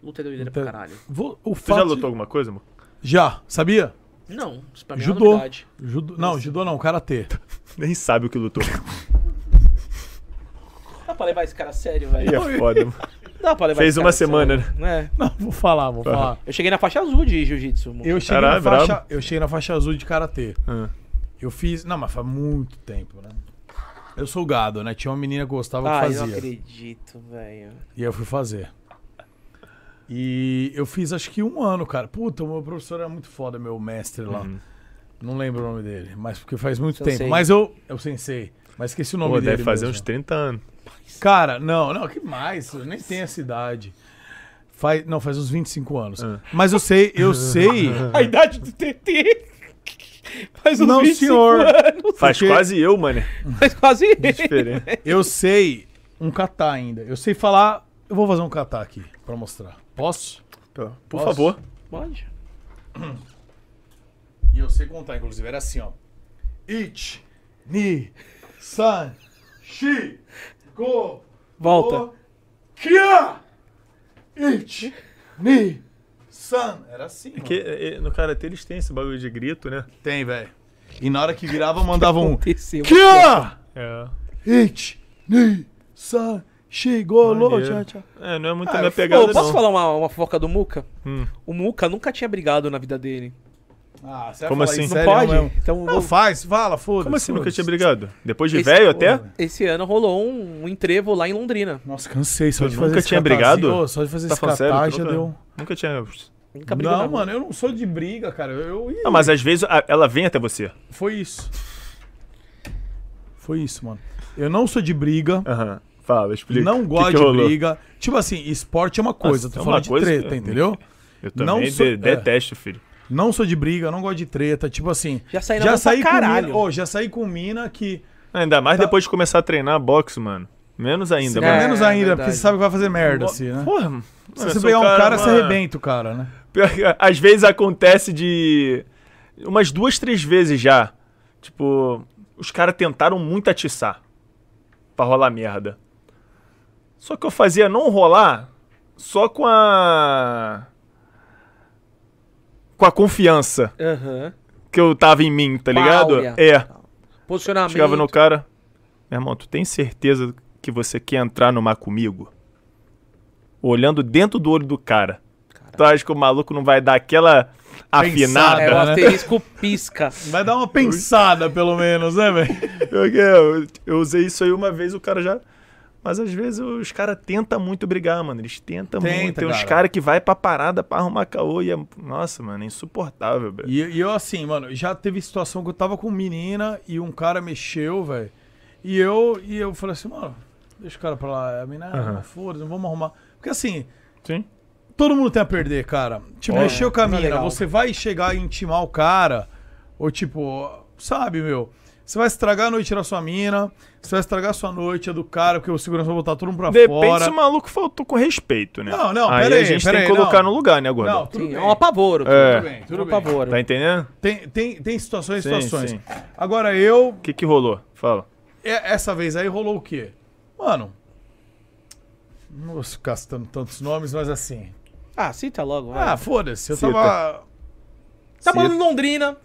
Speaker 7: Luta é doideira
Speaker 5: Então,
Speaker 7: pra caralho.
Speaker 5: vou- o
Speaker 8: Você já
Speaker 5: fato-
Speaker 8: lutou alguma coisa, amor?
Speaker 5: Já, sabia?
Speaker 7: Não, isso pra mim é uma
Speaker 5: Judô.
Speaker 7: novidade.
Speaker 5: judô. Não, judô não, karatê.
Speaker 8: Nem sabe o que lutou.
Speaker 7: Dá pra levar esse cara a sério,
Speaker 8: Aí
Speaker 7: velho.
Speaker 8: é foda, mano.
Speaker 7: Dá pra levar esse
Speaker 8: Fez
Speaker 7: cara
Speaker 8: uma
Speaker 7: a
Speaker 8: semana, né?
Speaker 7: sério. É.
Speaker 5: Não, vou falar, vou falar.
Speaker 7: Eu cheguei na faixa azul de jiu-jitsu. mano.
Speaker 5: Eu cheguei,
Speaker 7: é
Speaker 5: na faixa, eu cheguei na faixa azul de karatê.
Speaker 7: Ah.
Speaker 5: Eu fiz. Não, mas faz muito tempo, né? Eu sou gado, né? Tinha uma menina que gostava
Speaker 7: Ah,
Speaker 5: que
Speaker 7: eu não
Speaker 5: fazia.
Speaker 7: acredito, velho.
Speaker 5: E aí eu fui fazer.
Speaker 8: Uhum.
Speaker 5: E eu fiz acho que um ano, cara. Puta, o meu professor era muito foda, meu mestre lá. Não lembro o nome dele, mas porque faz muito
Speaker 8: Sensei.
Speaker 5: tempo. Mas eu. É o Sensei. Mas esqueci o nome
Speaker 8: Pô,
Speaker 5: dele.
Speaker 8: deve fazer
Speaker 5: mesmo.
Speaker 8: uns 30 anos.
Speaker 5: Cara, não, não, que mais? Eu nem tenho essa idade. Faz, não, faz uns 25 anos.
Speaker 8: Ah.
Speaker 5: Mas eu sei, eu sei.
Speaker 7: A idade do TT. Faz uns
Speaker 5: Não,
Speaker 7: 25
Speaker 5: senhor.
Speaker 7: anos.
Speaker 8: Faz
Speaker 5: Porque-
Speaker 8: quase eu, mano.
Speaker 7: Faz quase
Speaker 5: Eu sei um catar ainda. Eu sei falar. Eu vou fazer um catar aqui pra mostrar. Posso? Por
Speaker 8: Por favor.
Speaker 7: Pode.
Speaker 5: E eu sei contar, inclusive. Era assim, ó. It, ni, san, shi, go,
Speaker 7: Volta.
Speaker 5: kia, it, ni, san. Era assim.
Speaker 8: Porque é, é, no Karatê eles têm esse bagulho de grito, né?
Speaker 5: Tem, velho. E na hora que virava, mandava um.
Speaker 7: Aconteceu.
Speaker 5: Kia!
Speaker 8: É.
Speaker 5: It, ni, san, shi, go, lo, tchau, tchau.
Speaker 8: É, não é muito
Speaker 7: Ah,
Speaker 8: a minha
Speaker 7: eu-
Speaker 8: pegada,
Speaker 7: Ô, posso
Speaker 8: não.
Speaker 5: um
Speaker 7: falar uma, uma fofoca do Muca?
Speaker 8: Hum.
Speaker 7: O Muca nunca tinha brigado na vida dele.
Speaker 5: Ah, você vai
Speaker 8: Como
Speaker 5: falar
Speaker 8: assim?
Speaker 5: isso?
Speaker 8: Não
Speaker 5: Sério
Speaker 7: pode?
Speaker 5: mesmo?
Speaker 7: Então
Speaker 5: não
Speaker 7: vou-
Speaker 5: faz, fala, foda-se.
Speaker 8: Como assim nunca
Speaker 5: foda-se.
Speaker 8: tinha brigado? Depois de
Speaker 7: Esse-
Speaker 8: velho até?
Speaker 7: Esse ano rolou um, um entrevo lá em Londrina.
Speaker 5: Nossa, cansei só
Speaker 8: Eu
Speaker 5: de fazer
Speaker 8: nunca
Speaker 5: esse
Speaker 8: tinha
Speaker 5: catarzinho.
Speaker 8: brigado?
Speaker 5: Ô, só de fazer
Speaker 8: Tá
Speaker 5: esse
Speaker 8: falando sério?
Speaker 5: catar
Speaker 8: Tu
Speaker 5: já
Speaker 8: nunca-
Speaker 5: deu. um-
Speaker 8: Nunca tinha. Tá
Speaker 7: Nunca brigou
Speaker 5: Não,
Speaker 7: nada.
Speaker 5: mano, eu não sou de briga, cara. Eu...
Speaker 8: Não, mas às vezes a- ela vem até você.
Speaker 5: Foi isso. Foi isso, mano. Eu não sou de briga.
Speaker 8: Aham. Fala, explica.
Speaker 5: Não
Speaker 8: Que
Speaker 5: gosto
Speaker 8: que
Speaker 5: de
Speaker 8: rolou?
Speaker 5: briga. Tipo assim, esporte é uma coisa.
Speaker 8: Nossa,
Speaker 5: tô
Speaker 8: é uma
Speaker 5: falando de
Speaker 8: coisa que-
Speaker 5: treta, entendeu?
Speaker 8: Eu também
Speaker 5: É.
Speaker 8: de- detesto, filho.
Speaker 5: Não sou de briga, não gosto de treta. Tipo assim.
Speaker 7: Já saí na mão pra
Speaker 5: com
Speaker 7: caralho.
Speaker 5: mina- ô, já saí com mina que.
Speaker 8: Ainda mais depois de começar a treinar boxe, mano. Menos
Speaker 5: Tá.
Speaker 8: ainda,
Speaker 5: Sim, é.
Speaker 8: mano.
Speaker 7: É,
Speaker 5: menos ainda, porque você sabe que vai fazer merda,
Speaker 8: Bo-
Speaker 5: assim, né?
Speaker 8: Porra, mano,
Speaker 5: Se
Speaker 8: eu
Speaker 5: você
Speaker 8: sou
Speaker 5: pegar um cara,
Speaker 8: cara,
Speaker 5: você
Speaker 8: mano.
Speaker 5: arrebenta o cara, né?
Speaker 8: Pior que, Às vezes acontece de. Umas duas, três vezes já. Tipo, os caras tentaram muito atiçar pra rolar merda. Só que eu fazia não rolar só com a. Com a confiança
Speaker 7: Aham.
Speaker 8: que eu tava em mim, tá ligado?
Speaker 7: Áurea.
Speaker 8: É.
Speaker 7: Posicionamento.
Speaker 8: Chegava no cara. Meu irmão, tu tem certeza que você quer entrar no mar comigo? Olhando dentro do olho do cara. Tu acha que o maluco não vai dar aquela afinada?
Speaker 7: É, o
Speaker 8: né?
Speaker 7: asterisco pisca.
Speaker 5: Vai dar uma pensada, pelo menos, né, velho?
Speaker 8: Eu, eu- eu usei isso aí uma vez, o cara já. Mas às vezes os caras tentam muito brigar, mano. Eles tentam
Speaker 5: Tenta,
Speaker 8: muito. Tem uns
Speaker 5: cara.
Speaker 8: caras que vai pra parada pra arrumar caô e é. Nossa, mano, é insuportável, velho.
Speaker 5: E, e eu, assim, mano, já teve situação que eu tava com menina e um cara mexeu, velho. E eu, e eu falei assim, mano, deixa o cara pra lá. A menina, ah,
Speaker 8: Aham.
Speaker 5: foda-se, vamos arrumar. Porque assim.
Speaker 8: Sim.
Speaker 5: Todo mundo tem a perder, cara. Tipo,
Speaker 8: É,
Speaker 5: mexeu com a
Speaker 8: não é
Speaker 5: mina,
Speaker 8: legal.
Speaker 5: você vai chegar e intimar o cara, ou tipo, sabe, meu? Você vai estragar a noite da sua mina, você vai estragar a sua noite, a do cara, porque o segurança vai botar todo mundo pra
Speaker 8: Depende
Speaker 5: fora.
Speaker 8: se o maluco faltou com respeito, né?
Speaker 5: Não, não,
Speaker 8: aí
Speaker 5: pera
Speaker 8: a
Speaker 5: aí,
Speaker 8: gente
Speaker 5: pera
Speaker 8: tem
Speaker 5: aí,
Speaker 8: que colocar
Speaker 5: não.
Speaker 8: no lugar, né, Gordo?
Speaker 5: Não, tudo
Speaker 7: Sim,
Speaker 5: bem.
Speaker 7: é um apavoro.
Speaker 8: É.
Speaker 7: tudo bem, tudo bem. apavoro.
Speaker 8: Tá entendendo?
Speaker 5: Tem, tem, tem situações e
Speaker 8: Sim,
Speaker 5: situações.
Speaker 8: sim.
Speaker 5: Agora eu,
Speaker 8: O que, que rolou? Fala.
Speaker 5: e- essa vez aí rolou o quê? Mano, não vou ficar citando tantos nomes, mas assim.
Speaker 7: Ah, cita logo. vai.
Speaker 5: Ah, foda-se, eu
Speaker 8: Cita.
Speaker 5: tava.
Speaker 7: tá morando
Speaker 8: cita.
Speaker 7: em Londrina.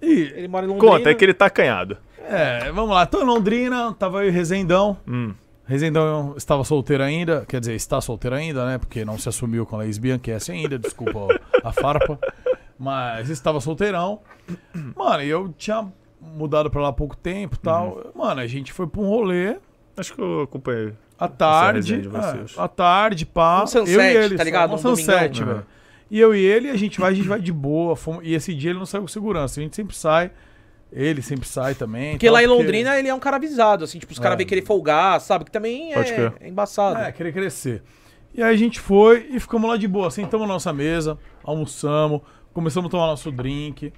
Speaker 5: Ih,
Speaker 7: Ele mora em Londrina.
Speaker 8: Conta, é que ele tá acanhado.
Speaker 5: É, vamos lá. Tô em Londrina, tava eu e Rezendão.
Speaker 8: Hum.
Speaker 5: Rezendão estava solteiro ainda, quer dizer, está solteiro ainda, né? Porque não se assumiu com a lesbiana, que é assim ainda, desculpa a farpa. Mas estava solteirão. Mano, e eu tinha mudado pra lá há pouco tempo e tal. Mano, a gente foi pra um rolê
Speaker 8: Acho que eu acompanhei.
Speaker 5: à
Speaker 8: resenha
Speaker 5: tarde.
Speaker 8: de vocês.
Speaker 5: é, à tarde, pá.
Speaker 7: Um sunset,
Speaker 5: eu e ele,
Speaker 7: tá
Speaker 5: só,
Speaker 7: ligado?
Speaker 5: Um
Speaker 7: Um
Speaker 5: sunset,
Speaker 8: domingão.
Speaker 5: velho. E eu e ele, a gente vai, a gente vai de boa. fomos- e esse dia ele não saiu com segurança. A gente sempre sai. Ele sempre sai também.
Speaker 7: Porque
Speaker 5: tal,
Speaker 7: lá em Londrina ele é um cara avisado, assim, tipo, os caras
Speaker 5: É.
Speaker 7: vêm querer folgar, sabe? Que também
Speaker 8: Pode
Speaker 7: é,
Speaker 8: crer.
Speaker 7: é embaçado.
Speaker 5: É, querer crescer. E aí a gente foi e ficamos lá de boa. Sentamos na nossa mesa, almoçamos, começamos a tomar nosso drink.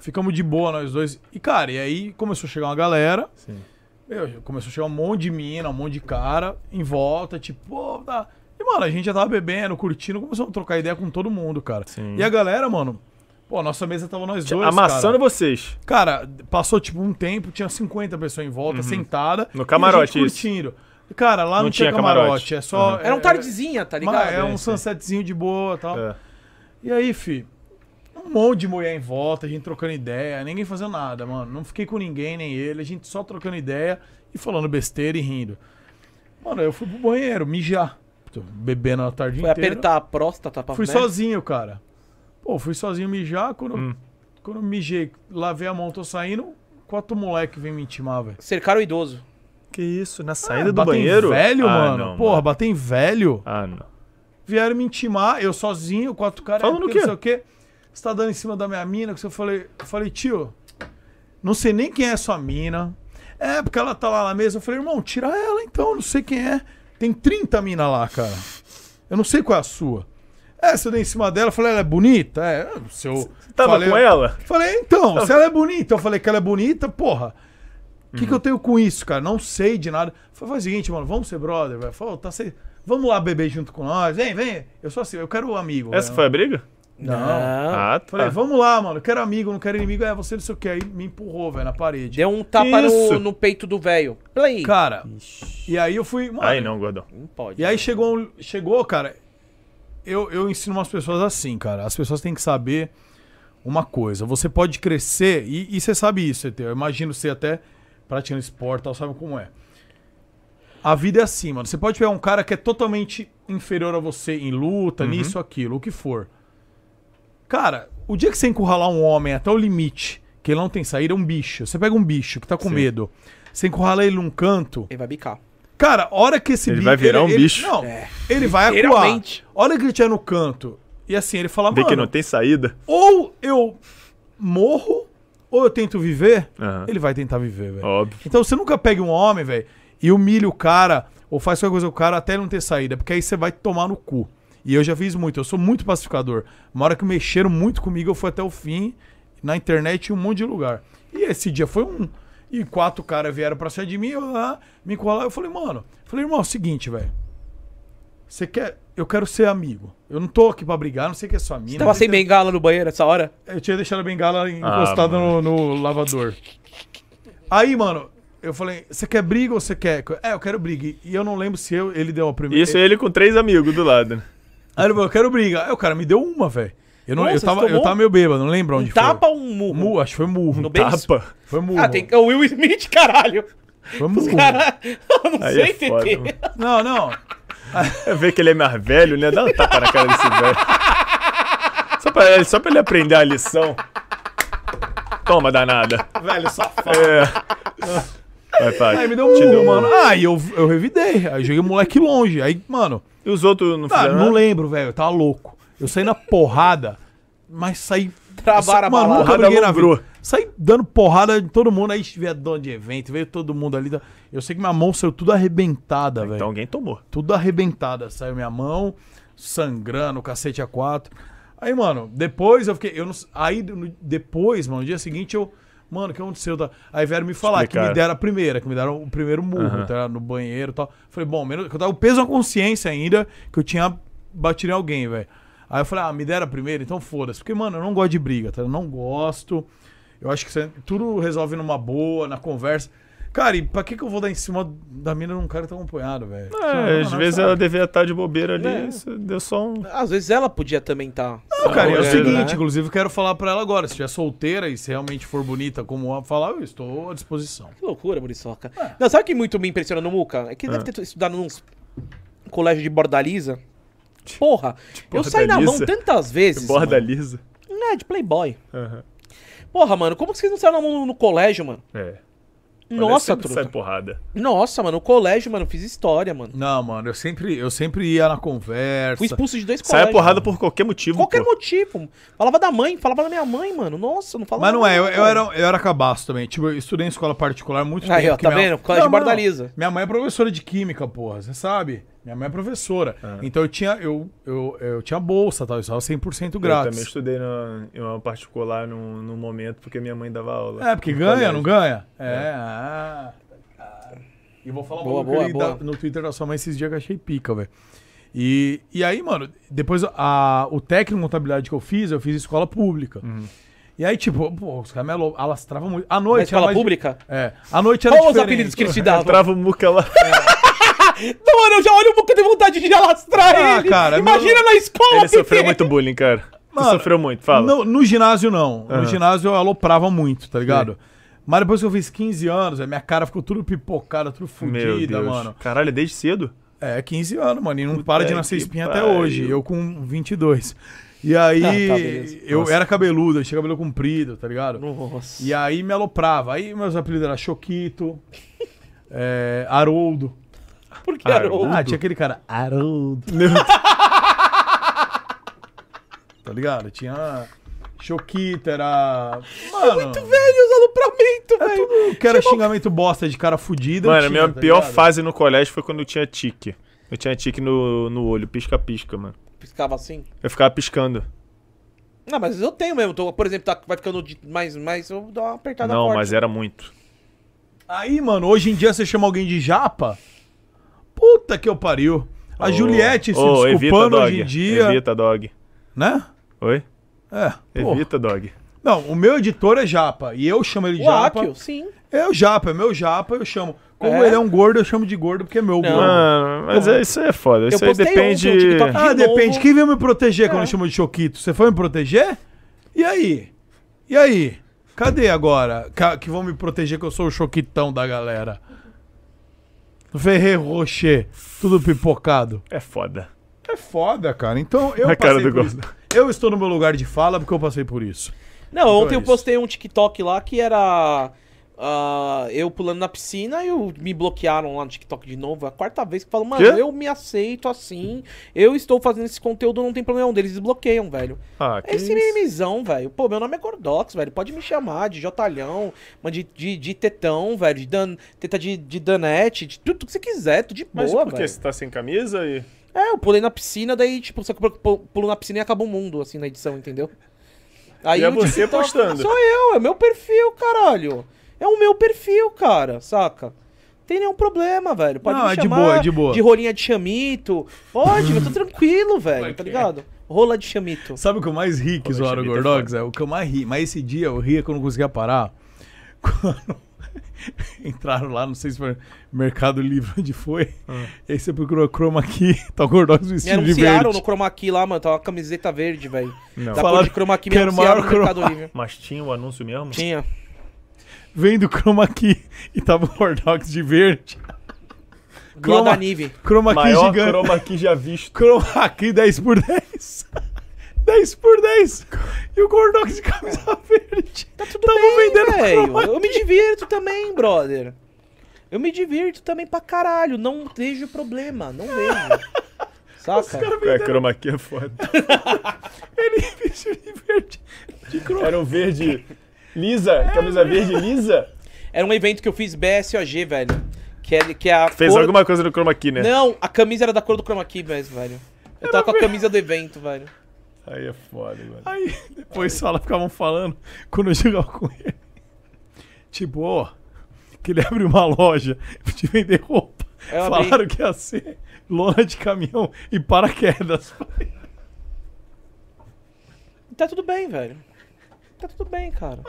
Speaker 5: Ficamos de boa nós dois. E, cara, e aí começou a chegar uma galera. Meu, começou a chegar um monte de mina, um monte de cara em volta, tipo, pô, tá. E, mano, a gente já tava bebendo, curtindo, começamos a trocar ideia com todo mundo, cara.
Speaker 8: Sim.
Speaker 5: E a galera, mano, pô, a nossa mesa tava nós dois. cara.
Speaker 8: Amassando vocês.
Speaker 5: Cara, passou tipo um tempo, tinha 50 pessoas em volta, sentada.
Speaker 8: Uhum. No camarote,
Speaker 5: e a gente
Speaker 8: isso.
Speaker 5: curtindo. Cara, lá não, tinha camarote. É só.
Speaker 7: Era um tardezinha, tá ligado?
Speaker 5: É, é um
Speaker 8: Uhum. Sim, sim.
Speaker 5: sunsetzinho de boa e tal.
Speaker 8: É.
Speaker 5: E aí, fi, um monte de mulher em volta, a gente trocando ideia, ninguém fazendo nada, mano. Não fiquei com ninguém, nem ele, a gente só trocando ideia e falando besteira e rindo. Mano, eu fui pro banheiro, mijar. Tô Bebendo a tarde
Speaker 7: Foi
Speaker 5: inteira.
Speaker 7: apertar a próstata pra
Speaker 5: Fui
Speaker 7: né?
Speaker 5: sozinho, cara. Pô, fui sozinho mijar. Quando,
Speaker 8: Hum.
Speaker 5: quando eu mijei, lavei a mão, tô saindo. Quatro moleque vem me intimar, velho.
Speaker 7: Cercar o idoso.
Speaker 8: Que isso, na saída do
Speaker 5: Bater em
Speaker 8: banheiro?
Speaker 5: Ah, velho,
Speaker 8: Ah,
Speaker 5: mano.
Speaker 8: não,
Speaker 5: Porra, bater em velho.
Speaker 8: Ah, não.
Speaker 5: Vieram me intimar, eu sozinho, quatro caras.
Speaker 8: Falando
Speaker 5: porque
Speaker 8: o quê?
Speaker 5: Não sei o quê. Você tá dando em cima da minha mina, que eu falei, eu falei, tio, não sei nem quem é essa mina. É, porque ela tá lá na mesa. Eu falei, irmão, tira ela então, não sei quem é. Tem 30 mina lá, cara. Eu não sei qual é a sua. É, se eu dei em cima dela, eu falei, ela é bonita? É, se eu.
Speaker 8: tava
Speaker 5: falei-
Speaker 8: com ela?
Speaker 5: Falei, então, se ela é bonita, eu falei que ela é bonita, porra. O
Speaker 8: Uhum.
Speaker 5: que, que eu tenho com isso, cara? Não sei de nada. Falei, faz o seguinte, mano, vamos ser brother, velho. Falou, tá se- Vamos lá beber junto com nós. Vem, vem. Eu sou assim, eu quero um amigo.
Speaker 8: Essa
Speaker 5: velho.
Speaker 8: foi a briga?
Speaker 5: Não.
Speaker 8: Ah, tá.
Speaker 5: Falei, vamos lá, mano. Eu quero amigo, não quero inimigo. É, você não sei o que. Aí me empurrou, velho, na parede.
Speaker 7: Deu um tapa
Speaker 5: Isso.
Speaker 7: no, no peito do velho. Play.
Speaker 5: Cara, e aí eu fui. mano,
Speaker 8: Aí não, gordão.
Speaker 7: Não pode.
Speaker 5: E
Speaker 7: né?
Speaker 5: aí chegou, um- chegou cara. Eu, eu ensino umas pessoas assim, cara. As pessoas têm que saber uma coisa. Você pode crescer, e, e você sabe isso, ET. Eu imagino você até praticando esporte e tal, sabe como é. A vida é assim, mano. Você pode pegar um cara que é totalmente inferior a você em luta, nisso, aquilo, o que for. Cara, o dia que você encurralar um homem até o limite, que ele não tem saída, é um bicho. Você pega um bicho que tá com medo, você encurrala ele num canto.
Speaker 7: Ele vai bicar.
Speaker 5: Cara, a hora que esse
Speaker 8: Ele vai virar um
Speaker 5: ele-
Speaker 8: bicho.
Speaker 5: Não, ele vai acuar.
Speaker 7: Literalmente.
Speaker 5: A hora que ele tiver no canto. E assim, ele fala,
Speaker 8: Vê
Speaker 5: mano,
Speaker 8: que não tem saída.
Speaker 5: ou eu morro, ou eu tento viver.
Speaker 8: Aham.
Speaker 5: Ele vai tentar viver, velho.
Speaker 8: Óbvio.
Speaker 5: Então você nunca pega um homem, velho, e humilha o cara, ou faz qualquer coisa com o cara até ele não ter saída, porque aí você vai tomar no cu. E eu já fiz muito, eu sou muito pacificador. Uma hora que mexeram muito comigo, eu fui até o fim, na internet em um monte de lugar. E esse dia foi um. E quatro caras vieram pra cima de mim, eu, lá, me colaram. Eu falei, mano, eu falei, irmão, é o seguinte, velho. Você quer. Eu quero ser amigo. Eu não tô aqui pra brigar, não sei que é sua mina.
Speaker 7: Você
Speaker 5: não
Speaker 7: tava
Speaker 5: sei
Speaker 7: sem bengala no banheiro essa hora?
Speaker 5: eu tinha deixado a
Speaker 7: Ah,
Speaker 5: bengala encostada no, no lavador. Aí, mano, eu falei, você quer briga ou você quer... co-?" É, eu quero briga. E- E eu não lembro se eu, ele deu a primeira...
Speaker 8: Isso ele com três amigos do lado, né?
Speaker 5: Aí ele falou, eu quero briga. Aí o cara me deu uma, velho. Eu, não- eu,
Speaker 7: Nossa,
Speaker 5: tava,
Speaker 7: você tomou
Speaker 5: eu tava meio bêbado, não lembro onde foi.
Speaker 7: Tapa ou um murro?
Speaker 5: Mu- acho que foi murro.
Speaker 7: No beijo?
Speaker 8: Tapa.
Speaker 5: Foi murro.
Speaker 7: Ah, tem. O Will Smith, caralho.
Speaker 5: Foi murro.
Speaker 7: Cara, eu não
Speaker 8: Aí
Speaker 7: sei,
Speaker 8: é foda,
Speaker 7: TT.
Speaker 8: mano.
Speaker 5: Não, não.
Speaker 8: É ver que ele é mais velho, né? Dá um tapa na cara desse velho. Só pra, ele- só pra ele aprender a lição. Toma, danada.
Speaker 5: Velho, safado.
Speaker 8: É. Vai, Paty.
Speaker 5: Aí me deu um
Speaker 8: Te
Speaker 5: murro,
Speaker 8: um-
Speaker 5: mano. Ah, e eu, eu revidei. Aí eu joguei o moleque longe. Aí, mano...
Speaker 8: E os outros não
Speaker 5: Ah,
Speaker 8: fizeram
Speaker 5: não
Speaker 8: nada?
Speaker 5: lembro, velho. Eu tava louco. Eu saí na porrada, mas saí.
Speaker 7: Travaram a
Speaker 5: Mano,
Speaker 7: balada.
Speaker 5: nunca
Speaker 8: Porrada
Speaker 5: briguei na
Speaker 8: alombrou.
Speaker 5: vida. Saí dando porrada em todo mundo. Aí veio a dona de evento, veio todo mundo ali. Eu sei que minha mão saiu tudo arrebentada, velho.
Speaker 8: Então alguém tomou.
Speaker 5: Tudo arrebentada. Saiu minha mão, sangrando, cacete a quatro. Aí, mano, depois eu fiquei. Eu não, aí no- depois, mano, no dia seguinte eu. Mano, o que aconteceu? Tá? Aí vieram me falar que
Speaker 8: Explicaram.
Speaker 5: me deram a primeira, que me deram o primeiro murro, tá ligado? No banheiro e tal. Falei, bom, menos, que eu tava o peso na consciência ainda que eu tinha batido em alguém, velho. Aí eu falei, ah, me deram a primeira, então foda-se. Porque, mano, eu não gosto de briga, tá? Eu não gosto. Eu acho que você- tudo resolve numa boa, na conversa. Cara, e pra que, que eu vou dar em cima da mina num cara que tá acompanhado, velho? Não, É. Ah,
Speaker 8: É,
Speaker 5: não,
Speaker 8: às
Speaker 5: não,
Speaker 8: vezes
Speaker 5: sabe?
Speaker 8: ela devia estar de bobeira ali, isso deu só um.
Speaker 7: Às vezes ela podia também tá. estar.
Speaker 5: Não, cara, e é o
Speaker 8: Olha,
Speaker 5: seguinte,
Speaker 7: né?
Speaker 5: inclusive, eu quero falar pra ela agora. Se estiver solteira e se realmente for bonita como ela falar, eu estou à disposição.
Speaker 7: Que loucura, Buriçoca.
Speaker 5: É.
Speaker 7: Não, sabe o que muito me impressiona no Muca? É que ele deve ter estudado num colégio de bordaliza. Porra, eu saí na mão
Speaker 8: bordaliza.
Speaker 7: tantas vezes.
Speaker 8: Borda lisa.
Speaker 7: mano. É, de playboy.
Speaker 8: Aham.
Speaker 7: Porra, mano, como que vocês não saíram na mão no, no colégio, mano?
Speaker 8: É.
Speaker 7: Nossa,
Speaker 8: Sempre Sai
Speaker 7: truta.
Speaker 8: porrada.
Speaker 7: Nossa, mano, no colégio, mano, eu fiz história, mano.
Speaker 5: Não, mano, eu sempre, eu sempre ia na conversa.
Speaker 7: Fui expulso de dois
Speaker 8: Sai
Speaker 7: colégios.
Speaker 8: a
Speaker 5: é
Speaker 8: porrada por qualquer motivo.
Speaker 7: Qualquer
Speaker 8: pô.
Speaker 7: motivo. Falava da mãe, falava da minha mãe, mano. Nossa, não falava
Speaker 5: Mas não
Speaker 7: nada,
Speaker 5: é, eu, eu
Speaker 7: cara.
Speaker 5: era, eu era cabaço também. Tipo, eu estudei em escola particular há muito
Speaker 7: Aí,
Speaker 5: tempo.
Speaker 7: ó,
Speaker 5: que
Speaker 7: tá
Speaker 5: minha-
Speaker 7: vendo? Colégio
Speaker 5: Não, mano,
Speaker 7: Bordaliza.
Speaker 5: Minha mãe é professora de química, porra, você sabe? Minha mãe é professora. Então eu tinha, eu, eu, eu tinha bolsa, tal, eu estava 100%
Speaker 8: Eu também
Speaker 5: grátis.
Speaker 8: estudei na- em uma particular num, num momento porque minha mãe dava aula.
Speaker 5: É, porque
Speaker 8: No
Speaker 5: ganha,
Speaker 8: colégio.
Speaker 5: não ganha? É, ah. ah. E vou falar
Speaker 7: Boa,
Speaker 5: uma coisa
Speaker 7: boa, boa.
Speaker 5: no Twitter da sua mãe esses dias que eu achei pica, velho. E, e aí, mano, depois a, o técnico em contabilidade que eu fiz, eu fiz em escola pública. E aí, tipo, pô, os caras me alo- alastravam muito. À noite
Speaker 7: Na escola
Speaker 5: era mais-
Speaker 7: pública?
Speaker 5: É. À noite era
Speaker 7: Qual os
Speaker 5: diferente.
Speaker 7: apelidos que eles te davam?
Speaker 8: Trava o muca lá.
Speaker 7: Não, mano, eu já olho o Muca de vontade de alastrar
Speaker 5: Ah,
Speaker 7: ele.
Speaker 5: cara,
Speaker 7: Imagina
Speaker 5: meu-
Speaker 7: na escola,
Speaker 8: Ele sofreu
Speaker 7: Pepe.
Speaker 8: muito bullying, cara. Ele
Speaker 5: Mano,
Speaker 8: sofreu muito, fala.
Speaker 5: No, no ginásio, não. No ginásio eu aloprava muito, tá ligado? Mas depois que eu fiz 15 anos, a minha cara ficou tudo pipocada, tudo
Speaker 8: Meu
Speaker 5: fodida,
Speaker 8: Deus.
Speaker 5: é mano.
Speaker 8: Caralho, desde cedo?
Speaker 5: É, 15 anos, mano. E não para de nascer
Speaker 8: que
Speaker 5: espinha até
Speaker 8: pariu.
Speaker 5: hoje. Eu com 22. E aí,
Speaker 7: Ah, tá, beleza.
Speaker 5: eu era cabeludo, eu tinha cabelo comprido, tá ligado?
Speaker 7: Nossa.
Speaker 5: E aí me aloprava. Aí meus apelidos eram Choquito, é, Haroldo.
Speaker 7: Por que Haroldo?
Speaker 5: Ah, tinha aquele cara, Haroldo. tá ligado? Tinha Choquita, era.
Speaker 13: É muito velho os
Speaker 5: É
Speaker 13: alopramento, velho.
Speaker 5: O que era xingamento bosta de cara fudido. eu
Speaker 8: Mano, a
Speaker 5: tinha,
Speaker 8: minha
Speaker 5: tá
Speaker 8: pior
Speaker 5: ligado?
Speaker 8: fase no colégio foi quando eu tinha tique. Eu tinha tique no, no olho, pisca-pisca, mano.
Speaker 7: Ficava assim.
Speaker 8: Eu ficava piscando.
Speaker 7: Não, mas eu tenho mesmo. Tô, por exemplo, tá, vai ficando de- mais, mais. Eu dou uma apertada
Speaker 8: Não,
Speaker 7: forte.
Speaker 8: mas era muito.
Speaker 5: Aí, mano, hoje em dia você chama alguém de japa? Puta que eu pariu. A Juliette se
Speaker 8: Ô, evita,
Speaker 5: desculpando
Speaker 8: dog.
Speaker 5: hoje em dia.
Speaker 8: Evita, dog.
Speaker 5: Né?
Speaker 8: Oi?
Speaker 5: É, porra.
Speaker 8: Evita, dog.
Speaker 5: Não, o meu editor é japa. E eu chamo ele de
Speaker 8: O
Speaker 5: japa.
Speaker 8: Akio,
Speaker 7: sim.
Speaker 5: É o japa, é meu japa, eu chamo. Como
Speaker 8: É?
Speaker 5: ele é um gordo, eu chamo de gordo porque é meu gordo.
Speaker 8: Mano, mas é, isso aí é foda. Isso aí depende.
Speaker 5: ah, depende. Quem veio me proteger quando eu chamo de Choquito? Você foi me proteger? E aí? E aí? Cadê agora? Ca- Que vão me proteger que eu sou o Choquitão da galera. Ferrer Rocher, tudo pipocado.
Speaker 8: É foda.
Speaker 5: É foda, cara. Então eu
Speaker 8: Na cara
Speaker 5: passei
Speaker 8: do
Speaker 5: por
Speaker 8: gordo.
Speaker 5: isso. Eu estou no meu lugar de fala porque eu passei por isso.
Speaker 7: Não,
Speaker 5: Então
Speaker 7: ontem
Speaker 5: é
Speaker 7: eu
Speaker 5: isso.
Speaker 7: postei um TikTok lá que era. ah, eu pulando na piscina e eu- me bloquearam lá no TikTok de novo. É a quarta vez que eu falo, mano,
Speaker 8: Quê?
Speaker 7: eu me aceito assim. Eu estou fazendo esse conteúdo, não tem problema nenhum. Eles desbloqueiam, velho.
Speaker 8: Ah,
Speaker 7: É esse mimizão, velho. Pô, meu nome é Gordox, velho. Pode me chamar de Jotalhão, mas de, de, de tetão, velho. De dan, teta de, de danete, de tudo que você quiser, tudo de
Speaker 8: Mas
Speaker 7: boa,
Speaker 8: por que
Speaker 7: velho.
Speaker 8: você tá sem camisa e.
Speaker 7: É, eu pulei na piscina, daí, tipo, só que eu pu- pulo na piscina e acaba o mundo, assim, na edição, entendeu?
Speaker 8: E é
Speaker 7: o
Speaker 8: você
Speaker 7: TikTok-
Speaker 8: postando.
Speaker 7: Sou eu, é meu perfil, caralho. É o meu perfil, cara, saca? Não Tem nenhum problema, velho. Pode
Speaker 5: Não,
Speaker 7: me
Speaker 5: é de
Speaker 7: chamar
Speaker 5: boa, é de boa.
Speaker 7: rolinha de chamito. Pode, eu tô tranquilo, velho, tá ligado? Rola de chamito.
Speaker 5: Sabe o que eu mais ri que zoaram o Gordox? É o que eu mais ri. Mas esse dia eu ria que eu não conseguia parar. Quando entraram lá, não sei se foi Mercado Livre onde foi.
Speaker 8: Ah.
Speaker 5: E aí você procurou a Chroma aqui, tá o Gordox
Speaker 7: Me
Speaker 5: vestido de
Speaker 7: anunciaram
Speaker 5: verde.
Speaker 7: no Chroma Key lá, mano. Tava uma camiseta verde, velho. Da cor
Speaker 5: Falaram
Speaker 7: de Chroma Key,
Speaker 5: que
Speaker 7: me
Speaker 5: era o maior
Speaker 7: anunciaram no Mercado
Speaker 5: Chroma-
Speaker 7: Livre.
Speaker 8: Mas tinha o anúncio mesmo?
Speaker 7: Tinha.
Speaker 5: Vem do Chroma aqui e tava o Gordox de verde.
Speaker 7: Do lado da Nive.
Speaker 5: Chroma Key
Speaker 8: Maior
Speaker 5: gigante.
Speaker 8: chroma key já visto.
Speaker 5: Chroma Key 10 por 10. 10 por 10. E o Gordox de camisa verde.
Speaker 7: Tá tudo bem, velho. Eu me divirto também, brother. Eu me divirto também pra caralho. Não vejo problema, não vejo. Saca?
Speaker 8: É, chroma key é foda.
Speaker 5: Ele vestiu de verde.
Speaker 8: Era um verde lisa, camisa verde lisa.
Speaker 7: Era um evento que eu fiz BSOG, velho. Que é, que é a
Speaker 8: Fez
Speaker 7: cor-
Speaker 8: alguma coisa no chroma key, né?
Speaker 7: Não, a camisa era da cor do chroma key mesmo, velho. Eu tava com a camisa do evento, velho.
Speaker 8: Aí é foda, mano.
Speaker 5: Aí depois fala, ficavam falando quando eu chegava com ele. Tipo, ó, que ele abre uma loja de vender roupa.
Speaker 7: É, Eu abri.
Speaker 5: Falaram que ia ser lona de caminhão e paraquedas.
Speaker 7: Tá tudo bem, velho. Tá tudo bem, cara.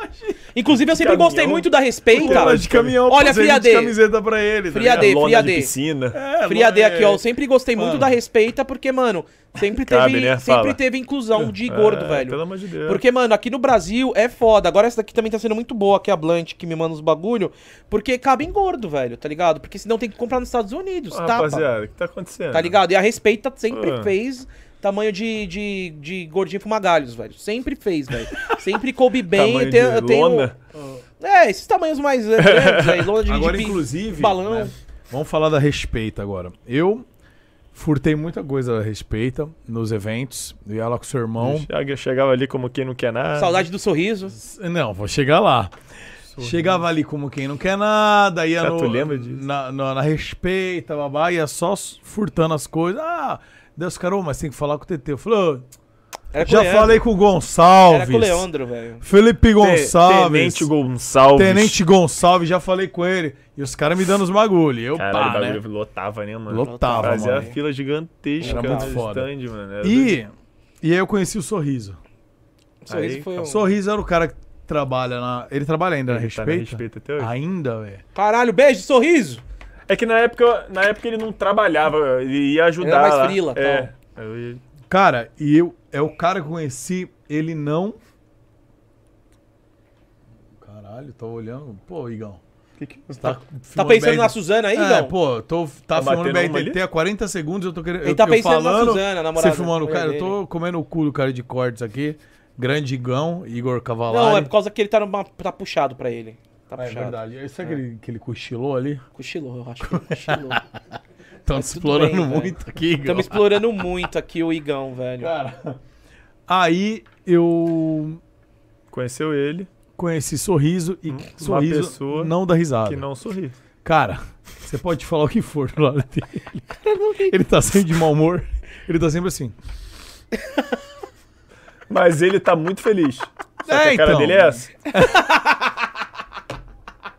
Speaker 7: Inclusive, eu sempre gostei muito da
Speaker 5: Porque
Speaker 7: respeita.
Speaker 5: lona de caminhão,
Speaker 7: Olha,
Speaker 5: pô, você vende
Speaker 7: Friadê.
Speaker 5: camiseta pra ele. tá
Speaker 7: Friadê,
Speaker 5: ligado?
Speaker 7: Friadê.
Speaker 5: É,
Speaker 7: Friadê
Speaker 5: lona-
Speaker 7: aqui, ó. Eu sempre gostei muito
Speaker 5: Mano.
Speaker 7: da respeita, porque, mano, sempre teve,
Speaker 8: Cabe, né?
Speaker 7: sempre
Speaker 8: Fala.
Speaker 7: teve inclusão de
Speaker 8: É,
Speaker 7: gordo, velho.
Speaker 8: pelo amor de
Speaker 5: É.
Speaker 8: Deus.
Speaker 7: Porque, mano, aqui no Brasil é foda. Agora essa daqui também tá sendo muito boa, que é a Blunt, que me manda os bagulho. Porque cabe em gordo, velho, tá ligado? Porque senão tem que comprar nos Estados Unidos,
Speaker 8: Ah,
Speaker 7: tá?
Speaker 8: rapaziada, o que tá acontecendo?
Speaker 7: Tá ligado? E a respeita sempre
Speaker 8: Ah.
Speaker 7: fez tamanho de, de, de gordinho fumagalhos, velho. Sempre fez, velho. Sempre coube bem.
Speaker 8: Tamanho
Speaker 7: eu tenho,
Speaker 8: de
Speaker 7: eu tenho-
Speaker 8: lona?
Speaker 7: É, esses tamanhos mais eh, grandes aí. Lona de,
Speaker 5: Agora,
Speaker 7: de bi-
Speaker 5: inclusive,
Speaker 7: balão.
Speaker 5: né, vamos falar da respeita agora. Eu furtei muita coisa da respeita nos eventos. Eu ia lá com o seu irmão.
Speaker 8: Chega- Chegava ali como quem não quer nada.
Speaker 7: um- Saudade do sorriso.
Speaker 5: Não, vou chegar lá. Chegava ali como quem não quer nada, ia
Speaker 8: Já
Speaker 5: no,
Speaker 8: tu lembra
Speaker 5: Na, na- na respeita, babá, ia só s- furtando as coisas. Ah, Deus, cara, ô, mas tem que falar com o TT. Eu falei, ô,
Speaker 7: Era com o
Speaker 5: já
Speaker 7: Leandro.
Speaker 5: falei com o Gonçalves.
Speaker 7: Era com o Leandro, velho.
Speaker 5: Felipe
Speaker 8: Te-
Speaker 5: Gonçalves.
Speaker 8: Tenente Gonçalves.
Speaker 5: Tenente Gonçalves, já falei com ele. E os caras me dando os bagulho. Eu,
Speaker 8: Caralho,
Speaker 5: pá,
Speaker 8: o
Speaker 5: né?
Speaker 8: bagulho lotava, né, mano?
Speaker 5: Lotava,
Speaker 8: Fazia
Speaker 5: mano.
Speaker 8: a fila gigantesca.
Speaker 5: Era
Speaker 8: cara,
Speaker 5: muito
Speaker 8: no
Speaker 5: foda.
Speaker 8: stand, mano. Era
Speaker 5: E, e aí eu conheci o Sorriso.
Speaker 8: Sorriso Aí,
Speaker 5: tá
Speaker 8: foi um-
Speaker 5: Sorriso era o cara que trabalha na. Ele trabalha ainda na
Speaker 8: Ele tá
Speaker 5: respeita?
Speaker 8: na Respeita até hoje.
Speaker 5: Ainda, velho.
Speaker 7: Caralho, beijo, sorriso.
Speaker 8: É que na época, na época ele não trabalhava, ele ia ajudar.
Speaker 5: mais
Speaker 8: lá.
Speaker 5: frila,
Speaker 8: é.
Speaker 5: tal.
Speaker 8: Eu ia-
Speaker 5: Cara, e eu. É o cara que eu conheci, ele não. Caralho, tô olhando. Pô, Igão.
Speaker 8: Que que você
Speaker 5: tá,
Speaker 7: Tá pensando na Suzana aí,
Speaker 5: é,
Speaker 7: Igão?
Speaker 5: Pô, tô, tá,
Speaker 7: Tá
Speaker 5: filmando
Speaker 7: batendo uma
Speaker 5: BRTT há 40 segundos, eu tô querendo.
Speaker 7: Ele
Speaker 5: eu,
Speaker 7: tá
Speaker 5: eu
Speaker 7: pensando na
Speaker 5: falando,
Speaker 7: Suzana, namorada,
Speaker 5: Você filmando o
Speaker 7: mulher
Speaker 5: cara, eu
Speaker 7: dele.
Speaker 5: tô comendo o cu do cara de cortes aqui. Grande Igão, Igor Cavalari.
Speaker 7: Não, é por causa que ele tá, numa- tá puxado pra ele. Tá
Speaker 5: É
Speaker 7: puxado.
Speaker 5: verdade. Será que, ele, que ele cochilou ali?
Speaker 7: Cochilou, eu acho que ele cochilou.
Speaker 5: Estão
Speaker 7: Mas
Speaker 5: te
Speaker 7: É, tudo
Speaker 5: explorando
Speaker 7: bem, né? velho.
Speaker 5: muito aqui, Igão.
Speaker 7: Estamos explorando muito aqui o Igão, velho.
Speaker 5: Cara. Aí eu.
Speaker 8: Conheceu ele.
Speaker 5: Conheci sorriso e sorriso
Speaker 8: pessoa
Speaker 5: não dá risada.
Speaker 8: que não sorri.
Speaker 5: Cara, você pode falar o que for do lado dele. Ele tá sempre de mau humor. Ele tá sempre assim.
Speaker 8: Mas ele tá muito feliz. Só que
Speaker 5: É,
Speaker 8: a cara
Speaker 5: então.
Speaker 8: dele é essa.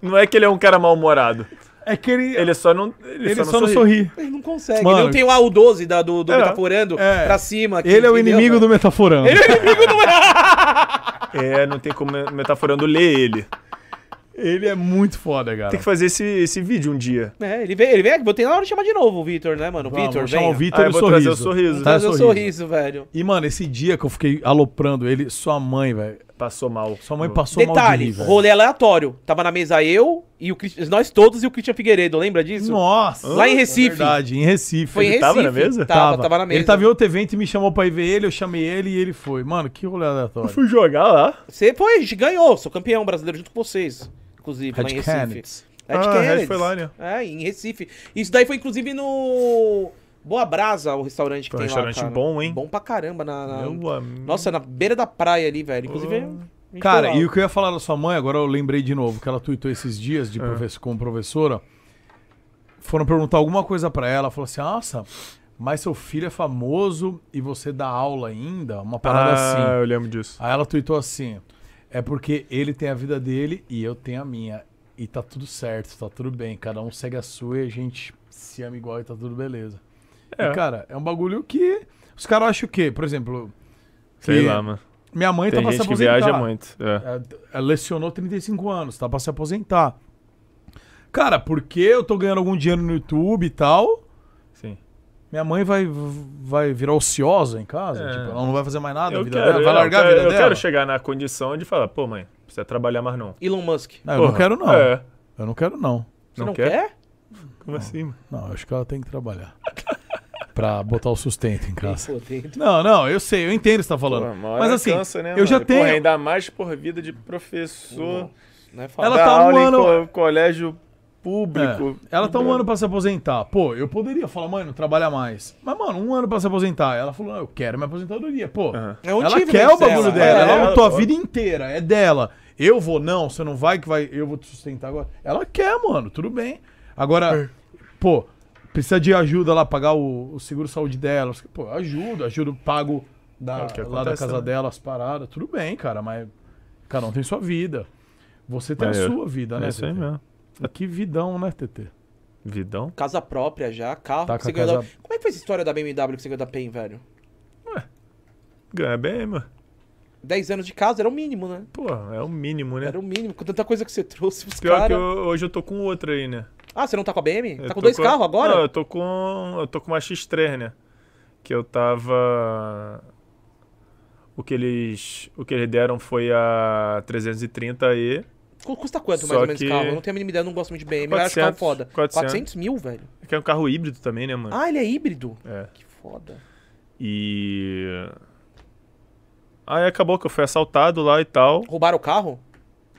Speaker 8: não é que ele é um cara mal-humorado.
Speaker 5: É que ele.
Speaker 8: Ele só não. Ele, só, não sorri.
Speaker 7: Ele não consegue.
Speaker 5: Mano.
Speaker 7: ele não tem o AU12 da, do, do
Speaker 5: É,
Speaker 7: Metaforando
Speaker 5: é.
Speaker 7: pra cima. aqui,
Speaker 5: Ele é o
Speaker 7: entendeu,
Speaker 5: inimigo do metaforando.
Speaker 7: Ele é o inimigo do
Speaker 8: É, não tem como metaforando ler ele.
Speaker 5: Ele é muito foda, cara.
Speaker 8: Tem que fazer esse, esse vídeo um dia.
Speaker 7: É, ele vem, ele vem aqui, vou ter na hora de chamar de novo o Vitor, né, mano?
Speaker 5: Vamos,
Speaker 7: Vitor,
Speaker 5: chama
Speaker 7: vem.
Speaker 5: o Vitor e o sorriso. Tá,
Speaker 7: Trazer o sorriso, velho.
Speaker 5: E, mano, esse dia que eu fiquei aloprando ele, sua mãe, velho.
Speaker 8: Passou mal.
Speaker 5: Sua mãe passou mal de
Speaker 7: Detalhe,
Speaker 5: rir, velho.
Speaker 7: rolê aleatório. Tava na mesa eu e o Christian, nós todos e o Christian Figueiredo, lembra disso?
Speaker 5: Nossa! É
Speaker 7: Lá em Recife.
Speaker 5: Verdade, em Recife.
Speaker 7: Foi em Ele tava na Recife? mesa? Tava, tava na mesa.
Speaker 5: Ele tava em outro evento e me chamou pra ir ver ele, eu chamei ele e ele foi. Mano, que rolê aleatório.
Speaker 8: fui jogar lá.
Speaker 7: Você foi, a gente ganhou, sou campeão brasileiro junto com vocês, inclusive, lá em
Speaker 5: Red
Speaker 7: Recife.
Speaker 5: Canids.
Speaker 7: Red
Speaker 5: Ah,
Speaker 7: Canids.
Speaker 5: Red foi lá, né?
Speaker 7: É, em Recife. Isso daí foi inclusive no Boa Brasa, o restaurante que
Speaker 8: Foi um
Speaker 7: tem
Speaker 8: restaurante
Speaker 7: lá, cara.
Speaker 8: bom, hein?
Speaker 7: Bom pra caramba na, na-
Speaker 8: Meu amigo.
Speaker 7: Nossa, na beira da praia ali, velho. Inclusive, a gente foi
Speaker 8: Então,
Speaker 5: Cara,
Speaker 7: lá.
Speaker 5: e o que eu ia falar da sua mãe, agora eu lembrei de novo, que ela tweetou esses dias de
Speaker 8: É.
Speaker 5: professor, como professora. Foram perguntar alguma coisa pra ela, falou assim: "Nossa, mas seu filho é famoso e você dá aula ainda?" Uma parada
Speaker 8: Ah,
Speaker 5: assim.
Speaker 8: eu lembro disso.
Speaker 5: Aí ela tweetou assim: "É porque ele tem a vida dele e eu tenho a minha e tá tudo certo, tá tudo bem, cada um segue a sua e a gente se ama igual e tá tudo beleza."
Speaker 8: É.
Speaker 5: E cara, é um bagulho que os caras acham o quê? Por exemplo,
Speaker 8: Sei
Speaker 5: que
Speaker 8: lá, mano.
Speaker 5: Minha mãe
Speaker 8: Tem
Speaker 5: tá pra se
Speaker 8: gente que
Speaker 5: aposentar.
Speaker 8: viaja muito, é.
Speaker 5: Ela lecionou 35 anos, tá pra se aposentar. Cara, porque eu tô ganhando algum dinheiro no YouTube e tal.
Speaker 8: Sim.
Speaker 5: Minha mãe vai, vai virar ociosa em casa?
Speaker 8: É.
Speaker 5: Tipo, ela não vai fazer mais nada, a
Speaker 8: Eu
Speaker 5: vida
Speaker 8: quero,
Speaker 5: dela, vai
Speaker 8: eu
Speaker 5: largar
Speaker 8: quero-
Speaker 5: a vida
Speaker 8: Eu
Speaker 5: dela.
Speaker 8: quero chegar na condição de falar, pô, mãe, não precisa trabalhar mais não.
Speaker 7: Elon Musk.
Speaker 5: Não, eu não
Speaker 8: Porra,
Speaker 5: quero, não.
Speaker 8: é.
Speaker 5: Eu não quero, não.
Speaker 7: Você não, quer?
Speaker 8: Como assim, mano?
Speaker 5: Não, eu acho que ela tem que trabalhar. pra botar o sustento em casa.
Speaker 7: Fodendo.
Speaker 5: Não, não, eu sei, eu entendo o que você tá falando.
Speaker 8: Pô, uma hora
Speaker 5: Mas assim,
Speaker 8: cansa, né,
Speaker 5: eu já
Speaker 8: mano? Porra,
Speaker 5: tenho.
Speaker 8: ainda mais por vida de professor.
Speaker 7: Não é fácil.
Speaker 5: Ela
Speaker 8: Dá
Speaker 5: tá um
Speaker 8: aula em
Speaker 5: ano.
Speaker 8: co- colégio público.
Speaker 5: É, Ela tá um ano pra se aposentar. Pô, eu poderia falar, mãe, não trabalha mais. Mas, mano, um ano pra se aposentar. Ela falou, não, eu quero minha aposentadoria. Pô,
Speaker 7: É um
Speaker 5: ela
Speaker 7: time
Speaker 5: quer
Speaker 7: mesmo
Speaker 5: o bagulho
Speaker 7: dela.
Speaker 5: dela.
Speaker 7: É,
Speaker 5: ela
Speaker 7: ela-
Speaker 5: lutou a vida inteira, é dela. Eu vou, não, você não vai que vai, eu vou te sustentar agora. Ela quer, mano, tudo bem. Agora, pô, precisa de ajuda lá, pagar o, o seguro-saúde dela. Pô, ajuda, ajuda, pago da,
Speaker 8: É o que
Speaker 5: lá da
Speaker 8: acontece,
Speaker 5: casa
Speaker 8: né?
Speaker 5: dela as paradas. Tudo bem, cara, mas cada um tem sua vida. Você tem a
Speaker 8: Maneiro.
Speaker 5: sua vida,
Speaker 8: É
Speaker 5: né?
Speaker 8: isso aí
Speaker 5: TT?
Speaker 8: mesmo.
Speaker 5: E Que vidão, né, TT?
Speaker 8: Vidão?
Speaker 7: Casa própria já, carro.
Speaker 5: Tá
Speaker 7: que
Speaker 5: com
Speaker 7: você
Speaker 5: a
Speaker 7: ganhou
Speaker 5: casa-
Speaker 7: da- Como é que foi essa história da BMW que você ganhou da PEN, velho?
Speaker 8: Ganha bem, mano.
Speaker 7: 10 anos de casa era o mínimo, né?
Speaker 8: Pô, é o mínimo, né?
Speaker 7: Era o mínimo, com tanta coisa que você trouxe os
Speaker 8: Pior que
Speaker 7: caras.
Speaker 8: eu- hoje eu tô com outra aí, né?
Speaker 7: Ah, você não tá com a BM?
Speaker 8: Eu
Speaker 7: tá com
Speaker 8: tô
Speaker 7: dois carros agora?
Speaker 8: Não, eu tô com. Eu tô com uma X3, né? Que eu tava. O que eles. O que eles deram foi a 330E.
Speaker 7: Cu- Custa quanto
Speaker 8: Só
Speaker 7: mais ou menos
Speaker 8: que-
Speaker 7: carro? Eu não tenho a mínima ideia, eu não gosto muito de BM, mas eu acho que é um
Speaker 8: 400,
Speaker 7: foda.
Speaker 8: 400.
Speaker 7: 400 mil, velho.
Speaker 8: Que é um carro híbrido também, né, mano?
Speaker 7: Ah, ele é híbrido?
Speaker 8: É.
Speaker 7: Que foda.
Speaker 8: E. Aí acabou que eu fui assaltado lá e tal.
Speaker 7: Roubaram o carro?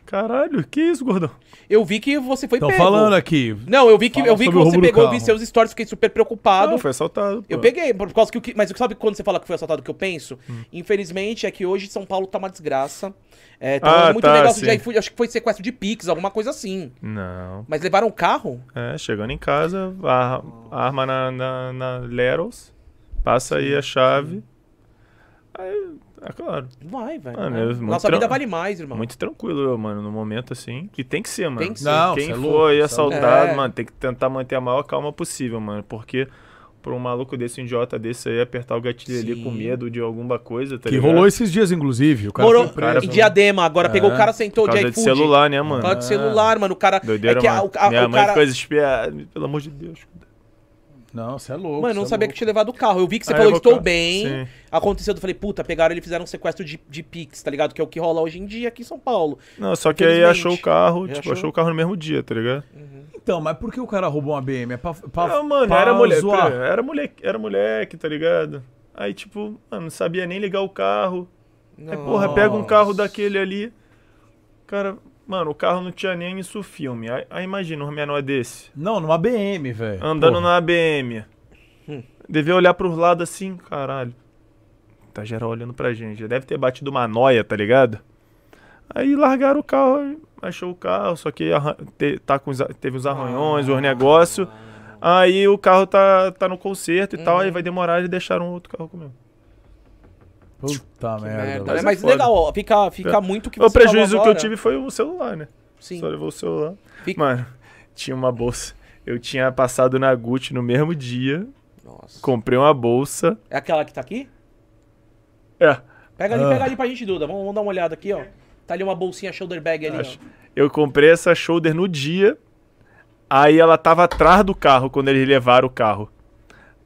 Speaker 8: Caralho, que isso, gordão?
Speaker 7: Eu vi que você foi
Speaker 5: Estão
Speaker 7: pego.
Speaker 5: falando aqui.
Speaker 7: Não, eu vi que,
Speaker 5: Fala
Speaker 7: eu vi que
Speaker 5: sobre o
Speaker 7: você
Speaker 5: roubo do
Speaker 7: pegou, eu vi
Speaker 5: carro.
Speaker 7: seus stories, fiquei super preocupado.
Speaker 8: Não, foi assaltado. pô.
Speaker 7: Eu peguei, por causa que o que. Mas sabe quando você fala que foi assaltado o que eu penso?
Speaker 8: Hum.
Speaker 7: Infelizmente é que hoje São Paulo tá uma desgraça. É, tá
Speaker 8: Ah,
Speaker 7: rolando muito
Speaker 8: tá,
Speaker 7: negócio de
Speaker 8: sim.
Speaker 7: iFood, acho que foi sequestro de Pix, alguma coisa assim.
Speaker 8: Não.
Speaker 7: Mas levaram o carro?
Speaker 8: É, chegando em casa, a, a arma na, na, na Leros, passa aí a chave. Aí, é claro.
Speaker 7: Vai, velho.
Speaker 8: Mano,
Speaker 7: vai.
Speaker 8: eu- Ah, muito
Speaker 7: Nossa vida
Speaker 8: tran-
Speaker 7: vale mais, irmão.
Speaker 8: Muito tranquilo, eu, mano, no momento assim. Que tem que ser, mano.
Speaker 7: Tem que ser.
Speaker 5: Não,
Speaker 8: Quem
Speaker 5: cê é
Speaker 8: for
Speaker 5: louco,
Speaker 8: aí
Speaker 5: cê é
Speaker 8: assaltado,
Speaker 7: louco.
Speaker 8: mano, tem que tentar manter a maior calma possível, mano. Porque pra um maluco desse, um idiota desse aí, apertar o gatilho ali com medo de alguma coisa, tá
Speaker 5: Que
Speaker 8: ligado?
Speaker 5: rolou esses dias, inclusive. O cara
Speaker 7: Morou
Speaker 5: foi preso.
Speaker 7: em Diadema agora, pegou
Speaker 8: É,
Speaker 7: o cara, sentou
Speaker 8: por
Speaker 7: de
Speaker 8: causa
Speaker 7: iFood.
Speaker 8: de celular, né, mano?
Speaker 7: Por causa de celular, mano. O cara.
Speaker 8: Doideira,
Speaker 7: é que a-
Speaker 8: mano.
Speaker 7: o, a-
Speaker 8: Minha
Speaker 7: o
Speaker 8: mãe
Speaker 7: cara.
Speaker 8: ficou assim, desesperada. Pelo amor de Deus.
Speaker 5: Não, você é louco.
Speaker 7: Mano, eu não
Speaker 5: cê é
Speaker 7: sabia que
Speaker 5: louco.
Speaker 7: tinha levado o carro. Eu vi que você
Speaker 8: Aí Ah, eu
Speaker 7: falou,
Speaker 8: vou
Speaker 7: estou
Speaker 8: ca-
Speaker 7: bem.
Speaker 8: Sim.
Speaker 7: Aconteceu, eu falei, puta, pegaram ele e fizeram um sequestro de, de Pix, tá ligado? Que é o que rola hoje em dia aqui em São Paulo.
Speaker 8: Não, só que aí
Speaker 7: Infelizmente.
Speaker 8: achou o carro,
Speaker 7: Ele
Speaker 8: tipo,
Speaker 7: achou?
Speaker 8: achou... o carro no mesmo dia, tá ligado?
Speaker 5: Então, mas por que o cara roubou uma BM? É pra, pra,
Speaker 8: Ah, mano,
Speaker 5: pra
Speaker 8: era mulher,
Speaker 5: zoar.
Speaker 8: pera, era moleque, era moleque, tá ligado? Aí, tipo, mano, não sabia nem ligar o carro. Aí, porra, pega um carro daquele ali. Cara, mano, o carro não tinha nem isso filme. Aí, aí imagina um menor desse,
Speaker 5: Não, numa BM, velho.
Speaker 8: andando
Speaker 5: Porra.
Speaker 8: na ABM.
Speaker 7: Hum.
Speaker 8: Devia olhar pros lados assim, caralho. Tá geral olhando pra gente. Já deve ter batido uma noia, tá ligado? Aí largaram o carro, achou o carro, só que arran- te- tá com os a- teve uns arranhões, os negócios. Aí o carro tá, tá no conserto e tal,
Speaker 7: Uhum.
Speaker 8: aí vai demorar e deixaram outro carro comigo.
Speaker 5: Puta merda.
Speaker 7: né?
Speaker 8: merda,
Speaker 5: velho.
Speaker 8: mas Mas é foda. legal, ó,
Speaker 7: fica, fica
Speaker 8: É.
Speaker 7: muito que
Speaker 8: O
Speaker 7: você falou
Speaker 8: prejuízo que eu
Speaker 7: agora.
Speaker 8: tive foi o celular, né?
Speaker 7: Sim.
Speaker 8: Só levou o celular.
Speaker 7: Fica-
Speaker 8: Mano, tinha uma bolsa. Eu tinha passado na Gucci no mesmo dia.
Speaker 7: Nossa.
Speaker 8: Comprei uma bolsa.
Speaker 7: É aquela que tá aqui?
Speaker 8: É.
Speaker 7: Pega ali,
Speaker 8: Ah.
Speaker 7: pega ali pra gente, Duda. Vamos, vamos dar uma olhada aqui, ó. Tá ali uma bolsinha shoulder bag ali. ó.
Speaker 8: Eu comprei essa shoulder no dia. Aí ela tava atrás do carro quando eles levaram o carro.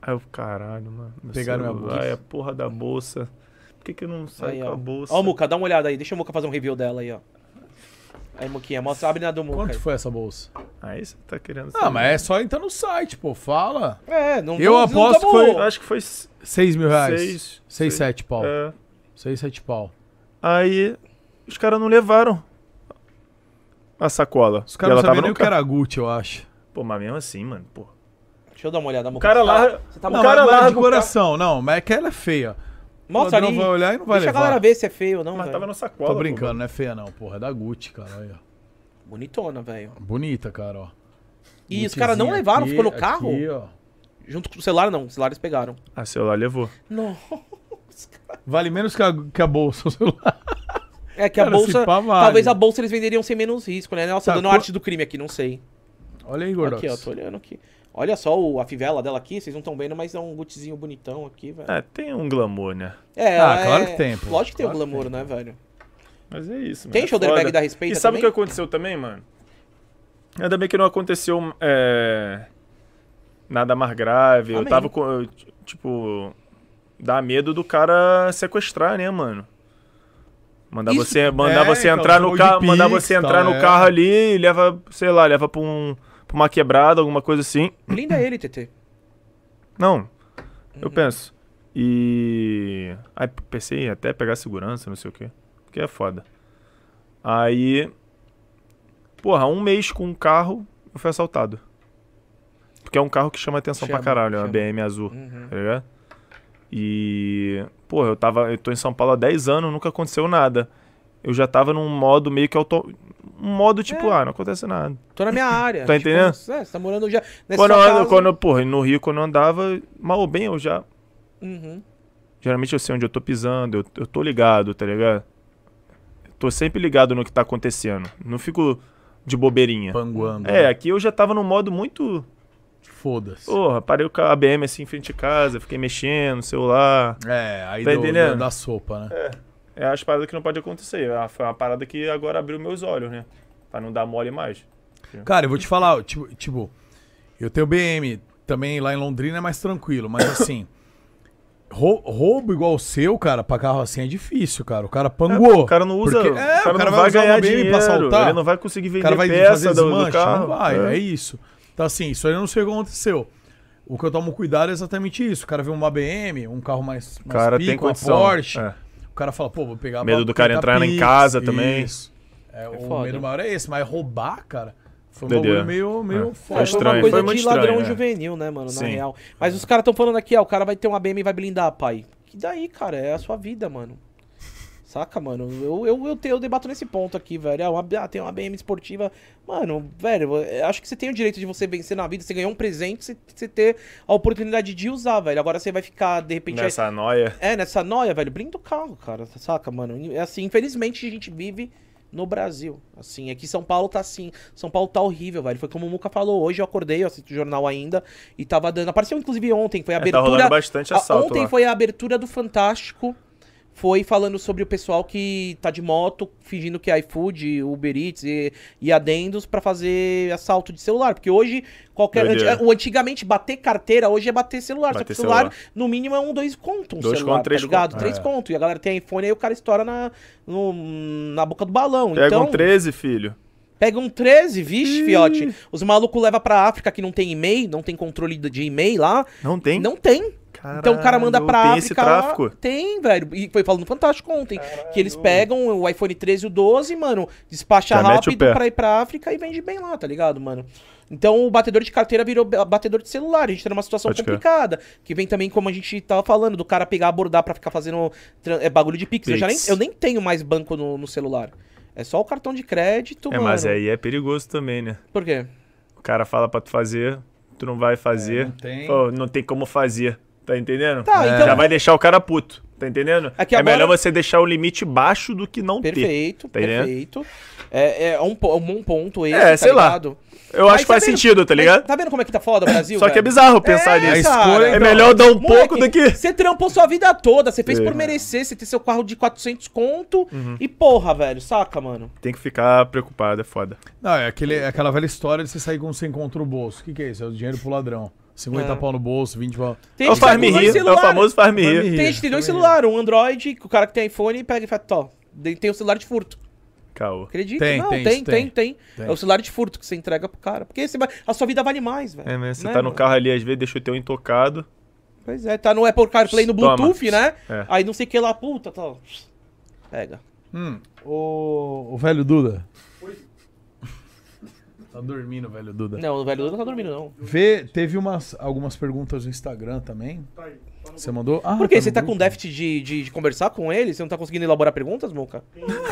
Speaker 8: Aí eu, caralho, mano. meu
Speaker 5: Pegaram minha
Speaker 8: celular
Speaker 5: bolsa.
Speaker 8: é a porra da bolsa. Por que, que eu não saio
Speaker 7: Aí,
Speaker 8: tá com
Speaker 7: ó.
Speaker 8: a bolsa?
Speaker 7: Ó, Muca, dá uma olhada aí. Deixa o Muca fazer um review dela aí, ó. Aí, Muquinha, mostra, abre na do Muca.
Speaker 5: Quanto
Speaker 7: aí.
Speaker 5: foi essa bolsa?
Speaker 8: Aí você tá querendo
Speaker 5: Ah, mas é só entrar no site, pô. Fala.
Speaker 7: É, não
Speaker 5: Eu
Speaker 7: não- não
Speaker 5: aposto que
Speaker 7: tamo-
Speaker 5: foi.
Speaker 8: Acho que foi.
Speaker 5: 6 mil reais.
Speaker 8: Seis,
Speaker 5: 6, 6 7 pau.
Speaker 8: É.
Speaker 5: 6, 7 pau.
Speaker 8: Aí os caras não levaram a sacola.
Speaker 5: Os caras não sabiam nem o que era Gucci, eu acho.
Speaker 8: Pô, mas mesmo assim, mano, pô.
Speaker 7: Deixa eu dar uma olhada, Muca.
Speaker 8: cara
Speaker 7: Você tá-
Speaker 8: lá-
Speaker 7: Você tá
Speaker 5: não,
Speaker 7: muito-
Speaker 5: cara
Speaker 7: Mas-
Speaker 5: mas
Speaker 7: mas
Speaker 5: de coração, não. Mas é que ela é feia.
Speaker 7: Mostra
Speaker 5: O
Speaker 7: ali.
Speaker 5: ladrão vai olhar e não vai
Speaker 7: Deixa
Speaker 5: levar.
Speaker 7: a galera ver se é feio ou não, velho.
Speaker 5: Tô brincando, não é feia não, porra. É da Gucci, cara. Aí, ó.
Speaker 7: Bonitona, velho.
Speaker 5: Bonita, cara, ó.
Speaker 7: E os caras não
Speaker 5: Guccizinha
Speaker 7: levaram,
Speaker 5: aqui,
Speaker 7: ficou no carro?
Speaker 5: aqui, ó.
Speaker 7: Junto com o celular, não. O celular eles pegaram.
Speaker 8: Ah, celular levou.
Speaker 7: Não.
Speaker 5: Vale menos que a, que a bolsa, o celular.
Speaker 7: É que a
Speaker 5: Cara, se
Speaker 7: bolsa.
Speaker 5: pá, vale.
Speaker 7: Talvez a bolsa eles venderiam sem menos risco, né? Nossa,
Speaker 5: Tá,
Speaker 7: dando
Speaker 5: qu-
Speaker 7: arte do crime aqui, não sei.
Speaker 5: Olha aí, Gordox.
Speaker 7: Aqui, ó, tô olhando aqui. Olha só o- a fivela dela aqui, vocês não estão vendo, mas é um gutizinho bonitão aqui, velho.
Speaker 8: É, tem um glamour, né?
Speaker 7: É,
Speaker 5: Ah,
Speaker 7: ela
Speaker 5: claro
Speaker 7: é-
Speaker 5: que tem, pô.
Speaker 7: Lógico que tem o
Speaker 5: Claro que
Speaker 7: glamour, né, velho?
Speaker 8: Mas é isso, mano.
Speaker 7: Tem
Speaker 8: é
Speaker 7: shoulder bag
Speaker 8: foda.
Speaker 7: da respeita
Speaker 8: E sabe o que
Speaker 7: também?
Speaker 8: aconteceu também, mano? Ainda bem que não aconteceu é, nada mais grave. Eu
Speaker 7: Amém.
Speaker 8: tava com. eu, t- Tipo. Dá medo do cara sequestrar, né, mano? Mandar
Speaker 5: Isso-
Speaker 8: você,
Speaker 5: É,
Speaker 8: mandar você
Speaker 5: então,
Speaker 8: entrar
Speaker 5: jogo
Speaker 8: no
Speaker 5: de
Speaker 8: carro, mandar
Speaker 5: Pix,
Speaker 8: você
Speaker 5: tal,
Speaker 8: entrar no
Speaker 5: é.
Speaker 8: carro ali e leva, sei lá, leva pra, um, pra uma quebrada, alguma coisa assim.
Speaker 7: Linda ele, TT.
Speaker 8: Não. Eu penso. E. Aí pensei em até pegar segurança, não sei o quê. Porque é foda. Aí. Porra, um mês com um carro, eu fui assaltado. Porque é um carro que chama atenção
Speaker 7: Chama,
Speaker 8: pra caralho, é uma
Speaker 7: chama.
Speaker 8: BM azul,
Speaker 7: Uhum.
Speaker 8: tá ligado? E. Porra, eu tava. Eu tô em São Paulo há 10 anos, nunca aconteceu nada. Eu já tava num modo meio que auto. Um modo
Speaker 7: É.
Speaker 8: tipo, ah, não acontece nada.
Speaker 7: Tô na minha área.
Speaker 8: Tá entendendo?
Speaker 7: Tipo, é, você tá morando já. Nessa
Speaker 8: Quando eu,
Speaker 7: sua
Speaker 8: ando-
Speaker 7: casa.
Speaker 8: quando eu- porra, no Rio, quando eu andava, mal ou bem, eu já
Speaker 7: Uhum.
Speaker 8: Geralmente eu sei onde eu tô pisando, eu, eu tô ligado, tá ligado? Eu tô sempre ligado no que tá acontecendo. Não fico de bobeirinha.
Speaker 5: Panguando.
Speaker 8: É,
Speaker 5: né?
Speaker 8: aqui eu já tava num modo muito.
Speaker 5: Foda-se.
Speaker 8: Porra, parei o ca- a BM assim em frente de casa, fiquei mexendo no celular.
Speaker 5: É, aí
Speaker 8: Tá
Speaker 5: deu-
Speaker 8: entendendo?
Speaker 5: deu da sopa, né?
Speaker 8: É as paradas que não pode acontecer. Ah, Foi uma parada que agora abriu meus olhos, né? Pra não dar mole mais.
Speaker 7: É.
Speaker 5: Cara, eu vou te falar, ó, tipo, tipo, eu tenho BM também lá em Londrina é mais tranquilo, mas assim, rou- roubo igual o seu, cara, pra carro assim é difícil, cara. O cara pangou.
Speaker 8: É, o cara não usa-
Speaker 5: Porque-
Speaker 8: o
Speaker 5: é, o
Speaker 8: cara
Speaker 5: cara,
Speaker 8: não
Speaker 5: vai,
Speaker 8: vai
Speaker 5: usar
Speaker 8: ganhar
Speaker 5: uma BM
Speaker 8: dinheiro,
Speaker 5: pra assaltar.
Speaker 8: ele não vai conseguir
Speaker 5: o cara
Speaker 8: vender
Speaker 5: vai
Speaker 8: peça
Speaker 5: fazer
Speaker 8: do- do
Speaker 5: desmanche,
Speaker 8: carro,
Speaker 5: Não vai,
Speaker 8: é.
Speaker 5: é. isso. Então assim, isso aí eu não sei o que aconteceu. O que eu tomo cuidado é exatamente isso. O cara vê uma BM, um carro mais, mais
Speaker 8: Cara, tem
Speaker 5: uma
Speaker 8: condição,
Speaker 5: Porsche.
Speaker 8: é.
Speaker 5: O cara fala, pô, vou pegar
Speaker 8: Medo
Speaker 5: pra
Speaker 8: do cara
Speaker 5: 30
Speaker 8: entrar em
Speaker 5: pix,
Speaker 8: casa também.
Speaker 5: Isso. É, o
Speaker 7: foda.
Speaker 5: medo maior é esse, mas roubar, cara, foi um
Speaker 8: Doideira.
Speaker 5: bagulho meio, meio
Speaker 8: É.
Speaker 5: foda.
Speaker 7: Foi
Speaker 8: estranho,
Speaker 7: uma coisa
Speaker 8: foi muito
Speaker 7: de ladrão
Speaker 8: estranho, é.
Speaker 7: juvenil, né, mano? Na
Speaker 8: Sim.
Speaker 7: real. Mas os caras estão falando aqui, ó, o cara vai ter uma BM e vai blindar, pai. Que daí, cara? É a sua vida, mano. Saca, mano? Eu, eu, eu, te- eu debato nesse ponto aqui, velho. Ah, uma, ah, tem uma BM esportiva. Mano, velho, eu acho que você tem o direito de você vencer na vida. Você ganhou um presente, você, você ter a oportunidade de usar, velho. Agora você vai ficar, de repente.
Speaker 8: Nessa noia.
Speaker 7: É, nessa noia, velho. Blinda o carro, cara. Saca, mano? É assim, infelizmente a gente vive no Brasil. Assim, aqui São Paulo tá assim. São Paulo tá horrível, velho. Foi como o Muca falou hoje. Eu acordei, eu assisto o jornal ainda. E tava dando. Apareceu inclusive ontem. Foi a
Speaker 8: É, tá
Speaker 7: abertura.
Speaker 8: rolando bastante
Speaker 7: a-
Speaker 8: assalto
Speaker 7: Ontem
Speaker 8: lá.
Speaker 7: foi a abertura do Fantástico. Foi falando sobre o pessoal que tá de moto, fingindo que é iFood, Uber Eats e, e adendos pra fazer assalto de celular. Porque hoje, qualquer.
Speaker 8: Doideira.
Speaker 7: anti- o antigamente, bater carteira, hoje é bater celular. Só que
Speaker 8: Bater
Speaker 7: o celular,
Speaker 8: celular.
Speaker 7: no mínimo, é um dois conto um
Speaker 8: Dois
Speaker 7: celular,
Speaker 8: conto, três
Speaker 7: tá ligado?
Speaker 8: conto.
Speaker 7: Três
Speaker 8: É.
Speaker 7: conto. E a galera tem iPhone, aí o cara estoura na, no- na boca do balão.
Speaker 8: Pega
Speaker 7: então,
Speaker 8: um 13, filho.
Speaker 7: Pega um 13, vixe, fiote. Os malucos levam pra África que não tem e-mail, não tem controle de de e-mail lá.
Speaker 8: Não tem?
Speaker 7: Não tem. então o cara manda
Speaker 8: Caralho,
Speaker 7: pra
Speaker 8: tem
Speaker 7: África.
Speaker 8: esse
Speaker 7: lá-
Speaker 8: tráfico?
Speaker 7: Tem, velho. E foi falando Fantástico ontem. Que eles pegam o iPhone 13 e o 12, mano, despacha
Speaker 8: Já mete o
Speaker 7: rápido
Speaker 8: pé.
Speaker 7: pra ir pra África e vende bem lá, tá ligado, mano? Então o batedor de carteira virou ba- batedor de celular. A gente tá numa situação
Speaker 8: Pode crer.
Speaker 7: complicada. Que vem também, como a gente tava falando, do cara pegar, abordar pra ficar fazendo tran- é, bagulho de pix. Eu, já nem,
Speaker 8: Pix.
Speaker 7: eu nem tenho mais banco no, no celular. É só o cartão de crédito,
Speaker 8: É,
Speaker 7: mano.
Speaker 8: mas aí é perigoso também, né?
Speaker 7: Por quê?
Speaker 8: O cara fala pra tu fazer, tu não vai fazer. não,
Speaker 7: É, tem.
Speaker 8: não tem como fazer. Tá entendendo?
Speaker 7: Tá,
Speaker 8: É.
Speaker 7: então-
Speaker 8: Já vai deixar o cara puto. Tá entendendo?
Speaker 7: É que
Speaker 8: é
Speaker 7: agora-
Speaker 8: melhor você deixar o limite baixo do que não ter.
Speaker 7: Perfeito,
Speaker 8: tá entendendo?
Speaker 7: perfeito. É, é um, po- um bom ponto esse,
Speaker 8: É,
Speaker 7: tá
Speaker 8: sei lá.
Speaker 7: ligado?
Speaker 8: Eu acho que faz sentido, tá
Speaker 7: mas
Speaker 8: ligado?
Speaker 7: Tá vendo como é que tá foda o Brasil,
Speaker 8: Só que é
Speaker 7: velho?
Speaker 8: bizarro pensar nisso. A escolha, É então. melhor dar um pouco do que-
Speaker 7: Você trampou sua vida toda, você fez
Speaker 8: É. Uhum.
Speaker 7: por merecer, você ter seu carro de 400 conto e porra, velho, saca, mano?
Speaker 8: Tem que ficar preocupado, é foda.
Speaker 5: Não, é, aquele, é aquela velha história de você sair com 100 conto no bolso. O que, que é isso? É o dinheiro pro ladrão. 50
Speaker 7: É.
Speaker 5: pau no bolso, 20 pau.
Speaker 8: É
Speaker 7: gente que tem dois celulares. Tem gente que tem
Speaker 5: Faz-me
Speaker 7: dois
Speaker 5: rir.
Speaker 7: celulares, um Android, que o cara que tem iPhone pega e fala, tó, de- tem o celular de furto.
Speaker 8: Caô.
Speaker 7: Acredita?
Speaker 8: Tem,
Speaker 7: não,
Speaker 8: tem
Speaker 7: tem
Speaker 8: isso,
Speaker 7: tem,
Speaker 8: tem.
Speaker 7: tem,
Speaker 8: Tem.
Speaker 7: É o celular de furto que você entrega pro cara. Porque você vai- a sua vida vale mais, velho.
Speaker 8: É, mas você
Speaker 7: né,
Speaker 8: tá no
Speaker 7: mano?
Speaker 8: carro ali, às vezes deixa o teu intocado.
Speaker 7: Pois é, tá no Apple CarPlay no
Speaker 8: Toma.
Speaker 7: Bluetooth, né?
Speaker 8: É.
Speaker 7: Aí não sei o que lá, puta, tá. Pega.
Speaker 5: Hum. O, o velho Duda. Tá dormindo, velho Duda.
Speaker 7: Não, o velho Duda não tá dormindo, não.
Speaker 5: Vê, teve umas, algumas perguntas no Instagram também. Você mandou? Ah,
Speaker 7: Por quê?
Speaker 5: no
Speaker 7: Você tá
Speaker 5: grupo.
Speaker 7: com déficit de, de, de conversar com ele? Você não tá conseguindo elaborar perguntas, Monca?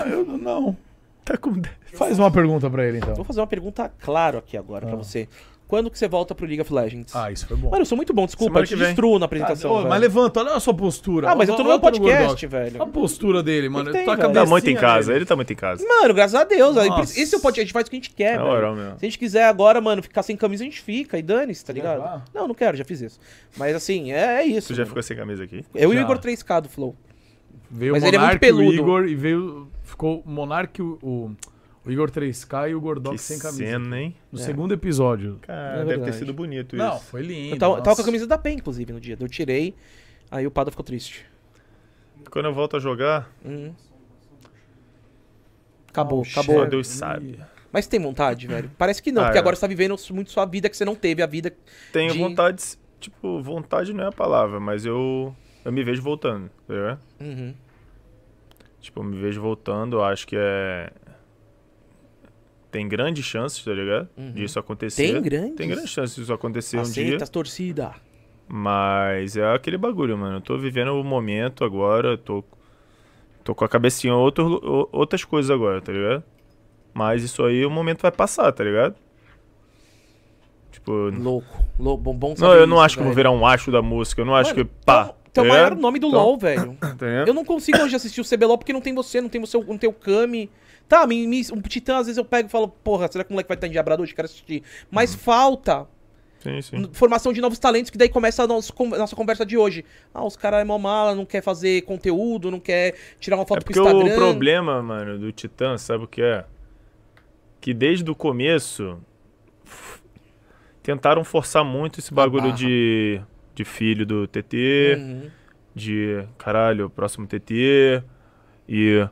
Speaker 5: Eu não. Tá com Faz uma pergunta pra ele, então.
Speaker 7: Vou fazer uma pergunta claro aqui agora pra você. Quando que você volta pro League of Legends?
Speaker 5: Ah, isso foi bom.
Speaker 7: Mano, eu sou muito bom, desculpa,
Speaker 5: Semana
Speaker 7: eu te
Speaker 5: que vem.
Speaker 7: destruo
Speaker 5: Ah,
Speaker 7: na apresentação.
Speaker 5: ô, mas
Speaker 7: velho.
Speaker 5: levanta, olha a sua postura.
Speaker 7: Ah, mas eu tô no meu
Speaker 5: Volta
Speaker 7: podcast,
Speaker 5: Gordox.
Speaker 7: velho.
Speaker 5: A postura dele, mano.
Speaker 7: tem,
Speaker 5: Ele tá
Speaker 7: velho?
Speaker 8: Tá muito em
Speaker 7: né?
Speaker 8: casa, ele tá muito em casa.
Speaker 7: Mano, graças a Deus. aí por
Speaker 8: Nossa.
Speaker 7: isso- Esse é o podcast, a gente faz o que a gente quer,
Speaker 8: Na
Speaker 7: velho.
Speaker 8: moral mesmo.
Speaker 7: Se a gente quiser agora, mano, ficar sem camisa, a gente fica e dane-se, tá ligado?
Speaker 8: Gravar?
Speaker 7: Não, não quero, já fiz isso. Mas assim, é, é isso.
Speaker 8: Tu já
Speaker 7: mano.
Speaker 8: ficou sem camisa aqui?
Speaker 7: Eu e o
Speaker 8: Já.
Speaker 7: Igor 3K do Flow.
Speaker 5: Veio
Speaker 7: Mas
Speaker 5: o
Speaker 7: ele é muito
Speaker 5: Monark,
Speaker 7: peludo.
Speaker 5: o Igor e veio. Ficou o Monark, o, o- o Igor 3K e o Gordox
Speaker 8: Que
Speaker 5: sem camisa. É
Speaker 8: cena, hein?
Speaker 5: No
Speaker 8: É.
Speaker 5: segundo episódio.
Speaker 8: Cara, deve ter sido bonito isso.
Speaker 5: Não, foi lindo.
Speaker 7: Eu tava, tava com
Speaker 5: nossa.
Speaker 7: a camisa da PEN, inclusive, no dia. Eu tirei, aí o Pada ficou triste.
Speaker 8: Quando eu volto a jogar,
Speaker 7: Hum. Acabou,
Speaker 5: Tá
Speaker 8: Oh,
Speaker 7: acabou.
Speaker 8: só Deus sabe.
Speaker 7: Mas você tem vontade, velho? Parece que não,
Speaker 8: Ah,
Speaker 7: porque
Speaker 8: é.
Speaker 7: agora você tá vivendo muito sua vida que você não teve, a vida.
Speaker 8: tenho
Speaker 7: de-
Speaker 8: vontade. Tipo, vontade não é a palavra, mas eu. Eu me vejo voltando, tá ligado?
Speaker 7: Uhum.
Speaker 8: Tipo, eu me vejo voltando, eu acho que é. Tem grandes chances, tá ligado?
Speaker 7: Uhum.
Speaker 8: Disso acontecer.
Speaker 7: Tem grandes? tá
Speaker 8: Tem grandes chances disso acontecer um dia.
Speaker 7: Aceitas, torcida.
Speaker 8: Mas é aquele bagulho, mano. Eu tô vivendo o momento agora, eu tô, tô com a cabecinha em outro, lu- o- outras coisas agora, tá ligado? Mas isso aí o momento vai passar, tá ligado? Tipo.
Speaker 7: Louco, louco, bom, bom
Speaker 8: Não,
Speaker 7: saber
Speaker 8: eu não
Speaker 7: isso,
Speaker 8: acho que eu vou
Speaker 7: velho.
Speaker 8: virar um acho da música, eu não acho
Speaker 7: Mano,
Speaker 8: que. Pá!
Speaker 7: Então,
Speaker 8: tá
Speaker 7: o maior
Speaker 8: ligado?
Speaker 7: nome do
Speaker 8: Então-
Speaker 7: LoL, velho.
Speaker 8: Tá ligado?
Speaker 7: Eu não consigo hoje assistir o CBLOL porque não tem você, não tem você, não tem o Kami. Tá, me, me, um titã, às vezes eu pego e falo, porra, será que o moleque vai estar endiabrado hoje? Quero assistir. Mas
Speaker 8: Uhum.
Speaker 7: falta
Speaker 8: Sim, sim.
Speaker 7: n- formação de novos talentos, que daí começa a nossa, con- nossa conversa de hoje. Ah, os caras é mó mala, não quer fazer conteúdo, não quer tirar uma foto
Speaker 8: É
Speaker 7: pro
Speaker 8: porque
Speaker 7: Instagram.
Speaker 8: o problema, mano, do Titã, sabe o que é? Que desde o começo f- tentaram forçar muito esse bagulho de, de filho do TT,
Speaker 7: Uhum.
Speaker 8: de caralho, próximo TT e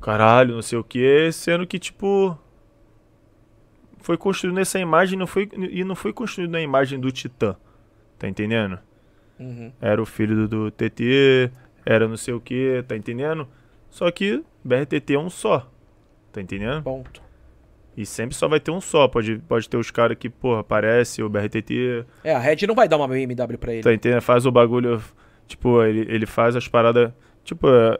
Speaker 8: caralho, não sei o que, sendo que tipo foi construído nessa imagem não foi, e não foi construído na imagem do Titã. Tá entendendo?
Speaker 7: Uhum.
Speaker 8: Era o filho do, do TT, era não sei o que, tá entendendo? Só que BRTT é um só. Tá entendendo?
Speaker 7: Ponto.
Speaker 8: E sempre só vai ter um só. Pode, pode ter os caras que, porra, aparece o BRTT.
Speaker 7: É, a Red não vai dar uma BMW pra ele.
Speaker 8: Tá entendendo? Faz o bagulho. Tipo, ele, ele faz as paradas. Tipo, é,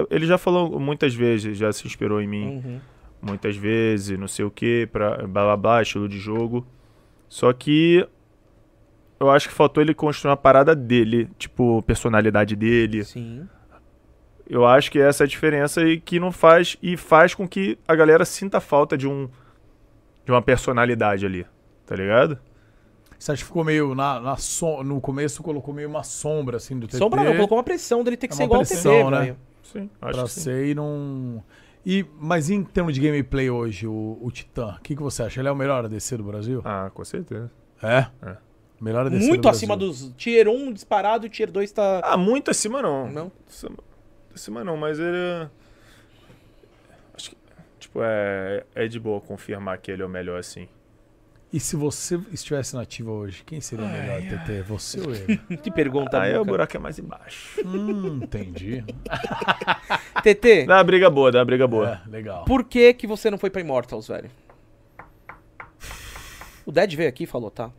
Speaker 8: é, ele já falou muitas vezes, já se inspirou em mim
Speaker 7: Uhum.
Speaker 8: muitas vezes, não sei o que, pra, blá blá blá, estilo de jogo. Só que eu acho que faltou ele construir uma parada dele, tipo, personalidade dele.
Speaker 7: Sim.
Speaker 8: Eu acho que essa é a diferença e que não faz e faz com que a galera sinta falta de um de uma personalidade ali, tá ligado?
Speaker 5: Você acha que ficou meio na, na som- no começo colocou meio uma sombra assim do TT?
Speaker 7: Sombra não, colocou uma pressão dele ter que
Speaker 5: É
Speaker 7: ser
Speaker 5: uma
Speaker 7: igual ao
Speaker 5: pressão,
Speaker 7: TT,
Speaker 5: né?
Speaker 7: velho.
Speaker 8: Sim, acho
Speaker 5: Pra
Speaker 8: que sim.
Speaker 5: ser e não. E, mas em termos de gameplay hoje, o, o Titã, o que, que você acha? Ele é o melhor ADC do Brasil?
Speaker 8: Ah, com certeza.
Speaker 5: É?
Speaker 8: É.
Speaker 5: Melhor ADC do
Speaker 7: Muito
Speaker 5: Brasil.
Speaker 7: acima dos tier 1 disparado, tier 2 tá.
Speaker 8: Ah, muito acima não.
Speaker 7: Não?
Speaker 8: Acima, acima não, mas ele é- acho que tipo é é de boa confirmar que ele é o melhor assim.
Speaker 5: E se você estivesse na ativa hoje, quem seria o melhor TT? Você ou ele?
Speaker 7: Que pergunta
Speaker 8: Aí o
Speaker 7: boca.
Speaker 8: buraco é mais embaixo.
Speaker 5: Hum, entendi.
Speaker 7: Ah. TT,
Speaker 8: Dá uma briga boa, dá uma briga boa.
Speaker 5: É, legal.
Speaker 7: por que que você não foi pra Immortals, velho? O Dead veio aqui e falou, tá?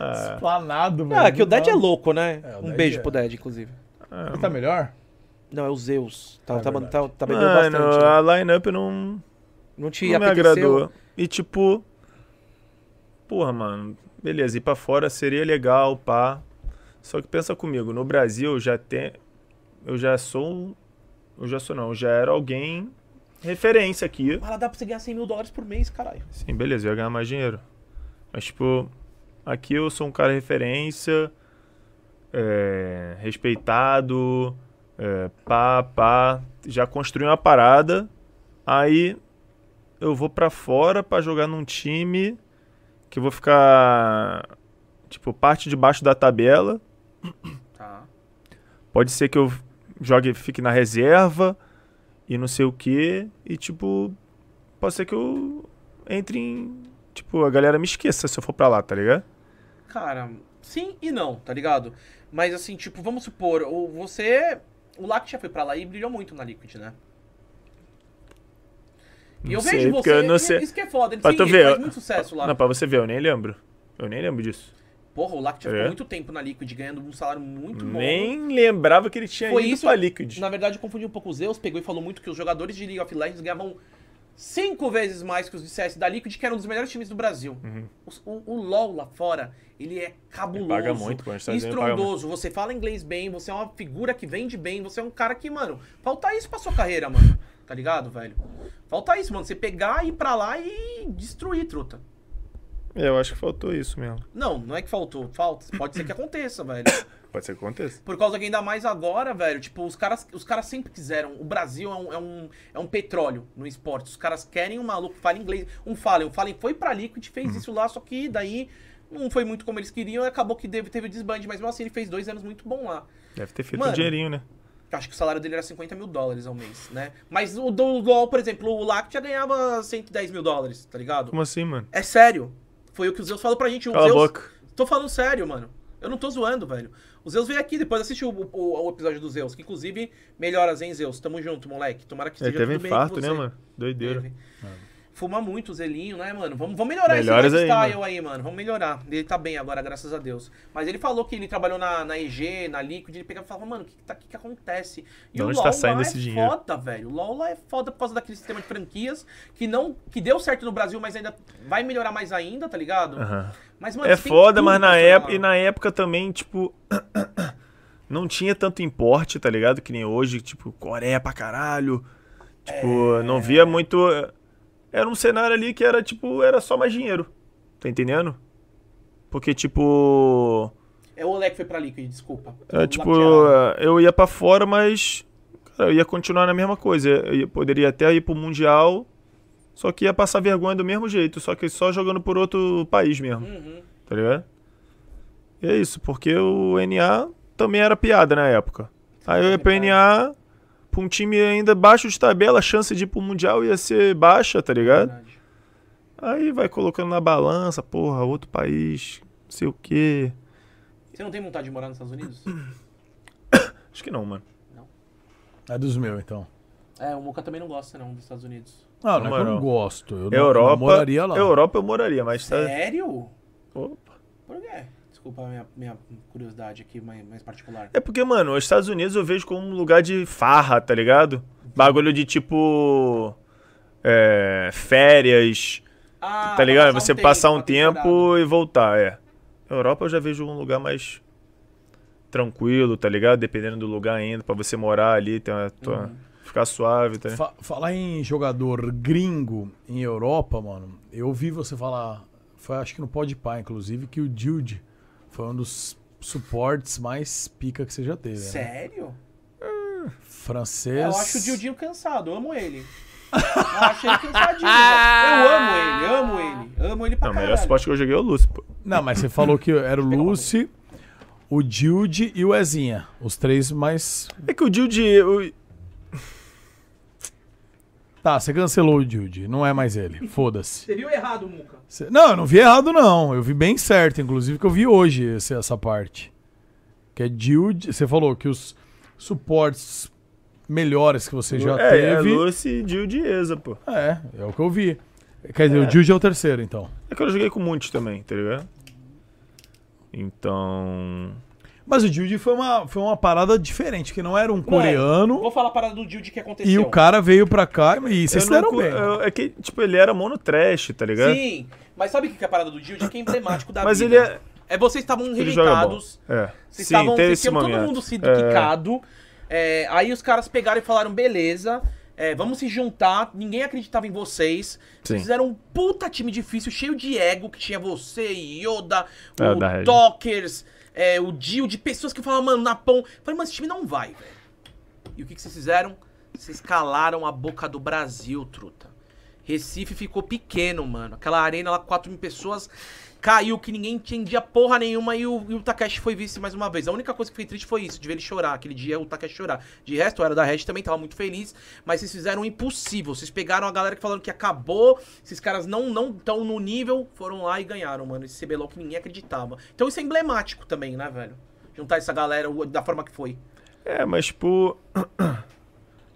Speaker 8: Ah,
Speaker 5: É. Planado, velho.
Speaker 7: Ah, que o Dead
Speaker 5: Não.
Speaker 7: é louco, né?
Speaker 5: É, o
Speaker 7: um
Speaker 5: Dead
Speaker 7: beijo
Speaker 5: é.
Speaker 7: pro Dead, inclusive.
Speaker 8: ah,
Speaker 5: Ele tá melhor?
Speaker 7: Não, é o Zeus. Tá,
Speaker 8: É
Speaker 7: tá,
Speaker 8: verdade.
Speaker 7: tá, tá bebendo
Speaker 8: Mano,
Speaker 7: bastante. né?
Speaker 8: a lineup não.
Speaker 7: Não te
Speaker 8: não me
Speaker 7: apeteceu?
Speaker 8: agradou. E tipo. Porra, mano. Beleza, ir pra fora seria legal, pá. Só que pensa comigo, no Brasil eu já tem. Eu já sou. um- Eu já sou não, eu já era alguém referência aqui.
Speaker 7: Mas lá dá pra você ganhar 100 mil dólares por mês, caralho.
Speaker 8: Sim, beleza, eu ia ganhar mais dinheiro. Mas, tipo, aqui eu sou um cara referência, é, respeitado, é, pá, pá. Já construí uma parada, aí eu vou pra fora pra jogar num time que eu vou ficar, tipo, parte de baixo da tabela. Pode ser que eu jogue, fique na reserva e não sei o que. E tipo, pode ser que eu entre em. Tipo, a galera me esqueça se eu for pra lá, tá ligado?
Speaker 7: Cara, sim e não, tá ligado? Mas assim, tipo, vamos supor, o- você. O Lac já foi pra lá e brilhou muito na Liquid, né? E eu vejo você,
Speaker 8: porque eu não
Speaker 7: e-
Speaker 8: sei.
Speaker 7: isso que é foda, ele
Speaker 8: Pra
Speaker 7: sim,
Speaker 8: tu
Speaker 7: ele
Speaker 8: ver,
Speaker 7: faz
Speaker 8: eu-
Speaker 7: muito sucesso lá.
Speaker 8: Não, pra você ver, eu nem lembro. Eu nem lembro disso.
Speaker 7: Porra, o Lac já
Speaker 8: É.
Speaker 7: ficou muito tempo na Liquid, ganhando um salário muito bom.
Speaker 8: Nem lembrava que ele tinha
Speaker 7: Foi
Speaker 8: ido
Speaker 7: isso,
Speaker 8: pra Liquid.
Speaker 7: Na verdade, eu confundi um pouco. O Zeus pegou e falou muito que os jogadores de League of Legends ganhavam cinco vezes mais que os de CS da Liquid, que era um dos melhores times do Brasil. Os- O, o LoL lá fora, ele é cabuloso,
Speaker 8: Uhum. Ele paga muito, mano, os Estados Unidos pagam
Speaker 7: estrondoso. Você fala inglês bem, você é uma figura que vende bem, você é um cara que, mano, falta isso pra sua carreira, mano. Tá ligado, velho? Falta isso, mano. Você pegar, ir pra lá e destruir, truta.
Speaker 8: É, eu acho que faltou isso mesmo.
Speaker 7: Não, não é que faltou. Falta. Pode ser que aconteça, velho.
Speaker 8: Pode ser que aconteça.
Speaker 7: Por causa que ainda mais agora, velho, tipo, os caras, os caras sempre quiseram. O Brasil é um, é, um, é um petróleo no esporte. Os caras querem um maluco que fale inglês. Um fala, um fala, foi pra Liquid,
Speaker 8: Uhum.
Speaker 7: fez isso lá, só que daí não foi muito como eles queriam e acabou que teve, teve o desbande. Mas mesmo assim, ele fez dois anos muito bom lá.
Speaker 8: Deve ter feito um
Speaker 7: Mano,
Speaker 8: dinheirinho, né?
Speaker 7: Acho que o salário dele era 50 mil dólares ao mês, né? Mas o do LoL, por exemplo, o Lact já ganhava 110 mil dólares, tá ligado?
Speaker 8: Como assim, mano? É,
Speaker 7: É sério. Foi o que o Zeus falou pra gente. O
Speaker 8: Cala a
Speaker 7: Zeus...
Speaker 8: boca.
Speaker 7: Tô falando sério, mano. Eu não tô zoando, velho. O Zeus veio aqui, depois assiste o, o- o episódio do Zeus, que inclusive, melhoras, hein, Zeus? Tamo junto, moleque. Tomara que
Speaker 8: Ele
Speaker 7: esteja
Speaker 8: teve
Speaker 7: tudo bem com
Speaker 8: infarto, né,
Speaker 7: você.
Speaker 8: mano? Doideira.
Speaker 7: Fuma muito o Zelinho, né, mano? Vamos, vamos melhorar
Speaker 8: Melhoras
Speaker 7: esse
Speaker 8: aí,
Speaker 7: lifestyle aí, mano. Vamos melhorar. Ele tá bem agora, graças a Deus. Mas ele falou que ele trabalhou na, na EG, na Liquid, ele pegava e falava, mano, o que, que, tá- que que acontece? E
Speaker 8: De
Speaker 7: o
Speaker 8: onde
Speaker 7: LoL
Speaker 8: tá saindo
Speaker 7: lá
Speaker 8: esse
Speaker 7: é
Speaker 8: dinheiro?
Speaker 7: foda, velho. O LoL lá é foda por causa daquele sistema de franquias que não que deu certo no Brasil, mas ainda vai melhorar mais ainda, tá ligado?
Speaker 8: Aham.
Speaker 7: Mas, mano,
Speaker 8: é
Speaker 7: você tem
Speaker 8: foda,
Speaker 7: tudo
Speaker 8: mas
Speaker 7: pra
Speaker 8: na
Speaker 7: ser
Speaker 8: época,
Speaker 7: lá.
Speaker 8: e na época também, tipo, não tinha tanto importe, tá ligado? Que nem hoje, tipo, Coreia pra caralho. Tipo,
Speaker 7: É.
Speaker 8: não via muito. eh, Era um cenário ali que era, tipo, era só mais dinheiro. Tá entendendo? Porque, tipo.
Speaker 7: É o Olé que foi pra Liquid, desculpa.
Speaker 8: É, tipo, eu ia pra fora, mas cara, eu ia continuar na mesma coisa. Eu ia- poderia até ir pro Mundial, só que ia passar vergonha do mesmo jeito, só que só jogando por outro país mesmo. Tá ligado? E é isso, porque o NA também era piada na época. Aí eu ia pro NA, pra um time ainda baixo de tabela, a chance de ir pro Mundial ia ser baixa, tá ligado? Aí vai colocando na balança, porra, outro país, não sei o quê.
Speaker 7: Você não tem vontade de morar nos Estados Unidos?
Speaker 8: Acho que não, mano.
Speaker 5: É dos meus, então.
Speaker 7: é, o Muca também não gosta, não, dos Estados Unidos.
Speaker 5: Não, não é que eu não gosto. Eu não-
Speaker 8: Europa, é
Speaker 5: eu moraria lá.
Speaker 8: Europa eu moraria, mas tá.
Speaker 7: É. Sério?
Speaker 8: Opa.
Speaker 7: Por quê? Desculpa a minha, minha curiosidade aqui, mais, mais particular.
Speaker 8: É porque, mano, os Estados Unidos eu vejo como um lugar de farra, tá ligado? Bagulho de tipo. É, férias.
Speaker 7: Ah,
Speaker 8: tá ligado?
Speaker 7: passar um
Speaker 8: Você
Speaker 7: tempo,
Speaker 8: passar um
Speaker 7: uma
Speaker 8: tempo
Speaker 7: temporada.
Speaker 8: e voltar, é. Europa eu já vejo um lugar mais tranquilo, tá ligado? Dependendo do lugar ainda, pra você morar ali, ter uma- tua-
Speaker 7: Uhum.
Speaker 8: ficar suave, tá ligado?
Speaker 5: Fa- falar em jogador gringo em Europa, mano, eu ouvi você falar, foi acho que no Podpah, inclusive, que o Jude foi um dos suportes mais pica que você já teve. né?
Speaker 7: Sério?
Speaker 5: Francês.
Speaker 7: Eu acho o Dildinho cansado, eu amo ele. Eu acho ele cansadinho. velho. eu amo ele, amo ele. Amo ele pra
Speaker 8: Não, o melhor
Speaker 7: caralho.
Speaker 8: suporte que eu joguei é o Lúcio, pô.
Speaker 5: Não, mas você falou que era o Lucy, o Jude e o Ezinha. Os três mais.
Speaker 8: É que o Jude.
Speaker 5: Tá, você cancelou o Jude, não é mais ele. Foda-se.
Speaker 7: Você viu errado, Muca.
Speaker 5: Cê- Não, eu não vi errado, não. Eu vi bem certo, inclusive, que eu vi hoje esse- essa parte. Que é Jude. Você falou que os suportes melhores que você já
Speaker 8: é,
Speaker 5: teve.
Speaker 8: É, Lucy, Jude e Eza, pô.
Speaker 5: É, é o que eu vi. Quer dizer,
Speaker 8: É.
Speaker 5: o Jude é o terceiro, então.
Speaker 8: É que eu joguei com muitos também, tá ligado? Então.
Speaker 5: Mas o Jude foi uma, foi uma parada diferente, que não era
Speaker 8: é,
Speaker 5: um coreano.
Speaker 7: Vou falar a parada do Jude que aconteceu.
Speaker 5: E o cara veio pra cá e vocês se
Speaker 8: assim, Eu não
Speaker 5: deram
Speaker 8: cu-
Speaker 5: bem. né?
Speaker 8: eu- é que, tipo, ele era monotrash, tá ligado?
Speaker 7: Sim, mas sabe o que que é a parada do Jude? É que é emblemático da
Speaker 8: Mas
Speaker 7: vida.
Speaker 8: ele é-
Speaker 7: É vocês estavam
Speaker 8: Ele joga bola.
Speaker 7: rejeitados.
Speaker 8: É.
Speaker 7: Vocês
Speaker 8: Sim,
Speaker 7: estavam
Speaker 8: teve
Speaker 7: vocês
Speaker 8: esse
Speaker 7: tinham todo
Speaker 8: momento.
Speaker 7: mundo sido
Speaker 8: É.
Speaker 7: quicado. É, aí os caras pegaram e falaram: beleza, é, vamos se juntar. Ninguém acreditava em vocês. Vocês
Speaker 8: Sim.
Speaker 7: fizeram um puta time difícil, cheio de ego, que tinha você, Yoda,
Speaker 8: É,
Speaker 7: o
Speaker 8: da Red.
Speaker 7: Dockers, é, o Dio, de pessoas que falavam, mano, Napão. Eu Falei, mano, esse time não vai, velho. E o que, que vocês fizeram? Vocês calaram a boca do Brasil, truta. Recife ficou pequeno, mano. Aquela arena lá, 4 mil pessoas, caiu que ninguém entendia porra nenhuma e o, e o Takeshi foi vice mais uma vez. A única coisa que fiquei triste foi isso, de ver ele chorar. Aquele dia o Takeshi chorar. De resto, eu era da Red também, tava muito feliz, mas vocês fizeram o impossível. Vocês pegaram a galera que falando que acabou, esses caras não não estão no nível, foram lá e ganharam, mano. Esse CBLOL que ninguém acreditava. Então isso é emblemático também, né, velho? Juntar essa galera o- da forma que foi.
Speaker 8: É, mas tipo.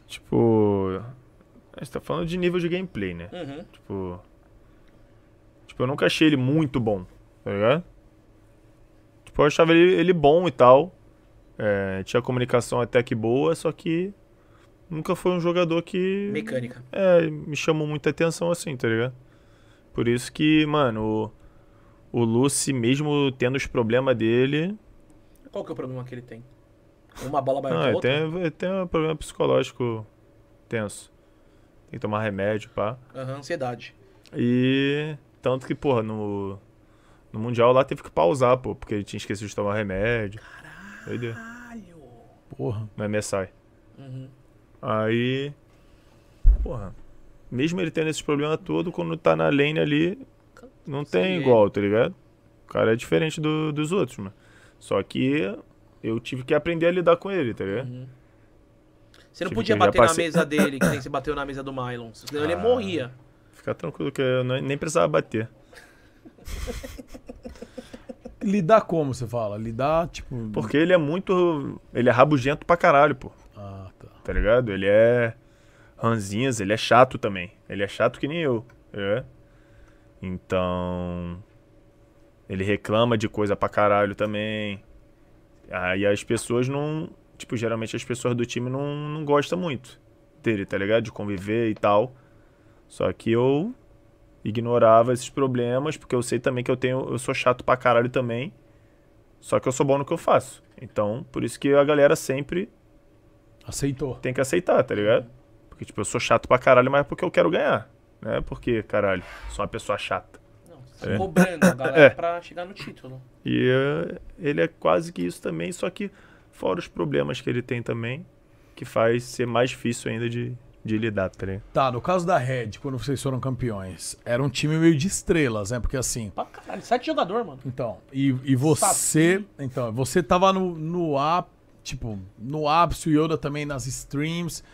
Speaker 8: tipo. A gente tá falando de nível de gameplay, né?
Speaker 7: Uhum.
Speaker 8: Tipo. Tipo, eu nunca achei ele muito bom, tá ligado? Tipo, eu achava ele, ele bom e tal. É, tinha comunicação até que boa, só que. Nunca foi um jogador que.
Speaker 7: Mecânica.
Speaker 8: É, me chamou muita atenção assim, tá ligado? Por isso que, mano, o, o Lucy, mesmo tendo os problemas dele,
Speaker 7: Qual que é o problema que ele tem? Uma bola maior
Speaker 8: não,
Speaker 7: que a
Speaker 8: ele
Speaker 7: outra?
Speaker 8: tem, ele tem um problema psicológico tenso. Tem que tomar remédio, pá.
Speaker 7: Aham, ansiedade.
Speaker 8: E tanto que, porra, no, no Mundial lá teve que pausar, pô, porque ele tinha esquecido de tomar remédio. Caralho!
Speaker 5: Porra.
Speaker 8: No MSI.
Speaker 7: Uhum.
Speaker 8: Aí, porra, mesmo ele tendo esses problemas todos, quando tá na lane ali, não tem
Speaker 7: Sim.
Speaker 8: igual, tá ligado? O cara é diferente do- dos outros, mano. Só que eu tive que aprender a lidar com ele, tá
Speaker 7: Uhum.
Speaker 8: ligado?
Speaker 7: Você não podia
Speaker 8: Tive Tipo, que- já
Speaker 7: bater na
Speaker 8: passei-
Speaker 7: mesa dele, que nem você bateu na mesa do Mylon. Senão ele
Speaker 8: Ah.
Speaker 7: morria.
Speaker 8: Fica tranquilo que eu nem nem precisava bater.
Speaker 5: Lidar como você fala? Lidar, tipo.
Speaker 8: Porque ele é muito. Ele é rabugento pra caralho, pô.
Speaker 5: Ah, tá.
Speaker 8: Tá ligado? Ele é. Ranzinhas, ele é chato também. Ele é chato que nem eu. É. Então. Ele reclama de coisa pra caralho também. Aí as pessoas não. Tipo, geralmente as pessoas do time não, não gostam muito dele, tá ligado? De conviver e tal. Só que eu ignorava esses problemas, porque eu sei também que eu tenho. Eu sou chato pra caralho também. Só que eu sou bom no que eu faço. Então, por isso que a galera sempre.
Speaker 5: Aceitou.
Speaker 8: Tem que aceitar, tá ligado? Porque, tipo, eu sou chato pra caralho, mas é porque eu quero ganhar. Né? Porque, caralho, sou uma pessoa chata. Não,
Speaker 7: Você tá cobrando a galera
Speaker 8: é.
Speaker 7: pra chegar no título.
Speaker 8: E eh, ele é quase que isso também, só que fora os problemas que ele tem também, que faz ser mais difícil ainda de, de lidar, tá ligado?
Speaker 5: Tá, no caso da Red, quando vocês foram campeões, era um time meio de estrelas, né? Porque assim.
Speaker 7: Caralho, sete jogador, mano.
Speaker 5: Então, e, e você. Então, você tava no, no ápice, tipo, no ápice, o Yoda também nas streams.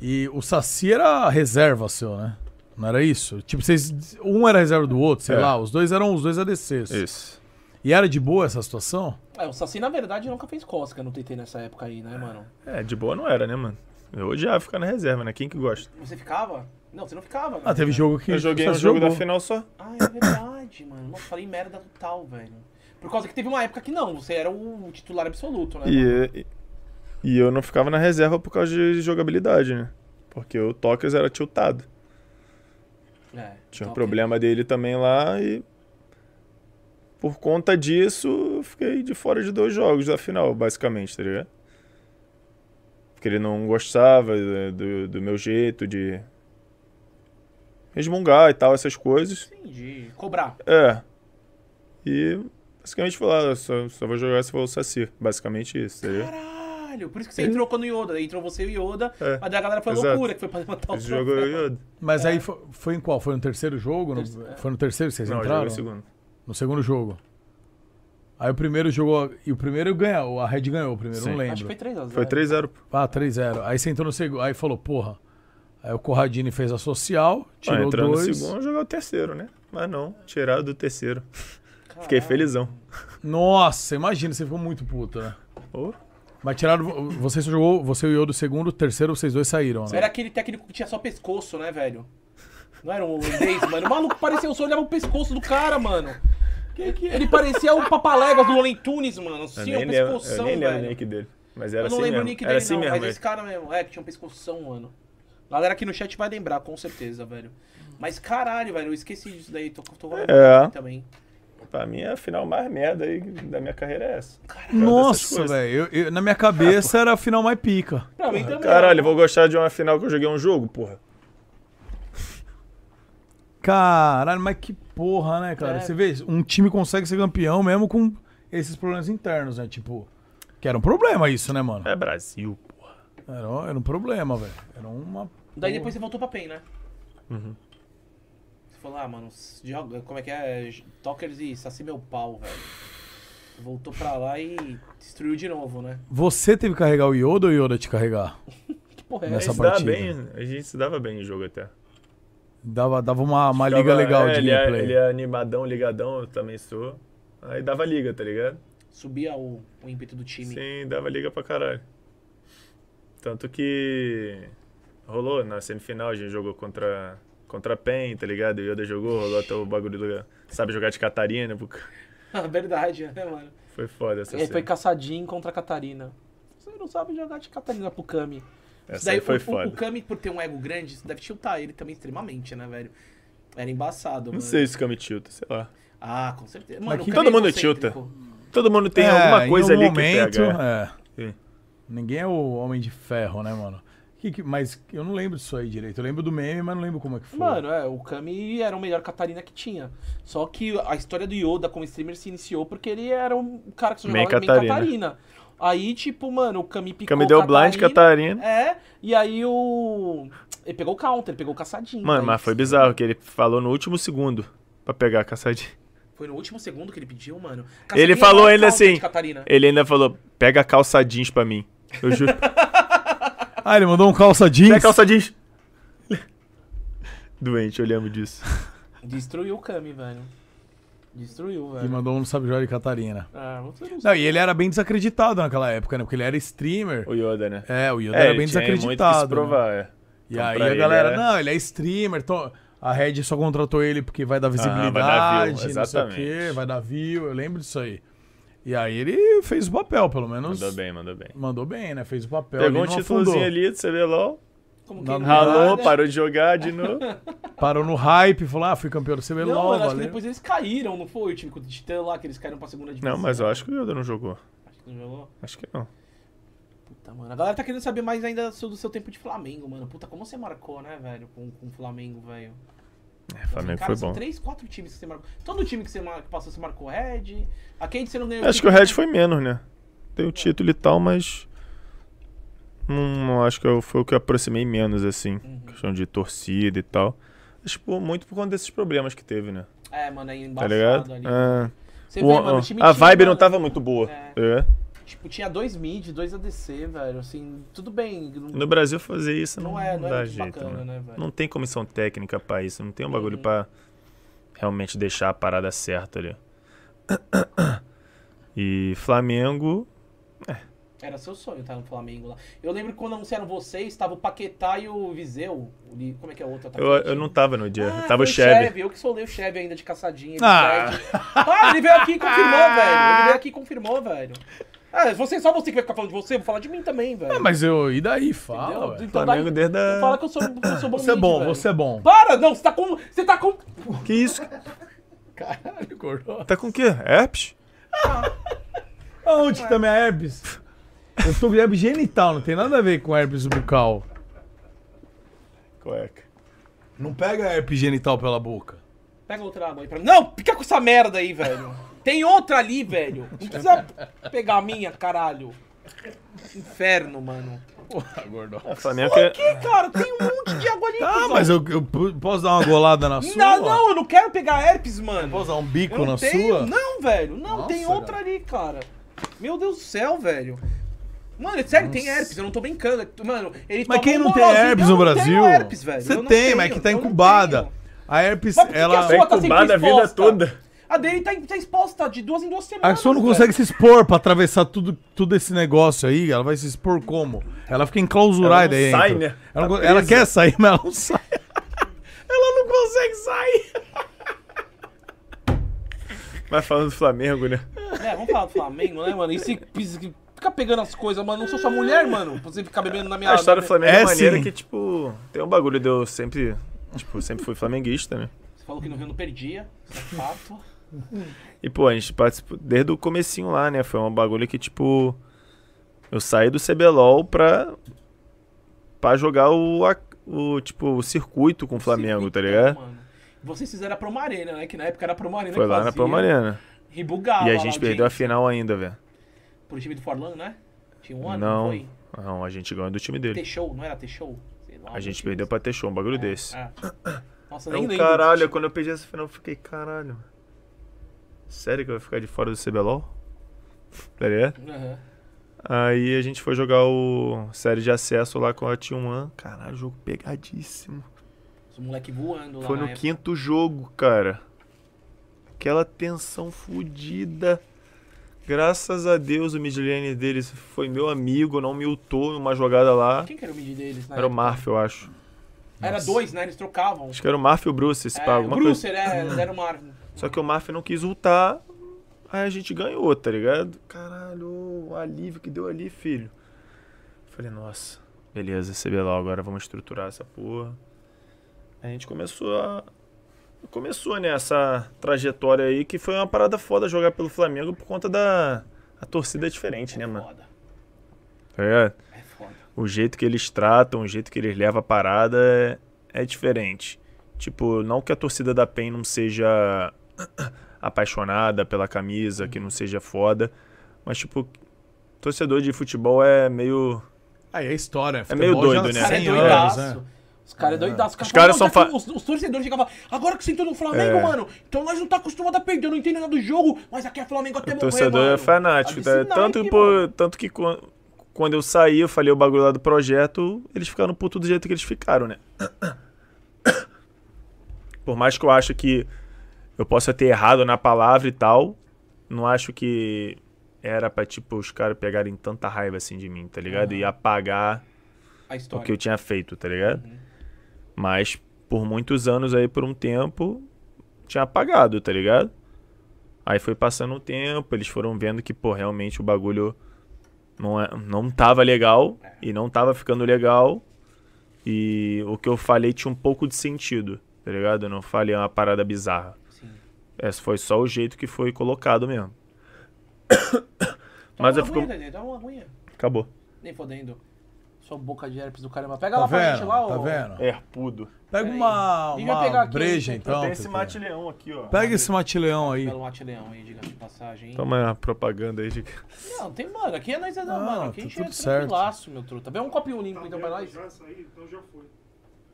Speaker 5: E o Saci era a reserva seu, né? Não era isso? Tipo, vocês. Um era a reserva do outro, sei
Speaker 8: É.
Speaker 5: lá. Os dois eram os dois ADCs.
Speaker 8: Isso.
Speaker 5: E era de boa essa situação?
Speaker 7: É, o Saci, na verdade, nunca fez cosca no TT nessa época aí, né, mano?
Speaker 8: É, de boa não era, né, mano? Eu odiava ficar na reserva, né? Quem que gosta?
Speaker 7: Você ficava? Não, você não ficava.
Speaker 5: Ah, teve jogo que.
Speaker 8: Eu joguei
Speaker 5: o
Speaker 8: um jogo da final só.
Speaker 7: Ah, é verdade, mano. Nossa, falei merda total, velho. Por causa que teve uma época que não, você era o titular absoluto, né? mano?
Speaker 8: E, e- e eu não ficava na reserva por causa de jogabilidade, né? Porque o Tokers era tiltado.
Speaker 7: É,
Speaker 8: Tinha um
Speaker 7: ok.
Speaker 8: problema dele também lá e. Por conta disso, eu fiquei de fora de dois jogos da final, basicamente, tá ligado? Porque ele não gostava eh, do, do meu jeito de. resmungar e tal, essas coisas.
Speaker 7: Entendi. Cobrar.
Speaker 8: É. E. Basicamente foi lá, só, só vou jogar se for o Saci. Basicamente isso, tá ligado?
Speaker 7: Caralho, por isso que você entrou quando o Yoda. Aí Entrou você e o Yoda,
Speaker 8: É,
Speaker 7: mas daí a galera foi
Speaker 8: exato.
Speaker 7: loucura que foi pra levantar o
Speaker 8: Esse jogo é
Speaker 7: troféu.
Speaker 8: eu-
Speaker 5: Mas aí foi, foi em qual? Foi no terceiro jogo? No-
Speaker 8: é.
Speaker 5: foi no terceiro que vocês
Speaker 8: Não, eu
Speaker 5: entraram?
Speaker 8: joguei no segundo.
Speaker 5: No segundo jogo. Aí o primeiro jogou. E o primeiro ganhou. A Red ganhou o primeiro,
Speaker 8: Sim.
Speaker 5: não lembro.
Speaker 8: Acho que foi 3 a 0. Foi 3 a 0,
Speaker 5: Ah, 3x0. Aí você entrou no segundo. Aí falou, porra. Aí o Corradini fez a social, tirou
Speaker 8: entrando
Speaker 5: dois.
Speaker 8: no segundo, eu jogar o terceiro, né? Mas não, tiraram do terceiro. Fiquei felizão.
Speaker 5: Nossa, imagina, você ficou muito puto, né? Mas tiraram. vo- Você só jogou, você e o Yo do segundo, o terceiro, vocês dois saíram, né?
Speaker 7: Era aquele técnico que tinha só pescoço, né, velho? Não era um holandês, mano. O maluco parecia, eu só olhava o pescoço do cara, mano. Ele parecia o Papaléguas do Looney Tunes, mano.
Speaker 8: Eu
Speaker 7: Assim,
Speaker 8: nem
Speaker 7: uma
Speaker 8: lembro,
Speaker 7: pescoção,
Speaker 8: eu nem lembro o
Speaker 7: velho.
Speaker 8: nick dele. Mas
Speaker 7: Eu
Speaker 8: era
Speaker 7: não
Speaker 8: assim
Speaker 7: lembro
Speaker 8: mesmo.
Speaker 7: o nick
Speaker 8: Era
Speaker 7: dele,
Speaker 8: assim
Speaker 7: não, mas esse
Speaker 8: mesmo.
Speaker 7: cara mesmo, é, que tinha um pescoção, mano. A galera aqui no chat vai lembrar, com certeza, velho. Mas caralho, velho, eu esqueci disso daí, tô, tô
Speaker 8: É.
Speaker 7: aqui também.
Speaker 8: Pra mim, a final mais merda aí da minha carreira é essa.
Speaker 5: Nossa, velho. eu- eu- Na minha
Speaker 8: É,
Speaker 5: cabeça era a final mais pica.
Speaker 7: Pra mim
Speaker 8: Porra,
Speaker 7: também.
Speaker 8: Caralho, eu vou gostar de uma final que eu joguei um jogo, porra.
Speaker 5: Caralho, mas que porra, né, cara?
Speaker 8: É.
Speaker 5: Você vê, um time consegue ser campeão mesmo com esses problemas internos, né? Tipo, que era um problema isso, né, mano?
Speaker 8: É Brasil,
Speaker 5: porra. Era, era um problema, velho. Era uma.
Speaker 7: Daí
Speaker 8: Então-
Speaker 5: porra.
Speaker 7: depois você voltou pra PEN, né?
Speaker 8: Uhum.
Speaker 7: Você falou, ah, mano, s- joga, como é que é? J- Talkers e Saci meu pau, velho. Voltou pra lá e destruiu de novo, né?
Speaker 5: Você teve que carregar o Yoda ou o Yoda te carregar?
Speaker 7: Que porra é
Speaker 8: a
Speaker 5: Nessa
Speaker 8: gente se dava
Speaker 5: partida.
Speaker 8: bem, a gente se dava bem em jogo até.
Speaker 5: Dava, dava uma, uma
Speaker 8: Ficava-
Speaker 5: liga legal
Speaker 8: é,
Speaker 5: de
Speaker 8: ele é,
Speaker 5: gameplay.
Speaker 8: ele é animadão, ligadão, eu também sou. Aí dava liga, tá ligado?
Speaker 7: Subia o, o ímpeto do time.
Speaker 8: Sim, dava liga pra caralho. Tanto que rolou na semifinal, a gente jogou contra, contra a PEN, tá ligado? O Yoda jogou, rolou até o bagulho do. Sabe jogar de Catarina? porque
Speaker 7: Ah, Verdade, né, mano?
Speaker 8: Foi foda essa
Speaker 7: Ele
Speaker 8: cena.
Speaker 7: foi caçadinho contra a Catarina. Você não sabe jogar de Catarina pro Kami.
Speaker 8: Essa
Speaker 7: Isso daí,
Speaker 8: aí foi
Speaker 7: o, o-
Speaker 8: foda.
Speaker 7: O Kami, por ter um ego grande, isso deve tiltar ele também extremamente, né, velho? Era embaçado,
Speaker 8: Não
Speaker 7: mano.
Speaker 8: sei se o Kami tilta, sei lá.
Speaker 7: Ah, com certeza.
Speaker 8: Mas
Speaker 7: Mano,
Speaker 8: que-
Speaker 7: o Kami
Speaker 8: todo
Speaker 7: é
Speaker 8: mundo tilta.
Speaker 7: egocêntrico.
Speaker 8: Todo mundo tem
Speaker 5: É,
Speaker 8: alguma
Speaker 5: em
Speaker 8: coisa
Speaker 5: algum
Speaker 8: ali
Speaker 5: momento,
Speaker 8: que pega. é.
Speaker 5: é.
Speaker 8: Sim.
Speaker 5: Ninguém é o homem de ferro, né, mano? Que que- mas eu não lembro disso aí direito. Eu lembro do meme, mas não lembro como é que
Speaker 8: Tipo,
Speaker 5: foi.
Speaker 7: Mano, é, o Kami era o melhor Catarina que tinha. Só que a história do Yoda como streamer se iniciou porque ele era um cara que só
Speaker 8: Meio
Speaker 7: jogava meio
Speaker 8: Catarina.
Speaker 7: Catarina. Aí, tipo, mano, o Kami picou
Speaker 8: Kami deu blind Catarina.
Speaker 7: É, e aí o... Ele pegou o counter, ele pegou o caçadinho.
Speaker 8: Mano,
Speaker 7: Aí
Speaker 8: mas foi bizarro que ele falou no último segundo pra pegar a caçadinha.
Speaker 7: Foi no último segundo que ele pediu, mano.
Speaker 8: Ele
Speaker 7: Caçadinho
Speaker 8: falou
Speaker 7: era
Speaker 8: ainda
Speaker 7: counter
Speaker 8: assim.
Speaker 7: é de Catarina.
Speaker 8: Ele ainda falou: pega a calça jeans pra mim. Eu juro.
Speaker 5: Ah, ele mandou um calça jeans.
Speaker 8: Pega a é calça jeans. Doente, eu lembro disso.
Speaker 7: Destruiu o Kami, velho. Destruiu,
Speaker 5: E
Speaker 7: velho.
Speaker 5: mandou um no Sabe Jogar de Catarina.
Speaker 7: Ah, você não
Speaker 5: Não, e ele era bem desacreditado naquela época, né? Porque ele era streamer.
Speaker 8: O Yoda, né?
Speaker 5: É, o Yoda
Speaker 8: É,
Speaker 5: era
Speaker 8: ele
Speaker 5: bem
Speaker 8: tinha muito que se
Speaker 5: desacreditado. né?
Speaker 8: provar, é.
Speaker 5: E
Speaker 8: Então,
Speaker 5: aí
Speaker 8: pra
Speaker 5: a
Speaker 8: ele
Speaker 5: galera,
Speaker 8: era-
Speaker 5: não, ele é streamer, então a Red só contratou ele porque vai dar visibilidade,
Speaker 8: Ah, vai dar view,
Speaker 5: não sei o
Speaker 8: exatamente.
Speaker 5: quê, vai dar view, eu lembro disso aí. E aí ele fez o papel, pelo menos.
Speaker 8: Mandou bem, mandou bem.
Speaker 5: Mandou bem, né? Fez o papel.
Speaker 8: Pegou um
Speaker 5: ele não
Speaker 8: títulozinho
Speaker 5: afundou.
Speaker 8: ali do CBLOL.
Speaker 7: Como
Speaker 5: que não
Speaker 8: Ralou,
Speaker 5: nada.
Speaker 8: parou de jogar de novo.
Speaker 5: Parou no hype, falou, ah, fui campeão do
Speaker 7: Não,
Speaker 5: CBLOL,
Speaker 7: mano, acho que
Speaker 5: valeu.
Speaker 7: depois eles caíram, não foi? O time de Titã lá, que eles caíram pra segunda divisão.
Speaker 8: Não, mas eu acho que o Yoda não jogou.
Speaker 7: Não jogou?
Speaker 8: Acho que não.
Speaker 7: Puta, mano. A galera tá querendo saber mais ainda do seu, do seu tempo de Flamengo, mano. Puta, como você marcou, né, velho? Com com o Flamengo, velho.
Speaker 8: É, Flamengo
Speaker 7: Cara,
Speaker 8: foi
Speaker 7: são
Speaker 8: bom.
Speaker 7: três, quatro times que você marcou. Todo time que você mar- que passou, você marcou Red. A Cade você não ganhou.
Speaker 8: Acho que o Red foi menos, né? Tem o título e tal, mas. Não, não acho que eu- foi o que eu aproximei menos, assim.
Speaker 5: Uhum.
Speaker 8: Questão de torcida e tal. Acho que por- muito por conta desses problemas que teve, né?
Speaker 7: É, mano, aí
Speaker 8: Tá
Speaker 7: embaçado
Speaker 8: ligado?
Speaker 7: ali.
Speaker 8: É.
Speaker 7: Você
Speaker 8: O-
Speaker 7: vê, mano, o time
Speaker 8: a
Speaker 7: tinha,
Speaker 8: vibe não
Speaker 7: mano,
Speaker 8: tava muito boa.
Speaker 7: é.
Speaker 8: É.
Speaker 7: Tipo, tinha dois mid, dois ADC, velho. Assim, tudo bem. não-
Speaker 8: No Brasil fazer isso não,
Speaker 7: Não é- não é
Speaker 8: dá
Speaker 7: muito
Speaker 8: jeito,
Speaker 7: bacana,
Speaker 8: né?
Speaker 7: né, velho? Uhum.
Speaker 8: não tem comissão técnica pra isso, não tem um bagulho pra realmente deixar a parada certa ali. E Flamengo,
Speaker 7: Era seu sonho estar no Flamengo lá. Eu lembro que quando anunciaram vocês, tava o Paquetá e o Viseu. O Li- Como é que é o outro?
Speaker 8: eu, eu não tava no dia,
Speaker 7: Ah,
Speaker 8: tava o
Speaker 7: foi
Speaker 8: Chevy.
Speaker 7: Eu que solei o Chevy ainda de caçadinha. Ele
Speaker 8: Ah.
Speaker 7: perde. ah, ele veio aqui e confirmou, velho. Ele veio aqui e confirmou, velho. Ah, você, só você que vai ficar falando de você, eu vou falar de mim também, velho.
Speaker 5: Ah, mas eu, e daí? Fala,
Speaker 7: Entendeu?
Speaker 5: velho.
Speaker 7: Então Flamengo daí- desde a- então fala que eu sou- que eu sou bom
Speaker 5: Você é
Speaker 7: mid,
Speaker 5: bom,
Speaker 7: velho.
Speaker 5: você é bom.
Speaker 7: Para! Não, você tá com. Você tá com.
Speaker 8: Que isso?
Speaker 5: Caralho, gordo.
Speaker 8: Tá com o quê? Herpes?
Speaker 5: Aonde que tá minha herpes? Eu tô com herpes genital, não tem nada a ver com herpes bucal.
Speaker 8: Cueca.
Speaker 5: Não pega herpes genital pela boca.
Speaker 7: Pega outra água aí pra mim. Não, fica com essa merda aí, velho. Tem outra ali, velho. Não precisa pegar a minha, caralho. Inferno, mano.
Speaker 5: Porra, gordo.
Speaker 8: Flamengo
Speaker 7: Por
Speaker 8: é-
Speaker 7: Tá que, cara? Tem um monte de água ali.
Speaker 5: Ah,
Speaker 7: cuzão.
Speaker 5: mas eu, eu p- posso dar uma golada na sua?
Speaker 7: Não, não, eu não quero pegar herpes, mano. Vou
Speaker 5: usar um bico na sua?
Speaker 7: Não, velho. Não, tem
Speaker 5: Nossa,
Speaker 7: outra ali, cara. Meu Deus do céu, velho. Mano, é sério, tem herpes, eu não tô brincando. Mano, ele
Speaker 5: Mas
Speaker 7: toma
Speaker 5: quem
Speaker 7: um
Speaker 5: não tem
Speaker 7: moralzinho.
Speaker 5: herpes
Speaker 7: Eu
Speaker 5: no
Speaker 7: não tenho
Speaker 5: Brasil?
Speaker 7: herpes, velho.
Speaker 5: Você
Speaker 7: Eu não
Speaker 5: tem, mas
Speaker 7: tenho.
Speaker 5: é que tá incubada. A herpes,
Speaker 7: Mas por que que
Speaker 5: ela.
Speaker 7: a sua tá sempre
Speaker 8: incubada a vida
Speaker 7: exposta?
Speaker 8: toda.
Speaker 7: A dele tá, tá exposta de duas em duas semanas.
Speaker 5: A pessoa não
Speaker 7: velho.
Speaker 5: consegue se expor pra atravessar tudo, tudo esse negócio aí. Ela vai se expor como? Ela fica enclausurada
Speaker 8: Ela não
Speaker 5: aí. dentro.
Speaker 8: sai, né?
Speaker 5: Ela, não
Speaker 8: Tá
Speaker 5: co- ela
Speaker 8: presa.
Speaker 5: quer sair, mas ela não sai.
Speaker 8: Ela não consegue sair. Mas falando do Flamengo, né?
Speaker 7: É, vamos falar do Flamengo, né, mano? E se pis- fica pegando as coisas, mano, não sou sua mulher, mano, pra você ficar bebendo na minha...
Speaker 8: A história do
Speaker 7: na minha-
Speaker 8: Flamengo é, maneira
Speaker 7: sim.
Speaker 8: que, tipo, tem um bagulho de eu sempre. Tipo, sempre fui flamenguista, né?
Speaker 7: Você falou que no Rio não perdia, isso é fato.
Speaker 8: E, pô, a gente participou desde o comecinho lá, né? Foi um bagulho que, tipo. Eu saí do CBLOL pra. pra jogar o. a- o tipo, o circuito com o Flamengo, tá ligado?
Speaker 7: Vocês fizeram a Promarena, né, que na época era a Promarena
Speaker 8: Foi
Speaker 7: que
Speaker 8: lá na
Speaker 7: fazia.
Speaker 8: Palmarena.
Speaker 7: E bugava
Speaker 8: E a
Speaker 7: lá
Speaker 8: gente
Speaker 7: o
Speaker 8: perdeu a final ainda, velho.
Speaker 7: Pro time do Forlan, né? Tinha um ano, não
Speaker 8: Não.
Speaker 7: foi?
Speaker 8: Não, a gente ganhou do time dele.
Speaker 7: T-Show, não era T-Show? Sei lá.
Speaker 8: A gente perdeu pra ter show, um bagulho desse.
Speaker 7: Ah. Nossa,
Speaker 8: É
Speaker 7: nem
Speaker 8: um
Speaker 7: lembro.
Speaker 8: caralho, quando eu perdi essa final, eu fiquei, caralho. Sério que eu vou ficar de fora do CBLOL? Tá ligado?
Speaker 7: Aham.
Speaker 8: Aí a gente foi jogar o série de acesso lá com a T1. Caralho, jogo pegadíssimo.
Speaker 7: Os moleque voando lá
Speaker 8: Foi
Speaker 7: na
Speaker 8: no
Speaker 7: época.
Speaker 8: quinto jogo, cara. Aquela tensão fodida. Graças a Deus o mid lane deles foi meu amigo, não me ultou numa jogada lá.
Speaker 7: Quem que era o mid deles na
Speaker 8: Era o
Speaker 7: época?
Speaker 8: Marf, eu acho.
Speaker 7: Era dois, né? Eles trocavam.
Speaker 8: Acho que era o Marf e o Bruce, esse
Speaker 7: É,
Speaker 8: pago.
Speaker 7: o
Speaker 8: alguma
Speaker 7: Bruce, né?
Speaker 8: coisa.
Speaker 7: era, eles eram uma...
Speaker 8: Só que o Marf não quis ultar, aí a gente ganhou, tá ligado? Caralho, o alívio que deu ali, filho. Falei, nossa, beleza, CBLOL, agora vamos estruturar essa porra. A gente começou a. Começou, né, essa trajetória aí, que foi uma parada foda jogar pelo Flamengo por conta da. A torcida é diferente, né, mano? Tá ligado? O jeito que eles tratam, o jeito que eles levam a parada é, é diferente. Tipo, não que a torcida da PEN não seja apaixonada pela camisa, que não seja foda, mas, tipo, torcedor de futebol é meio.
Speaker 5: Aí é história.
Speaker 8: É meio
Speaker 5: futebol já
Speaker 8: doido, né?
Speaker 5: há
Speaker 7: Os caras é
Speaker 5: 100
Speaker 7: doidaço.
Speaker 5: anos, né?
Speaker 7: Os caras é doidaço.
Speaker 8: Os caras
Speaker 7: falavam,
Speaker 8: são
Speaker 7: já que os, os torcedores chegavam agora que sentou no Flamengo,
Speaker 8: É.
Speaker 7: mano, então nós não tá acostumado a perder, não entende nada do jogo, mas aqui é Flamengo até
Speaker 8: O
Speaker 7: morrer,
Speaker 8: torcedor
Speaker 7: mano.
Speaker 8: é fanático. Tá?
Speaker 7: Alucinante,
Speaker 8: Tanto, que, pô, tanto que quan- quando eu saí, eu falei o bagulho lá do projeto, eles ficaram puto do jeito que eles ficaram, né? Por mais que eu acho que eu possa ter errado na palavra e tal, não acho que era pra, tipo, os caras pegarem tanta raiva assim de mim, tá ligado? E apagar
Speaker 7: A
Speaker 8: o
Speaker 7: história.
Speaker 8: que eu tinha feito, tá ligado?
Speaker 7: Uhum.
Speaker 8: Mas por muitos anos aí, por um tempo, tinha apagado, tá ligado? Aí foi passando o tempo, eles foram vendo que, pô, realmente o bagulho não, é, não tava legal e não tava ficando legal. E o que eu falei tinha um pouco de sentido, tá ligado? Eu não falei uma parada bizarra. Esse foi só o jeito que foi colocado mesmo. Mas
Speaker 7: Toma
Speaker 8: eu
Speaker 7: uma
Speaker 8: fico.
Speaker 7: aguinha, Dedê, toma né, Tá uma aguinha.
Speaker 8: Acabou.
Speaker 7: Nem fodendo. Só boca de herpes do caramba. Pega
Speaker 5: Tá
Speaker 7: lá pra gente
Speaker 5: vendo?
Speaker 7: lá,
Speaker 5: Tá
Speaker 7: ô-
Speaker 5: vendo?
Speaker 8: Herpudo.
Speaker 5: Pega
Speaker 7: Peraí.
Speaker 5: uma,
Speaker 7: A gente vai
Speaker 5: uma
Speaker 7: pegar aqui,
Speaker 5: breja,
Speaker 7: hein?
Speaker 5: então.
Speaker 7: Tem esse
Speaker 5: Pepe.
Speaker 8: mate-leão aqui, ó.
Speaker 5: Pega esse mate-leão aí.
Speaker 7: Pelo Matileão aí, diga de passagem, hein?
Speaker 8: Toma a propaganda aí de.
Speaker 7: Não, tem, mano. Aqui é nós é da mano. Aqui a gente
Speaker 5: Ah, tá tudo
Speaker 7: é
Speaker 5: certo.
Speaker 7: tranquilaço, meu truta. Vê um copinho limpo então pra nós.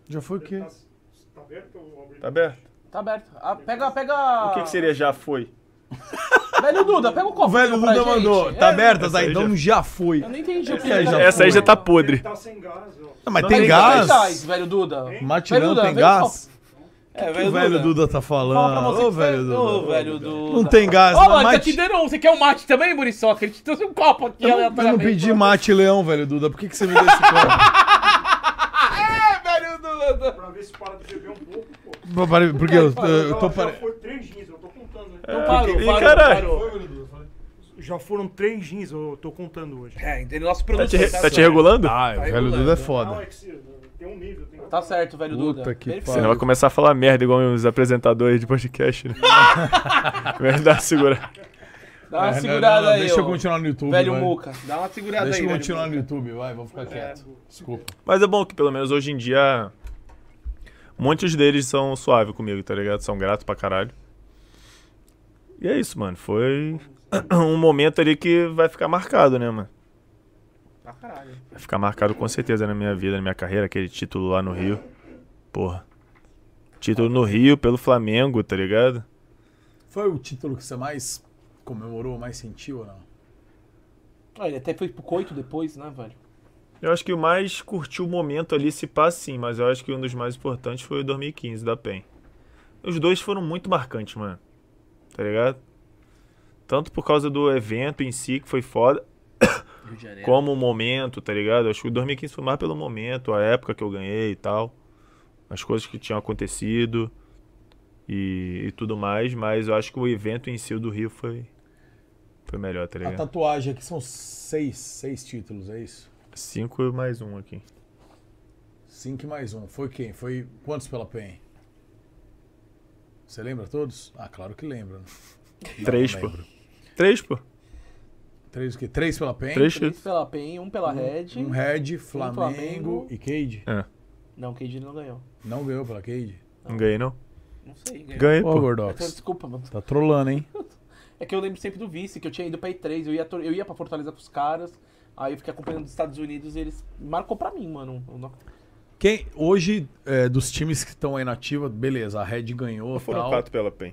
Speaker 5: Já foi o quê?
Speaker 8: Tá aberto?
Speaker 7: Tá aberto. Ah, pega, pega.
Speaker 8: O que, que seria já foi?
Speaker 7: Velho Duda, pega o copo.
Speaker 5: O velho
Speaker 7: pra
Speaker 5: Duda
Speaker 7: gente.
Speaker 5: mandou.
Speaker 7: É,
Speaker 5: Tá aberta,
Speaker 8: Essa aí
Speaker 5: Zaidão já foi.
Speaker 7: Eu não entendi o que
Speaker 5: Essa aí
Speaker 7: ele
Speaker 5: já,
Speaker 7: tá-
Speaker 8: Essa aí já tá podre.
Speaker 5: Não, mas
Speaker 7: Não
Speaker 5: tem
Speaker 7: tem
Speaker 5: gás.
Speaker 7: gás, tá velho Duda. Hein? Velho
Speaker 5: Matilhão
Speaker 7: Duda,
Speaker 5: tem
Speaker 7: vem cá.
Speaker 5: gás?
Speaker 7: É,
Speaker 5: O que o velho Duda tá
Speaker 7: Fala pra
Speaker 5: falando.
Speaker 7: você
Speaker 5: Ô,
Speaker 7: que-
Speaker 5: velho
Speaker 7: Ô,
Speaker 5: Duda.
Speaker 7: velho Duda.
Speaker 5: Não tem gás,
Speaker 7: Ó,
Speaker 5: não,
Speaker 7: mano, tá
Speaker 5: mate.
Speaker 7: te dando um. Você quer um mate também, Muriçoca? Ele te trouxe um copo aqui
Speaker 5: Eu não, eu não pedi mate-leão, velho Duda. Por que, que você me deu esse copo?
Speaker 7: É, velho Duda.
Speaker 13: Pra ver se para de beber um pouco, pô.
Speaker 5: Pô, pare- Porque eu, eu- eu tô
Speaker 13: Já
Speaker 5: pare...
Speaker 13: foi três jeans, eu tô contando. né?
Speaker 5: Então parou,
Speaker 8: Ih,
Speaker 5: parou,
Speaker 8: caralho.
Speaker 13: Já foram três jeans, eu tô contando hoje.
Speaker 7: É, entendeu? Nosso
Speaker 8: Tá
Speaker 7: produto.
Speaker 8: te, re- tá te regulando? Ah,
Speaker 5: o velho Duda é foda.
Speaker 7: Tá certo, velho Duda.
Speaker 5: Puta que
Speaker 8: Você não vai
Speaker 5: pariu.
Speaker 8: começar a falar merda igual os apresentadores de podcast, né? Vai dar segura.
Speaker 7: Dá uma
Speaker 5: É, não,
Speaker 7: segurada
Speaker 5: não, não,
Speaker 7: aí.
Speaker 5: Deixa eu
Speaker 7: ô.
Speaker 5: continuar no YouTube.
Speaker 7: Velho
Speaker 5: vai.
Speaker 7: Muca, dá uma segurada
Speaker 5: Deixa
Speaker 7: aí.
Speaker 5: eu
Speaker 7: velho
Speaker 5: continuar
Speaker 7: Muca.
Speaker 5: no YouTube, vai. Vou ficar quieto. Desculpa.
Speaker 8: Mas é bom que pelo menos hoje em dia. Muitos deles são suave comigo, tá ligado? São gratos pra caralho. E é isso, mano. Foi um momento ali que vai ficar marcado, né, mano?
Speaker 7: Pra caralho.
Speaker 8: Vai ficar marcado com certeza na minha vida, na minha carreira, aquele título lá no Rio. Porra. Título no Rio pelo Flamengo, tá ligado?
Speaker 5: Foi o título que você mais comemorou, mais sentiu ou não?
Speaker 7: Ah, ele até foi pro coito depois, né, velho?
Speaker 8: Eu acho que o mais curtiu o momento ali, se passa sim, mas eu acho que um dos mais importantes foi o 2015 da PEN. Os dois foram muito marcantes, mano. Tá ligado? Tanto por causa do evento em si, que foi foda,
Speaker 7: Rio de Janeiro.
Speaker 8: como o momento, tá ligado? Eu Acho que o 2015 foi mais pelo momento, a época que eu ganhei e tal. As coisas que tinham acontecido. e, e tudo mais, mas eu acho que o evento em si o do Rio foi, foi melhor,
Speaker 5: A
Speaker 8: tá ligado?
Speaker 5: tatuagem aqui são seis, seis títulos, é isso?
Speaker 8: Cinco e mais um aqui.
Speaker 5: Cinco e mais um. Foi quem? Foi quantos pela PEN? Você lembra todos? Ah, claro que lembra. né? Não,
Speaker 8: Três,
Speaker 5: não
Speaker 8: pô.
Speaker 5: lembro.
Speaker 8: Três, pô.
Speaker 5: Três o quê? Três pela PEN?
Speaker 8: Três
Speaker 7: É, Três pela PEN, um pela Red.
Speaker 5: Um Red,
Speaker 7: um
Speaker 5: Flamengo, e Cade?
Speaker 8: É.
Speaker 7: Não, o Cade não ganhou.
Speaker 5: Não ganhou pela Cade?
Speaker 8: Não ganhei, não?
Speaker 7: Não sei.
Speaker 5: Ganhei, pô.
Speaker 7: Então, desculpa, mano.
Speaker 5: Tá trolando, hein?
Speaker 7: É que eu lembro sempre do vice, que eu tinha ido pra E3, eu ia, tor- eu ia pra Fortaleza com os caras, aí eu fiquei acompanhando os Estados Unidos e eles marcou pra mim, mano. Eu não-
Speaker 5: Quem, hoje, é, dos times que estão aí na ativa, beleza, a Red ganhou
Speaker 8: Foram
Speaker 5: tal.
Speaker 8: quatro pela PEN.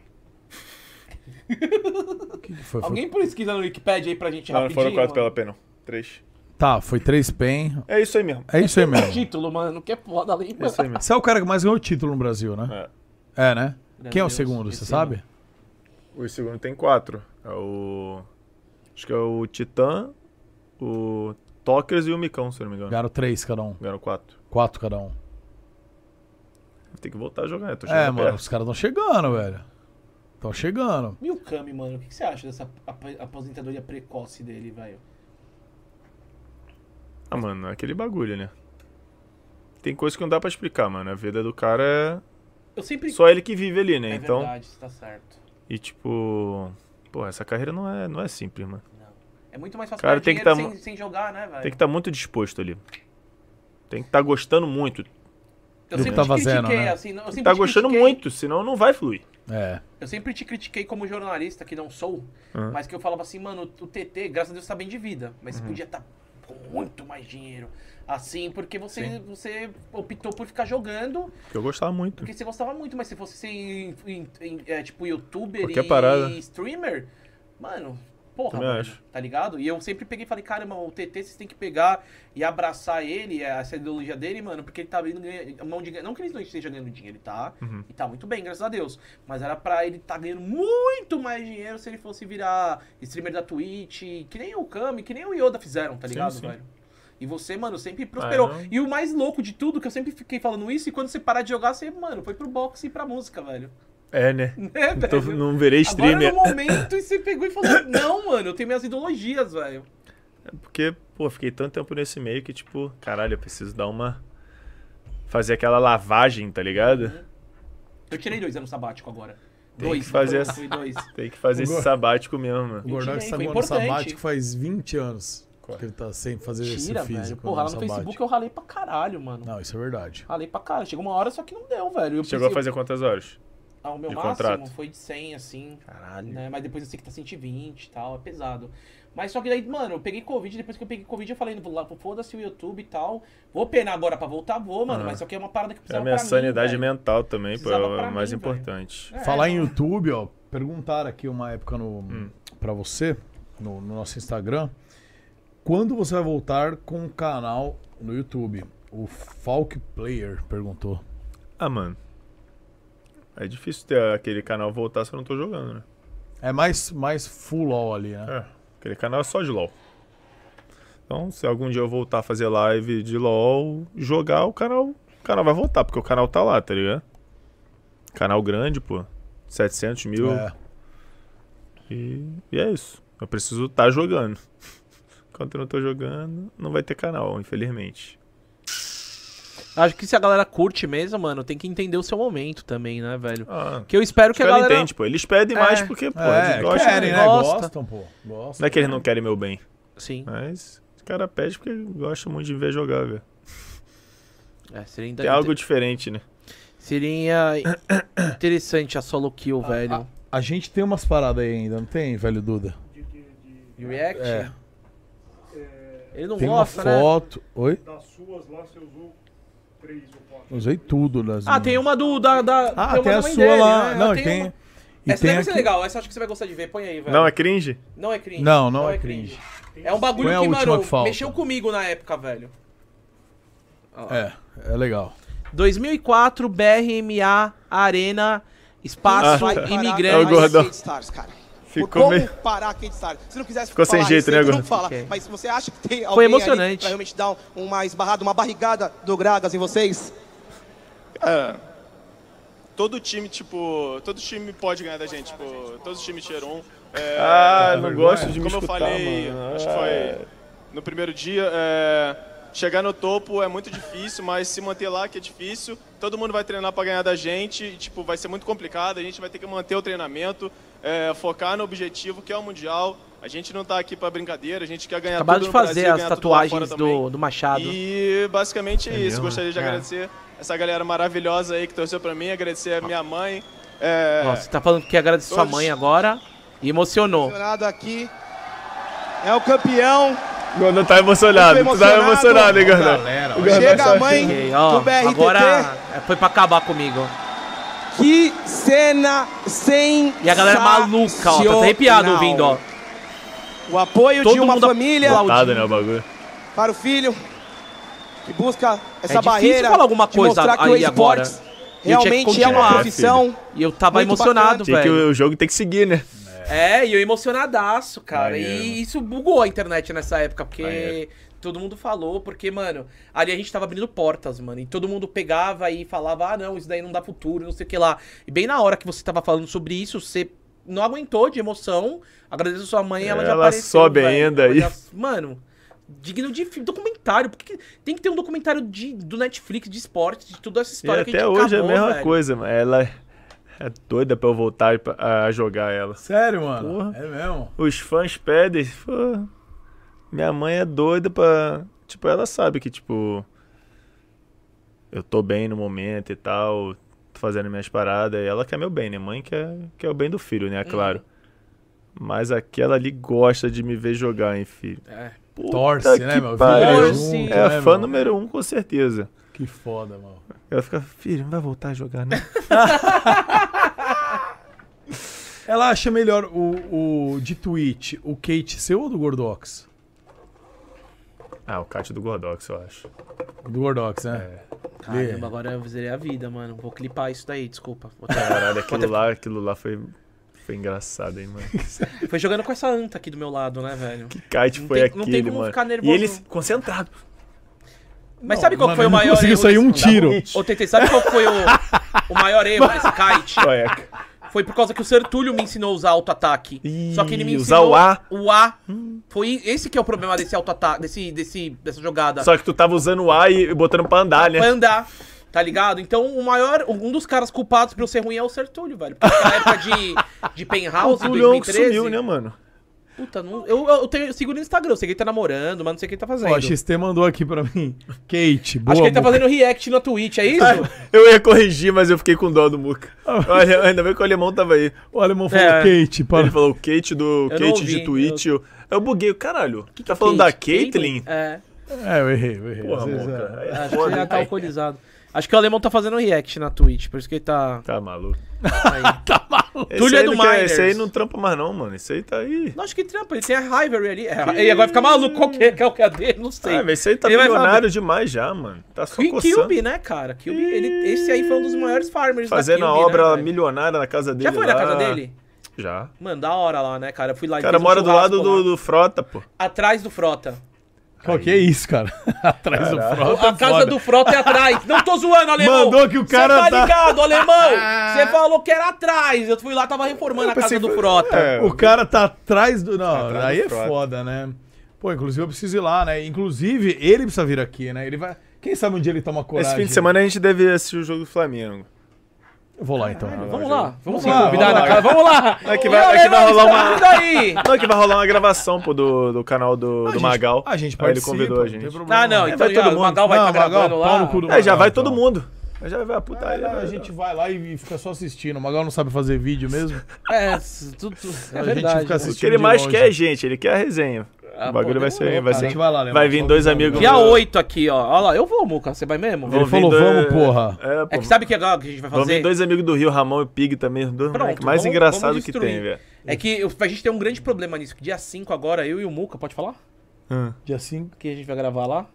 Speaker 5: Foi- foi-
Speaker 7: Alguém pesquisa no Wikipedia aí pra gente
Speaker 8: Não, não
Speaker 7: rapidinho?
Speaker 8: foram quatro pela
Speaker 7: mano?
Speaker 8: PEN, não. Três.
Speaker 5: Tá, foi três PEN.
Speaker 8: É isso aí mesmo.
Speaker 5: É isso aí mesmo.
Speaker 7: título, mano, que é foda ali, mano.
Speaker 5: Você é o cara que mais ganhou título no Brasil, né? É, né?
Speaker 7: Grande
Speaker 5: Quem é o
Speaker 7: Deus,
Speaker 5: segundo, você
Speaker 8: esse
Speaker 5: sabe?
Speaker 8: O segundo tem quatro. É o. Acho que é o Titã, o Tokers e o Micão, se eu não me engano.
Speaker 5: Ganharam três cada um.
Speaker 8: Ganharam quatro.
Speaker 5: Quatro cada um.
Speaker 8: Tem que voltar a jogar, né? Tô
Speaker 5: É,
Speaker 8: chegando
Speaker 5: mano,
Speaker 8: perto.
Speaker 5: os caras estão chegando, velho. Estão chegando.
Speaker 7: E o Kami, mano, o que que você acha dessa ap- aposentadoria precoce dele, velho?
Speaker 8: Ah, mano, é aquele bagulho, né? Tem coisa que não dá pra explicar, mano. A vida do cara é.
Speaker 7: Eu sempre-
Speaker 8: Só ele que vive ali, né?
Speaker 7: É
Speaker 8: então.
Speaker 7: verdade, você tá certo.
Speaker 8: E tipo. Pô, essa carreira não é, não é simples, mano.
Speaker 7: É muito mais fácil
Speaker 8: Cara,
Speaker 7: ganhar
Speaker 8: tem que
Speaker 7: dinheiro
Speaker 8: tá mu-
Speaker 7: sem, sem jogar, né, velho?
Speaker 8: Tem que estar muito disposto ali. Tem que estar gostando muito.
Speaker 7: Eu sempre te critiquei, assim, não- eu
Speaker 8: Tem que
Speaker 7: sempre
Speaker 8: tá
Speaker 7: te
Speaker 8: gostando
Speaker 7: critiquei.
Speaker 8: muito, senão não vai fluir.
Speaker 5: É.
Speaker 7: Eu sempre te critiquei como jornalista, que não sou,
Speaker 8: Uhum.
Speaker 7: mas que eu falava assim, mano, o TT, graças a Deus, tá bem de vida. Mas
Speaker 8: Uhum.
Speaker 7: podia estar com muito mais dinheiro. Assim, porque você,
Speaker 8: Sim.
Speaker 7: você optou por ficar jogando,
Speaker 8: Porque eu gostava muito.
Speaker 7: porque você gostava muito, mas se fosse ser em- em- em- é, tipo youtuber
Speaker 8: Qualquer
Speaker 7: e
Speaker 8: parada.
Speaker 7: streamer, mano. Porra,
Speaker 8: Também
Speaker 7: mano,
Speaker 8: acho.
Speaker 7: tá ligado? E eu sempre peguei e falei, caramba, o TT vocês têm que pegar e abraçar ele, essa ideologia dele, mano, porque ele tá abrindo ganha- mão de ganho. Não que ele não esteja ganhando dinheiro, ele tá?
Speaker 8: Uhum.
Speaker 7: E tá muito bem, graças a Deus. Mas era pra ele tá ganhando muito mais dinheiro se ele fosse virar streamer da Twitch, que nem o Kami, que nem o Yoda fizeram, tá
Speaker 8: Sim,
Speaker 7: ligado,
Speaker 8: sim.
Speaker 7: velho? E você, mano, sempre prosperou.
Speaker 8: Ah, eu-
Speaker 7: e o mais louco de tudo, que eu sempre fiquei falando isso, e quando você parar de jogar, você, mano, foi pro boxe e pra música, velho.
Speaker 8: É, né?
Speaker 7: É,
Speaker 8: Não tô-
Speaker 7: velho.
Speaker 8: não virei streamer.
Speaker 7: Agora no momento, e você pegou e falou, não, mano, eu tenho minhas ideologias, velho.
Speaker 8: Porque, pô, fiquei tanto tempo nesse meio que, tipo, caralho, eu preciso dar uma. Fazer aquela lavagem, tá ligado?
Speaker 7: Uhum. Eu tirei dois anos sabático agora.
Speaker 8: Tem
Speaker 7: dois,
Speaker 8: que fazer
Speaker 7: então,
Speaker 8: essa-
Speaker 7: foi dois.
Speaker 8: Tem que
Speaker 5: O
Speaker 8: fazer esse
Speaker 5: Gor-
Speaker 8: sabático mesmo, mano.
Speaker 5: O Gordox tá
Speaker 7: tirei, foi
Speaker 5: com ano
Speaker 7: importante.
Speaker 5: sabático faz 20 anos. Que ele tá sem fazer
Speaker 7: Tira,
Speaker 5: esse
Speaker 7: velho.
Speaker 5: físico.
Speaker 7: Porra, lá
Speaker 5: ano
Speaker 7: no
Speaker 5: sabático.
Speaker 7: Facebook eu ralei pra caralho, mano.
Speaker 5: Não, isso é verdade.
Speaker 7: Ralei pra caralho. Chegou uma hora, só que não deu, velho. Eu
Speaker 8: Chegou a
Speaker 7: pensei-
Speaker 8: fazer quantas horas?
Speaker 7: Ah, o meu
Speaker 8: de
Speaker 7: máximo
Speaker 8: contrato?
Speaker 7: foi de 100, assim.
Speaker 8: Caralho.
Speaker 7: Né? Mas depois eu sei que tá 120 e tal, é pesado. Mas só que daí, mano, eu peguei Covid, depois que eu peguei Covid, eu falei, vou lá, foda-se o YouTube e tal. Vou penar agora pra voltar, vou, mano.
Speaker 8: Ah.
Speaker 7: Mas só que é uma parada que
Speaker 8: É a
Speaker 7: precisava
Speaker 8: minha
Speaker 7: pra mim,
Speaker 8: sanidade
Speaker 7: velho.
Speaker 8: mental também, pô, é
Speaker 7: Precisava pra
Speaker 8: o mais
Speaker 7: mim, velho.
Speaker 8: importante.
Speaker 7: É,
Speaker 5: Falar em YouTube, ó, perguntaram aqui uma época no
Speaker 8: Hum.
Speaker 5: para você no, no nosso Instagram, quando você vai voltar com o canal no YouTube? O Falk Player perguntou.
Speaker 8: Ah, mano. É difícil ter aquele canal voltar se eu não tô jogando, né?
Speaker 5: É mais mais full LOL ali, né?
Speaker 8: Aquele canal é só de LOL. Então, se algum dia eu voltar a fazer live de LOL, jogar, o canal, o canal vai voltar, porque o canal tá lá, tá ligado? Canal grande, pô. 700 mil.
Speaker 5: É.
Speaker 8: E, e é isso. Eu preciso estar jogando. Enquanto eu não tô jogando, não vai ter canal, infelizmente.
Speaker 7: Acho que se a galera curte mesmo, mano, tem que entender o seu momento também, né, velho?
Speaker 8: Ah,
Speaker 7: que eu espero
Speaker 8: Os
Speaker 7: que a
Speaker 5: Tipo,
Speaker 8: caras
Speaker 7: galera...
Speaker 8: entendem, pô. Eles pedem mais porque, pô, eles gostam.
Speaker 5: querem,
Speaker 8: né?
Speaker 5: né?
Speaker 8: Gosta.
Speaker 5: Gostam, pô. Gostam.
Speaker 8: Não é que eles não querem meu bem.
Speaker 7: Sim.
Speaker 8: Mas os caras pedem porque gostam muito de ver jogar, velho.
Speaker 7: É, seria
Speaker 8: Tem algo diferente, né?
Speaker 7: Seria interessante a solo kill, velho.
Speaker 5: A gente tem umas paradas aí ainda, não tem, velho Duda?
Speaker 7: React?
Speaker 5: É.
Speaker 7: Ele não
Speaker 5: tem
Speaker 7: gosta,
Speaker 5: uma
Speaker 7: né?
Speaker 5: foto. Oi?
Speaker 13: Das suas lá, você usou três ou quatro.
Speaker 5: Usei tudo, Lazinho.
Speaker 7: Ah, tem uma do. Da, da,
Speaker 5: Ah,
Speaker 7: uma
Speaker 5: tem
Speaker 7: da
Speaker 5: a
Speaker 7: mãe
Speaker 5: sua
Speaker 7: dele,
Speaker 5: lá.
Speaker 7: né?
Speaker 5: Não,
Speaker 7: Tem
Speaker 5: e tem.
Speaker 7: uma-
Speaker 5: e
Speaker 7: Essa
Speaker 5: tem
Speaker 7: deve ser
Speaker 5: aqui-
Speaker 7: legal, essa acho que você vai gostar de ver. Põe aí, velho.
Speaker 8: Não é cringe?
Speaker 7: Não é cringe.
Speaker 5: Não, não é cringe.
Speaker 7: É um bagulho
Speaker 5: Põe a
Speaker 7: que,
Speaker 5: última
Speaker 7: mano,
Speaker 5: que falta.
Speaker 7: mexeu comigo na época, velho.
Speaker 5: É, é legal.
Speaker 7: 2004 BRMA Arena Espaço
Speaker 8: Ah,
Speaker 7: Vai
Speaker 8: tá.
Speaker 7: Imigrante.
Speaker 8: É o gordão.
Speaker 14: Stars, cara.
Speaker 8: Ficou
Speaker 14: Como
Speaker 8: meio-
Speaker 14: parar Kate Stars? Se não quisesse
Speaker 8: Ficou sem
Speaker 14: falar
Speaker 8: jeito, né,
Speaker 14: receita,
Speaker 8: Gordo?
Speaker 14: não fala.
Speaker 8: Ok.
Speaker 14: Mas se você acha que tem alguém
Speaker 7: Foi
Speaker 14: ali
Speaker 7: emocionante.
Speaker 14: pra realmente dar um- uma esbarrada, uma barrigada do Gragas em vocês?
Speaker 6: Todo time, tipo. Todo time pode ganhar da gente, tipo. Todos os times tier 1. é,
Speaker 8: Ah, não gosto de me
Speaker 6: Como
Speaker 8: escutar,
Speaker 6: eu falei,
Speaker 8: mano.
Speaker 6: acho que
Speaker 8: É.
Speaker 6: foi no primeiro dia, é, chegar no topo é muito difícil, mas se manter lá que é difícil. Todo mundo vai treinar pra ganhar da gente, e, tipo, vai ser muito complicado. A gente vai ter que manter o treinamento, é, focar no objetivo que é o mundial. A gente não tá aqui pra brincadeira, a gente quer ganhar
Speaker 7: Acabaram
Speaker 6: tudo
Speaker 7: de
Speaker 6: no
Speaker 7: fazer
Speaker 6: Brasil,
Speaker 7: as
Speaker 6: ganhar tudo lá fora
Speaker 7: tatuagens
Speaker 6: também.
Speaker 7: do, do Machado.
Speaker 6: E basicamente é isso.
Speaker 7: mesmo,
Speaker 6: Gostaria de
Speaker 7: né?
Speaker 6: agradecer essa galera maravilhosa aí que torceu pra mim, agradecer a minha mãe. É,
Speaker 7: Ó, você tá falando que agradece sua
Speaker 6: Todos-
Speaker 7: mãe agora e emocionou.
Speaker 14: Emocionado aqui. É o campeão.
Speaker 8: Gordão tá emocionado,
Speaker 14: Eu tô
Speaker 8: tu tá emocionado, hein, Gordão?
Speaker 7: Galera,
Speaker 8: O Gordão
Speaker 14: Chega
Speaker 8: só-
Speaker 14: a mãe
Speaker 7: Ok, ó,
Speaker 14: do BRTT.
Speaker 7: Agora é, foi pra acabar comigo.
Speaker 14: Que cena sem
Speaker 7: E a galera é maluca, ó. Tá arrepiado ouvindo, ó.
Speaker 14: O apoio de
Speaker 7: Todo
Speaker 14: uma
Speaker 7: mundo
Speaker 14: família
Speaker 8: Lotado, né, o bagulho.
Speaker 14: para o filho que busca
Speaker 7: É
Speaker 14: essa
Speaker 7: difícil
Speaker 14: barreira
Speaker 7: falar alguma
Speaker 14: de
Speaker 7: coisa
Speaker 14: mostrar que o
Speaker 7: aí agora.
Speaker 14: esportes
Speaker 7: E eu tinha que
Speaker 14: realmente é
Speaker 7: continuar.
Speaker 14: uma profissão.
Speaker 7: E eu tava
Speaker 14: Muito
Speaker 7: emocionado,
Speaker 8: Tinha que,
Speaker 7: velho.
Speaker 8: o jogo tem que seguir, né?
Speaker 7: É, e eu emocionadaço, cara.
Speaker 8: Maneiro.
Speaker 7: E isso bugou a internet nessa época, porque todo mundo falou, porque, mano, ali a gente tava abrindo portas, mano. E todo mundo pegava e falava, ah, não, isso daí não dá futuro, não sei o que lá. E bem na hora que você tava falando sobre isso, você não aguentou de emoção. Agradeço a sua mãe, ela, já
Speaker 8: Ela
Speaker 7: apareceu.
Speaker 8: sobe
Speaker 7: velho.
Speaker 8: ainda aí.
Speaker 7: Olha, Mano. Digno de fi- documentário, porque tem que ter um documentário de, do Netflix de esporte, de toda essa
Speaker 8: E
Speaker 7: história que a
Speaker 8: até
Speaker 7: gente
Speaker 8: hoje é a
Speaker 7: acabou,
Speaker 8: mesma
Speaker 7: velho.
Speaker 8: coisa, mano. Ela é doida pra eu voltar pra- a jogar ela.
Speaker 5: Sério, mano?
Speaker 8: Porra.
Speaker 5: É mesmo?
Speaker 8: Os fãs pedem. pô, minha mãe é doida pra. Tipo, ela sabe que, tipo. Eu tô bem no momento e tal. Tô fazendo minhas paradas. E ela quer meu bem, né? Mãe quer, quer o bem do filho, né? Claro. Mas aquela ali gosta de me ver jogar, hein, filho?
Speaker 7: É.
Speaker 8: Puta
Speaker 5: Torce,
Speaker 8: que
Speaker 5: né, meu? Vive
Speaker 8: pariu.
Speaker 5: junto,
Speaker 8: é
Speaker 5: né,
Speaker 8: fã
Speaker 5: meu?
Speaker 8: número um, com certeza.
Speaker 5: Que foda, mano.
Speaker 8: Ela fica, filho, não vai voltar a jogar, né?
Speaker 5: Ela acha melhor o, o de Twitch, o Kate seu ou do Gordox?
Speaker 8: ah, o Cat do Gordox, eu acho.
Speaker 5: Do Gordox, né?
Speaker 13: É.
Speaker 7: Caramba, agora eu zerei a vida, mano. Vou clipar isso daí, desculpa. Vou ter-
Speaker 8: Caralho,
Speaker 7: vou ter-
Speaker 8: aquilo lá, aquilo lá foi, foi engraçado, hein, mano.
Speaker 7: Foi jogando com essa anta aqui do meu lado, né, velho? Que
Speaker 8: Kite foi
Speaker 7: tem,
Speaker 8: aquele,
Speaker 7: Não tem como
Speaker 8: mano.
Speaker 7: ficar nervoso.
Speaker 8: E ele concentrado.
Speaker 7: Mas sabe qual
Speaker 5: mano,
Speaker 7: foi o
Speaker 5: ele não
Speaker 7: maior
Speaker 5: conseguiu
Speaker 7: erro?
Speaker 5: sair um
Speaker 7: desse- Não dá
Speaker 5: tiro.
Speaker 7: pra- Ô, Tentei, sabe qual foi o, o maior erro desse kite? Foi por causa que o Sertúlio me ensinou a usar auto-ataque. Só que ele me
Speaker 8: Ih,
Speaker 7: ensinou
Speaker 8: usar o A.
Speaker 7: O A. Foi esse que é o problema desse auto-ataque, desse, desse, dessa jogada.
Speaker 8: Só que tu tava usando o A e botando pra andar, né?
Speaker 7: Vai andar. Tá ligado? Então, o maior, um dos caras culpados pra eu ser ruim é o Sertúlio, velho. Porque na época de, de Penhouse,
Speaker 8: O Leon que
Speaker 7: 2013...
Speaker 8: sumiu, né, mano?
Speaker 7: Puta, não, eu, eu, tenho, eu sigo ele no Instagram, eu sei que ele tá namorando, mas não sei o que ele tá fazendo.
Speaker 5: Ó, a XT mandou aqui pra mim. Kate, boa.
Speaker 7: Acho que ele tá
Speaker 5: amor.
Speaker 7: fazendo react na Twitch, é isso?
Speaker 8: Eu ia corrigir, mas eu fiquei com dó do Muca. Olha, ainda bem que o alemão tava aí.
Speaker 5: O alemão falou Kate, para.
Speaker 8: Ele falou Kate do
Speaker 7: É. Eu não
Speaker 8: Kate
Speaker 7: ouvi,
Speaker 8: de Twitch. Eu, eu buguei, caralho. tá
Speaker 7: é
Speaker 8: falando
Speaker 7: Kate?
Speaker 8: da Caitlyn?
Speaker 7: É.
Speaker 5: É, eu errei, eu errei.
Speaker 8: Porra,
Speaker 5: Às vezes,
Speaker 8: Muca.
Speaker 5: é.
Speaker 8: aí é
Speaker 7: Acho que ele
Speaker 8: foda,
Speaker 7: já tá
Speaker 8: hein, pai?
Speaker 7: alcoolizado. Acho que o alemão tá fazendo react na Twitch, por isso que ele tá.
Speaker 8: Tá maluco.
Speaker 7: tá maluco.
Speaker 8: Esse
Speaker 7: Túlio é
Speaker 8: aí
Speaker 7: do
Speaker 8: não quer-
Speaker 7: Miners.
Speaker 8: Esse aí não trampa mais não, mano. Esse aí tá aí.
Speaker 7: Não, acho que trampa, ele tem a Rivalry ali. É, ele agora fica maluco, qual que é, qual que é a dele, não sei.
Speaker 8: Ah, mas esse aí tá
Speaker 7: Ele vai
Speaker 8: milionário
Speaker 7: falar-
Speaker 8: demais já, mano. Tá só
Speaker 7: Ki-
Speaker 8: coçando.
Speaker 7: Kilby, né, cara? Kilby, ele, esse aí foi um dos maiores farmers
Speaker 8: Fazendo
Speaker 7: da
Speaker 8: a
Speaker 7: Kilby, né,
Speaker 8: obra
Speaker 7: velho?
Speaker 8: milionária na casa dele
Speaker 7: Já foi na
Speaker 8: lá.
Speaker 7: casa dele?
Speaker 8: Já.
Speaker 7: Mano, da hora lá, né, cara? Eu fui lá
Speaker 8: O
Speaker 7: e
Speaker 8: cara
Speaker 7: fiz um
Speaker 8: mora do
Speaker 7: churrasco
Speaker 8: lado
Speaker 7: lá.
Speaker 8: do, do Frota, pô.
Speaker 7: Atrás do Frota.
Speaker 5: Qual que é isso, cara? Atrás do
Speaker 8: Caralho.
Speaker 5: Frota.
Speaker 7: A casa
Speaker 5: foda.
Speaker 7: do Frota é atrás. Não tô zoando, alemão.
Speaker 5: Mandou que o cara
Speaker 7: Você tá
Speaker 5: tá-
Speaker 7: ligado, alemão. Você falou que era atrás. Eu fui lá, tava reformando a casa do
Speaker 8: É.
Speaker 7: Frota.
Speaker 5: O cara tá atrás do. Não,
Speaker 8: Atrás do
Speaker 5: aí é
Speaker 8: Frota.
Speaker 5: foda, né? Pô, inclusive eu preciso ir lá, né? Inclusive, ele precisa vir aqui, né? Ele vai. Quem sabe um dia ele toma coragem.
Speaker 8: Esse fim de semana a gente deve assistir o jogo do Flamengo.
Speaker 5: Eu vou lá então.
Speaker 7: Vamos lá, vamos
Speaker 5: Vamos lá,
Speaker 7: se convidar
Speaker 5: vamos
Speaker 7: na
Speaker 5: lá.
Speaker 7: casa. Vamos lá.
Speaker 8: Não é que
Speaker 7: Ô,
Speaker 8: vai, é que vai
Speaker 7: alemão,
Speaker 8: rolar
Speaker 7: estamos
Speaker 8: uma.
Speaker 7: aí.
Speaker 8: Não é que vai rolar uma gravação, pô, do, do canal do, do
Speaker 5: gente-
Speaker 8: Magal.
Speaker 5: a gente
Speaker 8: Aí ele
Speaker 5: participa,
Speaker 8: convidou a
Speaker 5: não tem
Speaker 8: gente.
Speaker 5: problema.
Speaker 7: Ah, não.
Speaker 5: É,
Speaker 7: Então
Speaker 5: vai todo
Speaker 7: já, o
Speaker 5: mundo.
Speaker 7: Magal vai
Speaker 5: Não,
Speaker 7: estar
Speaker 5: Magal,
Speaker 7: gravando
Speaker 5: pau
Speaker 7: lá.
Speaker 5: no cu do
Speaker 8: É, já
Speaker 5: Magal,
Speaker 7: tá.
Speaker 8: vai
Speaker 5: então. É,
Speaker 8: todo mundo. Aí Já vai a putaria.
Speaker 5: A
Speaker 8: né?
Speaker 5: gente vai lá e fica só assistindo. O Magal não sabe fazer vídeo mesmo.
Speaker 7: É, tudo. É
Speaker 5: A gente
Speaker 7: verdade.
Speaker 5: fica
Speaker 8: O
Speaker 5: assistindo.
Speaker 8: que ele
Speaker 5: de
Speaker 8: mais
Speaker 5: longe.
Speaker 8: quer é gente, ele quer a resenha.
Speaker 7: Ah,
Speaker 8: o bagulho
Speaker 7: pô,
Speaker 8: vai ser.
Speaker 7: demorou,
Speaker 8: Vai,
Speaker 7: cara.
Speaker 8: ser
Speaker 5: A gente vai lá, Leandro,
Speaker 8: vai vir
Speaker 5: só
Speaker 8: dois
Speaker 5: avisando.
Speaker 8: amigos.
Speaker 7: Dia 8 aqui, ó. Olha lá, eu vou, Muca. Você vai mesmo?
Speaker 8: Vão
Speaker 5: Ele
Speaker 8: vir
Speaker 5: falou,
Speaker 8: dois-
Speaker 5: vamos, porra.
Speaker 8: É, pô.
Speaker 7: É que sabe o que agora que a gente vai
Speaker 8: Vão vir
Speaker 7: fazer?
Speaker 8: dois amigos do Rio, Ramon e Pig também. os Dois moleques mais
Speaker 7: vamos-
Speaker 8: engraçados
Speaker 7: vamos
Speaker 8: que
Speaker 7: destruir.
Speaker 8: tem, velho.
Speaker 7: É que eu- a gente tem um grande problema nisso. que Dia 5 agora, eu e o Muca, pode falar?
Speaker 5: Dia 5.
Speaker 7: Que a gente vai gravar lá?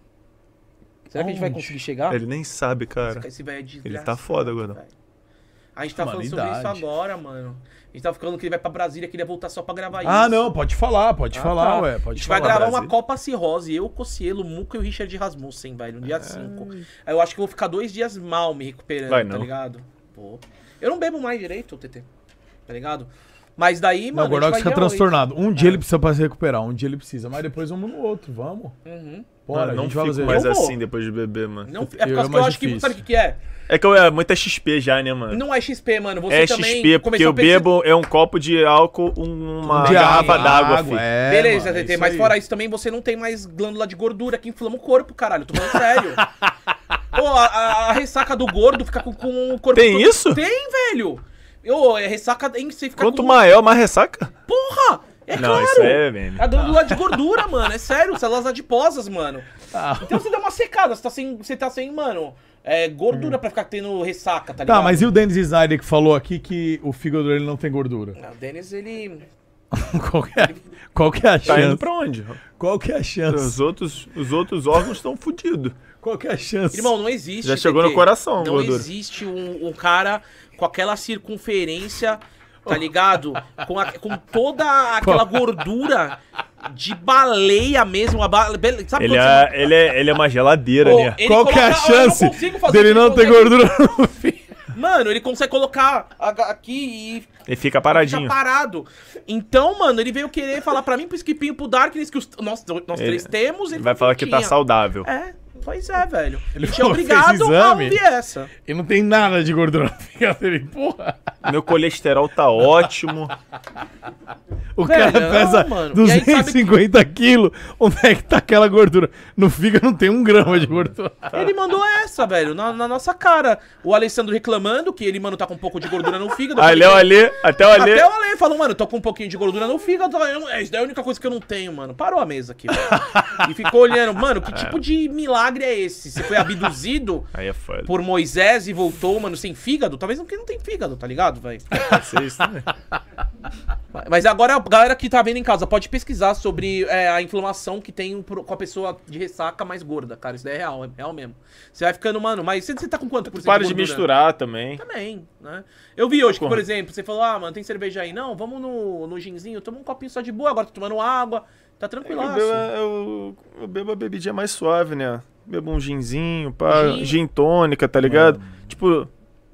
Speaker 7: Será que a gente vai
Speaker 5: Aonde?
Speaker 7: conseguir chegar?
Speaker 8: Ele nem sabe, cara.
Speaker 7: Esse velho é desgraçado.
Speaker 8: Ele tá foda, Gordão.
Speaker 7: A gente tá falando sobre isso
Speaker 5: Humanidade.
Speaker 7: agora, mano. A gente tá ficando que ele vai pra Brasília, que ele ia voltar só pra gravar isso.
Speaker 5: Ah, não, pode falar, pode
Speaker 7: Ah,
Speaker 5: falar,
Speaker 7: tá.
Speaker 5: ué.
Speaker 7: A
Speaker 5: Pode
Speaker 7: gente
Speaker 5: falar.
Speaker 7: vai gravar uma
Speaker 8: Brasília.
Speaker 7: Copa Cirrose, eu, Cocielo, Muca e o Richard
Speaker 8: É.
Speaker 7: Rasmussen, velho, no dia 5. Aí eu acho que eu vou ficar dois dias mal me recuperando,
Speaker 8: Vai
Speaker 7: tá
Speaker 8: não.
Speaker 7: ligado? Pô. Eu não bebo mais direito, TT. Tá ligado? Mas daí,
Speaker 5: Não,
Speaker 7: mano.
Speaker 5: o Gordox
Speaker 7: a gente
Speaker 5: fica
Speaker 7: vai É. dia oito.
Speaker 5: transtornado. Um dia ele precisa pra se recuperar, um dia ele precisa. Mas depois um no outro, vamos.
Speaker 7: Uhum.
Speaker 5: Bora,
Speaker 8: Mano, não
Speaker 5: a gente vai
Speaker 8: fico
Speaker 5: fazer.
Speaker 8: mais
Speaker 5: Eu vou.
Speaker 8: assim depois de beber, mano.
Speaker 7: Não, é por causa que eu acho que. Sabe o que, que é?
Speaker 8: É que eu é muita XP já, né, mano?
Speaker 7: Não é XP, mano. Você
Speaker 8: é
Speaker 7: também.
Speaker 8: XP, porque
Speaker 7: começou a
Speaker 8: eu
Speaker 7: perceber-
Speaker 8: bebo é um copo de álcool, um- uma
Speaker 5: De
Speaker 8: garrafa
Speaker 5: água,
Speaker 8: d'água,
Speaker 5: água,
Speaker 8: filho.
Speaker 5: é,
Speaker 7: Beleza,
Speaker 5: mano,
Speaker 7: TT,
Speaker 5: isso
Speaker 7: mas
Speaker 5: aí.
Speaker 7: fora isso também você não tem mais glândula de gordura que inflama o corpo, caralho. Eu tô falando sério. Pô, a, a- a ressaca do gordo fica com, com o corpo.
Speaker 8: Tem
Speaker 7: todo-
Speaker 8: isso?
Speaker 7: Tem, velho. Eu, é ressaca em você fica
Speaker 8: Quanto
Speaker 7: com-
Speaker 8: maior, mais ressaca.
Speaker 7: Porra! É
Speaker 8: Não,
Speaker 7: claro.
Speaker 8: isso é meme.
Speaker 7: A glândula de gordura, mano. É sério, células adiposas, mano.
Speaker 5: Ah.
Speaker 7: Então você dá uma secada, você tá sem, você tá sem mano, é, gordura pra ficar tendo ressaca, tá ligado?
Speaker 5: Uhum. Tá, mas e o Dennis Snyder que falou aqui que o fígado dele não tem gordura?
Speaker 7: Ah, O Denis, ele...
Speaker 5: Qual que é, qual que é a chance?
Speaker 8: Tá indo pra onde?
Speaker 5: Qual que é a chance?
Speaker 8: Os outros, os outros órgãos estão fodidos.
Speaker 5: Qual que é a chance?
Speaker 7: Irmão, não existe.
Speaker 8: Já chegou
Speaker 7: TT.
Speaker 8: no coração,
Speaker 7: Não
Speaker 8: gordura.
Speaker 7: existe um, um cara com aquela circunferência, tá ligado? com, a- com toda aquela gordura de baleia mesmo. Uma bale... bele- Sabe
Speaker 8: Ele
Speaker 7: quando você-
Speaker 8: é, ele, é, ele é uma geladeira,
Speaker 7: Ô,
Speaker 8: né?
Speaker 7: ele Qual que é a coloca- eu não chance consigo fazer dele
Speaker 5: Ele
Speaker 7: isso,
Speaker 5: não tem gordura no
Speaker 7: Mano, ele consegue colocar a- aqui e
Speaker 8: Ele fica paradinho.
Speaker 7: Fica parado. Então, mano, ele veio querer falar pra mim, pro Skipinho, pro Darkness, que os, nós, nós
Speaker 8: Ele-
Speaker 7: três temos.
Speaker 8: vai falar que tá
Speaker 7: tinha.
Speaker 8: saudável.
Speaker 7: É, pois é, velho.
Speaker 5: Ele
Speaker 7: Ele tinha
Speaker 5: falou, fez
Speaker 7: obrigado a
Speaker 5: exame.
Speaker 7: ouvir essa.
Speaker 5: E não tem nada de gordura no fígado dele, porra.
Speaker 8: Meu colesterol tá ótimo.
Speaker 5: O
Speaker 7: Velho,
Speaker 5: cara
Speaker 7: não,
Speaker 5: pesa
Speaker 7: mano. E aí, sabe
Speaker 5: 250 quilos. Onde é que tá aquela gordura? No fígado não tem um grama de gordura.
Speaker 7: Ele mandou essa, velho, na, na nossa cara. O Alessandro reclamando que ele, mano, tá com um pouco de gordura no fígado.
Speaker 8: Ali, ó, ali, até o ali.
Speaker 7: Até o Ale falou, mano, tô com um pouquinho de gordura no fígado. eu- é, Isso daí é a única coisa que eu não tenho, mano. Parou a mesa aqui. velho. e ficou olhando, mano, que tipo de milagre é esse? Você foi abduzido
Speaker 8: Aí é foda.
Speaker 7: por Moisés e voltou, mano, sem fígado? Talvez não, porque não tem fígado, tá ligado, velho?
Speaker 8: Vocês também.
Speaker 7: Mas agora, a galera que tá vendo em casa, pode pesquisar sobre é, a inflamação que tem pro- com a pessoa de ressaca mais gorda, cara. Isso daí é real, é real mesmo. Você vai ficando, mano, mas você, você tá com quanto por cento
Speaker 8: Para de
Speaker 7: gordura?
Speaker 8: misturar também.
Speaker 7: Também, né? Eu vi hoje que, por exemplo, você falou, ah, mano, tem cerveja aí? Não, vamos no, no ginzinho, toma um copinho só de boa, agora tô tomando água, tá
Speaker 8: Eu
Speaker 7: tranquilaço.
Speaker 8: bebo, eu, eu bebo a bebidinha mais suave, né? Bebo um ginzinho, pá,
Speaker 7: Gin.
Speaker 8: gin, tônica, tá ligado? Tipo,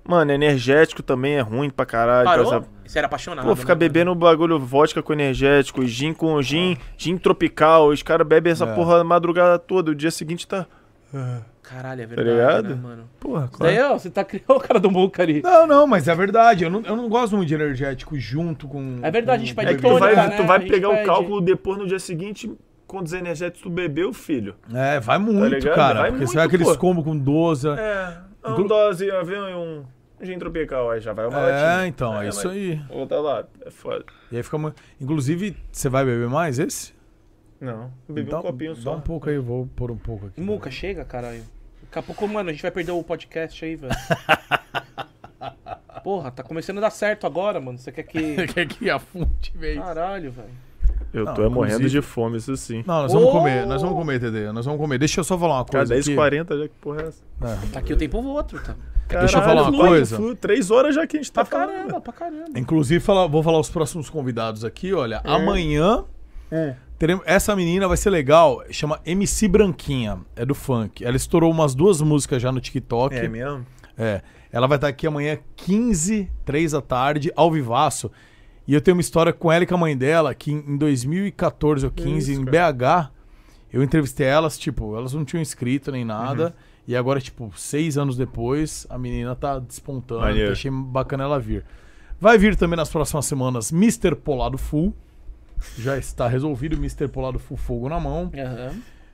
Speaker 8: mano, energético também é ruim pra caralho.
Speaker 7: Parou?
Speaker 8: pra essa-
Speaker 7: Você era apaixonado.
Speaker 8: então, Pô, ficar
Speaker 7: né?
Speaker 8: bebendo um bagulho vodka com energético, gin com gin, gin tropical, os caras bebem essa
Speaker 5: É.
Speaker 8: porra a madrugada toda, o dia seguinte tá.
Speaker 7: Caralho, é
Speaker 8: Tá
Speaker 7: verdade,
Speaker 8: ligado?
Speaker 7: né, mano?
Speaker 8: Porra,
Speaker 7: Isso daí, ó, você tá criando o cara do Muca ali.
Speaker 5: Não, não, mas é verdade. Eu não, eu não gosto muito de energético junto com.
Speaker 7: É verdade, a gente
Speaker 5: com
Speaker 7: pede
Speaker 8: É que tu
Speaker 5: bebida.
Speaker 8: vai,
Speaker 7: Tônica, né?
Speaker 8: tu
Speaker 7: A
Speaker 8: vai
Speaker 7: gente
Speaker 8: pegar o
Speaker 7: pede.
Speaker 8: cálculo depois no dia seguinte, quantos energéticos tu bebeu, filho?
Speaker 5: É, vai muito,
Speaker 8: ligado?
Speaker 5: cara.
Speaker 8: Vai
Speaker 5: porque
Speaker 8: muito,
Speaker 5: você vai aqueles
Speaker 8: pô.
Speaker 5: combo com 12.
Speaker 8: É, um
Speaker 5: Glu-
Speaker 8: dose, avião e um gin tropical, aí já vai uma
Speaker 5: É,
Speaker 8: latinha.
Speaker 5: então, é isso aí.
Speaker 8: Outra lá, é foda.
Speaker 5: E aí fica. mu- Inclusive, você vai beber mais esse?
Speaker 8: Não, bebi
Speaker 5: Dá-
Speaker 8: um copinho
Speaker 5: dá
Speaker 8: só.
Speaker 5: um pouco aí, eu vou pôr um pouco aqui.
Speaker 7: Muca, chega, caralho. Daqui a pouco, mano, a gente vai perder o podcast aí, velho. Porra, tá começando a dar certo agora, mano. Você quer que.
Speaker 5: Quer que afunde, velho?
Speaker 7: Caralho, velho.
Speaker 8: Eu
Speaker 5: Não,
Speaker 8: tô é morrendo
Speaker 5: inclusive-
Speaker 8: de fome, isso sim.
Speaker 5: Não, nós vamos
Speaker 7: Ô!
Speaker 5: comer, nós vamos comer, TD. Nós vamos comer. Deixa eu só falar uma
Speaker 8: Cara,
Speaker 5: coisa.
Speaker 8: 10
Speaker 5: 10
Speaker 8: h 40 já que porra é essa?
Speaker 7: Tá aqui o tempo outro, tá?
Speaker 5: Deixa eu falar uma coisa.
Speaker 8: Três horas já que a gente tá
Speaker 7: Pra
Speaker 8: falando.
Speaker 7: caramba, pra caramba.
Speaker 5: Inclusive, fala- vou falar os próximos convidados aqui. Olha,
Speaker 8: É.
Speaker 5: amanhã teremos. Essa menina vai ser legal. Chama MC Branquinha. É do funk. Ela estourou umas duas músicas já no TikTok.
Speaker 8: É mesmo?
Speaker 5: É. Ela vai estar aqui amanhã, 15, 3 da tarde, ao vivaço. E eu tenho uma história com ela e com a mãe dela, que em em 2014 ou 15, em BH, eu entrevistei elas, tipo, elas não tinham inscrito nem nada.
Speaker 8: Uhum.
Speaker 5: E agora, tipo, seis anos depois, a menina tá despontando.
Speaker 8: Maneiro.
Speaker 5: que Achei bacana ela vir. Vai vir também nas próximas semanas Mr. Polado Full. Já está resolvido, Mr. Polado Full Fogo na mão.
Speaker 7: Aham.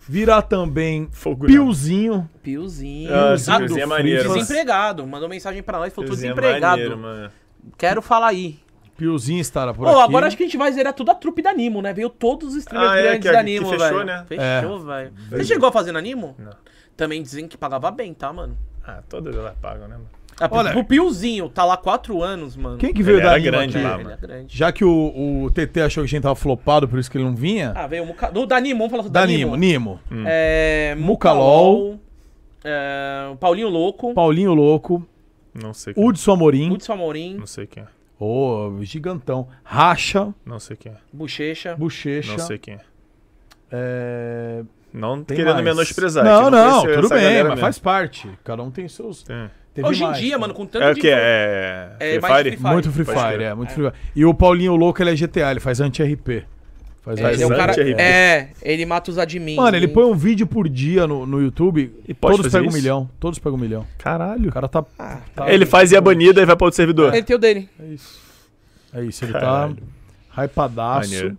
Speaker 5: Virá também
Speaker 8: Fogo na-
Speaker 5: Piozinho.
Speaker 7: Piozinho.
Speaker 8: Ah, esse Piozinho é
Speaker 7: do-
Speaker 8: maneiro, mano.
Speaker 7: Desempregado. Mandou mensagem pra nós, falou, tô
Speaker 8: Cozinha
Speaker 7: desempregado.
Speaker 8: maneiro, mano.
Speaker 7: Quero falar aí.
Speaker 5: Piozinho estará por
Speaker 7: Pô,
Speaker 5: aqui.
Speaker 7: agora acho que a gente vai zerar tudo a trupe da Nimo, né? Veio todos os streamers
Speaker 8: Ah, é,
Speaker 7: grandes
Speaker 8: que-
Speaker 7: da
Speaker 8: que
Speaker 7: Nimo,
Speaker 8: fechou,
Speaker 7: velho.
Speaker 8: né?
Speaker 5: É.
Speaker 7: Fechou, velho. Você chegou a fazer na Nimo?
Speaker 8: Não.
Speaker 7: Também dizem que pagava bem, tá, mano?
Speaker 8: Ah, todas elas pagam, né, mano?
Speaker 7: Ah, pro-
Speaker 5: Olha-
Speaker 7: pro Piozinho, tá lá quatro anos, mano.
Speaker 5: Quem que veio
Speaker 8: Ele
Speaker 5: da
Speaker 8: era
Speaker 5: Rima
Speaker 8: grande
Speaker 5: aqui?
Speaker 8: lá,
Speaker 7: Ele é grande.
Speaker 5: Já que o, o TT achou que a gente tava flopado, por isso que ele não vinha.
Speaker 7: Ah, veio o Muca... Do, da Nimo, vamos falar do
Speaker 5: da Nimo, Nimo.
Speaker 7: É,
Speaker 5: Hum. Mucalol.
Speaker 7: Mucalol. É, o Paulinho Louco.
Speaker 5: Paulinho Louco.
Speaker 8: Não sei quem é.
Speaker 5: Hudson Amorim.
Speaker 7: Hudson Amorim.
Speaker 8: Não sei quem é.
Speaker 5: Ô, gigantão. Racha.
Speaker 8: Não sei quem é.
Speaker 7: Bochecha.
Speaker 5: Bochecha.
Speaker 8: Não sei quem é.
Speaker 5: É...
Speaker 8: Não tô
Speaker 5: tem
Speaker 8: querendo
Speaker 5: mais.
Speaker 8: menosprezar.
Speaker 5: Não,
Speaker 8: que
Speaker 5: não,
Speaker 8: conheço
Speaker 5: tudo
Speaker 8: essa
Speaker 5: bem,
Speaker 8: galera
Speaker 5: mas
Speaker 8: mesmo.
Speaker 5: faz parte. Cada um tem seus.
Speaker 8: Tem.
Speaker 5: Teve
Speaker 7: Hoje
Speaker 5: mais,
Speaker 7: em dia,
Speaker 5: cara.
Speaker 7: mano, com tanto
Speaker 8: tanto
Speaker 7: de
Speaker 8: de- É mais Free Fire?
Speaker 5: Muito Free
Speaker 8: Pode
Speaker 5: Fire,
Speaker 8: crer.
Speaker 5: é, muito Free Fire. E o Paulinho Louco, ele é GTA, ele faz anti-RP. Faz
Speaker 7: É, ele é, um
Speaker 5: anti-RP.
Speaker 7: cara, é, ele mata os admins.
Speaker 5: Mano, ele põe um vídeo por dia no, no YouTube, e
Speaker 8: pode
Speaker 5: todos
Speaker 8: fazer
Speaker 5: pegam um
Speaker 8: isso?
Speaker 5: milhão. Todos pegam um milhão.
Speaker 8: Caralho.
Speaker 5: O cara tá. tá-
Speaker 8: Ele faz e é banido e vai pra outro servidor.
Speaker 7: Ele tem o dele.
Speaker 5: É isso. É isso, ele
Speaker 8: Caralho.
Speaker 5: tá hypadaço.
Speaker 8: Maneiro.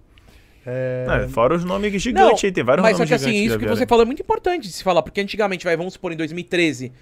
Speaker 5: É...
Speaker 8: Ah, fora os nomes gigantes aí, tem vários
Speaker 7: Mas só
Speaker 8: nomes
Speaker 7: que assim,
Speaker 8: gigantes
Speaker 7: isso
Speaker 8: já
Speaker 7: que
Speaker 8: vieram.
Speaker 7: você falou é muito importante de se falar, porque antigamente, vai, vamos supor, em 2013,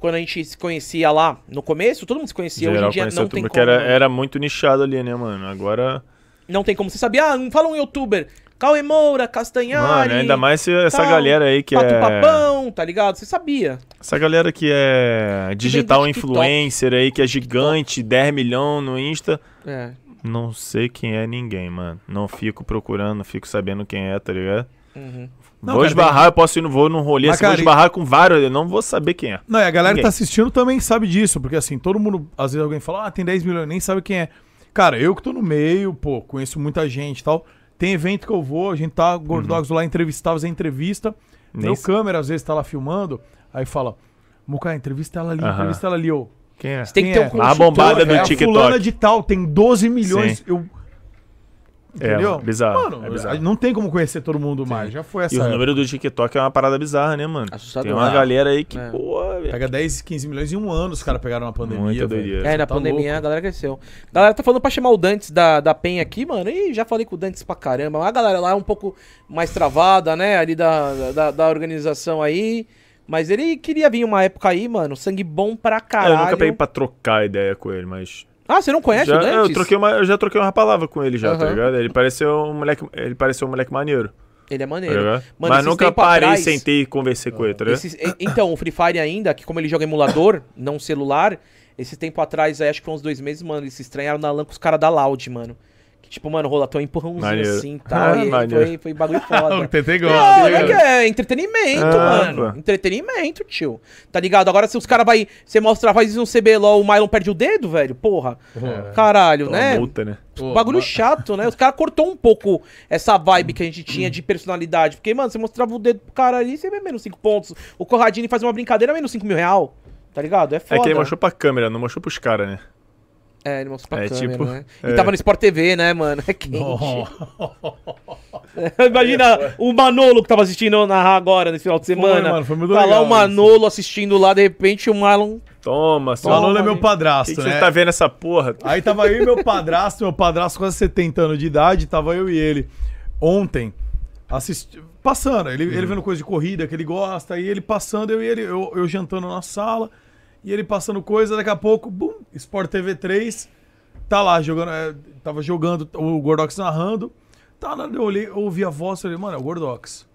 Speaker 7: quando a gente se conhecia lá no começo, todo mundo se conhecia. assim, Hoje em
Speaker 8: Geral
Speaker 7: dia
Speaker 8: conheceu
Speaker 7: não
Speaker 8: tudo,
Speaker 7: tem
Speaker 8: porque
Speaker 7: como. né?
Speaker 8: era, era muito nichado ali, né, mano? Agora.
Speaker 7: Não tem como você saber. Ah, não fala um youtuber. Cauê Moura, Castanhari.
Speaker 8: Mano, ainda mais se essa
Speaker 7: tal,
Speaker 8: galera aí que
Speaker 7: Pato
Speaker 8: é-
Speaker 7: tá Papão, tá ligado? Você sabia.
Speaker 8: Essa galera que é digital influencer aí, que é gigante, 10 milhões no Insta.
Speaker 7: É.
Speaker 8: Não sei quem é ninguém, mano. Não fico procurando, não fico sabendo quem é, tá ligado?
Speaker 7: Uhum.
Speaker 5: Não,
Speaker 8: vou
Speaker 5: cara,
Speaker 8: esbarrar,
Speaker 5: tem-
Speaker 8: eu posso ir no vou num rolê,
Speaker 5: Mas,
Speaker 8: assim, vou
Speaker 5: cara, e-
Speaker 8: esbarrar com vários, eu não vou saber quem é.
Speaker 5: Não, e a galera que tá
Speaker 8: Ninguém.
Speaker 5: assistindo também sabe disso, porque assim, todo mundo, às vezes alguém fala, ah, tem 10 milhões, nem sabe quem é. Cara, eu que tô no meio, pô, conheço muita gente e tal. Tem evento que eu vou, a gente tá, Gordogs lá entrevistar, fazer entrevista.
Speaker 8: Uhum. Nem
Speaker 5: Meu
Speaker 8: sei.
Speaker 5: câmera, às vezes, tá lá filmando, aí fala, Muca, entrevista ela ali,
Speaker 8: Aham.
Speaker 5: entrevista ela ali, ô.
Speaker 8: Quem é?
Speaker 5: Quem
Speaker 8: Tem que ter um A
Speaker 5: consultor,
Speaker 8: bombada do
Speaker 5: é a
Speaker 8: TikTok.
Speaker 5: fulana de tal, tem 12 milhões,
Speaker 8: Sim.
Speaker 5: eu...
Speaker 8: É,
Speaker 5: Entendeu?
Speaker 8: bizarro,
Speaker 5: Mano,
Speaker 8: é bizarro.
Speaker 5: não tem como conhecer todo mundo mais, já foi essa
Speaker 8: E o
Speaker 5: época.
Speaker 8: número do TikTok é uma parada bizarra, né, mano?
Speaker 5: Assustador.
Speaker 8: Tem uma galera aí que,
Speaker 7: É.
Speaker 8: pô,
Speaker 5: Pega 10, 15 milhões em um ano os caras pegaram na pandemia.
Speaker 8: Muita
Speaker 5: velho.
Speaker 8: doideira.
Speaker 7: É, na
Speaker 5: Tá
Speaker 7: pandemia
Speaker 5: louco.
Speaker 7: a galera cresceu. A galera tá falando pra chamar o Dantes da, da PEN aqui, mano. E já falei com o Dantes pra caramba. Mas a galera lá é um pouco mais travada, né? Ali da, da, da organização aí. Mas ele queria vir uma época aí, mano. Sangue bom pra caralho.
Speaker 8: eu nunca peguei pra trocar ideia com ele, mas.
Speaker 7: Ah, você não conhece
Speaker 8: já,
Speaker 7: o Dantes?
Speaker 8: Eu, troquei uma, eu já troquei uma palavra com ele já, tá
Speaker 7: Aham.
Speaker 8: ligado? Ele pareceu um moleque, ele pareceu um moleque maneiro.
Speaker 7: Ele é
Speaker 8: tá
Speaker 7: maneiro.
Speaker 8: ligado?
Speaker 7: Mano,
Speaker 8: mas
Speaker 7: esses
Speaker 8: nunca
Speaker 7: tempo
Speaker 8: parei,
Speaker 7: atrás-
Speaker 8: sentei e conversei com
Speaker 5: né?
Speaker 8: ele, tá ligado?
Speaker 7: Esses- e- então, o Free Fire ainda, que como ele joga emulador, não celular, esse tempo atrás, aí, acho que foi uns dois meses, mano, eles se estranharam na LAN com os caras da Loud, mano. Que tipo, mano, rola, tem um empurrãozinho
Speaker 8: Maneiro.
Speaker 7: assim tal,
Speaker 8: Ah,
Speaker 7: e tal.
Speaker 8: maneiro.
Speaker 7: foi, foi bagulho foda.
Speaker 5: O TT gosta,
Speaker 7: Não,
Speaker 5: né,
Speaker 7: não é que é entretenimento,
Speaker 5: Ah,
Speaker 7: mano. Entretenimento, tio. Tá ligado? Agora se os caras vai. Você mostra, faz um CBLOL, o Mylon perde o dedo, velho? Porra. Caralho,
Speaker 8: Toma
Speaker 7: né?
Speaker 8: multa, né?
Speaker 7: Pô, Bagulho chato, né? Os caras cortou um pouco essa vibe que a gente tinha de personalidade. Porque, mano, você mostrava o dedo pro cara ali, você vê menos 5 pontos. O Corradini faz uma brincadeira, menos 5 mil real. Tá ligado? É foda.
Speaker 8: É que ele mostrou pra câmera, não mostrou pros caras, né?
Speaker 7: É, ele mostrou pra
Speaker 8: É,
Speaker 7: câmera,
Speaker 8: tipo,
Speaker 7: né? E
Speaker 8: é.
Speaker 7: tava no Sport TV, né, mano? É quente. Imagina o Manolo que tava assistindo na Ra agora nesse final de semana.
Speaker 5: mano, foi muito
Speaker 7: tá lá
Speaker 5: legal
Speaker 7: o Manolo assistindo lá, de repente o Marlon.
Speaker 8: Toma,
Speaker 5: O Manolo é meu padrasto,
Speaker 8: Que que
Speaker 5: né?
Speaker 8: Você tá vendo essa porra?
Speaker 5: Aí tava eu e meu padrasto, meu padrasto quase 70 anos de idade, tava eu e ele ontem assisti... passando. Ele, ele vendo coisa de corrida que ele gosta, e ele passando, eu e ele, eu, eu jantando na sala, e ele passando coisa, daqui a pouco, bum, Sport TV 3, tá lá jogando, é, tava jogando o Gordox narrando. Tá, nada, eu olhei, eu ouvi a voz, eu falei, mano, é o Gordox.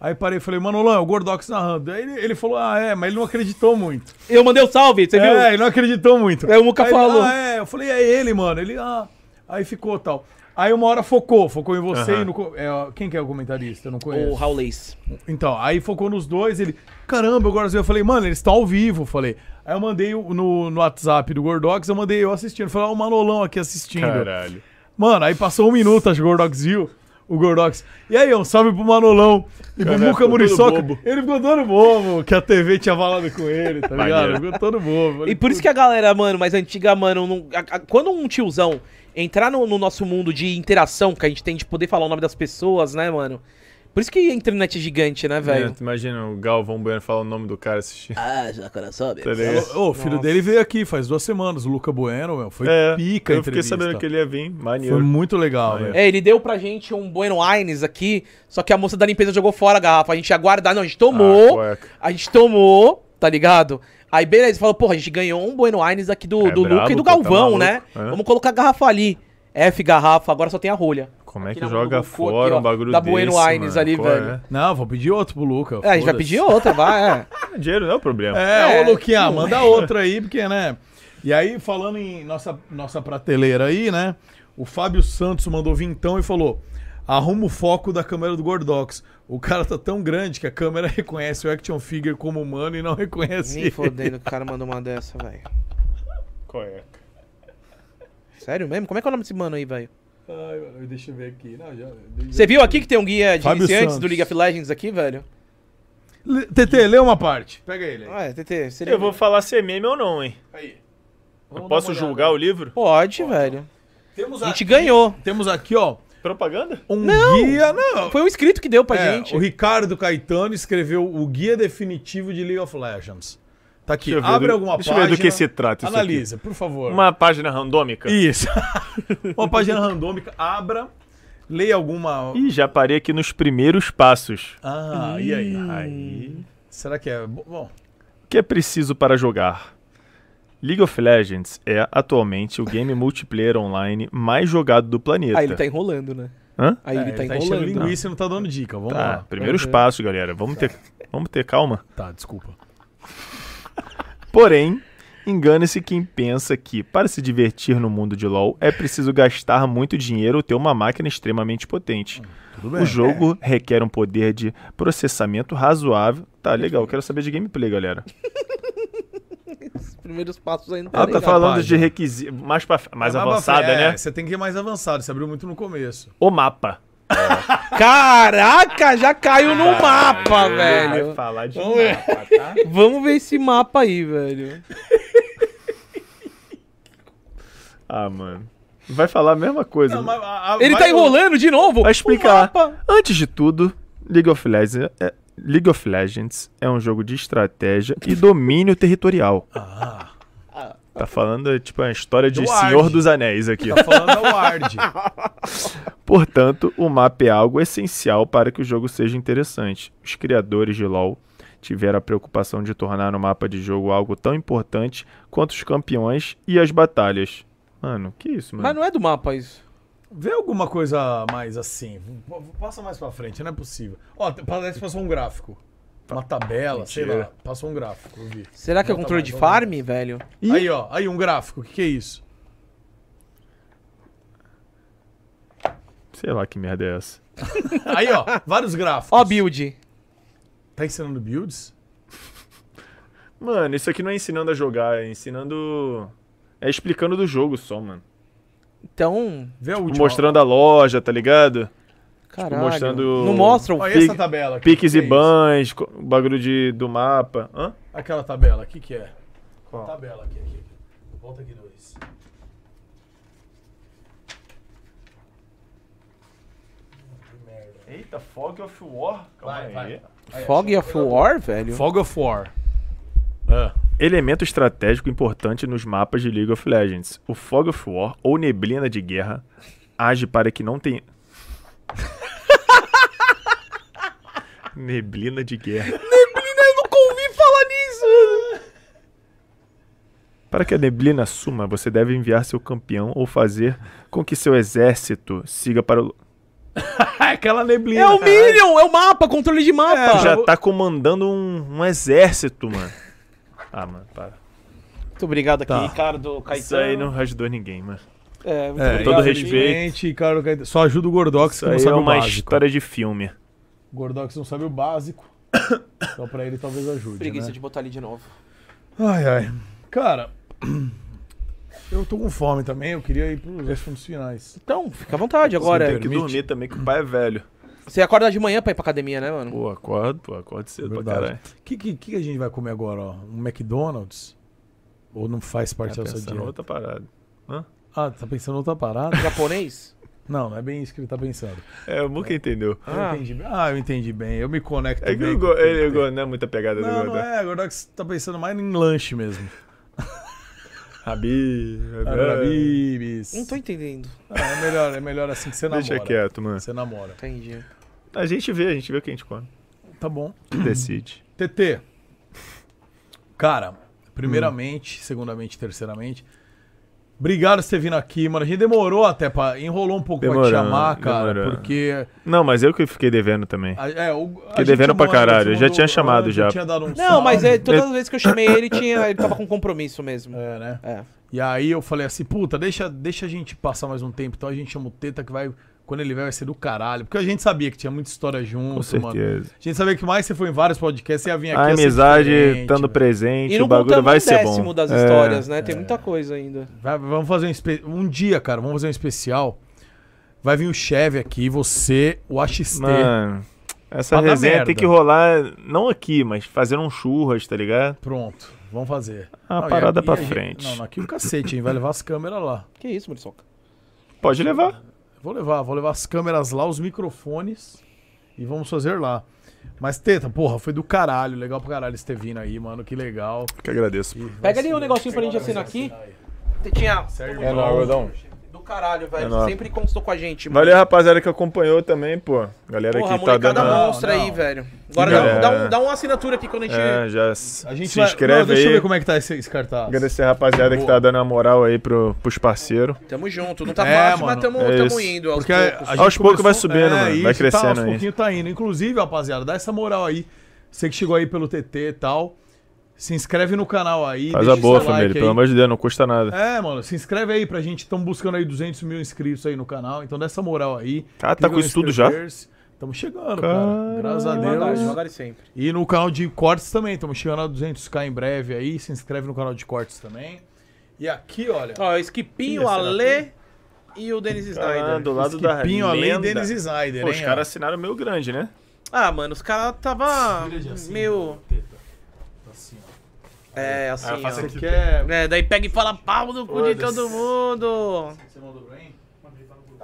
Speaker 5: Aí parei e falei, Manolão, é o Gordox narrando. Aí ele, ele falou, ah, é, mas ele não acreditou muito.
Speaker 7: Eu mandei o salve, você
Speaker 5: é,
Speaker 7: viu?
Speaker 5: ele não acreditou muito.
Speaker 7: É, o Muca
Speaker 5: Aí ele,
Speaker 7: falou.
Speaker 5: Ah, é, eu falei, é ele, mano. Ele, ah, aí ficou tal. Aí uma hora focou, focou em você
Speaker 8: Aham.
Speaker 5: e no. co- é, ó, quem que é o comentarista? Eu não conheço.
Speaker 7: O Raul Leis.
Speaker 5: Então, aí focou nos dois, ele, caramba, agora eu falei, mano, eles estão ao vivo, falei. Aí eu mandei o- no, no WhatsApp do Gordox, eu mandei eu assistindo. Falei, ó, o Manolão aqui assistindo.
Speaker 8: Caralho.
Speaker 5: Mano, aí passou um minuto, acho que o Gordox viu. O Gordox. E aí, um salve pro Manolão e pro
Speaker 8: Cara, ficou
Speaker 5: Muca
Speaker 8: todo
Speaker 5: Muriçoca.
Speaker 8: bobo.
Speaker 5: Ele ficou todo bobo, que a TV tinha falado com ele, tá ligado?
Speaker 8: Maneiro.
Speaker 5: Ficou todo bobo.
Speaker 7: E por isso que a galera, mano, mais antiga, mano, não- a- a- quando um tiozão entrar no, no nosso mundo de interação que a gente tem de poder falar o nome das pessoas, né, mano? Por isso que a internet é gigante, né,
Speaker 8: É,
Speaker 7: velho?
Speaker 8: tu imagina o Galvão Bueno falar o nome do cara assistindo.
Speaker 7: Ah, já cara sobe.
Speaker 8: Tá ligado?
Speaker 5: Ô, o filho dele veio aqui faz duas semanas, o Luca Bueno, meu. Foi
Speaker 8: É,
Speaker 5: pica a
Speaker 8: Eu fiquei
Speaker 5: entrevista.
Speaker 8: sabendo que ele é ia vir, maneiro.
Speaker 5: Foi muito legal, velho.
Speaker 7: É, ele deu pra gente um Bueno Aires aqui, só que a moça da limpeza jogou fora a garrafa. A gente ia guardar, não, a gente tomou.
Speaker 8: Ah, cueca.
Speaker 7: a gente tomou, tá ligado? Aí beleza, falou, porra, a gente ganhou um Bueno Aires aqui do,
Speaker 8: É
Speaker 7: do
Speaker 8: brabo,
Speaker 7: Luca e do
Speaker 8: pô, tá
Speaker 7: Galvão,
Speaker 8: maluco.
Speaker 7: né?
Speaker 8: É.
Speaker 7: Vamos colocar a garrafa ali. F garrafa, agora só tem a rolha.
Speaker 8: Como é
Speaker 7: Aqui
Speaker 8: que
Speaker 7: na
Speaker 8: joga
Speaker 7: mão do Goku
Speaker 8: fora
Speaker 7: aqui, ó,
Speaker 8: um bagulho
Speaker 7: da
Speaker 8: da
Speaker 7: Bueno
Speaker 8: desse,
Speaker 7: Aires
Speaker 8: mano?
Speaker 7: ali,
Speaker 8: Qual é?
Speaker 7: velho.
Speaker 5: Não, vou pedir outro pro Luca.
Speaker 7: É, a gente vai
Speaker 5: foda-se.
Speaker 7: pedir outra, vai. é.
Speaker 8: Ah, Dinheiro não é o problema.
Speaker 5: É,
Speaker 7: É,
Speaker 5: ô Luquinha,
Speaker 7: não
Speaker 5: manda
Speaker 7: é.
Speaker 5: outra aí, porque, né? E aí, falando em nossa, nossa prateleira aí, né? O Fábio Santos mandou vintão e falou: arruma o foco da câmera do Gordox. O cara tá tão grande que a câmera reconhece o action figure como humano e não reconhece.
Speaker 7: Nem
Speaker 5: ele."
Speaker 7: fodendo que o cara mandou uma dessa, velho.
Speaker 8: Cueca.
Speaker 7: Sério mesmo? Como é que é o nome desse mano aí, velho?
Speaker 5: Ai, mano, deixa eu ver aqui. Não, já-
Speaker 7: Você viu aqui que tem um guia de
Speaker 5: Fábio
Speaker 7: iniciantes
Speaker 5: Santos.
Speaker 7: do League of Legends aqui, velho?
Speaker 5: TT, lê uma parte. Pega ele.
Speaker 7: Ah, TT, seria.
Speaker 8: Eu vou falar se é meme ou não, hein? Aí. Eu posso julgar o livro?
Speaker 7: Pode, velho.
Speaker 5: Temos
Speaker 7: a gente ganhou.
Speaker 5: Temos aqui, ó.
Speaker 8: Propaganda?
Speaker 5: Um
Speaker 7: Não.
Speaker 5: guia, não.
Speaker 7: Foi um inscrito que deu pra
Speaker 5: Então. É,
Speaker 7: gente.
Speaker 5: O Ricardo Caetano escreveu o guia definitivo de League of Legends. Tá aqui.
Speaker 8: Deixa eu ver
Speaker 5: Abre
Speaker 8: do-
Speaker 5: alguma
Speaker 8: deixa eu ver
Speaker 5: página.
Speaker 8: do que se trata isso aqui.
Speaker 5: Analisa, por favor.
Speaker 8: Uma página randômica?
Speaker 5: Isso. Uma página randômica. Abra. Leia alguma.
Speaker 8: Ih, já parei aqui nos primeiros passos.
Speaker 5: Ah, e aí? Será que é. bo- Bom.
Speaker 8: O que é preciso para jogar? League of Legends é atualmente o game multiplayer online mais jogado do planeta.
Speaker 7: Aí ele tá enrolando, né?
Speaker 8: Hã?
Speaker 7: Aí ele tá
Speaker 5: enchendo
Speaker 7: enrolando.
Speaker 5: linguiça e não É, tá dando dica. Vamos
Speaker 8: Tá,
Speaker 5: lá.
Speaker 8: primeiros passos, galera. Vamos ter, vamos ter calma.
Speaker 5: Tá, desculpa.
Speaker 8: Porém, engana-se quem pensa que, para se divertir no mundo de LoL, é preciso gastar muito dinheiro ou ter uma máquina extremamente potente.
Speaker 5: bem.
Speaker 8: O jogo requer um poder de processamento razoável. Tá, legal. Quero saber de gameplay, galera.
Speaker 7: Os primeiros passos ainda
Speaker 8: Ela tá falando de requisitos mais, pra- mais
Speaker 5: É
Speaker 8: avançada,
Speaker 5: pra- é,
Speaker 8: né?
Speaker 5: Você tem que ir mais avançado, você abriu muito no começo.
Speaker 8: O mapa.
Speaker 7: Caraca, já caiu no mapa,
Speaker 8: Vai
Speaker 7: velho.
Speaker 8: falar de
Speaker 7: Vamos ver.
Speaker 8: mapa, tá?
Speaker 7: Vamos ver esse mapa aí, velho.
Speaker 8: Ah, mano. Vai falar a mesma coisa.
Speaker 7: Ele tá enrolando de novo?
Speaker 8: Vai explicar. Antes de tudo, League of, Legends é, League of Legends é um jogo de estratégia e domínio territorial.
Speaker 7: Ah.
Speaker 8: Tá falando, tipo, uma história de
Speaker 5: Do
Speaker 8: Senhor
Speaker 5: Ard.
Speaker 8: dos Anéis aqui.
Speaker 5: Tá falando da Ward.
Speaker 8: Portanto, o mapa é algo essencial para que o jogo seja interessante. Os criadores de LoL tiveram a preocupação de tornar o mapa de jogo algo tão importante quanto os campeões e as batalhas. Mano, que isso, mano?
Speaker 7: Mas não é do mapa isso.
Speaker 5: Vê alguma coisa mais assim. P- Passa mais pra frente, não é possível. Ó, t- parece que passou um gráfico. Uma tabela, sei lá.
Speaker 7: Mentira.
Speaker 5: Passou um gráfico, eu vi.
Speaker 7: Será que é
Speaker 5: Volta
Speaker 7: controle
Speaker 5: tá mais,
Speaker 7: de
Speaker 5: volta
Speaker 7: farm, velho?
Speaker 5: mais. Aí, ó. Aí, um gráfico. O que, que é isso?
Speaker 8: Sei lá que merda é essa.
Speaker 5: Aí, ó. Vários gráficos.
Speaker 7: Ó, build.
Speaker 5: Tá ensinando builds?
Speaker 8: Mano, isso aqui não é ensinando a jogar, é ensinando. É explicando do jogo só, mano.
Speaker 7: Então,
Speaker 5: Vê a
Speaker 8: Tipo,
Speaker 5: última.
Speaker 8: mostrando a loja, tá ligado?
Speaker 7: caralho.
Speaker 8: Tipo, mostrando-
Speaker 7: Não mostra o
Speaker 5: Olha
Speaker 8: um pique-
Speaker 5: essa tabela aqui.
Speaker 8: Piques
Speaker 5: que
Speaker 8: e
Speaker 5: é
Speaker 8: bans, co- o bagulho de, do mapa. Hã?
Speaker 5: isso? Aquela tabela. O que, que é?
Speaker 8: Qual?
Speaker 5: Tabela aqui, aqui. Volta aqui dois.
Speaker 8: Eita, Fog of War? Calma
Speaker 5: Vai, vai.
Speaker 7: Fog of War, velho?
Speaker 5: Fog of War. É.
Speaker 8: Elemento estratégico importante nos mapas de League of Legends. O Fog of War, ou neblina de guerra, age para que não tenha. neblina de guerra.
Speaker 7: Neblina, eu nunca ouvi falar nisso.
Speaker 8: Para que a neblina suma, você deve enviar seu campeão ou fazer com que seu exército siga para o.
Speaker 5: Aquela neblina.
Speaker 7: É o Minion, é o mapa, controle de mapa.
Speaker 8: Tu já tá comandando um, um exército, mano. Ah, mano, para.
Speaker 7: Muito obrigado aqui,
Speaker 5: Tá.
Speaker 7: Ricardo Caetano.
Speaker 8: Isso aí não ajudou ninguém, mano.
Speaker 7: É, muito
Speaker 5: É,
Speaker 8: Com todo
Speaker 7: obrigado.
Speaker 8: respeito.
Speaker 5: Gente, cara, só ajuda o Gordox
Speaker 8: Isso
Speaker 5: que não
Speaker 8: aí
Speaker 5: sabe
Speaker 8: é
Speaker 5: o
Speaker 8: uma
Speaker 5: básico.
Speaker 8: história de filme.
Speaker 5: O Gordox não sabe o básico. Então pra ele talvez ajude.
Speaker 7: Preguiça
Speaker 5: né?
Speaker 7: de botar ali de novo.
Speaker 5: Ai, ai. Cara, eu tô com fome também, eu queria ir pros assuntos finais.
Speaker 7: Então, fica à vontade agora.
Speaker 8: Tem que dormir também, que o pai é velho.
Speaker 7: Você acorda de manhã pra ir pra academia, né, mano?
Speaker 8: Pô, acordo, pô, acordo cedo pra
Speaker 5: Verdade.
Speaker 8: caralho.
Speaker 5: O que, que, que a gente vai comer agora, ó? Um McDonald's? Ou não faz parte
Speaker 8: Tá
Speaker 5: dessa
Speaker 8: pensando
Speaker 5: dieta?
Speaker 8: outra parada. Hã?
Speaker 5: Ah, tá pensando outra parada?
Speaker 7: Japonês?
Speaker 5: não, não é bem isso que ele tá pensando.
Speaker 8: É, o Muca entendeu.
Speaker 5: Eu
Speaker 7: Ah.
Speaker 5: entendi bem. Ah, eu entendi bem. Eu me conecto
Speaker 8: É que
Speaker 5: bem.
Speaker 8: o
Speaker 5: com
Speaker 8: Go-
Speaker 5: o que
Speaker 8: ele,
Speaker 5: tem.
Speaker 8: o Go- não é muita pegada
Speaker 5: Não,
Speaker 8: do
Speaker 5: não
Speaker 8: Godão.
Speaker 5: é. O Gordox tá pensando mais em lanche mesmo. é.
Speaker 8: Rabi, Rabi.
Speaker 5: Arabibis.
Speaker 7: Não tô entendendo.
Speaker 5: Ah, é, melhor, é melhor assim que você namora.
Speaker 8: Deixa quieto, mano.
Speaker 5: Você namora.
Speaker 7: Entendi.
Speaker 8: A gente vê, a gente vê o que a gente come.
Speaker 5: Tá bom.
Speaker 8: Que decide.
Speaker 5: TT. Cara, primeiramente,
Speaker 8: Hum.
Speaker 5: segundamente, terceiramente. Obrigado por você ter vindo aqui, mano. A gente demorou até pra. Enrolou um pouco pra te
Speaker 8: Demorou,
Speaker 5: chamar, cara.
Speaker 8: demorou.
Speaker 5: Porque.
Speaker 8: Não, mas eu que fiquei devendo também.
Speaker 5: A, é, o, a
Speaker 8: Fiquei
Speaker 5: gente
Speaker 8: devendo pra
Speaker 5: mandou-
Speaker 8: caralho,
Speaker 5: te
Speaker 8: já
Speaker 5: mandou
Speaker 8: tinha chamado
Speaker 5: antes,
Speaker 8: já.
Speaker 5: tinha dado um
Speaker 7: Não, mas
Speaker 5: salve.
Speaker 7: é, todas as vezes que eu chamei ele, tinha, ele tava com compromisso mesmo.
Speaker 5: É, né?
Speaker 7: É.
Speaker 5: E aí eu falei assim, puta, deixa, deixa a gente passar mais um tempo. Então a gente chama o Teta que vai. Quando ele vier, vai ser do caralho. Porque a gente sabia que tinha muita história junto,
Speaker 8: Com
Speaker 5: mano.
Speaker 8: certeza.
Speaker 5: A gente sabia que mais você foi em vários podcasts, você ia vir aqui.
Speaker 8: A
Speaker 5: ia ser
Speaker 8: amizade
Speaker 5: diferente, né?
Speaker 8: estando
Speaker 5: velho.
Speaker 8: presente,
Speaker 7: E
Speaker 8: o
Speaker 7: não
Speaker 8: bagulho
Speaker 7: contamos
Speaker 8: vai
Speaker 7: um
Speaker 8: ser
Speaker 7: décimo
Speaker 8: bom.
Speaker 7: das
Speaker 8: É,
Speaker 7: histórias, né? Tem muita coisa ainda.
Speaker 5: Vai- vamos fazer um, espe- um dia, cara, vamos fazer um especial. Vai vir o Chevy aqui, você, o AXT.
Speaker 8: Mano, Essa
Speaker 5: Pra dar
Speaker 8: resenha tem
Speaker 5: merda.
Speaker 8: que rolar, não aqui, mas fazendo um churras, tá ligado?
Speaker 5: Pronto, vamos fazer.
Speaker 8: Ah,
Speaker 5: Não, e
Speaker 8: parada
Speaker 5: aqui-
Speaker 8: pra
Speaker 5: e a gente-
Speaker 8: frente.
Speaker 5: Não, não, aqui é o cacete, hein? Vai levar as câmeras lá.
Speaker 7: Que isso, Muriçoca?
Speaker 8: Pode levar.
Speaker 5: Vou levar, vou levar as câmeras lá, os microfones e vamos fazer lá. Mas, Teta, porra, foi do caralho. Legal pra caralho você ter vindo aí, mano. Que legal.
Speaker 8: Que agradeço.
Speaker 5: Tá
Speaker 7: Pega ali um negocinho pra gente assinar aqui. Tetinha,
Speaker 8: É nóis, gordão.
Speaker 7: do caralho,
Speaker 8: É
Speaker 7: velho.
Speaker 8: nóis.
Speaker 7: sempre constou com a gente, mano.
Speaker 8: Valeu, rapaziada, que acompanhou também, pô. Galera
Speaker 7: Porra, a
Speaker 8: que tá
Speaker 7: molecada
Speaker 8: dando.
Speaker 7: monstra aí, velho. Agora dá,
Speaker 8: Galera.
Speaker 7: um- dá um- dá uma assinatura aqui quando a gente.
Speaker 8: É, já
Speaker 5: A gente
Speaker 8: se
Speaker 5: vai-
Speaker 8: inscreve
Speaker 5: Não, deixa
Speaker 8: aí.
Speaker 5: eu ver como é que tá esse, esse cartaz.
Speaker 8: Agradecer a rapaziada que tá dando a moral aí pro, pros parceiros.
Speaker 7: Tamo junto, não tá
Speaker 5: É,
Speaker 7: fácil, mas
Speaker 5: mano.
Speaker 7: tamo,
Speaker 8: É
Speaker 7: tamo
Speaker 8: isso.
Speaker 7: indo. Aos
Speaker 5: Porque a-
Speaker 7: poucos.
Speaker 5: a
Speaker 8: Aos
Speaker 5: gente
Speaker 8: poucos vai
Speaker 5: começou-
Speaker 8: subindo, mano, vai
Speaker 5: Tá,
Speaker 8: crescendo
Speaker 5: aos
Speaker 8: aí.
Speaker 5: pouquinhos tá indo. Inclusive, rapaziada, dá essa moral aí. Você que chegou aí pelo TT e tal. Se inscreve no canal aí.
Speaker 8: Faz
Speaker 5: deixa
Speaker 8: a boa,
Speaker 5: seu like
Speaker 8: família.
Speaker 5: aí.
Speaker 8: Pelo amor de Deus, não custa nada.
Speaker 5: É, mano, se inscreve aí pra gente. Estamos buscando aí 200 mil inscritos aí no canal. Então dá essa moral aí.
Speaker 8: Ah, tá com isso tudo já?
Speaker 5: Estamos chegando,
Speaker 8: Caralho.
Speaker 5: cara. Graças a Deus.
Speaker 7: Devagar, devagar e sempre.
Speaker 5: E no canal de cortes também. Estamos chegando a 200k em breve aí. Se inscreve no canal de cortes também. E aqui, olha.
Speaker 7: Ó, o Skipinho,
Speaker 5: Ih,
Speaker 7: o
Speaker 5: essa
Speaker 7: Ale e o Dennis Snyder.
Speaker 8: Ah, do lado da
Speaker 5: Skipinho, além
Speaker 8: lenda.
Speaker 5: deles, Snyder,
Speaker 8: Pô,
Speaker 5: hein,
Speaker 8: Os
Speaker 5: ó.
Speaker 8: caras assinaram meio grande, né?
Speaker 7: Ah, mano, os caras tava
Speaker 5: assim.
Speaker 7: meio.
Speaker 5: Tá
Speaker 7: É, assim.
Speaker 5: Ah, faça
Speaker 7: ó.
Speaker 5: aqui, Quer-
Speaker 7: É, daí pega e fala pau no cu de todo mundo.
Speaker 5: Você mandou bem?
Speaker 7: Ah,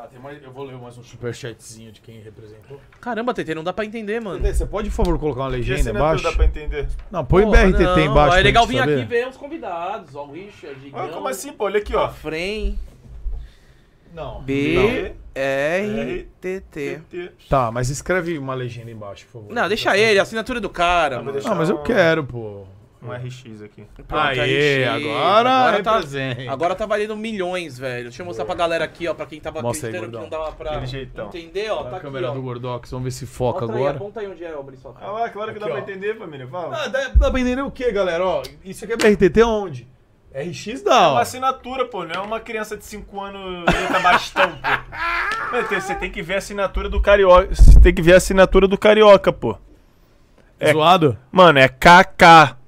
Speaker 5: Tá, tem mais, eu vou ler mais um superchatzinho de quem representou.
Speaker 7: Caramba, TT, não dá pra entender, mano.
Speaker 5: Você pode, por favor, colocar uma
Speaker 7: é
Speaker 5: legenda embaixo?
Speaker 8: entender.
Speaker 5: Não, põe
Speaker 7: Porra,
Speaker 5: BRTT
Speaker 7: não,
Speaker 5: embaixo.
Speaker 7: É
Speaker 5: pra
Speaker 7: legal
Speaker 5: gente
Speaker 7: vir
Speaker 5: saber.
Speaker 7: aqui ver os convidados. Ó, o Richard, Gigão.
Speaker 8: como assim, pô? Olha aqui, ó.
Speaker 7: Frem.
Speaker 5: Não.
Speaker 7: B. R. T. T.
Speaker 5: Tá, mas escreve uma legenda embaixo, por favor.
Speaker 7: Não, deixa ele, a assinatura do cara. mano.
Speaker 5: Ah, mas eu quero, pô.
Speaker 8: Um RX aqui.
Speaker 7: Pronto,
Speaker 5: Aê,
Speaker 7: aí chega.
Speaker 5: agora é
Speaker 7: tá,
Speaker 5: representa.
Speaker 7: agora tá valendo milhões, velho. Deixa eu mostrar pra galera aqui, ó, pra quem tava
Speaker 5: Mostra aí,
Speaker 7: acreditando que
Speaker 5: gordão.
Speaker 7: não dava pra
Speaker 5: Aquele jeitão.
Speaker 7: entender, ó, tá
Speaker 5: a
Speaker 7: aqui,
Speaker 5: câmera
Speaker 7: ó.
Speaker 5: do Gordox, vamos ver se foca
Speaker 7: Mostra Aí,
Speaker 5: agora.
Speaker 7: aponta aí onde é o Brissoca.
Speaker 8: Ah, lá, claro que dá
Speaker 5: Aqui,
Speaker 8: pra
Speaker 5: ó.
Speaker 8: entender, família. Fala.
Speaker 5: Ah, dá, dá pra entender o que, galera? Ó, isso aqui é BRTT onde? RX dá,
Speaker 7: assim?
Speaker 5: ó.
Speaker 8: assinatura, pô. Não é uma criança de 5 anos letra bastão, pô. Meu Deus, Você tem que ver a assinatura do carioca. Você tem que ver a assinatura do carioca, pô. É,
Speaker 5: Zoado?
Speaker 8: Mano, é KK.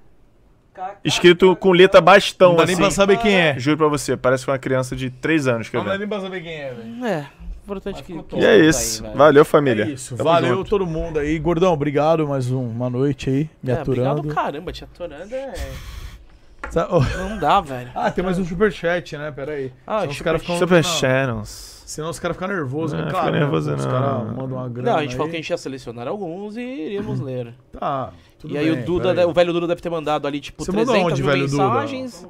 Speaker 8: Escrito com letra bastão,
Speaker 5: Não dá nem
Speaker 8: assim.
Speaker 5: pra saber quem é.
Speaker 8: Juro pra você, parece uma criança de 3 anos que eu
Speaker 5: Não dá
Speaker 8: vi.
Speaker 5: nem pra saber quem é, velho.
Speaker 7: É, importante que...
Speaker 8: E é isso. Valeu, família.
Speaker 5: É isso.
Speaker 8: Tamo
Speaker 5: Valeu
Speaker 8: junto.
Speaker 5: todo mundo aí. Gordão, obrigado mais um- uma noite aí, me
Speaker 7: É,
Speaker 5: aturando.
Speaker 7: Obrigado, caramba, te aturando é...
Speaker 5: Sa- Ô.
Speaker 7: Não dá, velho.
Speaker 5: Ah, tem mais um superchat, né? Pera aí.
Speaker 7: Ah,
Speaker 5: Senão os caras ficam... não.
Speaker 8: Super Shadows.
Speaker 5: Senão os caras ficam nervosos,
Speaker 8: Não,
Speaker 5: né?
Speaker 8: fica nervoso
Speaker 5: né? Os
Speaker 8: não.
Speaker 5: caras mandam uma grana
Speaker 7: Não, a gente
Speaker 5: aí.
Speaker 7: falou que a gente ia selecionar alguns e iríamos ler.
Speaker 5: Tá, tudo
Speaker 7: E aí
Speaker 5: bem,
Speaker 7: o Duda,
Speaker 5: peraí.
Speaker 7: o velho Duda deve ter mandado ali, tipo,
Speaker 5: Você mandou
Speaker 7: 300
Speaker 5: onde,
Speaker 7: mil
Speaker 5: velho Duda?
Speaker 7: mensagens.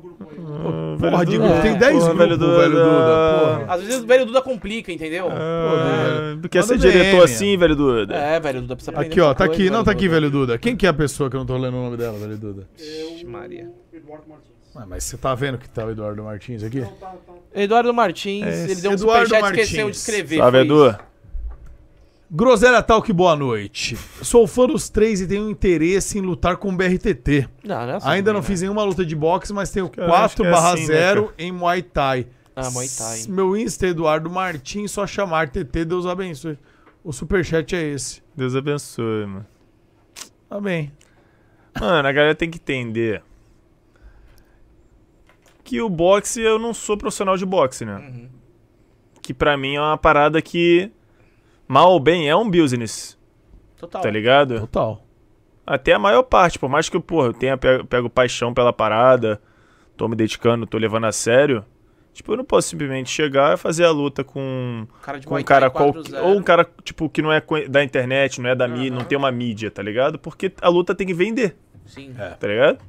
Speaker 5: Porra, Diego,
Speaker 7: Duda.
Speaker 5: tem
Speaker 7: É.
Speaker 5: 10
Speaker 7: Porra,
Speaker 5: grupos, velho
Speaker 7: velho
Speaker 5: Duda. porra. É,
Speaker 7: Às vezes o velho Duda complica, entendeu?
Speaker 8: Ah, Tu quer
Speaker 5: Manda
Speaker 8: ser
Speaker 5: DM,
Speaker 8: diretor
Speaker 5: ó.
Speaker 8: assim, velho Duda?
Speaker 7: É, velho Duda precisa aprender
Speaker 5: Aqui, ó,
Speaker 7: muita
Speaker 5: tá
Speaker 7: coisa,
Speaker 5: aqui. Não, tá aqui,
Speaker 7: Duda.
Speaker 5: velho Duda. Quem que é a pessoa que eu não tô lendo o nome dela, velho Duda?
Speaker 7: Vixe, Maria.
Speaker 5: Ah, mas você tá vendo que tá o Eduardo Martins aqui?
Speaker 7: Eduardo Martins,
Speaker 5: É
Speaker 7: ele
Speaker 5: esse.
Speaker 7: deu um
Speaker 5: Eduardo
Speaker 7: superchat e esqueceu de
Speaker 5: Martins.
Speaker 7: escrever.
Speaker 8: Salve,
Speaker 7: foi
Speaker 8: Edu.
Speaker 7: isso.
Speaker 5: Groselha tal que boa noite. Sou fã dos três e tenho interesse em lutar com o BRTT.
Speaker 7: Não, não é assim,
Speaker 5: Ainda não
Speaker 7: né?
Speaker 5: fiz nenhuma luta de boxe, mas tenho
Speaker 7: eu acho que é
Speaker 5: 4 barra
Speaker 7: assim, né,
Speaker 5: 0
Speaker 7: cara?
Speaker 5: em Muay Thai.
Speaker 7: Ah, Muay Thai.
Speaker 5: S- Meu Insta é Eduardo Martins, só chamar TT, Deus abençoe. O superchat é esse.
Speaker 8: Deus abençoe, mano.
Speaker 5: Tá bem.
Speaker 8: Mano, a galera tem que entender que o boxe, eu não sou profissional de boxe, né?
Speaker 7: Uhum.
Speaker 8: Que pra mim é uma parada que, mal ou bem, é um business.
Speaker 7: Total.
Speaker 8: Tá ligado?
Speaker 5: Total.
Speaker 8: Até a maior parte, por mais que eu, porra, eu tenha, pego, pego paixão pela parada, tô me dedicando, tô levando a sério. Tipo, eu não posso simplesmente chegar e fazer a luta com,
Speaker 7: Cara de
Speaker 8: com
Speaker 7: Muay
Speaker 8: um cara
Speaker 7: Thai 4-0.
Speaker 8: qualquer. Ou um cara, tipo, que não é conhe- da internet, não é da mídia, não tem uma mídia, tá ligado? Porque a luta tem que vender
Speaker 7: Sim.
Speaker 8: tá ligado?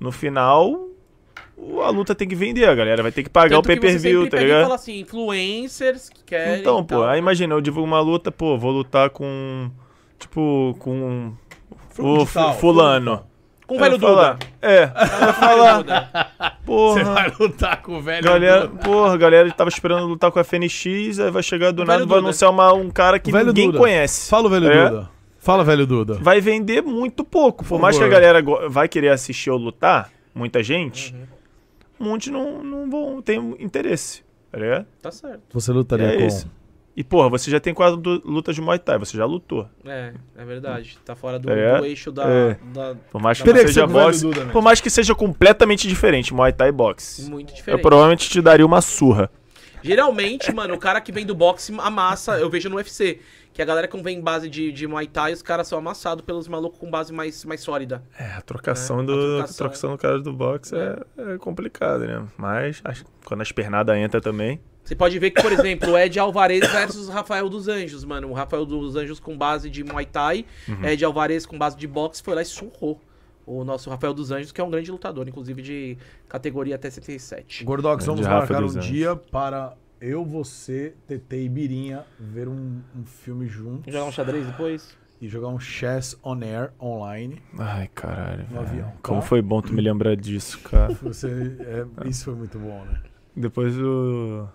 Speaker 8: No final, o- a luta tem que vender, a galera vai ter que pagar
Speaker 7: Tanto
Speaker 8: o pay-per-view,
Speaker 7: que você sempre
Speaker 8: tá
Speaker 7: pega e
Speaker 8: ligado?
Speaker 7: fala assim, influencers que querem...
Speaker 8: Então,
Speaker 7: e
Speaker 8: pô,
Speaker 7: tal.
Speaker 8: aí imagina, eu divulgo uma luta, pô, vou lutar com. Tipo, com.
Speaker 7: Fulano
Speaker 8: O
Speaker 7: de tal,
Speaker 8: fu- fulano.
Speaker 5: Um
Speaker 7: Com o
Speaker 8: Aí eu
Speaker 7: velho
Speaker 8: vou falar,
Speaker 7: Duda.
Speaker 8: É,
Speaker 7: Ah,
Speaker 8: eu vou
Speaker 7: velho
Speaker 8: falar.
Speaker 7: Duda.
Speaker 8: Porra.
Speaker 5: Você vai lutar com o velho
Speaker 8: Galera,
Speaker 5: Duda.
Speaker 8: porra, a galera tava esperando lutar com a FNX, aí vai chegar do
Speaker 5: O
Speaker 8: nada
Speaker 5: velho
Speaker 8: e vai
Speaker 5: Duda.
Speaker 8: anunciar uma- um cara que
Speaker 5: velho
Speaker 8: ninguém
Speaker 5: Duda.
Speaker 8: conhece.
Speaker 5: Fala o velho
Speaker 8: É.
Speaker 5: Duda. Fala, velho Duda.
Speaker 8: Vai vender muito pouco. Por,
Speaker 5: Por
Speaker 8: mais que a
Speaker 5: favor.
Speaker 8: galera go- vai querer assistir ou lutar, muita gente,
Speaker 5: Uhum.
Speaker 8: muitos não, não vão ter interesse. Tá ligado?
Speaker 7: Tá certo.
Speaker 5: Você lutaria
Speaker 8: E é
Speaker 5: com-
Speaker 8: isso. E, porra, você já tem quatro du- lutas de Muay Thai, você já lutou.
Speaker 7: É, é verdade. Tá fora do,
Speaker 8: tá ligado?
Speaker 7: do eixo da...
Speaker 8: É.
Speaker 7: da-
Speaker 8: Por mais que
Speaker 7: da
Speaker 8: não
Speaker 7: nossa-
Speaker 8: seja boxe,
Speaker 7: Duda mesmo.
Speaker 8: por mais que seja completamente diferente Muay Thai e boxe.
Speaker 7: Muito
Speaker 8: Eu
Speaker 7: diferente.
Speaker 8: provavelmente te daria uma surra.
Speaker 7: Geralmente, mano, o cara que vem do boxe amassa, eu vejo no UFC. Que a galera que vem em base de, de Muay Thai, os caras são amassados pelos malucos com base mais, mais sólida.
Speaker 8: É, a trocação, do, a trocação. do cara do boxe é, é complicada, né? Mas as- quando as pernadas entram também.
Speaker 7: Você pode ver que, por exemplo, o Ed Alvarez versus Rafael dos Anjos, mano. O Rafael dos Anjos com base de Muay Thai,
Speaker 8: Uhum.
Speaker 7: Ed Alvarez com base de boxe, foi lá e surrou. O nosso Rafael dos Anjos, que é um grande lutador, inclusive de categoria até 77.
Speaker 5: Gordox, vamos
Speaker 8: Rafa
Speaker 5: marcar um
Speaker 8: dos Anjos.
Speaker 5: dia para eu, você, TT e Birinha ver um, um filme juntos.
Speaker 7: Jogar um xadrez depois?
Speaker 5: E jogar um chess on air online.
Speaker 8: Ai, caralho.
Speaker 5: No
Speaker 8: velho.
Speaker 5: avião,
Speaker 8: Como
Speaker 5: tá?
Speaker 8: foi bom tu me lembrar disso, cara.
Speaker 5: Você, é, isso foi muito bom, né?
Speaker 8: Depois o.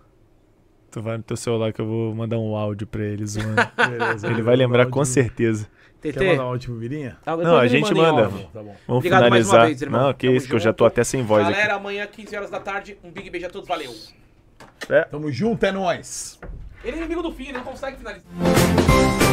Speaker 8: Tu vai no teu celular que eu vou mandar um áudio pra ele zoando.
Speaker 5: Beleza,
Speaker 8: ele
Speaker 5: beleza,
Speaker 8: vai lembrar
Speaker 5: um
Speaker 8: com
Speaker 5: áudio.
Speaker 8: certeza.
Speaker 7: TT?
Speaker 5: Quer mandar um último Birinha?
Speaker 7: Tá, depois
Speaker 8: Não, a
Speaker 7: ele
Speaker 8: gente
Speaker 7: manda em
Speaker 8: manda.
Speaker 7: áudio, tá bom.
Speaker 8: Vamos
Speaker 7: Obrigado mais uma
Speaker 8: finalizar.
Speaker 7: vez, irmão.
Speaker 8: Não, que isso, que eu já tô até sem voz aqui.
Speaker 7: Galera, amanhã, 15 horas da tarde, um big beijo a todos, valeu.
Speaker 5: Tamo junto, é nóis.
Speaker 7: Ele é inimigo do fim, ele não consegue finalizar.